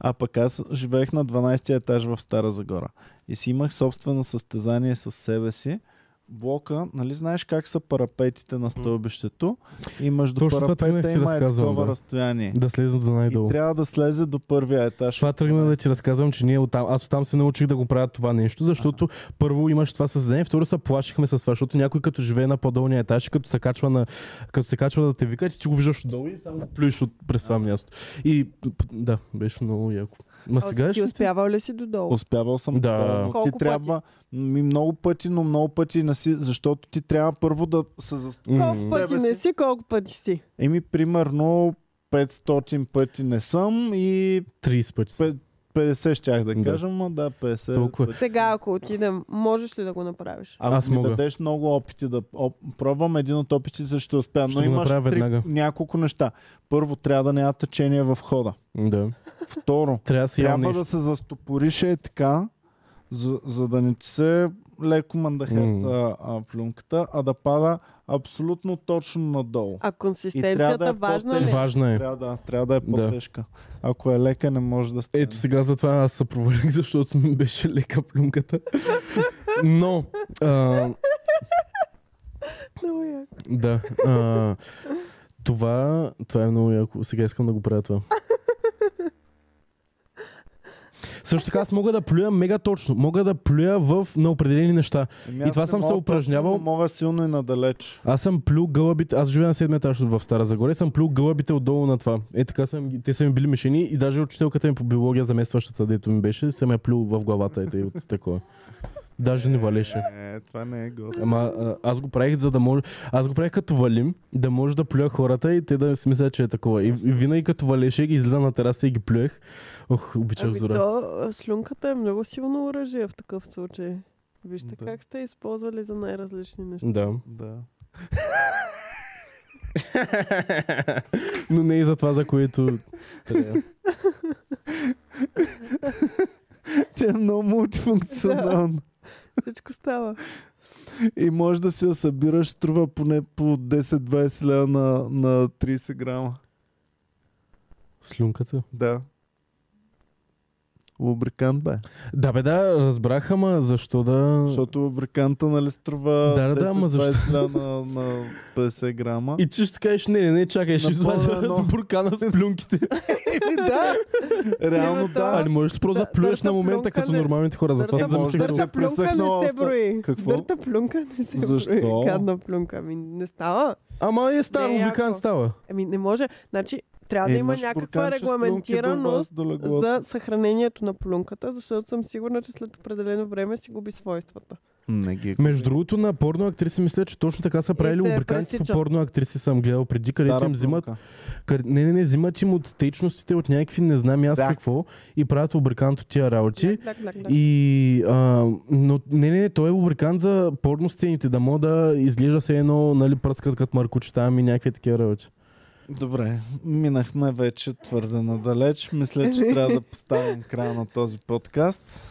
Speaker 1: А пък аз живеех на 12 етаж в Стара Загора. И си имах собствено състезание с себе си. Блока, нали знаеш как са парапетите на стълбището? И между
Speaker 2: Точно това тръгнах да
Speaker 1: парапета
Speaker 2: ти
Speaker 1: има е
Speaker 2: разказвам,
Speaker 1: такова
Speaker 2: да.
Speaker 1: разстояние.
Speaker 2: Да слезем до
Speaker 1: И
Speaker 2: най-долу.
Speaker 1: трябва да слезе до първия етаж.
Speaker 2: Това тръгна да ти разказвам, че ние оттам, аз оттам се научих да го правя това нещо, защото първо имаш това създание, второ се плашихме с това, защото някой като живее на по-долния етаж, и като се качва, на, като се качва да те вика, ти, ти го виждаш отдолу и само го плюеш от през това място. И п- да, беше много яко. Ма сега
Speaker 4: Ти
Speaker 2: ще...
Speaker 4: успявал ли си додолу?
Speaker 1: Успявал съм
Speaker 2: Да.
Speaker 1: да. но ти
Speaker 4: Колко
Speaker 1: трябва ми много пъти, но много пъти не си, защото ти трябва първо да се зас...
Speaker 4: Колко
Speaker 2: М,
Speaker 4: пъти
Speaker 1: Себе
Speaker 4: не
Speaker 1: си.
Speaker 4: си, колко пъти си.
Speaker 1: Еми, примерно 500 пъти не съм и
Speaker 2: 30 пъти.
Speaker 1: пе- 50 щях да
Speaker 2: Да.
Speaker 1: кажа, но да, 50
Speaker 2: Толкова.
Speaker 1: пъти.
Speaker 4: Сега, ако отидем, можеш ли да го направиш?
Speaker 1: Ако
Speaker 2: Аз
Speaker 1: ми
Speaker 2: мога.
Speaker 1: дадеш много опити да оп... пробвам, един от опитите ще успя.
Speaker 2: Ще
Speaker 1: но
Speaker 2: го
Speaker 1: имаш
Speaker 2: направя веднага.
Speaker 1: няколко неща. Първо, трябва да няма течение в хода.
Speaker 2: Да.
Speaker 1: Второ,
Speaker 2: Трябва да си ял
Speaker 1: трябва
Speaker 2: нещо.
Speaker 1: да се застопориш е така, за, за да не ти се леко мандахерца mm. плюнката, а да пада абсолютно точно надолу.
Speaker 4: А
Speaker 1: И трябва да
Speaker 4: консистенцията
Speaker 1: е
Speaker 4: важна
Speaker 1: по-тежка.
Speaker 4: ли?
Speaker 2: Важна е.
Speaker 1: Трябва да, трябва да е
Speaker 2: Да.
Speaker 1: по-тежка. Ако е лека, не може да стане.
Speaker 2: Ето сега затова аз се провалих, защото ми беше лека плюнката. Но, а,
Speaker 4: Много яко.
Speaker 2: да, а, това, това е много яко. Сега искам да го правя това. Също така аз мога да плюя мега точно. Мога да плюя в, на определени неща.
Speaker 1: Еми,
Speaker 2: и
Speaker 1: Ами аз
Speaker 2: това
Speaker 1: не
Speaker 2: съм се
Speaker 1: мога
Speaker 2: упражнявал.
Speaker 1: точно, но Мога силно и надалеч.
Speaker 2: Аз съм плюл гълъбите, аз живея на седмия етаж в Стара Загоре, съм плюл гълъбите отдолу на това. Е така съм, ги- те са ми били мишени и даже учителката ми по биология, заместващата, дето ми беше, съм я плюл в главата ето и от такова. Даже не валеше.
Speaker 1: Е, това не е готово.
Speaker 2: Ама а, аз го правих, за да може. Аз го правих като валим, да може да плюя хората и те да си мислят, че е такова. И, и винаги като валеше, ги излиза на тераста и ги плюех. Ох, обичах
Speaker 4: Ами
Speaker 2: зора.
Speaker 4: то, а, слюнката е много силно оръжие в такъв случай. Вижте
Speaker 1: Да.
Speaker 4: как сте използвали за най-различни неща.
Speaker 2: Да.
Speaker 1: Да.
Speaker 2: Но не и за това, за което. трябва.
Speaker 1: Тя е много мултифункционална.
Speaker 4: Всичко става.
Speaker 1: И може да си я събираш, струва поне по 10-20 лева на, на 30 грама.
Speaker 2: Слюнката.
Speaker 1: Да. Лубрикант бе.
Speaker 2: Да, бе, да, разбрах, ама защо да.
Speaker 1: Защото лубриканта нали струва
Speaker 2: Да, да, да, ама
Speaker 1: 10-20 лева на, на 50 грама.
Speaker 2: И ти ще кажеш, не, не, не, чакай, ще
Speaker 1: Напълно едно.
Speaker 2: извадя буркана с плюнките.
Speaker 1: Еми Ами да! Реално
Speaker 4: Имаш
Speaker 1: да.
Speaker 2: Али можеш ли просто да
Speaker 4: Да,
Speaker 2: плюеш
Speaker 4: дърта
Speaker 2: на момента
Speaker 4: плюнка
Speaker 2: като
Speaker 4: не-
Speaker 2: нормалните хора, затова се
Speaker 1: дърта- може да-
Speaker 2: замислих. друго.
Speaker 4: Дърта плюнка не се
Speaker 1: Пресъхнала
Speaker 4: брои.
Speaker 1: Е, Какво?
Speaker 4: Дърта плюнка не се
Speaker 1: Защо?
Speaker 4: брои. Гадна плюнка. Ами не става.
Speaker 2: Ама е стар,
Speaker 4: Не,
Speaker 2: лубрикант
Speaker 4: яко.
Speaker 2: става.
Speaker 4: Ами не може. Значи трябва да има
Speaker 1: Е, Имаш бурканче
Speaker 4: някаква
Speaker 1: с плюнки до вас,
Speaker 4: регламентираност
Speaker 1: до леглото.
Speaker 4: за съхранението на плюнката, защото съм сигурна, че след определено време си губи свойствата.
Speaker 1: Не ги
Speaker 2: Между другото, на порно актриси мисля, че точно така са правили
Speaker 4: се
Speaker 2: лубриканти по
Speaker 4: пресича.
Speaker 2: порно актриси съм гледал преди, където
Speaker 1: Стара
Speaker 2: им взимат.
Speaker 1: пълка.
Speaker 2: къде- Не, не, не, взимат им от течностите, от някакви не знам и аз
Speaker 1: Да.
Speaker 2: какво и правят лубрикант от тия работи.
Speaker 4: Ляк, ляк, ляк, ляк.
Speaker 2: И, а, но не, не, не, той е лубрикант за порно сцените, да мога да изглежда се едно, нали, пръскат като маркучи там и някакви такива работи.
Speaker 1: Добре, минахме вече твърде надалеч. Мисля, че трябва да поставим края на този подкаст.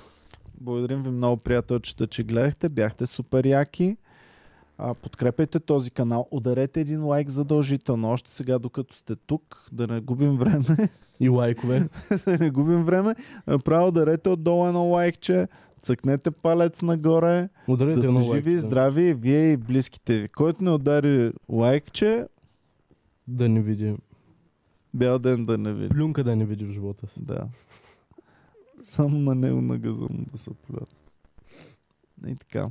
Speaker 1: Благодарим ви много, приятелчета, че гледахте. Бяхте супер яки. А, подкрепете този канал. Ударете един лайк задължително. Още сега, докато сте тук, да не губим време.
Speaker 2: И лайкове.
Speaker 1: да не губим време. Направо ударете отдолу едно лайкче. Цъкнете палец нагоре. Да
Speaker 2: Ударете
Speaker 1: сте
Speaker 2: едно
Speaker 1: живи
Speaker 2: лайк.
Speaker 1: и здрави, и вие и близките ви. Който не удари лайкче,
Speaker 2: Да не види.
Speaker 1: бял ден да не ви.
Speaker 2: Плюнка да не види в живота си.
Speaker 1: Да. Само на него на газа му да се плюят. И така.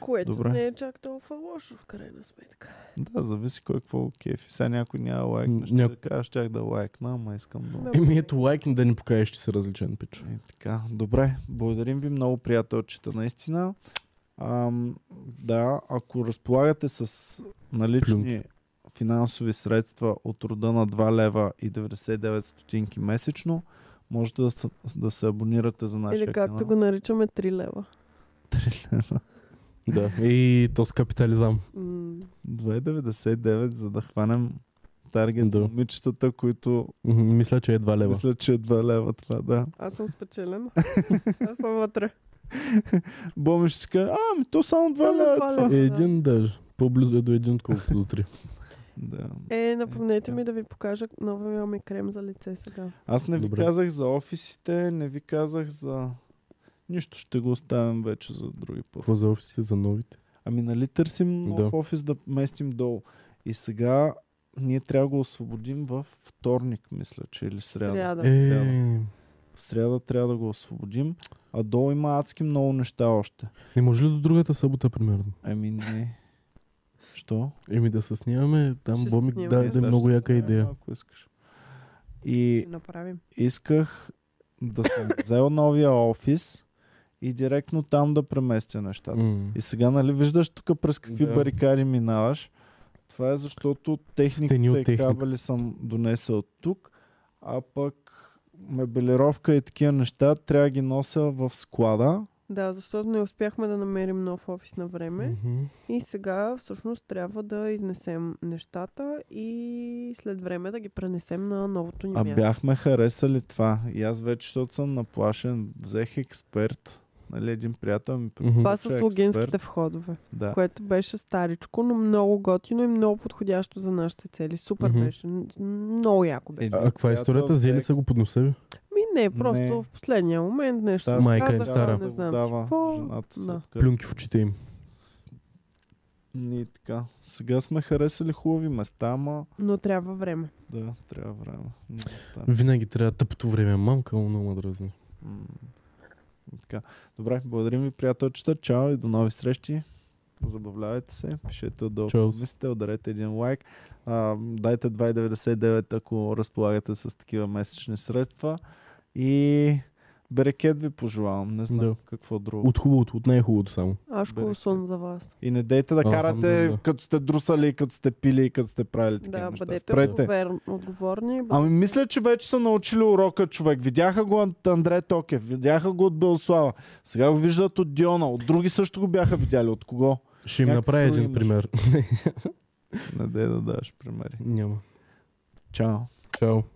Speaker 4: Което
Speaker 1: Добре.
Speaker 4: не е чак толкова лошо, в крайна сметка.
Speaker 1: Да, зависи кой какво кефи. Сега някой няма лайк.
Speaker 2: М,
Speaker 1: Ще
Speaker 2: ня-
Speaker 1: да кажа, щях да лайкна, ама искам да.
Speaker 2: Еми ето е лайк да ни покажеш, че си различен, пич.
Speaker 1: И така. Добре, благодарим ви много, приятелчета, наистина. Ам, да, ако разполагате с налични
Speaker 2: Плюнки.
Speaker 1: финансови средства от рода на 2 лева и 99 стотинки месечно, можете да се, да се абонирате за нашия
Speaker 4: Или както
Speaker 1: канал.
Speaker 4: го наричаме 3 лева.
Speaker 2: Да. И то с капитализъм.
Speaker 4: М,
Speaker 1: 2,99, за да хванем таргет
Speaker 2: Да.
Speaker 1: да. момичетата, които
Speaker 2: Мгм, Мисля, че е 2 лева.
Speaker 1: мислят, че е 2 лева това, да.
Speaker 4: Аз съм спечелена. Аз съм вътре.
Speaker 1: Боми ще си каже, а, ми то само 2
Speaker 4: Само
Speaker 1: лева.
Speaker 4: е два
Speaker 1: това.
Speaker 4: лева.
Speaker 2: Един даже. По-близо е до един, отколкото до три.
Speaker 1: Да.
Speaker 4: Е, напомнете ми да ви покажа новия ми ами крем за лице сега.
Speaker 1: Аз не ви
Speaker 2: Добре.
Speaker 1: казах за офисите, не ви казах за... Нищо ще го оставим вече за други път.
Speaker 2: Какво за офисите, за новите?
Speaker 1: Ами нали търсим нов
Speaker 2: Да.
Speaker 1: офис да местим долу. И сега ние трябва да го освободим във вторник, мисля, че е или сряда.
Speaker 4: Сряда.
Speaker 1: Сряда.
Speaker 2: Е,
Speaker 1: В сряда трябва да го освободим, а долу има адски много неща още.
Speaker 2: не може ли до другата събота, примерно?
Speaker 1: Ами не. Що?
Speaker 2: Еми да се снимаме, там
Speaker 4: Ще се
Speaker 2: Боми
Speaker 4: снимаме.
Speaker 2: да, да е
Speaker 1: Сега
Speaker 2: много
Speaker 1: ще
Speaker 2: яка
Speaker 1: снимем,
Speaker 2: идея.
Speaker 1: Ако искаш. И
Speaker 4: Ще направим.
Speaker 1: исках да съм взел новия офис и директно там да преместя нещата.
Speaker 2: М.
Speaker 1: И сега, нали, виждаш тук през какви
Speaker 2: Да.
Speaker 1: барикади минаваш. Това е защото
Speaker 2: Стени от
Speaker 1: техниката и
Speaker 2: техника.
Speaker 1: кабели съм донесъл тук, а пък мебелировка и такива неща трябва да ги нося в склада
Speaker 4: Да, защото не успяхме да намерим нов офис на време.
Speaker 2: Мгм.
Speaker 4: И сега всъщност трябва да изнесем нещата и след време да ги пренесем на новото ни
Speaker 1: А
Speaker 4: място.
Speaker 1: бяхме харесали това. И аз вече, защото съм наплашен, взех експерт. Нали, един приятел ми
Speaker 2: Мгм.
Speaker 4: Това
Speaker 1: Човек,
Speaker 4: с логинските
Speaker 1: експерт.
Speaker 4: входове,
Speaker 1: Да.
Speaker 4: което беше старичко, но много готино и много подходящо за нашите цели. Супер
Speaker 2: Мгм.
Speaker 4: беше. Н- Много яко беше.
Speaker 1: Един
Speaker 2: А каква е
Speaker 1: приятел
Speaker 2: историята? Взели
Speaker 1: взех
Speaker 2: са го под носа ви?
Speaker 4: Ми не, просто
Speaker 1: Не.
Speaker 4: в последния момент нещо.
Speaker 1: Да,
Speaker 4: се
Speaker 2: Майка им
Speaker 4: казаха,
Speaker 2: стара.
Speaker 4: Не
Speaker 1: да го
Speaker 4: знам си
Speaker 1: дава,
Speaker 4: какво.
Speaker 1: жената си
Speaker 4: Да.
Speaker 1: откъсва.
Speaker 2: Плюнки в очите им.
Speaker 1: И така. Сега сме харесали хубави места, ама
Speaker 4: Но трябва време.
Speaker 1: да, трябва време. Много е стара.
Speaker 2: Винаги трябва тъпото време. Мамка му много дразни.
Speaker 1: М. И така. Добре, благодарим ви, приятелчета. Чао и до нови срещи. Забавлявайте се, пишете отдолу
Speaker 2: Чао.
Speaker 1: мислите, ударете един лайк, а, дайте 2,99 ако разполагате с такива месечни средства и берекет ви пожелавам, не знам
Speaker 2: Да.
Speaker 1: какво друго.
Speaker 2: От хубавото, от най-хубавото само.
Speaker 4: Ашко
Speaker 1: Берех.
Speaker 4: сон за вас.
Speaker 1: И не дейте да
Speaker 2: Алхам, да,
Speaker 1: карате
Speaker 2: да.
Speaker 1: като сте друсали, като сте пили и като сте правили такива
Speaker 4: Да,
Speaker 1: неща.
Speaker 4: бъдете
Speaker 1: Спрете.
Speaker 4: отговор- отговорни.
Speaker 1: Ами мисля, че вече са научили урока човек. Видяха го от Андре Токев, видяха го от Белослава. Сега го виждат от Диона. От други също го бяха видяли. От кого?
Speaker 2: Ще им
Speaker 1: Някакво
Speaker 2: направя един
Speaker 1: имаш.
Speaker 2: пример.
Speaker 1: Не дай да даш примери.
Speaker 2: Няма.
Speaker 1: Чао.
Speaker 2: Чао.